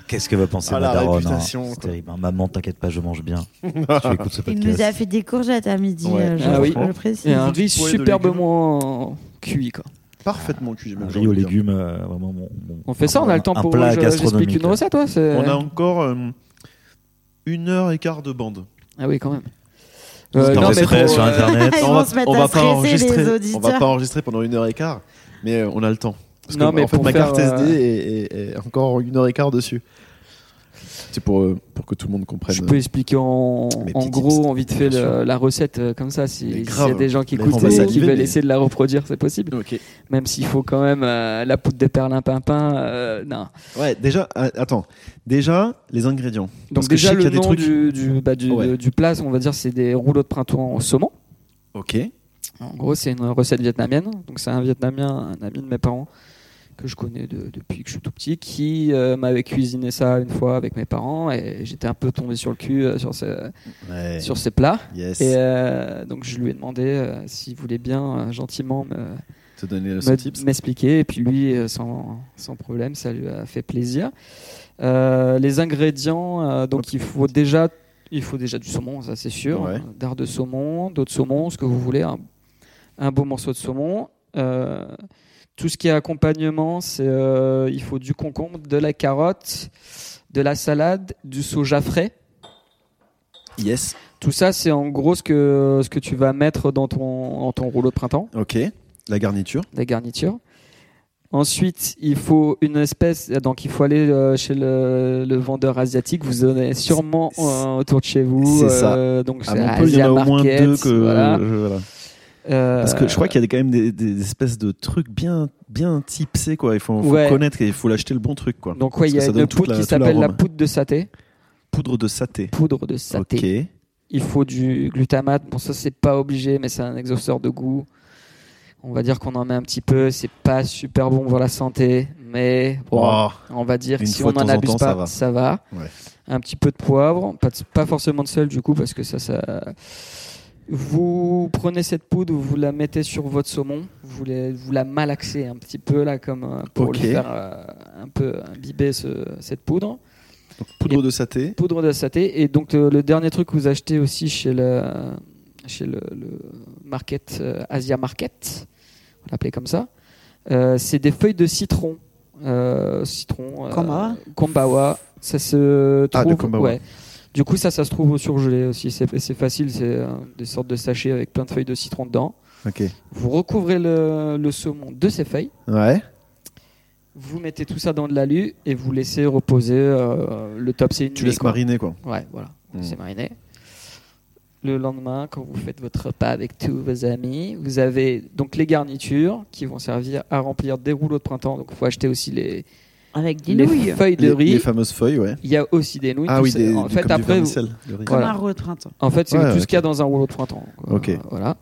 Speaker 3: Qu'est-ce que va penser
Speaker 1: Ah,
Speaker 3: ma
Speaker 1: la
Speaker 3: daronne hein.
Speaker 1: réputation,
Speaker 3: C'est
Speaker 1: quoi.
Speaker 3: terrible. hein. Maman, t'inquiète pas, je mange bien. Si tu écoutes ce
Speaker 2: Il nous a
Speaker 3: podcast.
Speaker 2: fait des courgettes à midi,
Speaker 1: Ouais.
Speaker 2: euh, je,
Speaker 4: Ah oui.
Speaker 2: je le précise.
Speaker 4: Et un riz
Speaker 1: poêlée de
Speaker 4: superbement cuit, quoi.
Speaker 1: Parfaitement cuit. j'ai
Speaker 3: Un
Speaker 1: même
Speaker 3: riz aux
Speaker 1: envie de dire.
Speaker 3: légumes, euh, vraiment mon, mon-
Speaker 4: On fait ça, on a le temps
Speaker 3: un
Speaker 4: pour.
Speaker 3: plat
Speaker 4: je- J'explique
Speaker 3: gastronomique.
Speaker 4: une recette, toi. c'est-
Speaker 8: On a encore euh, une heure et quart de bande.
Speaker 4: Ah oui, quand même.
Speaker 1: On se
Speaker 4: non, mais
Speaker 1: enregistrait
Speaker 4: pour,
Speaker 3: sur
Speaker 4: euh,
Speaker 3: internet.
Speaker 2: Ils
Speaker 1: on
Speaker 2: vont
Speaker 1: va,
Speaker 2: se mettre
Speaker 1: on
Speaker 2: à
Speaker 1: va pas
Speaker 2: stresser,
Speaker 1: enregistrer.
Speaker 2: les
Speaker 1: On va
Speaker 2: auditeurs.
Speaker 1: pas enregistrer pendant une heure et quart, mais euh, on a le temps. Parce
Speaker 4: Non,
Speaker 1: que,
Speaker 4: mais
Speaker 1: en fait,
Speaker 4: pour
Speaker 1: ma
Speaker 4: faire,
Speaker 1: carte
Speaker 4: euh,
Speaker 1: SD est, est- est encore une heure et quart dessus. C'est pour euh, pour que tout le monde comprenne.
Speaker 4: Je peux expliquer en,
Speaker 1: Mes
Speaker 4: en
Speaker 1: petits
Speaker 4: gros,
Speaker 1: tips.
Speaker 4: en vite fait,
Speaker 1: Bien
Speaker 4: le-
Speaker 1: sûr.
Speaker 4: la recette euh, comme ça. Si
Speaker 1: Mais
Speaker 4: s'il y a
Speaker 1: grave.
Speaker 4: des gens qui
Speaker 1: Mais
Speaker 4: écoutent
Speaker 1: on va
Speaker 4: et qui
Speaker 1: saliver,
Speaker 4: veulent
Speaker 1: mais-
Speaker 4: essayer de la reproduire, c'est possible.
Speaker 1: Ok.
Speaker 4: Même s'il faut quand même euh, la poudre de perlimpinpin. euh, non.
Speaker 1: Ouais. Déjà, euh, attends. Déjà, les ingrédients. Parce
Speaker 4: Donc
Speaker 1: que je
Speaker 4: déjà
Speaker 1: sais qu'il y
Speaker 4: le
Speaker 1: a des
Speaker 4: nom
Speaker 1: trucs-
Speaker 4: du du, bah, du,
Speaker 1: Ouais.
Speaker 4: du plat, on va dire, c'est des rouleaux de printemps en saumon.
Speaker 1: Ok.
Speaker 4: En gros, c'est une recette vietnamienne. Donc c'est un Vietnamien, un ami de mes parents que je connais de- depuis que je suis tout petit, qui euh, m'avait cuisiné ça une fois avec mes parents et j'étais un peu tombé sur le cul euh, sur ce-
Speaker 1: Ouais.
Speaker 4: sur ces plats.
Speaker 1: Yes.
Speaker 4: Et euh, donc je lui ai demandé euh, s'il voulait bien euh, gentiment me-
Speaker 1: Te donner le
Speaker 4: me-
Speaker 1: tips.
Speaker 4: m'expliquer. Et puis lui, euh, sans, sans problème, ça lui a fait plaisir. Euh, les ingrédients, euh, donc il faut déjà, il faut déjà du saumon, ça c'est sûr,
Speaker 1: Ouais.
Speaker 4: d'art de saumon, d'autres saumons, ce que vous voulez, un, un beau morceau de saumon. Euh, tout ce qui est accompagnement, c'est euh, il faut du concombre, de la carotte, de la salade, du soja frais.
Speaker 1: Yes.
Speaker 4: Tout ça, c'est en gros ce que, ce que tu vas mettre dans ton, dans ton rouleau de printemps,
Speaker 1: Ok. La garniture.
Speaker 4: la garniture. Ensuite, il faut une espèce. Donc, il faut aller euh, chez le, le vendeur asiatique. Vous en avez sûrement
Speaker 1: C'est-
Speaker 4: euh, autour de chez vous.
Speaker 1: c'est ça.
Speaker 4: euh, donc,
Speaker 1: À
Speaker 4: c'est
Speaker 1: Montpellier, il y
Speaker 4: Asia
Speaker 1: en a au moins
Speaker 4: Market,
Speaker 1: deux que.
Speaker 4: voilà.
Speaker 1: je- voilà.
Speaker 4: Euh,
Speaker 1: Parce que je crois qu'il y a quand même des, des espèces de trucs bien, bien tipsés, quoi. Il faut, faut
Speaker 4: Ouais.
Speaker 1: connaître qu'il faut l'acheter le bon truc, quoi.
Speaker 4: Donc, ouais, il y
Speaker 1: Parce que ça
Speaker 4: a
Speaker 1: donne
Speaker 4: une
Speaker 1: toute
Speaker 4: poudre
Speaker 1: la-
Speaker 4: qui
Speaker 1: tout l'arôme.
Speaker 4: s'appelle la poudre de saté.
Speaker 1: Poudre de saté.
Speaker 4: Poudre de saté.
Speaker 1: Ok.
Speaker 4: Il faut du glutamate. Bon, ça, c'est pas obligé, mais c'est un exhausteur de goût. On va dire qu'on en met un petit peu. C'est pas super bon pour la santé, mais bon,
Speaker 1: Oh.
Speaker 4: on va dire
Speaker 1: Une
Speaker 4: si on
Speaker 1: fois de
Speaker 4: en
Speaker 1: temps en
Speaker 4: abuse
Speaker 1: temps, ça
Speaker 4: pas, ça
Speaker 1: va.
Speaker 4: va.
Speaker 1: Ouais.
Speaker 4: Un petit peu de poivre, pas, de- pas forcément de sel du coup, parce que ça, ça. Vous prenez cette poudre, vous la mettez sur votre saumon, vous, les- vous la malaxez un petit peu là, comme euh, pour
Speaker 1: Ok.
Speaker 4: lui faire euh, un peu imbiber ce- cette poudre
Speaker 1: Poudre de saté.
Speaker 4: poudre de saté. Et donc le, le dernier truc que vous achetez aussi chez le, chez le, le market, euh, Asia Market, on l'appelait comme ça, euh, c'est des feuilles de citron. Euh, citron. euh,
Speaker 2: Kombawa
Speaker 4: Kombawa. Ça se
Speaker 1: Ah,
Speaker 4: trouve.
Speaker 1: de Kombawa.
Speaker 4: ouais. Du coup, ça, ça se trouve au surgelé aussi. C'est c'est facile, c'est euh, des sortes de sachets avec plein de feuilles de citron dedans.
Speaker 1: Ok.
Speaker 4: Vous recouvrez le, le saumon de ces feuilles.
Speaker 1: Ouais.
Speaker 4: Vous mettez tout ça dans de l'alu et vous laissez reposer euh, le top. C'est une
Speaker 1: Tu
Speaker 4: nuit,
Speaker 1: laisses
Speaker 4: quoi.
Speaker 1: mariner, quoi.
Speaker 4: Ouais, voilà,
Speaker 1: Mm.
Speaker 4: c'est mariné. Le lendemain, quand vous faites votre repas avec tous vos amis, vous avez donc les garnitures qui vont servir à remplir des rouleaux de printemps. Donc, il faut acheter aussi les,
Speaker 2: Avec des
Speaker 4: les
Speaker 2: nouilles.
Speaker 4: feuilles de
Speaker 1: Les,
Speaker 4: riz.
Speaker 1: les fameuses feuilles, ouais.
Speaker 4: Il y a aussi des nouilles.
Speaker 1: Ah
Speaker 4: tout
Speaker 1: oui,
Speaker 4: ça.
Speaker 1: des,
Speaker 4: en
Speaker 1: du-
Speaker 4: fait,
Speaker 1: comme du
Speaker 4: après, vous-
Speaker 1: vermicelle, le riz.
Speaker 2: Comme
Speaker 4: Voilà.
Speaker 2: un rouleau de printemps.
Speaker 4: en fait, c'est
Speaker 1: Ouais,
Speaker 4: tout
Speaker 1: ouais,
Speaker 4: ce qu'il y a dans un rouleau de printemps. quoi.
Speaker 1: Ok.
Speaker 4: Voilà.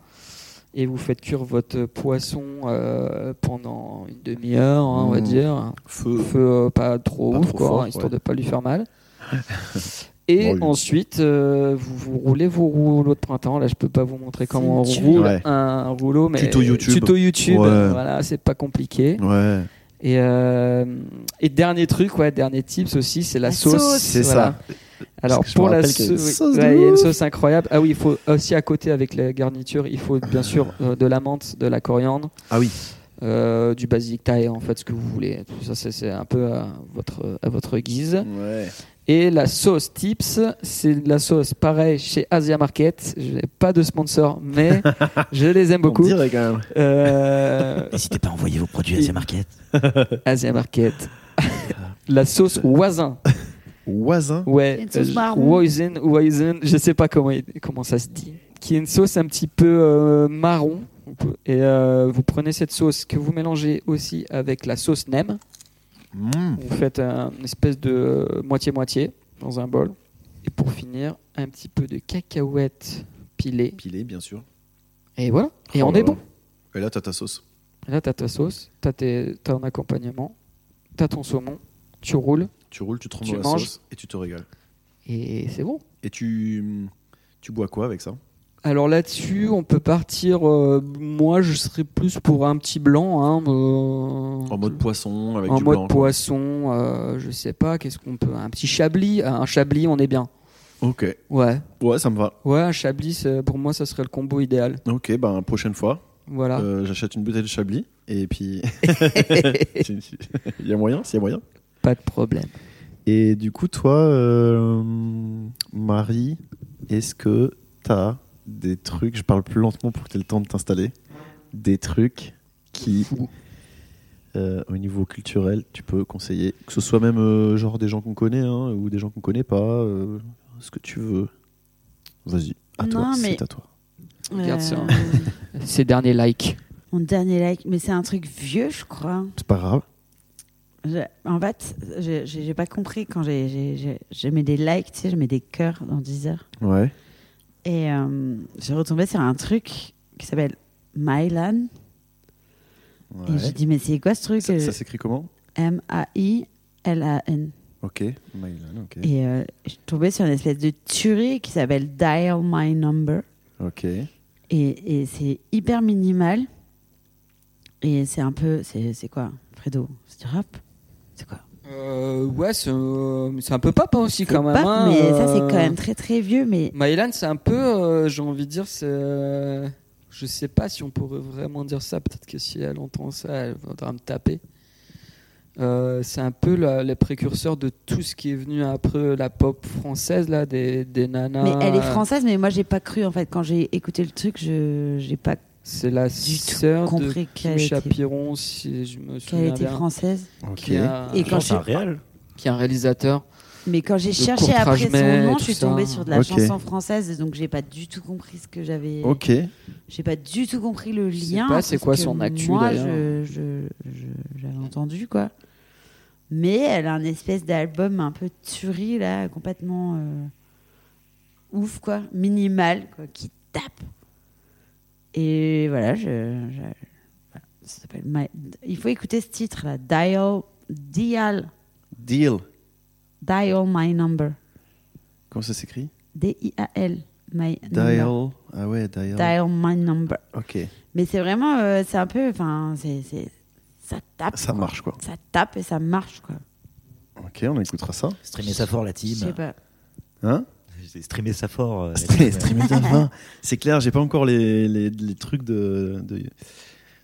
Speaker 4: Et vous faites cuire votre poisson euh, pendant une demi-heure, hein, on va
Speaker 1: Mm.
Speaker 4: dire.
Speaker 1: Feu.
Speaker 4: feu euh, pas trop
Speaker 1: Pas
Speaker 4: ouf,
Speaker 1: trop
Speaker 4: quoi,
Speaker 1: fort,
Speaker 4: hein, histoire
Speaker 1: ouais.
Speaker 4: de pas lui faire mal. Et
Speaker 1: Bon, lui.
Speaker 4: ensuite, euh, vous, vous roulez vos rouleaux de printemps. Là, je peux pas vous montrer comment on
Speaker 2: une tuile.
Speaker 4: roule
Speaker 1: Ouais.
Speaker 4: un rouleau, mais
Speaker 1: Tuto YouTube.
Speaker 4: tuto YouTube,
Speaker 1: Ouais.
Speaker 4: euh, voilà, c'est pas compliqué.
Speaker 1: Ouais.
Speaker 4: Et, euh, et dernier truc, ouais, dernier tips aussi, c'est la,
Speaker 2: La
Speaker 4: sauce.
Speaker 2: sauce.
Speaker 1: C'est
Speaker 4: voilà.
Speaker 1: ça.
Speaker 4: Alors
Speaker 1: que je
Speaker 4: pour
Speaker 1: me
Speaker 4: la
Speaker 1: rappelle qu'il y a une
Speaker 4: sauce,
Speaker 1: sauce de
Speaker 4: ouais, il y a une sauce incroyable. Ah oui, il faut aussi à côté avec la garniture, il faut bien sûr euh, de la menthe, de la coriandre,
Speaker 1: Ah oui.
Speaker 4: euh, du basilic thaï, en fait ce que vous voulez. Tout ça c'est- c'est un peu à votre à votre guise.
Speaker 1: Ouais.
Speaker 4: Et la sauce tips, c'est de la sauce pareil chez Asia Market. Je n'ai pas de sponsor, mais je les aime beaucoup.
Speaker 1: dirait quand même.
Speaker 4: Euh,
Speaker 3: N'hésitez pas à envoyer vos produits à The Market.
Speaker 4: Asia Market. la sauce Wazin.
Speaker 1: Voisin.
Speaker 4: Ouais,
Speaker 2: C'est une sauce
Speaker 4: euh,
Speaker 2: marron.
Speaker 4: Woisin, Woisin, je sais pas comment, il- comment ça se dit. Qui est une sauce un petit peu euh, marron. On peut- Et euh, vous prenez cette sauce que vous mélangez aussi avec la sauce
Speaker 3: Hmm.
Speaker 4: Nem.
Speaker 1: Mmh.
Speaker 4: Vous faites un- une espèce de euh, moitié-moitié dans un bol. Et pour finir, un petit peu de cacahuètes pilées.
Speaker 1: Pilé, bien sûr.
Speaker 4: Et voilà. Et
Speaker 1: Oh
Speaker 4: on
Speaker 1: là
Speaker 4: est
Speaker 1: là.
Speaker 4: bon.
Speaker 1: Et là, t'as ta sauce.
Speaker 4: Et Là, t'as ta sauce, t'as tes- t'as ton accompagnement, t'as ton saumon, tu roules
Speaker 1: Tu roules, tu trembles
Speaker 4: Tu
Speaker 1: la
Speaker 4: manges.
Speaker 1: sauce et tu te régales.
Speaker 4: et c'est bon.
Speaker 1: Et tu, tu bois quoi avec
Speaker 4: Mmh.
Speaker 1: ça
Speaker 4: Alors là-dessus, on peut partir. euh, moi, je serais plus pour un petit blanc. Hein, euh,
Speaker 1: En mode poisson, avec
Speaker 4: en
Speaker 1: du
Speaker 4: mode
Speaker 1: blanc. quoi.
Speaker 4: poisson. euh, je sais pas, qu'est-ce qu'on peut. Un petit chablis. Ah, Un chablis, on est bien.
Speaker 1: Ok.
Speaker 4: Ouais.
Speaker 1: Ouais, ça me va.
Speaker 4: Ouais, un chablis, c'est- pour moi, ça serait le combo idéal.
Speaker 1: Ok, ben prochaine fois,
Speaker 4: Voilà.
Speaker 1: euh, j'achète une bouteille de Chablis et puis il y a moyen, s'il y a moyen.
Speaker 4: Pas de problème.
Speaker 1: Et du coup, toi, euh, Marie, est-ce que t'as des trucs Je parle plus lentement pour que t'aies le temps de t'installer. Des trucs qui, euh, au niveau culturel, tu peux conseiller, que ce soit même euh, genre des gens qu'on connaît hein, ou des gens qu'on connaît pas, euh, ce que tu veux. Vas-y, à toi,
Speaker 2: Non, mais-
Speaker 1: c'est à toi.
Speaker 4: Regarde ça.
Speaker 2: Euh,
Speaker 4: Ces derniers likes.
Speaker 2: Mon dernier like, mais c'est un truc vieux, je crois.
Speaker 1: C'est pas grave.
Speaker 2: Je- en fait, je- j'ai j'ai pas compris quand j'ai- j'ai- j'ai- je mets des likes, tu sais, je mets des cœurs dans 10 heures.
Speaker 1: Ouais.
Speaker 2: Et euh, j'ai retombé sur un truc qui s'appelle Mylan. Et j'ai dit, mais c'est quoi ce truc
Speaker 1: Ça, ça s'écrit comment
Speaker 2: M-A-I-L-A-N.
Speaker 1: Ok. Mylan, ok.
Speaker 2: Et euh, je suis tombée sur une espèce de tuerie qui s'appelle Dial My Number.
Speaker 1: Ok.
Speaker 2: Et, et c'est hyper minimal. Et c'est un peu. C'est c'est quoi Fredo C'est du rap C'est quoi
Speaker 4: Euh, ouais, c'est euh, c'est un peu papa aussi quand
Speaker 2: C'est
Speaker 4: même.
Speaker 2: pop,
Speaker 4: hein,
Speaker 2: mais ça, c'est
Speaker 4: euh,
Speaker 2: quand même très très vieux. Mais
Speaker 4: Mylan, c'est un peu, euh, j'ai envie de dire, c'est. euh, je sais pas si on pourrait vraiment dire ça. Peut-être que si elle entend ça, elle voudra me taper. Euh, c'est un peu la- les précurseurs de tout ce qui est venu après la pop française, là, des, des nanas.
Speaker 2: Mais elle est française, mais moi j'ai pas cru en fait. Quand j'ai écouté le truc, je j'ai pas
Speaker 4: C'est la
Speaker 2: du tout
Speaker 4: sœur de
Speaker 2: compris
Speaker 4: Kim
Speaker 2: qu'elle était,
Speaker 4: Chapiron, si je me
Speaker 2: qu'elle
Speaker 4: souviens
Speaker 2: était
Speaker 4: bien.
Speaker 2: française.
Speaker 1: Ok.
Speaker 4: Qui est un,
Speaker 2: Et quand
Speaker 3: c'est un
Speaker 2: j'ai-
Speaker 3: réel.
Speaker 4: qui est un réalisateur.
Speaker 2: Mais quand j'ai
Speaker 4: Le
Speaker 2: cherché
Speaker 4: court
Speaker 2: après
Speaker 4: trajet,
Speaker 2: son nom,
Speaker 4: tout
Speaker 2: je suis
Speaker 4: ça.
Speaker 2: tombée sur de la
Speaker 1: Ok.
Speaker 2: chanson française, et donc j'ai pas du tout compris ce que j'avais.
Speaker 1: Ok.
Speaker 2: J'ai pas du tout compris le
Speaker 4: Je sais
Speaker 2: lien.
Speaker 4: pas c'est
Speaker 2: parce
Speaker 4: quoi
Speaker 2: que
Speaker 4: son actu,
Speaker 2: Moi,
Speaker 4: d'ailleurs.
Speaker 2: je- je- je- j'avais entendu quoi. Mais elle a un espèce d'album un peu tuerie là, complètement euh, ouf quoi, minimal quoi, qui tape. Et voilà, je, je- voilà, ça s'appelle My- Il faut écouter ce titre là, Dial, Dial,
Speaker 1: Deal.
Speaker 2: Dial My Number,
Speaker 1: Comment ça s'écrit
Speaker 2: D I A L, My Number.
Speaker 1: Dial. Ah ouais, dial.
Speaker 2: Dial My Number.
Speaker 1: Ok.
Speaker 2: Mais c'est vraiment, euh, c'est un peu, enfin, c'est, c'est- ça tape,
Speaker 1: Ça marche quoi.
Speaker 2: ça tape et ça marche quoi.
Speaker 1: Ok, on écoutera ça.
Speaker 3: Streamer ça fort, la
Speaker 2: Je sais
Speaker 3: team.
Speaker 2: pas.
Speaker 1: Hein
Speaker 3: Streamer ça fort. euh, la
Speaker 1: Streamer
Speaker 3: team.
Speaker 1: ça fort. C'est clair, j'ai pas encore les, les, les trucs de, de-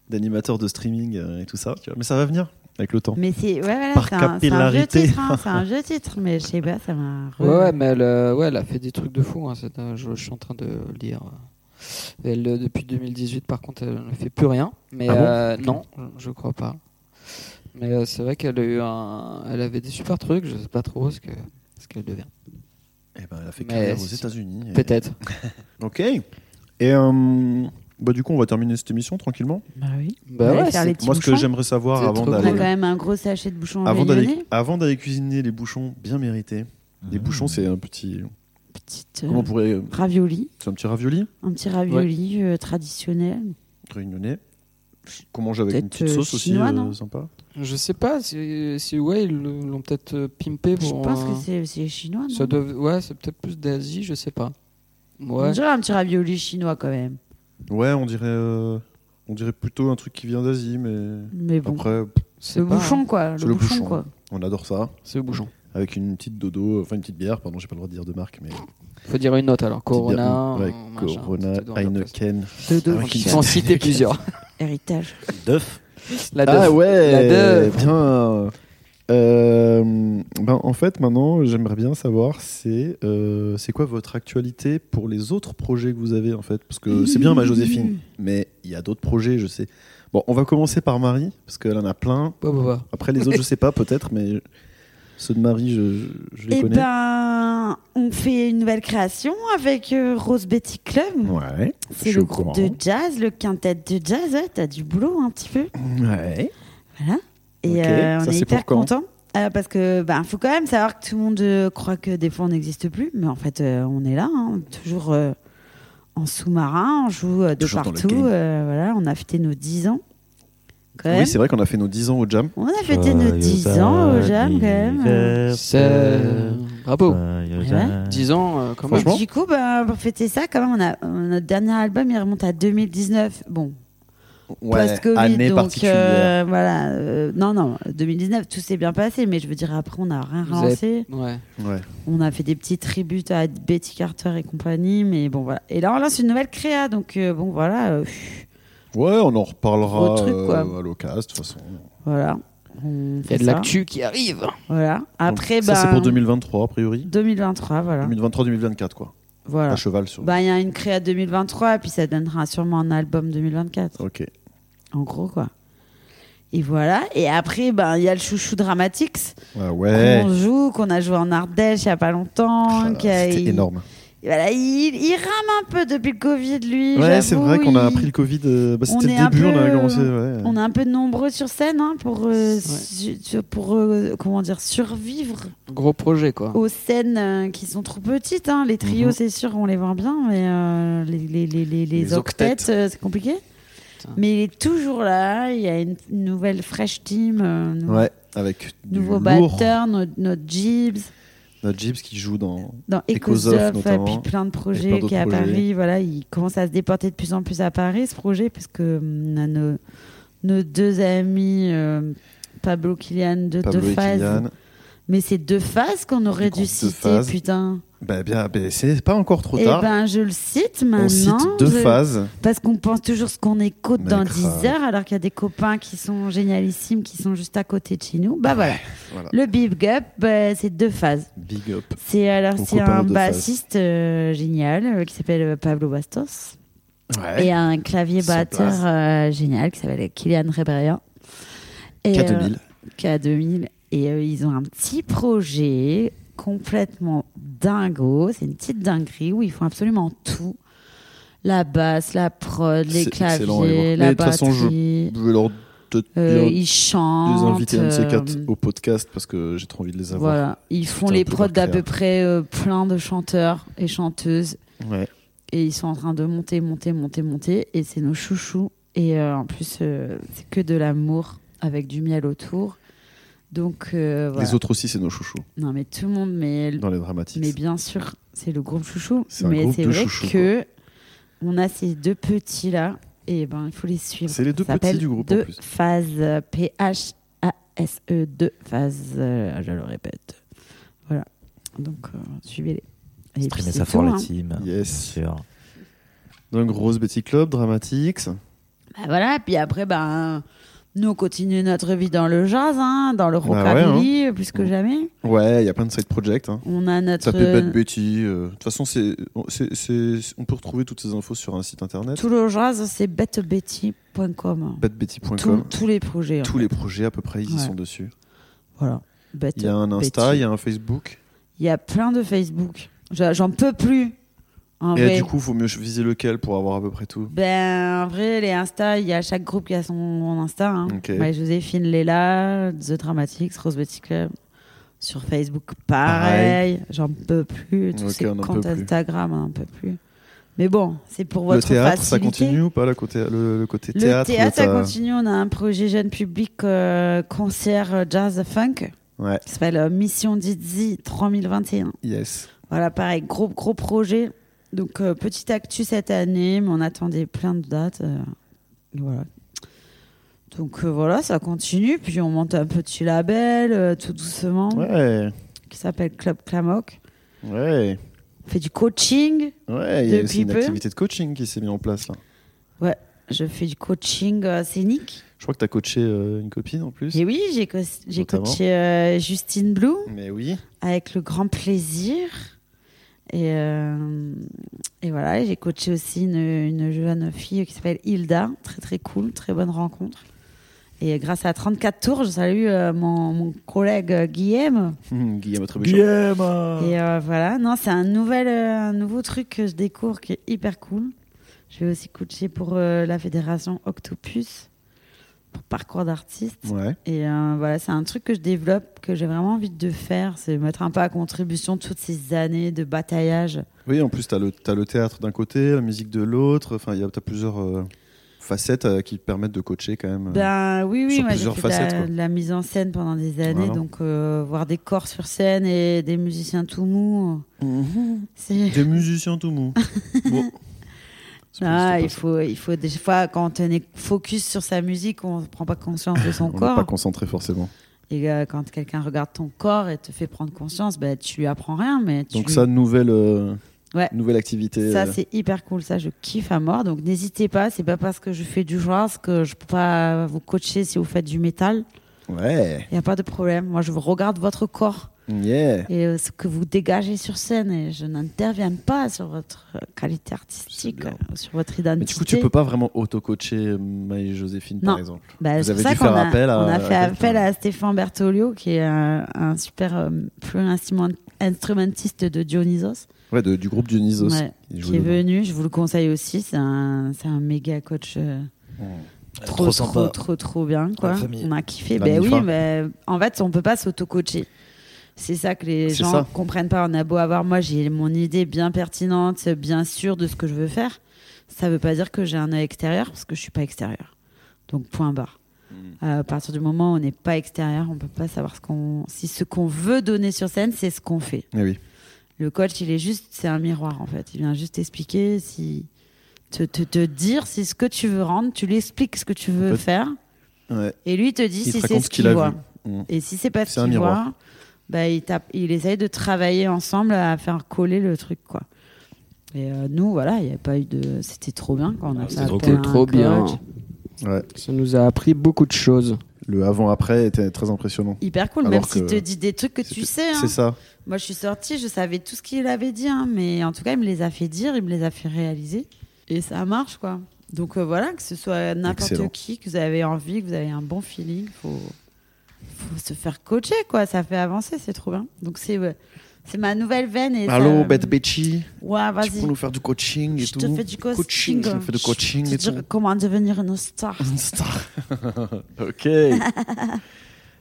Speaker 1: d'animateurs de streaming euh, et tout ça, tu vois. mais ça va venir avec le temps.
Speaker 2: Mais c'est, ouais, voilà,
Speaker 1: Par
Speaker 2: c'est un, c'est un vieux
Speaker 1: capillarité.
Speaker 2: titre, hein, c'est un vieux titre, mais je sais pas, ça m'a. re-
Speaker 4: Ouais, ouais, mais elle, euh, ouais, elle a fait des trucs de fou. hein, c'est un- je, je suis en train de lire. euh, Elle, euh, depuis 2018, par contre, elle ne fait plus rien. Mais
Speaker 1: Ah bon
Speaker 4: euh, non, je je crois pas. Mais euh, c'est vrai qu'elle a eu un, elle avait des super trucs. Je sais pas trop ce que ce qu'elle devient.
Speaker 1: Et ben, elle a fait
Speaker 4: Mais
Speaker 1: carrière aux
Speaker 4: si-
Speaker 1: États-Unis. et-
Speaker 4: Peut-être.
Speaker 1: Ok. Et euh, bah, du coup, on va terminer cette émission tranquillement.
Speaker 2: Bah oui.
Speaker 4: Bah
Speaker 2: On va
Speaker 4: ouais,
Speaker 2: faire
Speaker 4: c'est-
Speaker 2: les petits
Speaker 1: Moi, ce que
Speaker 2: bouchons.
Speaker 1: j'aimerais savoir
Speaker 4: C'est
Speaker 1: avant
Speaker 4: trop
Speaker 2: On a quand
Speaker 1: d'aller,
Speaker 2: même un gros sachet de bouchons
Speaker 1: avant,
Speaker 2: réunionnais.
Speaker 1: d'aller, avant d'aller cuisiner les bouchons bien mérités. Les bouchons, c'est un
Speaker 2: Mmh.
Speaker 1: petit.
Speaker 2: Petite
Speaker 1: Comment on
Speaker 2: euh,
Speaker 1: pourrait.
Speaker 2: ravioli,
Speaker 1: C'est un petit ravioli
Speaker 2: un petit ravioli euh, traditionnel.
Speaker 1: réunionnais. Qu'on mange avec une
Speaker 2: Peut-être,
Speaker 1: petite
Speaker 2: euh,
Speaker 1: sauce aussi,
Speaker 2: chinois,
Speaker 1: euh,
Speaker 2: non
Speaker 1: sympa.
Speaker 4: Je sais pas si, si ouais, ils le- l'ont peut-être euh, pimpé
Speaker 2: Je
Speaker 4: pour.
Speaker 2: pense que
Speaker 4: euh,
Speaker 2: c'est, c'est chinois. Non
Speaker 4: ça doit- ouais, c'est peut-être plus d'Asie, je sais pas.
Speaker 2: On
Speaker 4: Ouais.
Speaker 2: dirait un petit ravioli chinois quand même.
Speaker 1: Ouais, on dirait, euh, on dirait plutôt un truc qui vient d'Asie, mais
Speaker 2: Mais bon,
Speaker 1: après,
Speaker 4: c'est
Speaker 2: le
Speaker 4: pas,
Speaker 2: bouchon
Speaker 4: hein.
Speaker 2: quoi,
Speaker 1: C'est
Speaker 2: le
Speaker 1: le
Speaker 2: bouchon
Speaker 1: bouchon.
Speaker 2: quoi.
Speaker 1: on adore ça.
Speaker 4: C'est le bouchon.
Speaker 1: avec une petite dodo, enfin une petite bière, pardon, j'ai pas le droit de dire de marque, mais
Speaker 4: Faut dire une note alors.
Speaker 1: petite bière,
Speaker 4: Corona.
Speaker 1: ouais,
Speaker 4: euh, machin,
Speaker 1: Corona,
Speaker 4: tout est dans la place.
Speaker 1: Heineken,
Speaker 5: Dodo,
Speaker 1: Heineken.
Speaker 4: Ils sont cités plusieurs.
Speaker 2: Héritage.
Speaker 3: Duff.
Speaker 4: La
Speaker 1: Ah
Speaker 4: Duff. La
Speaker 1: ouais,
Speaker 4: Duff.
Speaker 1: bien. Euh, ben, en fait, maintenant, j'aimerais bien savoir c'est euh, c'est quoi votre actualité pour les autres projets que vous avez en fait, parce que c'est bien ma Joséphine, mais il y a d'autres projets, je sais. Bon, on va commencer par Marie parce qu'elle en a plein.
Speaker 4: Bah, bah, bah.
Speaker 1: Après les autres, je sais pas peut-être, mais ceux de Marie, je, je les
Speaker 2: Eh
Speaker 1: connais.
Speaker 2: ben, on fait une nouvelle création avec euh, Rose Betty Club.
Speaker 1: Ouais.
Speaker 2: C'est le groupe de jazz, le quintet de jazz. Ouais, T'as du boulot un petit peu.
Speaker 1: Ouais.
Speaker 2: Et
Speaker 1: Ok,
Speaker 2: euh, on
Speaker 1: ça,
Speaker 2: est
Speaker 1: c'est pour
Speaker 2: hyper
Speaker 1: quand
Speaker 2: contents. Euh, parce que ben faut quand même savoir que tout le monde euh, croit que des fois on n'existe plus, mais en fait euh, on est là, hein, toujours euh, en sous-marin, on joue euh, de
Speaker 1: Toujours dans le
Speaker 2: partout.
Speaker 1: game.
Speaker 2: euh, voilà, on a fêté nos 10 ans quand même.
Speaker 1: Oui, c'est vrai qu'on a fait nos 10 ans au Jam.
Speaker 2: on a fêté nos 10 ans au jam quand même. euh.
Speaker 4: C'est. euh, Oh. Bravo. 10 ans, euh, quand même.
Speaker 2: Et du coup, bah, pour fêter ça, quand même, on a, on- notre dernier album, il remonte à 2019. Bon, post-Covid, donc euh, voilà. euh, non, non, 2019, tout s'est bien passé, mais je veux dire, après, on n'a rien
Speaker 4: Vous avez-
Speaker 2: relancé.
Speaker 4: Ouais.
Speaker 1: Ouais.
Speaker 2: On a fait des petits tributes à Betty Carter et compagnie, mais bon, voilà. Et là, on lance une nouvelle créa, donc euh, bon, voilà. euh, pff,
Speaker 1: Ouais, on en reparlera
Speaker 2: Gros truc,
Speaker 1: euh,
Speaker 2: quoi.
Speaker 1: à l'occasion de toute façon.
Speaker 2: voilà. On
Speaker 4: Il y
Speaker 2: fait
Speaker 4: a de
Speaker 2: ça.
Speaker 4: l'actu qui arrive.
Speaker 2: Voilà. Après,
Speaker 1: Donc, ça
Speaker 2: ben,
Speaker 1: c'est pour 2023 a priori.
Speaker 2: 2023, voilà.
Speaker 1: 2023-2024 quoi.
Speaker 2: Voilà.
Speaker 1: À cheval sur.
Speaker 2: Bah, il y a une créa 2023, puis ça donnera sûrement un album 2024.
Speaker 1: Ok.
Speaker 2: En gros, quoi. Et voilà. Et après, ben, il y a le chouchou Dramatics
Speaker 1: Ouais. Bah ouais.
Speaker 2: qu'on joue, qu'on a joué en Ardèche il n'y a pas longtemps. qui a-
Speaker 1: Ah, C'était
Speaker 2: il-
Speaker 1: énorme.
Speaker 2: Voilà, il, il rame un peu depuis le Covid, lui.
Speaker 1: Ouais, c'est
Speaker 2: j'avoue,
Speaker 1: vrai qu'on a
Speaker 2: il-
Speaker 1: appris le Covid. euh, bah,
Speaker 2: on
Speaker 1: C'était
Speaker 2: est
Speaker 1: le
Speaker 2: un
Speaker 1: début,
Speaker 2: peu,
Speaker 1: on a commencé. Ouais.
Speaker 2: On est un peu nombreux sur scène hein, pour, euh, su- sur- pour euh, comment dire, survivre
Speaker 4: Gros projet,
Speaker 1: Ah.
Speaker 4: quoi.
Speaker 2: aux scènes euh, qui sont trop petites. hein. Les trios,
Speaker 1: Mhm.
Speaker 2: c'est sûr, on les voit bien, mais euh, les, les, les, les, les
Speaker 1: Les
Speaker 2: octettes,
Speaker 1: octettes.
Speaker 2: euh, c'est compliqué.
Speaker 4: Putain.
Speaker 2: Mais il est toujours là. Il y a une, une nouvelle fresh team, euh, nou-
Speaker 1: Ouais, avec du
Speaker 2: nouveau
Speaker 1: lourd.
Speaker 2: batteur, no- notre Jibs,
Speaker 1: Notre Gibbs qui joue dans.
Speaker 2: dans
Speaker 1: Ecosoft,
Speaker 2: Ecosoft, et
Speaker 1: notamment.
Speaker 2: puis plein
Speaker 1: plein
Speaker 2: de projets
Speaker 1: d'autres
Speaker 2: qui est à
Speaker 1: projets.
Speaker 2: Paris. Voilà, il commence à se déporter de plus en plus à Paris, ce projet, parce que hum, on a nos, nos deux amis, euh, Pablo Kylian de
Speaker 1: Pablo
Speaker 2: Deux
Speaker 1: et
Speaker 2: Phases.
Speaker 1: Kylian.
Speaker 2: Mais c'est Deux Phases qu'on aurait
Speaker 1: groupe
Speaker 2: dû
Speaker 1: Deux
Speaker 2: citer,
Speaker 1: Phases.
Speaker 2: putain.
Speaker 1: Bah, bien, bah, c'est pas encore trop
Speaker 2: Eh
Speaker 1: tard.
Speaker 2: ben, je le cite maintenant.
Speaker 1: on cite deux
Speaker 2: je-
Speaker 1: phases.
Speaker 2: Parce qu'on pense toujours ce qu'on écoute
Speaker 1: Mais
Speaker 2: dans
Speaker 1: grave.
Speaker 2: 10 heures, alors qu'il y a des copains qui sont génialissimes, qui sont juste à côté de chez nous. Bah voilà.
Speaker 1: voilà.
Speaker 2: Le Big Up, bah, c'est Deux Phases.
Speaker 1: Big up.
Speaker 2: C'est alors
Speaker 1: Mon
Speaker 2: c'est
Speaker 1: copain
Speaker 2: un
Speaker 1: de face.
Speaker 2: bassiste euh, génial euh, qui s'appelle euh, Pablo Bastos
Speaker 1: Ouais.
Speaker 2: et un clavier
Speaker 1: Sans
Speaker 2: batteur
Speaker 1: place.
Speaker 2: euh, génial qui s'appelle Kylian Rebrian. Et, euh,
Speaker 1: K2000.
Speaker 2: K2000. Et euh, ils ont un petit projet complètement dingo. C'est une petite dinguerie où ils font absolument tout. La basse, la prod, les
Speaker 1: C'est excellent, allez
Speaker 2: claviers,
Speaker 1: voir. Mais
Speaker 2: la
Speaker 1: de toute
Speaker 2: batterie.
Speaker 1: façon, je- Je vais leur peut-être
Speaker 2: euh,
Speaker 1: bien
Speaker 2: ils chantent.
Speaker 1: les inviter un de ces
Speaker 2: euh,
Speaker 1: quatre au podcast parce que j'ai trop envie de les avoir.
Speaker 2: Voilà, ils font
Speaker 1: un
Speaker 2: les
Speaker 1: peu
Speaker 2: prods
Speaker 1: leur
Speaker 2: d'à
Speaker 1: créa.
Speaker 2: peu près euh, plein de chanteurs et chanteuses
Speaker 1: Ouais.
Speaker 2: et ils sont en train de monter, monter, monter, monter et c'est nos chouchous et euh, en plus euh, c'est que de l'amour avec du miel autour. Donc euh, voilà.
Speaker 1: Les autres aussi, c'est nos chouchous
Speaker 2: Non mais tout le monde mais
Speaker 1: dans les dramatiques.
Speaker 2: mais bien sûr, c'est le groupe chouchou
Speaker 1: C'est un
Speaker 2: mais
Speaker 1: groupe
Speaker 2: c'est
Speaker 1: de
Speaker 2: vrai
Speaker 1: chouchous,
Speaker 2: que on a ces deux petits là et ben il faut les suivre.
Speaker 1: C'est les deux
Speaker 2: Ça s'appelle
Speaker 1: petits du groupe en
Speaker 2: Deux
Speaker 1: plus.
Speaker 2: phases euh, P H A S E deux phases. euh, je le répète. Voilà. Donc euh, suivez-les. Et puis,
Speaker 3: Streamer
Speaker 2: c'est
Speaker 3: ça
Speaker 2: tout,
Speaker 3: fort,
Speaker 2: hein.
Speaker 3: les teams.
Speaker 1: Yes.
Speaker 3: Sûr.
Speaker 1: Donc, Rose Betty Club, Dramatics.
Speaker 2: Bah voilà. Puis après, ben nous on continue notre vie dans le jazz, hein, dans le
Speaker 1: Bah ouais,
Speaker 2: rockabilly euh, plus que
Speaker 1: Mmh.
Speaker 2: jamais.
Speaker 1: Ouais, il y a plein de side projects. Hein.
Speaker 2: On a notre
Speaker 1: Ça peut pas
Speaker 2: euh,
Speaker 1: de Betty. euh, De toute façon, c'est, on- c'est- c'est- on peut retrouver toutes ces infos sur un site internet.
Speaker 2: tout le jazz, c'est bettebetty.com.
Speaker 1: BetBetty.com.
Speaker 2: Tout- Tous les projets. hein.
Speaker 1: Tous les projets, à peu près, ils y
Speaker 2: Ouais.
Speaker 1: sont dessus.
Speaker 2: Voilà. Bette
Speaker 1: Il y a un Insta,
Speaker 2: Betty.
Speaker 1: il y a un Facebook.
Speaker 2: Il y a plein de Facebook. J'a- J'en peux plus. En
Speaker 1: Et
Speaker 2: vrai.
Speaker 1: du coup, il faut mieux viser lequel pour avoir à peu près tout.
Speaker 2: Ben, en vrai, les Insta, il y a chaque groupe qui a son Insta. Hein.
Speaker 1: Ok.
Speaker 2: Ouais, Joséphine Léla, The Dramatics, Rose Betty Club. Sur Facebook, pareil. J'en peux plus. Tous
Speaker 1: Ok,
Speaker 2: ces
Speaker 1: on en peut
Speaker 2: comptes
Speaker 1: plus.
Speaker 2: Instagram, on n'en peut plus. Mais bon, c'est pour
Speaker 1: Le
Speaker 2: votre
Speaker 1: théâtre, ça
Speaker 2: facilité.
Speaker 1: continue ou pas le côté, le, le côté
Speaker 2: Le
Speaker 1: théâtre
Speaker 2: théâtre, ça
Speaker 1: t'as-
Speaker 2: continue. On a un projet jeune public, euh, concert euh, jazz funk,
Speaker 1: Ouais,
Speaker 2: qui s'appelle euh, Mission Dizzy 3021.
Speaker 1: yes.
Speaker 2: Voilà, pareil, gros, gros projet. Donc, euh, petite actu cette année, mais on attendait plein de dates. euh, voilà. Donc, euh, voilà, ça continue. Puis, on monte un petit label, euh, tout doucement.
Speaker 1: Ouais.
Speaker 2: qui s'appelle Club Clamoc.
Speaker 1: Ouais,
Speaker 2: On fait du coaching.
Speaker 1: ouais, il y a aussi une
Speaker 2: Depuis peu.
Speaker 1: activité de coaching qui s'est mise en place là.
Speaker 2: Je fais du coaching euh, scénique.
Speaker 1: Je crois que tu as coaché euh, une copine en plus.
Speaker 2: Et oui, j'ai co- j'ai
Speaker 1: Notamment.
Speaker 2: coaché euh, Justine Blue
Speaker 1: Mais oui.
Speaker 2: avec le grand plaisir. Et, euh, et voilà, et j'ai coaché aussi une, une jeune fille qui s'appelle Hilda. Très très cool, très bonne rencontre. Et grâce à 34 tours, je salue euh, mon, mon collègue euh, Guillaume.
Speaker 1: Hum, Guillaume Trébuchet.
Speaker 3: Guillaume
Speaker 2: Et euh, voilà, non, c'est un, nouvel, euh, un nouveau truc que je découvre qui est hyper cool. Je vais aussi coacher pour euh, la fédération Octopus, pour parcours d'artistes.
Speaker 1: Ouais.
Speaker 2: Et euh, voilà, c'est un truc que je développe, que j'ai vraiment envie de faire, c'est mettre un peu à contribution toutes ces années de bataillage.
Speaker 1: Oui, en plus, tu as, le théâtre d'un côté, la musique de l'autre. Enfin, tu as plusieurs euh, facettes euh, qui te permettent de coacher quand même. euh.
Speaker 2: Ben oui, oui,
Speaker 1: Sur
Speaker 2: moi j'ai
Speaker 1: plusieurs
Speaker 2: fait de la-
Speaker 1: facettes, quoi.
Speaker 2: de la mise en scène pendant des années,
Speaker 1: Voilà.
Speaker 2: donc euh, voir des corps sur scène et des musiciens tout mous, c'est...
Speaker 1: Mhm. Des musiciens tout mou. Bon. C'est
Speaker 2: Ah,
Speaker 1: pas-
Speaker 2: il faut, il faut des fois quand on est focus sur sa musique, on ne prend pas conscience de son
Speaker 1: On n'est pas
Speaker 2: corps.
Speaker 1: concentré forcément.
Speaker 2: Et euh, quand quelqu'un regarde ton corps et te fait prendre conscience, ben tu lui apprends rien, mais tu
Speaker 1: Donc ça, nouvelle, euh,
Speaker 2: Ouais.
Speaker 1: nouvelle activité.
Speaker 2: Ça,
Speaker 1: euh,
Speaker 2: c'est hyper cool. Ça, je kiffe à mort. Donc, n'hésitez pas. C'est pas parce que je fais du jazz que je peux pas vous coacher si vous faites du métal.
Speaker 1: Ouais,
Speaker 2: Il n'y a pas de problème. Moi, je regarde votre corps
Speaker 1: yeah.
Speaker 2: et euh, ce que vous dégagez sur scène. Et je n'interviens pas sur votre euh, qualité artistique,
Speaker 1: C'est bien.
Speaker 2: euh, sur votre
Speaker 1: Mais
Speaker 2: identité.
Speaker 1: du coup, tu peux pas vraiment auto-coacher euh, Marie-Joséphine, par
Speaker 2: Non.
Speaker 1: exemple.
Speaker 2: Bah,
Speaker 1: Vous
Speaker 2: c'est
Speaker 1: avez
Speaker 2: pour ça
Speaker 1: dû
Speaker 2: qu'on
Speaker 1: faire
Speaker 2: a,
Speaker 1: appel à-
Speaker 2: on
Speaker 1: à
Speaker 2: a fait
Speaker 1: quelqu'un.
Speaker 2: appel à Stéphane Bertolio, qui est un, un super euh, pluriinstrument- instrumentiste de Dionysos.
Speaker 1: Ouais, de- du groupe Dionysos.
Speaker 2: Ouais,
Speaker 1: Il joue
Speaker 2: qui est
Speaker 1: dedans.
Speaker 2: venu, je vous le conseille aussi, c'est un, c'est un méga coach euh, trop,
Speaker 3: Eh, Trop
Speaker 2: trop,
Speaker 3: sympa.
Speaker 2: trop, trop, bien. Quoi.
Speaker 3: La famille.
Speaker 2: On a kiffé.
Speaker 1: La
Speaker 2: Ben oui,
Speaker 1: Mifa.
Speaker 2: mais en fait, on peut pas s'auto-coacher. C'est ça que les
Speaker 1: C'est
Speaker 2: gens
Speaker 1: ça.
Speaker 2: comprennent pas. On a beau avoir, moi, j'ai mon idée bien pertinente, bien sûre de ce que je veux faire. Ça veut pas dire que j'ai un œil extérieur, parce que je suis pas extérieur. Donc, point barre. Euh, à partir du moment où on n'est pas extérieur, on peut pas savoir ce qu'on, si ce qu'on veut donner sur scène, c'est ce qu'on fait.
Speaker 1: Eh oui.
Speaker 2: Le coach, il est juste, c'est un miroir en fait. Il vient juste t'expliquer si. Te, te, te dire si ce que tu veux rendre, tu lui expliques ce que tu veux
Speaker 1: En fait,
Speaker 2: faire.
Speaker 1: Ouais.
Speaker 2: Et lui, il te dit
Speaker 1: Il te
Speaker 2: si c'est
Speaker 1: raconte
Speaker 2: ce
Speaker 1: ce qu'il
Speaker 2: qu'il
Speaker 1: a
Speaker 2: voit.
Speaker 1: vu. Mm.
Speaker 2: Et si c'est pas
Speaker 1: C'est
Speaker 2: ce
Speaker 1: un
Speaker 2: qu'il
Speaker 1: miroir.
Speaker 2: voit, bah, il, tape, il essaye de travailler ensemble à faire coller le truc, quoi. Et euh, nous, voilà, il n'y a pas eu de. C'était trop bien quand on a
Speaker 3: Ah,
Speaker 2: fait
Speaker 3: c'était trop
Speaker 2: appel à
Speaker 4: cool.
Speaker 2: un
Speaker 4: Trop bien.
Speaker 2: coach.
Speaker 1: Ouais.
Speaker 4: Ça nous a appris beaucoup de choses.
Speaker 1: Le avant-après était très impressionnant.
Speaker 2: Hyper cool,
Speaker 1: Alors
Speaker 2: même s'il
Speaker 1: que
Speaker 2: te dit des trucs que tu
Speaker 1: C'était-
Speaker 2: sais. hein.
Speaker 1: C'est ça.
Speaker 2: Moi, je suis sortie, je savais tout ce qu'il avait dit, hein, mais en tout cas, il me les a fait dire, il me les a fait réaliser. Et ça marche, quoi. Donc euh, voilà, que ce soit
Speaker 1: Excellent.
Speaker 2: n'importe qui, que vous avez envie, que vous avez un bon feeling, faut, faut se faire coacher, quoi. Ça fait avancer, c'est trop bien. Donc c'est ouais, c'est ma nouvelle veine. Et
Speaker 1: Allô,
Speaker 2: ça-
Speaker 1: Beth Betchy,
Speaker 2: Ouais,
Speaker 1: tu peux
Speaker 2: Euh, vas-y.
Speaker 1: nous faire du coaching et
Speaker 2: Je
Speaker 1: tout.
Speaker 2: te fais du coaching.
Speaker 1: Je te fais du coaching
Speaker 2: Je
Speaker 1: et
Speaker 2: te dirai
Speaker 1: tout.
Speaker 2: comment devenir une star.
Speaker 1: Une star. ok.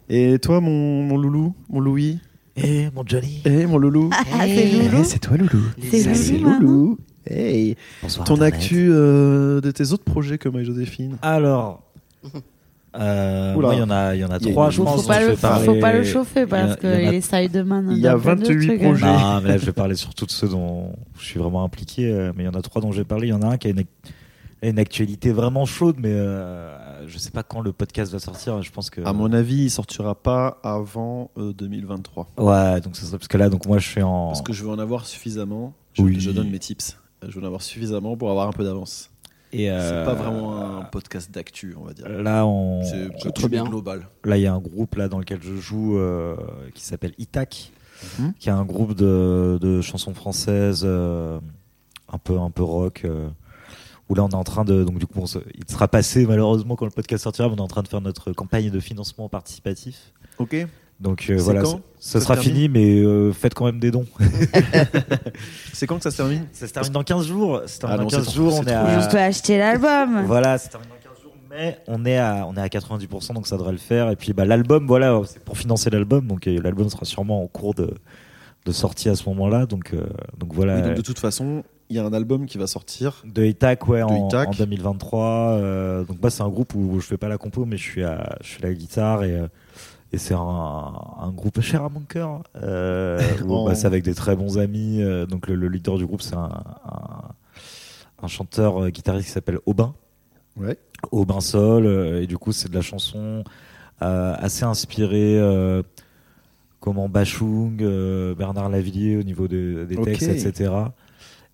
Speaker 1: et toi, mon, mon loulou, mon Louis
Speaker 3: Et mon Johnny
Speaker 1: Eh, mon loulou
Speaker 2: Ah, c'est
Speaker 1: Eh,
Speaker 2: loulou.
Speaker 1: C'est toi, loulou.
Speaker 2: C'est
Speaker 1: Ah,
Speaker 2: loulou,
Speaker 1: C'est
Speaker 2: maintenant.
Speaker 1: loulou. Hey.
Speaker 3: Bonsoir,
Speaker 1: Ton
Speaker 3: Internet.
Speaker 1: actu euh, de tes autres projets comme Marie-Joséphine
Speaker 3: Alors. euh,
Speaker 1: Oula.
Speaker 3: moi, il y en a, il y en a
Speaker 1: Il y a-
Speaker 3: trois, je
Speaker 2: Faut,
Speaker 3: pense.
Speaker 2: faut, pas
Speaker 3: dont je
Speaker 2: le,
Speaker 3: vais parler.
Speaker 2: faut pas le chauffer parce
Speaker 3: Il y en a- il y en
Speaker 2: qu'il
Speaker 3: a-
Speaker 2: est sideman.
Speaker 1: Il y a
Speaker 2: dans plein de
Speaker 1: 28
Speaker 2: trucs, hein.
Speaker 1: projets.
Speaker 3: Non, mais là, je vais parler surtout de ceux dont je suis vraiment impliqué. euh, Mais il y en a trois dont j'ai parlé. Il y en a un qui a une, ac- une actualité vraiment chaude, mais euh, je sais pas quand le podcast va sortir. Je pense que.
Speaker 1: À mon avis, il sortira pas avant euh, 2023.
Speaker 3: Ouais, donc ça serait parce que là, donc moi, je suis en.
Speaker 1: Parce que je veux en avoir suffisamment. Je,
Speaker 3: Oui.
Speaker 1: je donne mes tips. Je veux en avoir suffisamment pour avoir un peu d'avance.
Speaker 3: Et, euh,
Speaker 1: C'est pas vraiment un podcast d'actu, on va dire.
Speaker 3: Là, on.
Speaker 1: C'est
Speaker 4: Trop
Speaker 1: plutôt
Speaker 4: bien.
Speaker 1: global.
Speaker 3: Là, il y a un groupe là dans lequel je joue euh, qui s'appelle Itac,
Speaker 1: Mhm.
Speaker 3: qui est un groupe de, de chansons françaises euh, un peu un peu rock. euh, où là, on est en train de donc du coup, on se- il sera passé malheureusement quand le podcast sortira, mais on est en train de faire notre campagne de financement participatif.
Speaker 1: Ok.
Speaker 3: Donc euh,
Speaker 1: C'est
Speaker 3: voilà,
Speaker 1: quand
Speaker 3: ça- ça
Speaker 1: se
Speaker 3: sera
Speaker 1: termine
Speaker 3: fini, mais euh, faites quand même des dons.
Speaker 1: C'est quand que ça se termine
Speaker 3: Ça se termine dans 15 jours. Ça se termine
Speaker 1: Ah
Speaker 3: dans
Speaker 1: non, c'est
Speaker 3: 15
Speaker 1: trop-
Speaker 3: jours.
Speaker 1: c'est
Speaker 3: On est
Speaker 1: trop
Speaker 2: Et
Speaker 3: à...
Speaker 2: on peut acheter l'album.
Speaker 3: Voilà, c'est terminé dans 15 jours, mais on est à, on est à 90%, donc ça devrait le faire. Et puis bah, l'album, voilà, c'est pour financer l'album, donc euh, l'album sera sûrement en cours de, de sortie à ce moment-là. Donc, euh, donc voilà.
Speaker 1: Oui, donc De toute façon, il y a un album qui va sortir.
Speaker 3: de Itac, ouais, en,
Speaker 1: Itac.
Speaker 3: en 2023. euh, donc, bah, c'est un groupe où je fais pas la compo, mais je suis à, je suis à la guitare et, euh, et c'est un, un groupe cher à mon cœur. euh, où,
Speaker 1: Oh.
Speaker 3: bah, c'est avec des très bons amis. euh, donc, le, le leader du groupe, c'est un, un, un chanteur euh, guitariste qui s'appelle Aubin.
Speaker 1: Ouais.
Speaker 3: Aubin Sol. euh, et du coup, c'est de la chanson euh, assez inspirée. euh, comment Bachung, euh, Bernard Lavillier au niveau de- des
Speaker 1: Ok.
Speaker 3: textes, etc.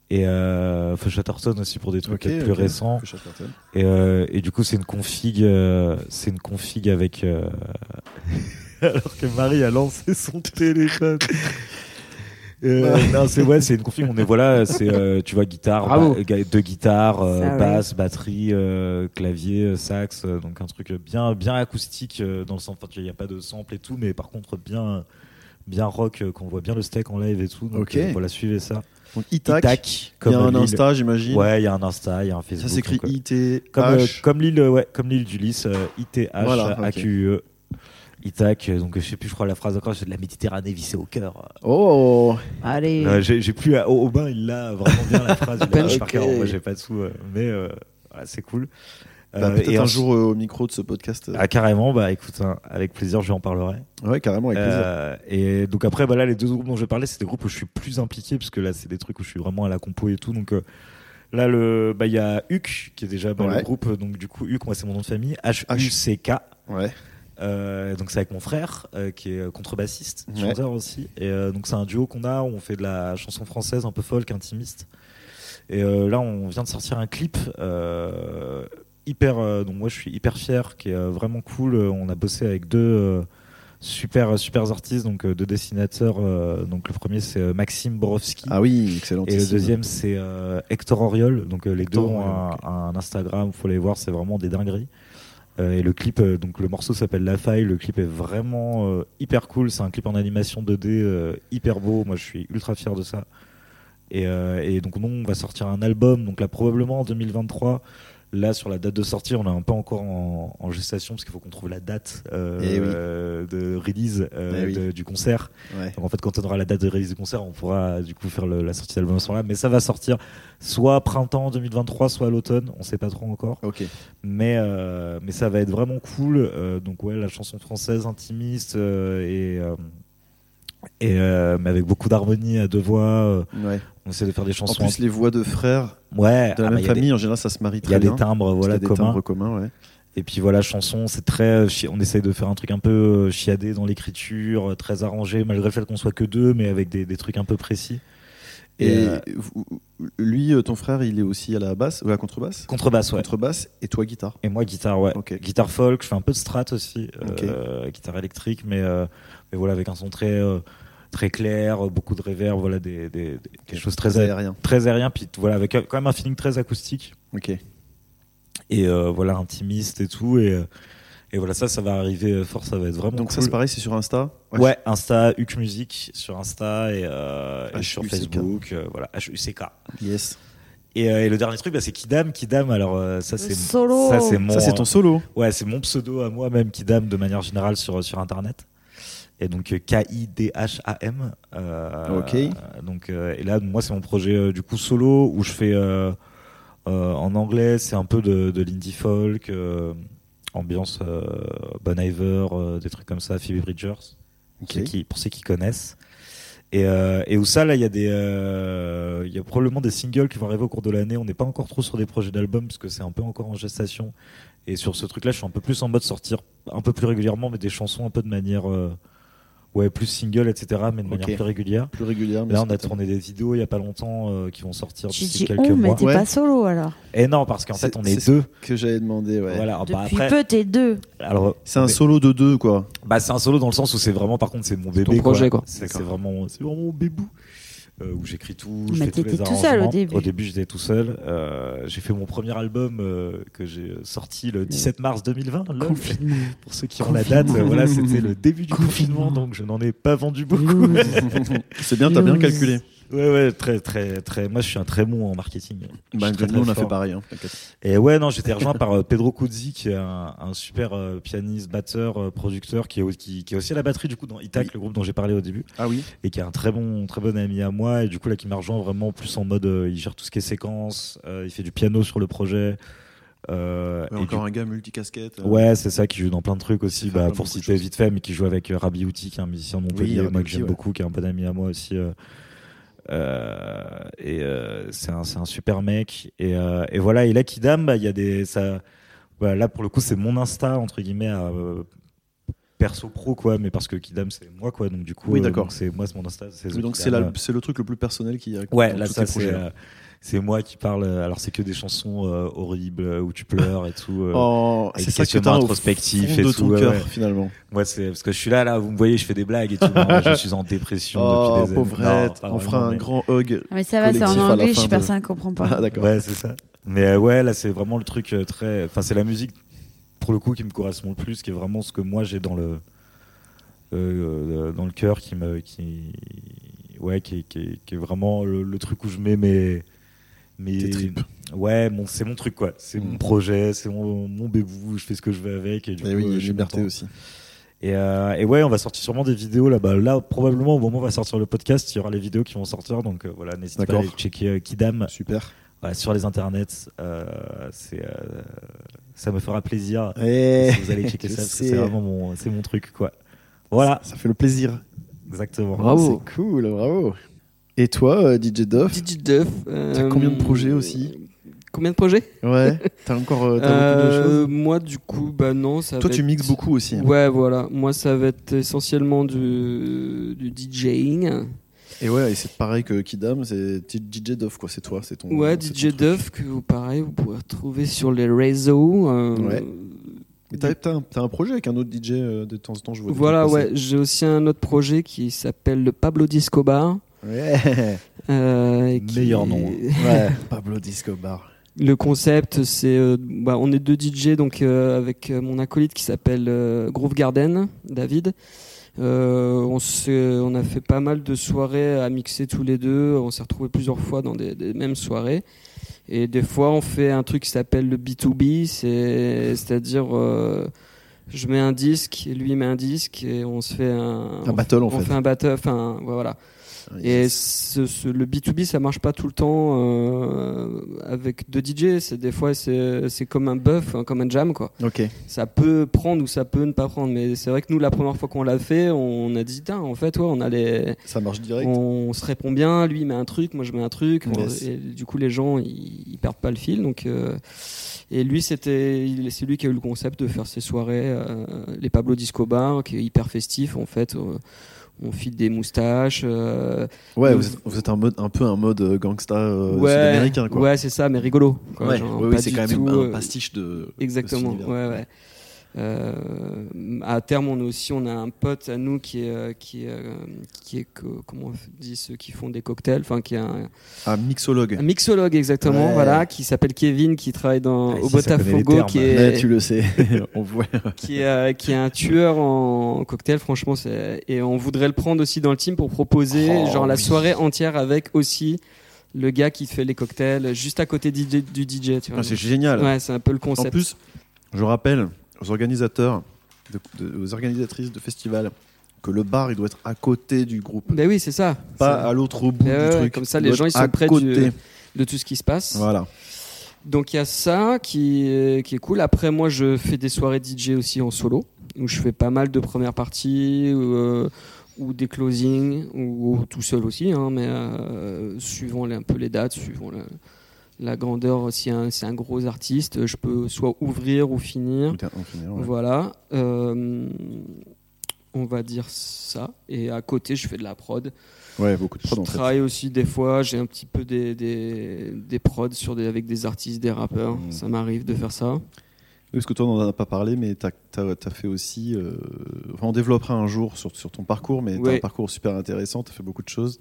Speaker 3: Et euh, Feuchatterton aussi pour des trucs
Speaker 1: Ok,
Speaker 3: peut-être plus
Speaker 1: ok.
Speaker 3: récents.
Speaker 1: Que chacun t'aime.
Speaker 3: Et, euh, et du coup, c'est une config, euh, c'est une config avec. euh, Alors que Marie a lancé son téléphone. Euh, non, c'est ouais, c'est une config. On est voilà, c'est euh, tu vois guitare,
Speaker 4: Bravo.
Speaker 3: ba- ga- deux guitares, euh,
Speaker 2: Ça, ouais.
Speaker 3: basse, batterie, euh, clavier, euh, sax, euh, donc un truc bien bien acoustique euh, dans le sens. Enfin, tu vois, il y a pas de sample et tout, mais par contre bien bien rock, euh, qu'on voit bien le steak en live et tout. Donc
Speaker 1: Ok.
Speaker 3: euh, voilà, suivez ça.
Speaker 1: Donc Itac,
Speaker 3: Itac,
Speaker 1: il y a
Speaker 3: comme
Speaker 1: un
Speaker 3: Lille.
Speaker 1: Insta, j'imagine.
Speaker 3: Ouais, il y a un Insta, il y a un
Speaker 1: Ça
Speaker 3: Facebook.
Speaker 1: s'écrit
Speaker 3: donc, euh,
Speaker 1: IT.
Speaker 3: comme, euh, comme l'île euh, ouais, comme l'île d'Ulysse euh, ITH
Speaker 1: Voilà, ok.
Speaker 3: AQUE Itac euh, donc euh, je sais plus je crois la phrase encore c'est de la Méditerranée vissée au cœur
Speaker 1: Oh
Speaker 2: Allez.
Speaker 3: Euh, j'ai j'ai plus à- au- Aubin il l'a vraiment bien la phrase il l'a
Speaker 4: Punch.
Speaker 3: par cœur.
Speaker 4: Ok.
Speaker 3: moi j'ai pas de sous euh, mais euh, voilà, c'est cool
Speaker 1: Bah,
Speaker 3: Euh,
Speaker 1: Peut-être
Speaker 3: et
Speaker 1: un
Speaker 3: en-
Speaker 1: jour euh, au micro de ce podcast. euh.
Speaker 3: ah, carrément bah écoute hein, avec plaisir je lui en parlerai
Speaker 1: Ouais, carrément, avec plaisir.
Speaker 3: Euh, et donc après, voilà, les deux groupes dont je parlais, c'est des groupes où je suis plus impliqué, parce que là, c'est des trucs où je suis vraiment à la compo et tout. Donc euh, là, le, bah, il y a Huc, qui est déjà bah,
Speaker 1: Ouais.
Speaker 3: le groupe. Donc du coup, Huc, moi, c'est mon nom de famille. H-U-C-K.
Speaker 1: Ouais.
Speaker 3: Euh, donc c'est avec mon frère euh, qui est euh, contrebassiste,
Speaker 1: Ouais.
Speaker 3: chanteur aussi. Et euh, donc c'est un duo qu'on a où on fait de la chanson française un peu folk, intimiste. Et euh, là on vient de sortir un clip euh, hyper, euh, dont moi je suis hyper fier, qui est euh, vraiment cool. Euh, On a bossé avec deux euh, super super artistes, donc euh, deux dessinateurs. euh, donc le premier c'est euh, Maxime Borowski.
Speaker 1: Ah oui, excellent.
Speaker 3: Et le deuxième, c'est euh, Hector Oriol. Donc euh, les deux
Speaker 1: Hector
Speaker 3: ont un,
Speaker 1: Auriol,
Speaker 3: un Instagram, faut les voir, c'est vraiment des dingueries. Euh, et le clip, euh, donc le morceau s'appelle La Faille. Le clip est vraiment euh, hyper cool. C'est un clip en animation 2D euh, hyper beau. Moi, je suis ultra fier de ça. Et, euh, et donc nous, on va sortir un album. Donc là, probablement en 2023. Là, sur la date de sortie, on est un peu encore en, en gestation parce qu'il faut qu'on trouve la date euh,
Speaker 1: Eh oui.
Speaker 3: euh, de release euh,
Speaker 1: Eh oui.
Speaker 3: de- du concert.
Speaker 1: Ouais.
Speaker 3: Donc en fait, quand on aura la date de release du concert, on pourra euh, du coup faire le- la sortie de l'album à ce moment-là. Mais ça va sortir soit printemps 2023, soit à l'automne. On sait pas trop encore.
Speaker 1: Ok.
Speaker 3: Mais, euh, mais ça va être vraiment cool. Euh, donc ouais, la chanson française intimiste euh, et, euh, et euh, mais avec beaucoup d'harmonie à deux voix. Euh,
Speaker 1: Ouais.
Speaker 3: on essaie de faire des
Speaker 1: En
Speaker 3: chansons.
Speaker 1: plus, les voix de frères
Speaker 3: ouais,
Speaker 1: de la
Speaker 3: ah bah,
Speaker 1: même
Speaker 3: y a des-
Speaker 1: famille, en général, ça se marie
Speaker 3: Il y
Speaker 1: très
Speaker 3: a
Speaker 1: bien.
Speaker 3: des timbres
Speaker 1: Parce qu'il y
Speaker 3: voilà
Speaker 1: a des
Speaker 3: communs.
Speaker 1: timbres communs, ouais.
Speaker 3: Et puis voilà, chanson, c'est très. euh, chi- On essaye de faire un truc un peu euh, chiadé dans l'écriture, euh, très arrangé, malgré le fait qu'on soit que deux, mais avec des, des trucs un peu précis. Et,
Speaker 1: Et
Speaker 3: euh,
Speaker 1: vous- lui, euh, ton frère, il est aussi à la basse ou à la contrebasse
Speaker 3: contrebasse, ouais.
Speaker 1: Contrebasse et toi, guitare.
Speaker 3: Et moi, guitare, ouais.
Speaker 1: Ok.
Speaker 3: Guitare folk, je fais un peu de strat aussi, euh, guitare électrique, mais, euh, mais voilà, avec un son très, euh, très clair, euh, beaucoup de reverb, voilà, des, des, des- quelque chose de très, aérien,
Speaker 1: aérien.
Speaker 3: très aérien, puis voilà, avec euh, quand même un feeling très acoustique
Speaker 1: Ok.
Speaker 3: et euh, voilà, intimiste et tout. Et, euh, et voilà, ça, ça va arriver euh, fort, ça va être vraiment
Speaker 1: Donc ça,
Speaker 3: cool.
Speaker 1: c'est pareil, c'est sur Insta
Speaker 3: Ouais, Insta, Huc Music sur Insta et, euh, et sur
Speaker 1: HUCK.
Speaker 3: Facebook, euh, voilà, HUCK.
Speaker 1: Yes.
Speaker 3: Et, euh, et le dernier truc, bah, c'est Kidam. Kidam, alors euh, ça
Speaker 2: Le
Speaker 3: c'est
Speaker 2: solo.
Speaker 3: ça c'est mon,
Speaker 1: ça, c'est ton solo.
Speaker 3: euh, ouais, c'est mon pseudo à moi même Kidam de manière générale sur sur internet. Et donc euh, K I D H A M. euh,
Speaker 1: Ok.
Speaker 3: euh, Donc euh, et là moi c'est mon projet euh, du coup solo où je fais euh, euh, en anglais c'est un peu de, de l'indie folk, euh, ambiance euh, Bon Iver, euh, des trucs comme ça, Phoebe Bridgers pour ceux qui, pour ceux qui connaissent. Et, euh, et où ça, là, il y a des, euh, il y a probablement des singles qui vont arriver au cours de l'année. On n'est pas encore trop sur des projets d'albums parce que c'est un peu encore en gestation. Et sur ce truc-là, je suis un peu plus en mode sortir un peu plus régulièrement, mais des chansons un peu de manière, euh, ouais, plus single, etc., mais de manière
Speaker 1: Ok.
Speaker 3: plus régulière.
Speaker 1: Plus régulière. mais
Speaker 3: Là,
Speaker 1: c'est
Speaker 3: on a
Speaker 1: pas-
Speaker 3: tourné des vidéos il y a pas longtemps euh, qui vont sortir
Speaker 2: Tu
Speaker 3: d'ici
Speaker 2: dis
Speaker 3: quelques
Speaker 2: on, mais
Speaker 3: mois.
Speaker 2: t'es
Speaker 1: Ouais.
Speaker 2: pas solo alors.
Speaker 3: Et non, parce qu'en fait,
Speaker 1: C'est-
Speaker 3: on
Speaker 1: c'est
Speaker 3: est
Speaker 1: ce
Speaker 3: deux.
Speaker 1: Que j'avais demandé, ouais.
Speaker 3: Voilà. bah,
Speaker 2: Depuis
Speaker 3: après,
Speaker 2: peu, t'es deux.
Speaker 3: alors,
Speaker 1: C'est un
Speaker 3: mais-
Speaker 1: solo de deux, quoi.
Speaker 3: Bah, c'est un solo dans le sens où c'est vraiment, par contre, c'est mon bébé.
Speaker 4: projet, quoi.
Speaker 3: C'est c'est vraiment, c'est vraiment mon bébou. Euh, où j'écris tout, je
Speaker 2: Mais
Speaker 3: fais tous les
Speaker 2: t'étais tout seul au
Speaker 3: arrangements.
Speaker 2: début.
Speaker 3: Au début, j'étais tout seul. Euh, j'ai fait mon premier album euh, que j'ai sorti le 17 mars 2020. Lol.
Speaker 2: Confinement.
Speaker 3: Pour ceux qui ont la date, euh, voilà, c'était le début du
Speaker 2: Confinement.
Speaker 3: confinement, donc je n'en ai pas vendu beaucoup.
Speaker 2: Loose.
Speaker 1: C'est bien, t'as bien calculé.
Speaker 3: ouais, ouais, très, très, très. Moi, je suis un très bon en marketing. Je suis très, très
Speaker 1: nous, on a
Speaker 3: fort.
Speaker 1: fait pareil. hein, t'inquiète.
Speaker 3: Et ouais, non, j'étais rejoint par euh, Pedro Cuzzi, qui est un, un super euh, pianiste, batteur, euh, producteur, qui est, au- qui, qui est aussi à la batterie du coup dans Itac,
Speaker 1: Oui.
Speaker 3: le groupe dont j'ai parlé au début,
Speaker 1: Ah oui
Speaker 3: et qui est un très bon, très bon ami à moi, et du coup là qui m'a rejoint vraiment plus en mode, euh, il gère tout ce qui est séquence, euh, il fait du piano sur le projet. Euh, et
Speaker 1: Encore un gars multicasquette.
Speaker 3: du-
Speaker 1: euh,
Speaker 3: Ouais, c'est ça qui joue dans plein de trucs aussi.
Speaker 1: Il fait
Speaker 3: Bah,
Speaker 1: vraiment
Speaker 3: pour
Speaker 1: beaucoup de
Speaker 3: citer
Speaker 1: choses.
Speaker 3: vite fait, mais qui joue avec euh, Rabi Outi, qui est un musicien de Montpellier,
Speaker 1: Rabi
Speaker 3: moi que j'aime
Speaker 1: Outi, ouais.
Speaker 3: beaucoup, qui est un bon ami à moi aussi. euh, euh, et euh, c'est un, c'est un super mec. Et, euh, et voilà, et là, bah, Kidam, bah, il y a des. Ça, voilà, là, pour le coup, c'est mon Insta, entre guillemets, à, euh, perso pro quoi, mais parce que Kidam c'est moi quoi, donc du coup,
Speaker 1: Oui,
Speaker 3: euh,
Speaker 1: d'accord.
Speaker 3: donc c'est moi, c'est mon Insta. c'est
Speaker 1: Oui, donc
Speaker 3: Kidam,
Speaker 1: c'est la-
Speaker 3: euh,
Speaker 1: c'est le truc le plus personnel qui
Speaker 3: Ouais,
Speaker 1: dans
Speaker 3: là
Speaker 1: tous
Speaker 3: ça
Speaker 1: tes
Speaker 3: c'est
Speaker 1: projets, là.
Speaker 3: euh, c'est moi qui parle. euh, Alors c'est que des chansons euh, horribles euh, où tu pleures et tout. euh,
Speaker 1: Oh,
Speaker 3: avec
Speaker 1: c'est ça que
Speaker 3: questionnement
Speaker 1: t'as au
Speaker 3: introspectif
Speaker 1: fond
Speaker 3: et
Speaker 1: de
Speaker 3: tout,
Speaker 1: ton
Speaker 3: ouais,
Speaker 1: cœur
Speaker 3: ouais.
Speaker 1: finalement.
Speaker 3: Moi c'est parce que je suis là là, vous me voyez, je fais des blagues et tout. Non, mais je suis en dépression
Speaker 1: Oh,
Speaker 3: depuis des années. Non,
Speaker 1: pauvrette,
Speaker 3: pas
Speaker 1: on
Speaker 3: vraiment,
Speaker 1: fera un
Speaker 3: mais-
Speaker 1: grand hug.
Speaker 2: Ah, mais ça va, c'est en
Speaker 1: Collectif à la
Speaker 2: anglais,
Speaker 1: fin
Speaker 2: je suis
Speaker 1: de-
Speaker 2: personne ne comprend
Speaker 1: Ah,
Speaker 2: pas.
Speaker 1: d'accord.
Speaker 3: Ouais, c'est ça. Mais euh, ouais, là, c'est vraiment le truc euh, très. Enfin, c'est la musique, pour le coup, qui me correspond le plus, qui est vraiment ce que moi j'ai dans le. euh, euh, dans le cœur, qui me. Qui, ouais, qui, est- qui est- qui est vraiment le, le truc où je mets mes. mes
Speaker 1: Tes tripes.
Speaker 3: Ouais, mon- c'est mon truc, quoi. C'est
Speaker 1: Mm.
Speaker 3: mon projet, c'est mon, mon bébou, je fais ce que je veux avec. Et du
Speaker 1: Et
Speaker 3: coup,
Speaker 1: Eh oui,
Speaker 3: euh,
Speaker 1: il y a
Speaker 3: je suis
Speaker 1: liberté
Speaker 3: content.
Speaker 1: aussi.
Speaker 3: Et, euh, et ouais, on va sortir sûrement des vidéos là-bas. Là, probablement, au moment où on va sortir le podcast, il y aura les vidéos qui vont sortir. Donc euh, voilà, n'hésitez pas à
Speaker 1: D'accord.
Speaker 3: aller checker euh, Kidam
Speaker 1: Super.
Speaker 3: Ouais, sur les internets. euh, c'est, euh, ça me fera plaisir
Speaker 1: Et
Speaker 3: si vous allez checker ça, parce que c'est vraiment mon, c'est mon truc. quoi. Voilà,
Speaker 1: Ça fait le plaisir.
Speaker 3: exactement.
Speaker 5: Bravo.
Speaker 1: C'est cool, bravo. Et toi, euh, DJ Duff
Speaker 4: DJ Duff. euh,
Speaker 1: T'as combien de projets aussi
Speaker 4: Combien de projets
Speaker 1: Ouais, t'as encore euh, t'as beaucoup de choses
Speaker 4: Euh, Moi, du coup, bah non. Ça
Speaker 1: Toi,
Speaker 4: va
Speaker 1: tu
Speaker 4: être-
Speaker 1: mixes beaucoup aussi. hein.
Speaker 4: Ouais, voilà. Moi, ça va être essentiellement du, du DJing.
Speaker 1: Et ouais, et c'est pareil que Kidam, c'est t- DJ Duff, quoi. C'est toi, c'est ton.
Speaker 4: Ouais,
Speaker 1: c'est ton
Speaker 4: DJ
Speaker 1: truc.
Speaker 4: Duff, que vous, pareil, vous pouvez retrouver sur les réseaux. euh,
Speaker 1: Ouais. Mais t'as- t'as un, t'as un projet avec un autre DJ euh, de temps en temps, je vois. des
Speaker 4: Voilà,
Speaker 1: trucs
Speaker 4: ouais. J'ai aussi un autre projet qui s'appelle le Pablo Disco Bar.
Speaker 1: passer. Ouais.
Speaker 4: euh, et qui-
Speaker 3: Meilleur nom.
Speaker 1: ouais, Pablo Disco Bar.
Speaker 4: Le concept, c'est. euh, bah, on est deux DJ, donc euh, avec euh, mon acolyte qui s'appelle euh, Groove Garden, David. Euh, on, s'est- on a fait pas mal de soirées à mixer tous les deux. On s'est retrouvés plusieurs fois dans des, des mêmes soirées. Et des fois, on fait un truc qui s'appelle le B2B, c'est- c'est-à-dire. euh, je mets un disque, et lui il met un disque, et on se fait un.
Speaker 1: Un battle, en
Speaker 4: on
Speaker 1: fait. Ah,
Speaker 4: fait un battle, enfin voilà. Et ce- ce- le B2B, ça marche pas tout le temps euh, avec deux DJ. C'est des fois, c'est c'est comme un buff, hein, comme un jam, quoi.
Speaker 1: Ok.
Speaker 4: Ça peut prendre ou ça peut ne pas prendre. Mais c'est vrai que nous, la première fois qu'on l'a fait, on a dit, Tain, en fait, ouais, on a les,
Speaker 1: Ça marche direct.
Speaker 4: on se répond bien, lui il met un truc, moi je mets un truc,
Speaker 1: Yes.
Speaker 4: et du coup les gens ils, ils perdent pas le fil. Donc, euh, et lui c'était il- c'est lui qui a eu le concept de faire ces soirées, euh, les Pablo Disco Bar, qui est hyper festif en fait. euh, on file des moustaches. euh,
Speaker 1: Ouais,
Speaker 4: Nous-
Speaker 1: vous êtes, vous êtes un, mode, un peu un mode euh, gangsta euh,
Speaker 4: ouais,
Speaker 1: sud-américain, quoi.
Speaker 4: ouais, c'est ça, mais rigolo. quoi,
Speaker 1: Ouais,
Speaker 4: genre,
Speaker 1: oui, oui,
Speaker 4: pas
Speaker 1: c'est
Speaker 4: du
Speaker 1: quand même
Speaker 4: tout,
Speaker 1: un
Speaker 4: euh,
Speaker 1: pastiche de.
Speaker 4: Exactement.
Speaker 1: de cet
Speaker 4: Ouais,
Speaker 1: univers.
Speaker 4: ouais. Euh, à terme, on a aussi on a un pote à nous qui est euh, qui est, euh, qui est co- comment on dit ceux qui font des cocktails, enfin qui est un,
Speaker 1: Un mixologue.
Speaker 4: un mixologue exactement,
Speaker 1: Ouais.
Speaker 4: voilà, qui s'appelle Kevin, qui travaille dans
Speaker 3: Ah,
Speaker 4: au
Speaker 3: si, ça connaît les
Speaker 4: Botafogo,
Speaker 3: termes.
Speaker 4: qui
Speaker 1: Ouais,
Speaker 4: est
Speaker 1: tu le sais, on voit.
Speaker 4: qui est, euh, qui est un tueur en cocktail. Franchement, c'est et on voudrait le prendre aussi dans le team pour proposer
Speaker 1: Oh,
Speaker 4: genre la
Speaker 1: oui.
Speaker 4: soirée entière avec aussi le gars qui fait les cocktails juste à côté DJ du DJ. Tu vois.
Speaker 1: Ah, c'est génial.
Speaker 4: ouais, c'est un peu le
Speaker 1: en
Speaker 4: concept.
Speaker 1: plus, je rappelle aux organisateurs, de- de- aux organisatrices de festivals, que le bar, il doit être à côté du groupe,
Speaker 4: Ben oui, c'est ça.
Speaker 1: pas
Speaker 4: C'est-
Speaker 1: à l'autre bout
Speaker 4: Eh ouais,
Speaker 1: du
Speaker 4: ouais,
Speaker 1: truc.
Speaker 4: comme ça,
Speaker 1: Il
Speaker 4: les
Speaker 1: doit
Speaker 4: gens,
Speaker 1: être
Speaker 4: ils sont
Speaker 1: à
Speaker 4: près
Speaker 1: côté.
Speaker 4: du- Hein de tout ce qui se passe.
Speaker 1: Voilà.
Speaker 4: Donc il y a ça qui est, qui est cool. Après moi je fais des soirées DJ aussi en solo où je fais pas mal de premières parties ou, euh, ou des closings ou, tout seul aussi, hein, mais euh, suivant les- un peu les dates, suivant la, la grandeur. Si un- c'est un gros artiste, je peux soit ouvrir ou finir.
Speaker 1: Putain, on finit, ouais.
Speaker 4: Voilà. euh, on va dire ça. Et à côté je fais de la prod.
Speaker 1: Ouais, beaucoup de
Speaker 4: Je
Speaker 1: prod en fait.
Speaker 4: travaille aussi des fois, j'ai un petit peu des, des, des prods sur des, avec des artistes, des rappeurs.
Speaker 1: Mhm.
Speaker 4: Ça m'arrive de faire ça.
Speaker 1: Oui, parce que toi, on n'en a pas parlé, mais tu as, fait aussi. euh, enfin, on développera un jour sur, sur ton parcours, mais t'as
Speaker 4: Ouais.
Speaker 1: un parcours super intéressant, tu as fait beaucoup de choses.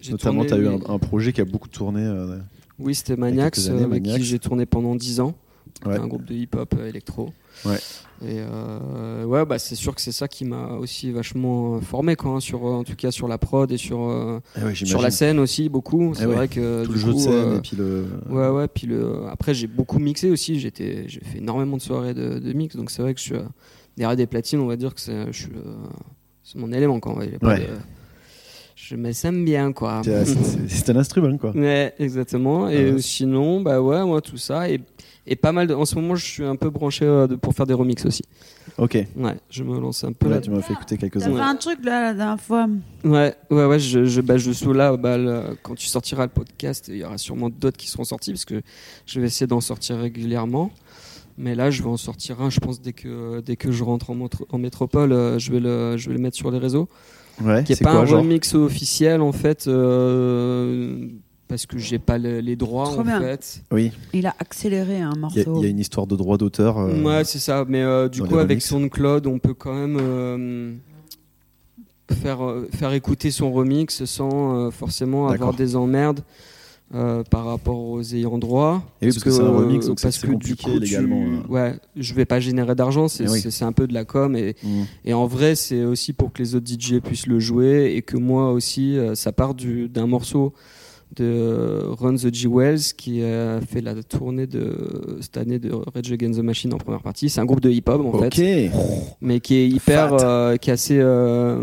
Speaker 4: J'ai
Speaker 1: Notamment, tu as
Speaker 4: tourné-
Speaker 1: eu un, un projet qui a beaucoup tourné. euh,
Speaker 4: Oui, c'était
Speaker 1: y a
Speaker 4: Maniacs,
Speaker 1: quelques
Speaker 4: euh,
Speaker 1: années,
Speaker 4: avec
Speaker 1: Maniacs.
Speaker 4: qui j'ai tourné pendant 10 ans. C'était
Speaker 1: Ouais.
Speaker 4: Un groupe de hip-hop euh, électro.
Speaker 1: Ouais.
Speaker 4: Et euh, ouais, bah, c'est sûr que c'est ça qui m'a aussi vachement euh, formé, quoi, hein, sur, euh, en tout cas sur la prod et sur, euh,
Speaker 1: eh ouais,
Speaker 4: sur la
Speaker 1: j'imagine. Eh
Speaker 4: scène aussi, beaucoup. C'est
Speaker 1: ouais.
Speaker 4: vrai que.
Speaker 1: Tout
Speaker 4: du
Speaker 1: le jeu de
Speaker 4: coup,
Speaker 1: scène
Speaker 4: euh,
Speaker 1: et puis le.
Speaker 4: Ouais, ouais, puis le... après j'ai beaucoup mixé aussi, j'étais... j'ai fait énormément de soirées de, de mix, donc c'est vrai que je suis euh, derrière des platines, on va dire que c'est, je suis, euh, c'est mon élément quand même.
Speaker 1: Ouais.
Speaker 4: Je m'aime bien quoi.
Speaker 1: Ah, bah, C'est- c'est- C'est un instrument, quoi.
Speaker 4: Ouais, exactement. Et
Speaker 1: Ah ouais.
Speaker 4: sinon, bah ouais, moi tout ça. Et, et pas mal de... En ce moment, je suis un peu branché euh, de- pour faire des remixes aussi.
Speaker 1: Ok.
Speaker 4: Ouais, je me lance un peu
Speaker 1: Là,
Speaker 4: là.
Speaker 1: tu m'as fait écouter
Speaker 2: T'as
Speaker 1: quelques-uns.
Speaker 2: fait un truc là la dernière fois.
Speaker 4: Ouais, ouais, ouais, je, je, bah, je suis là, bah, là, quand tu sortiras le podcast, il y aura sûrement d'autres qui seront sortis, parce que je vais essayer d'en sortir régulièrement. Mais là, je vais en sortir un, je pense, dès que, dès que je rentre en, montre- en métropole, euh, je vais, le, je vais le mettre sur les réseaux.
Speaker 1: Ouais,
Speaker 4: Qui est
Speaker 1: c'est
Speaker 4: pas
Speaker 1: quoi,
Speaker 4: un
Speaker 1: genre
Speaker 4: remix officiel, en fait, euh, parce que j'ai pas le- les droits,
Speaker 2: Trop
Speaker 4: en
Speaker 2: bien.
Speaker 4: fait.
Speaker 1: Oui,
Speaker 2: Il a accéléré un
Speaker 1: il y, a-
Speaker 2: morceau.
Speaker 1: il y a une histoire de droit d'auteur. euh,
Speaker 4: Ouais, c'est ça. Mais euh, du
Speaker 1: dans
Speaker 4: coup,
Speaker 1: les
Speaker 4: avec
Speaker 1: remixes.
Speaker 4: SoundCloud, on peut quand même euh, faire, euh, faire écouter son remix sans euh, forcément
Speaker 1: D'accord.
Speaker 4: avoir des emmerdes euh, par rapport aux ayants droit.
Speaker 1: Et oui, parce que c'est un remix, donc c'est-
Speaker 4: parce
Speaker 1: c'est
Speaker 4: que du
Speaker 1: compliqué
Speaker 4: coup, tu-
Speaker 1: légalement, euh.
Speaker 4: Ouais, je vais pas générer d'argent, c'est
Speaker 1: Eh oui.
Speaker 4: c'est- c'est un peu de la com. Et,
Speaker 1: mm.
Speaker 4: et en vrai, c'est aussi pour que les autres DJ puissent le jouer et que moi aussi, euh, ça part du- d'un morceau de Run the G Wells qui a fait la tournée de cette année de Rage Against the Machine en première partie. C'est un groupe de hip-hop en
Speaker 1: Ok.
Speaker 4: fait, mais qui est hyper,
Speaker 1: Fat.
Speaker 4: euh, qui est assez, euh,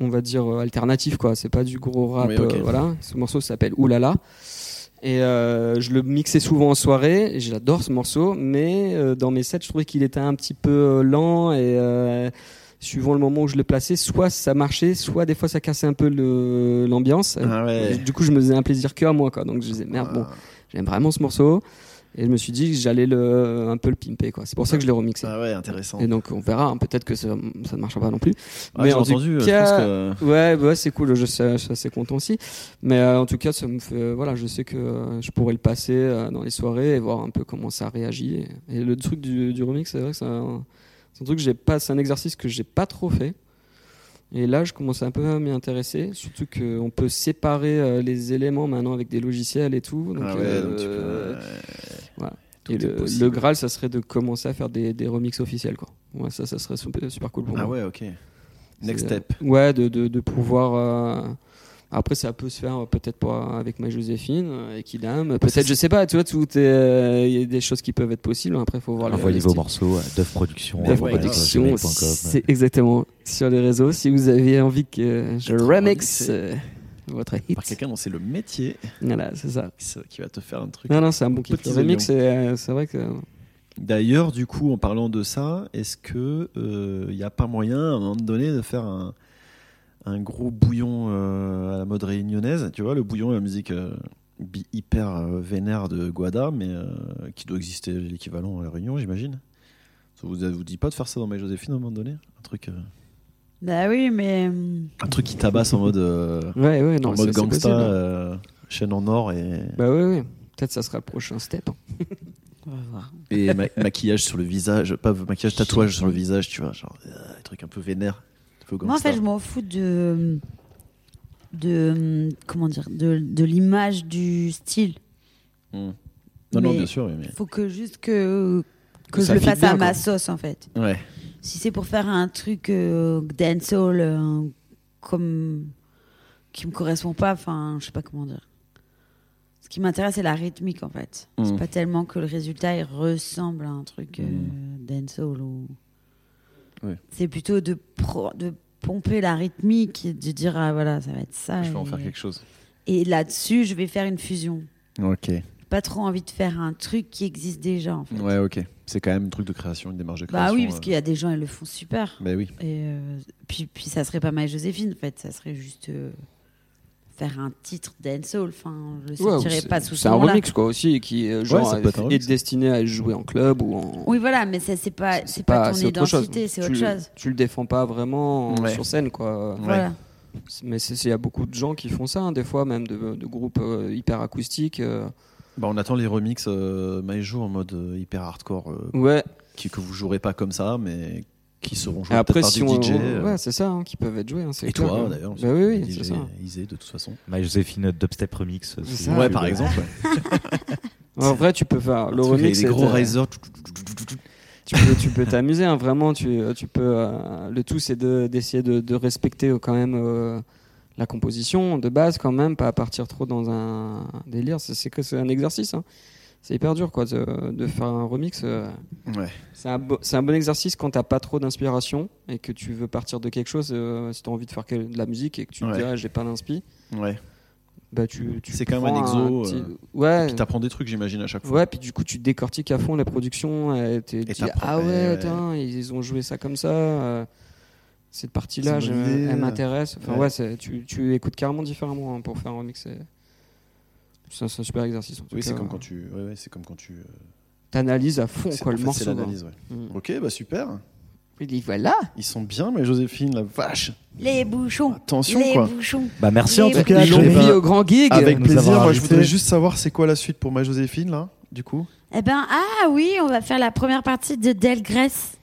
Speaker 4: on va dire euh, alternatif quoi. C'est pas du gros rap,
Speaker 1: Oui, ok.
Speaker 4: euh, voilà. Ce morceau s'appelle Oulala. Et euh, je le mixais souvent en soirée, et j'adore ce morceau, mais euh, dans mes sets, je trouvais qu'il était un petit peu euh, lent et euh, suivant le moment où je le plaçais, soit ça marchait, soit des fois ça cassait un peu le- l'ambiance.
Speaker 1: Ah ouais. Ah.
Speaker 4: Du coup, je me faisais un plaisir que à moi, quoi. Donc je disais euh, merde, bon, j'aime vraiment ce morceau, et je me suis dit que j'allais le un peu le pimper, quoi. C'est pour ça que je l'ai remixé.
Speaker 1: Ah ouais, intéressant.
Speaker 4: Et donc on verra, hein, peut-être que ça, ça ne marchera pas non plus.
Speaker 1: Ah, j'ai
Speaker 4: en tout
Speaker 1: entendu, euh, je
Speaker 4: cas-
Speaker 1: pense que-
Speaker 4: Ouais, bah ouais, c'est cool, je sais, je suis assez content aussi. Mais euh, en tout cas, ça me fait, voilà, je sais que euh, je pourrais le passer euh, dans les soirées et voir un peu comment ça réagit. Et, le truc du, du remix, c'est vrai que c'est un, c'est un truc que j'ai pas, c'est un exercice que j'ai pas trop fait. Et là, je commence un peu à m'y intéresser, surtout qu'on peut séparer euh, les éléments maintenant avec des logiciels et tout. Donc,
Speaker 1: Ah ouais, donc tu peux,
Speaker 4: euh,
Speaker 1: ouais.
Speaker 4: voilà.
Speaker 1: Tout
Speaker 4: et
Speaker 1: est
Speaker 4: le,
Speaker 1: possible.
Speaker 4: le Graal, ça serait de commencer à faire des, des remixes officiels, quoi. Ouais, ça, ça serait super, super cool pour
Speaker 1: Ah
Speaker 4: moi.
Speaker 1: ouais, ok. Next
Speaker 4: C'est, euh,
Speaker 1: step.
Speaker 4: Ouais, de, de, de pouvoir. euh, Après, ça peut se faire euh, peut-être pas avec ma Joséphine, euh, avec Idam. Peut-être, je sais pas, tu vois, tout est, euh, il y a des choses qui peuvent être possibles. Après, faut voir le-
Speaker 3: Ah, Envoyez
Speaker 4: le
Speaker 3: vos
Speaker 4: style.
Speaker 3: morceaux à Dove Productions.
Speaker 4: Def
Speaker 1: Ouais,
Speaker 4: Production,
Speaker 3: gmail.com.
Speaker 4: c'est exactement sur les réseaux. Si vous avez envie que je
Speaker 1: Être remixé.
Speaker 4: remix euh, votre
Speaker 1: Par
Speaker 4: hit,
Speaker 1: quelqu'un dont c'est le métier
Speaker 4: voilà, c'est ça.
Speaker 1: qui se- qui va te faire un truc.
Speaker 4: Non, non, c'est un bon kiff.
Speaker 1: Petits
Speaker 4: Le remix, euh, c'est vrai que.
Speaker 1: D'ailleurs, du coup, en parlant de ça, est-ce que il n'y a pas moyen, à un moment donné, de faire un, un gros bouillon euh, à la mode réunionnaise Tu vois, le bouillon et la musique euh, bi- hyper euh, vénère de Guada, mais euh, qui doit exister l'équivalent à la Réunion, j'imagine. Ça vous, vous dit pas de faire ça dans My Joséphine à un moment donné Un truc, euh,
Speaker 2: Bah oui, mais hum,
Speaker 1: un truc qui tabasse en mode, euh,
Speaker 4: Ouais, ouais, non,
Speaker 1: en
Speaker 4: c'est-
Speaker 1: mode
Speaker 4: c'est
Speaker 1: gangsta,
Speaker 4: possible.
Speaker 1: euh, chaîne en or et,
Speaker 4: Bah ouais, ouais. Peut-être ça sera le prochain step. hein.
Speaker 2: on va voir.
Speaker 1: et ma- maquillage sur le visage, pas maquillage, tatouage sur le visage, tu vois, genre euh, un truc un peu vénère. un peu
Speaker 2: Moi, en
Speaker 1: gangsta.
Speaker 2: fait, je m'en fous de de comment dire de, de l'image du style.
Speaker 1: Hmm. Non, non,
Speaker 2: Mais-
Speaker 1: bien sûr, oui, mais.
Speaker 2: Faut que juste que que
Speaker 4: Ça
Speaker 2: je le
Speaker 4: fit
Speaker 2: fasse
Speaker 4: bien,
Speaker 2: à ma
Speaker 4: quoi.
Speaker 2: sauce en fait.
Speaker 1: Ouais.
Speaker 2: Si c'est pour faire un truc euh, dancehall euh, comme qui me correspond pas, enfin, je sais pas comment dire. Ce qui m'intéresse c'est la rythmique en fait.
Speaker 1: Mm.
Speaker 2: C'est pas tellement que le résultat il ressemble à un truc euh,
Speaker 1: Mm.
Speaker 2: dancehall ou.
Speaker 1: Ouais.
Speaker 2: C'est plutôt de pro- de pomper la rythmique et de dire ah voilà ça va être ça.
Speaker 1: Je vais en
Speaker 2: et-
Speaker 1: faire quelque chose.
Speaker 2: et là-dessus je vais faire une fusion.
Speaker 1: Ok.
Speaker 2: Pas trop envie de faire un truc qui existe déjà en fait.
Speaker 1: Ouais, ok. C'est quand même un truc de création, une démarche de création.
Speaker 2: Bah oui, parce
Speaker 1: euh.
Speaker 2: qu'il y a des gens, ils le font super.
Speaker 1: Bah oui.
Speaker 2: Et euh, puis, puis ça serait pas My Joséphine, en fait. Ça serait juste euh, faire un titre dancehall. Enfin, je le
Speaker 4: Ouais,
Speaker 2: sortirais
Speaker 4: ou c'est-
Speaker 2: pas sous
Speaker 4: C'est
Speaker 2: ce
Speaker 4: un
Speaker 2: nom-là.
Speaker 4: remix quoi aussi qui euh, genre,
Speaker 1: ça peut être un
Speaker 4: est,
Speaker 1: remix.
Speaker 4: destiné à jouer en club ou en.
Speaker 2: Oui, voilà, mais ça, c'est pas, c'est pas, ton
Speaker 4: c'est autre chose.
Speaker 2: identité, c'est
Speaker 4: Tu
Speaker 2: autre
Speaker 4: le-
Speaker 2: chose.
Speaker 4: Tu le défends pas vraiment
Speaker 1: Ouais.
Speaker 4: sur scène quoi.
Speaker 2: Voilà.
Speaker 4: C'est- Mais c'est- c'est- il y a beaucoup de gens qui font ça hein, des fois même de, de groupes euh, hyper acoustiques. euh.
Speaker 1: Bah, on attend les remixes euh, Maïjo en mode euh, hyper hardcore, euh,
Speaker 4: Ouais.
Speaker 1: qui, que vous jouerez pas comme ça, mais qui seront
Speaker 4: Et
Speaker 1: joués
Speaker 4: après
Speaker 1: peut-être par
Speaker 4: si
Speaker 1: des
Speaker 4: on,
Speaker 1: DJ. euh,
Speaker 4: ouais c'est ça hein, qui peuvent être joués. hein, c'est
Speaker 1: et
Speaker 4: clair,
Speaker 1: toi,
Speaker 4: hein.
Speaker 1: d'ailleurs.
Speaker 4: Bah oui oui
Speaker 1: DJ
Speaker 4: c'est ça. Ah,
Speaker 1: Isé, de toute façon.
Speaker 3: My Joséphine Dubstep Remix. euh,
Speaker 4: C'est
Speaker 3: sur
Speaker 4: ça.
Speaker 3: YouTube.
Speaker 1: ouais, par exemple. ouais.
Speaker 4: En vrai tu peux faire
Speaker 1: Un
Speaker 4: le
Speaker 1: truc avec
Speaker 4: remix.
Speaker 1: Des
Speaker 4: c'est-
Speaker 1: gros
Speaker 4: euh,
Speaker 1: risers.
Speaker 4: tu peux tu peux t'amuser hein, vraiment tu euh, tu peux euh, le tout c'est de- d'essayer de, de respecter euh, quand même euh, la composition de base quand même pas partir trop dans un délire c'est c'est que c'est un exercice hein. c'est hyper dur quoi de, de faire un remix euh.
Speaker 1: Ouais.
Speaker 4: c'est un, bo- c'est un bon exercice quand t'as pas trop d'inspiration et que tu veux partir de quelque chose euh, si t'as envie de faire quel- de la musique et que tu
Speaker 1: Ouais.
Speaker 4: te dis ah j'ai pas d'inspi
Speaker 1: Ouais.
Speaker 4: bah tu, tu
Speaker 1: C'est quand même un
Speaker 4: prends
Speaker 1: exo,
Speaker 4: petit-
Speaker 1: euh,
Speaker 4: ouais
Speaker 1: Puis t'apprends des trucs, j'imagine, à chaque fois.
Speaker 4: Ouais, puis du coup, tu décortiques à fond la production. Et tu te dis,
Speaker 1: t'apprends,
Speaker 4: ah ouais,
Speaker 1: ouais, ouais.
Speaker 4: attends, ils ont joué ça comme ça. euh, Cette partie-là,
Speaker 1: C'est une
Speaker 4: je-
Speaker 1: bonne idée. euh.
Speaker 4: elle m'intéresse. Enfin,
Speaker 1: Ouais.
Speaker 4: ouais, c'est- tu, tu écoutes carrément différemment hein, pour faire un remix. C'est c'est un, c'est un super exercice. en tout
Speaker 1: Oui, c'est
Speaker 4: cas.
Speaker 1: comme quand tu, ouais, ouais, c'est comme quand tu, euh,
Speaker 4: T'analyses à fond
Speaker 1: C'est-
Speaker 4: quoi,
Speaker 1: en
Speaker 4: le
Speaker 1: fait,
Speaker 4: morceau.
Speaker 1: C'est l'analyse, ouais.
Speaker 4: hein. Mm.
Speaker 1: Ok, bah super.
Speaker 4: Il dit voilà.
Speaker 1: Ils sont bien, mais Joséphine, la vache.
Speaker 2: Les bouchons.
Speaker 1: Attention,
Speaker 2: les
Speaker 1: quoi.
Speaker 2: bouchons.
Speaker 3: Bah merci
Speaker 2: Et
Speaker 3: en tout
Speaker 2: bah,
Speaker 3: cas.
Speaker 4: Ils l'ont
Speaker 1: eh
Speaker 3: Joe.
Speaker 1: ben,
Speaker 4: mis au grand gig.
Speaker 1: Avec
Speaker 3: nous
Speaker 1: plaisir,
Speaker 3: avoir
Speaker 1: moi je
Speaker 3: invités.
Speaker 1: voudrais juste savoir c'est quoi la suite pour ma Joséphine là, du coup.
Speaker 2: Eh ben, ah oui, on va faire la première partie de Del Grèce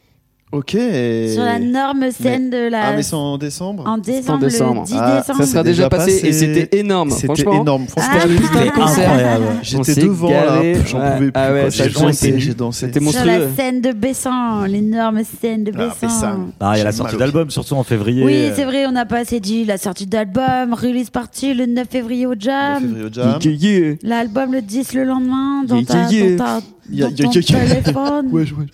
Speaker 1: Ok. et-
Speaker 2: sur la norme scène de la.
Speaker 1: Ah, mais c'est en décembre
Speaker 2: En décembre,
Speaker 12: décembre.
Speaker 2: le 10
Speaker 1: Ah,
Speaker 2: décembre.
Speaker 4: Ça
Speaker 1: C'est
Speaker 4: sera déjà
Speaker 1: déjà
Speaker 4: passé,
Speaker 1: passé.
Speaker 4: et c'était énorme.
Speaker 1: C'était
Speaker 4: Franchement,
Speaker 1: énorme, franchement.
Speaker 2: Ah,
Speaker 4: c'était un putain
Speaker 2: putain,
Speaker 4: de concert.
Speaker 3: Incroyable.
Speaker 4: on
Speaker 1: J'étais
Speaker 4: s'est
Speaker 1: devant là,
Speaker 4: galé.
Speaker 1: j'en
Speaker 4: Ouais,
Speaker 1: pouvais plus.
Speaker 4: ah ouais,
Speaker 1: quoi.
Speaker 4: ça,
Speaker 1: j'ai
Speaker 4: je l'ai
Speaker 1: dansé,
Speaker 4: vu.
Speaker 1: j'ai dansé.
Speaker 4: C'était
Speaker 2: sur
Speaker 4: monstrueux.
Speaker 2: la scène de Bessan, l'énorme scène de
Speaker 1: Ah, mais ça,
Speaker 2: Bessan.
Speaker 3: Bah, il y a la
Speaker 1: J'ai mal
Speaker 3: sortie
Speaker 1: au
Speaker 3: d'album, surtout en février.
Speaker 2: Oui,
Speaker 1: euh,
Speaker 2: c'est vrai, on n'a pas assez dit la sortie d'album, release party le 9 février au
Speaker 1: Le
Speaker 2: Jam,
Speaker 1: février au Jam.
Speaker 4: Yeah, yeah, yeah.
Speaker 2: l'album le 10 le lendemain, dans ta-
Speaker 4: Yeah, yeah.
Speaker 2: dans ta-
Speaker 1: Yeah,
Speaker 2: dans
Speaker 1: yeah,
Speaker 2: ton
Speaker 1: yeah, yeah.
Speaker 2: téléphone.
Speaker 1: Ouais, ouais.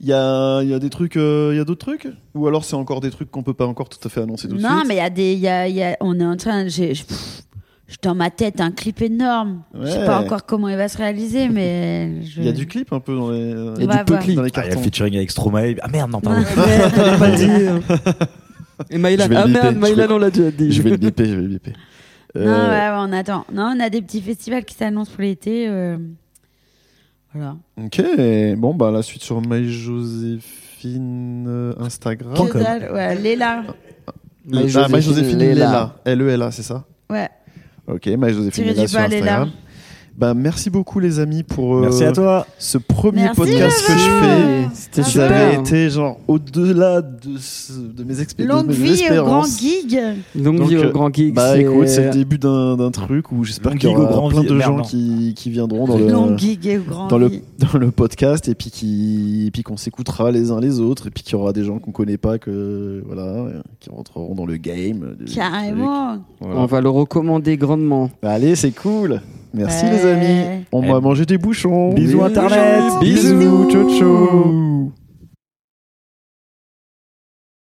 Speaker 1: Il y a, il y a des trucs, euh, il y a d'autres trucs Ou alors c'est encore des trucs qu'on peut pas encore tout à fait annoncer tout de
Speaker 2: Non,
Speaker 1: suite
Speaker 2: mais il y a des. il Y a, il y a- on est en train. j'ai- Je pff, j'ai dans ma tête un clip énorme. Je sais
Speaker 1: Ouais.
Speaker 2: pas encore comment il va se réaliser, mais. Je...
Speaker 1: Il y a du clip un peu dans les,
Speaker 4: Il y
Speaker 2: On
Speaker 4: a
Speaker 2: va
Speaker 4: du peu
Speaker 2: voir.
Speaker 4: clip.
Speaker 1: dans les
Speaker 3: Ah, il y a
Speaker 1: cartons.
Speaker 3: featuring avec Stromae. Ah merde, non, pardon.
Speaker 4: Et Maïla,
Speaker 1: Je vais le
Speaker 4: ah
Speaker 1: biper,
Speaker 4: merde,
Speaker 1: je
Speaker 4: Maïla,
Speaker 1: vais-
Speaker 4: on l'a déjà dit.
Speaker 1: je vais le biper, je vais le biper. Euh,
Speaker 2: Non, ouais, ouais, on attend. Non, on a des petits festivals qui s'annoncent pour l'été. euh, Voilà.
Speaker 1: Ok, bon bah la suite sur My Joséphine euh, Instagram.
Speaker 3: Point com.
Speaker 2: Que dalle, ouais, Léla.
Speaker 1: Ah, My Joséphine, Léla. L-E-L-A, c'est ça
Speaker 2: Ouais.
Speaker 1: Ok, My Joséphine
Speaker 2: Tirez
Speaker 1: Léla
Speaker 2: du
Speaker 1: sur
Speaker 2: bas, Léla.
Speaker 1: Instagram. Bah, merci beaucoup les amis pour euh,
Speaker 3: Merci à toi.
Speaker 1: ce premier
Speaker 2: Merci,
Speaker 1: podcast que je fais.
Speaker 4: C'était
Speaker 1: Vous avez été genre au-delà de, ce- de mes expériences.
Speaker 2: Longue vie au grand gig.
Speaker 4: Longue vie
Speaker 1: Donc,
Speaker 4: au Grand Geek.
Speaker 1: Bah écoute, c'est le début d'un d'un truc où j'espère
Speaker 3: Longue
Speaker 1: qu'il y
Speaker 3: gig au grand
Speaker 1: aura plein
Speaker 3: gig.
Speaker 1: de
Speaker 3: Merde,
Speaker 1: gens
Speaker 3: non.
Speaker 1: qui, qui viendront dans
Speaker 2: Longue
Speaker 1: le,
Speaker 2: gig et au grand
Speaker 1: dans, le,
Speaker 2: gig.
Speaker 1: dans le podcast et puis qui et puis qu'on s'écoutera les uns les autres et puis qu'il y aura des gens qu'on connaît pas que voilà euh, qui rentreront dans le game. de-
Speaker 2: Carrément.
Speaker 1: du truc. Voilà.
Speaker 4: On va le recommander grandement.
Speaker 1: Bah, allez, c'est cool. Merci
Speaker 2: Ouais.
Speaker 1: les amis. On
Speaker 3: Eh.
Speaker 1: m'a mangé des bouchons.
Speaker 3: Bisous, Internet.
Speaker 4: Bisous.
Speaker 1: Ciao ciao.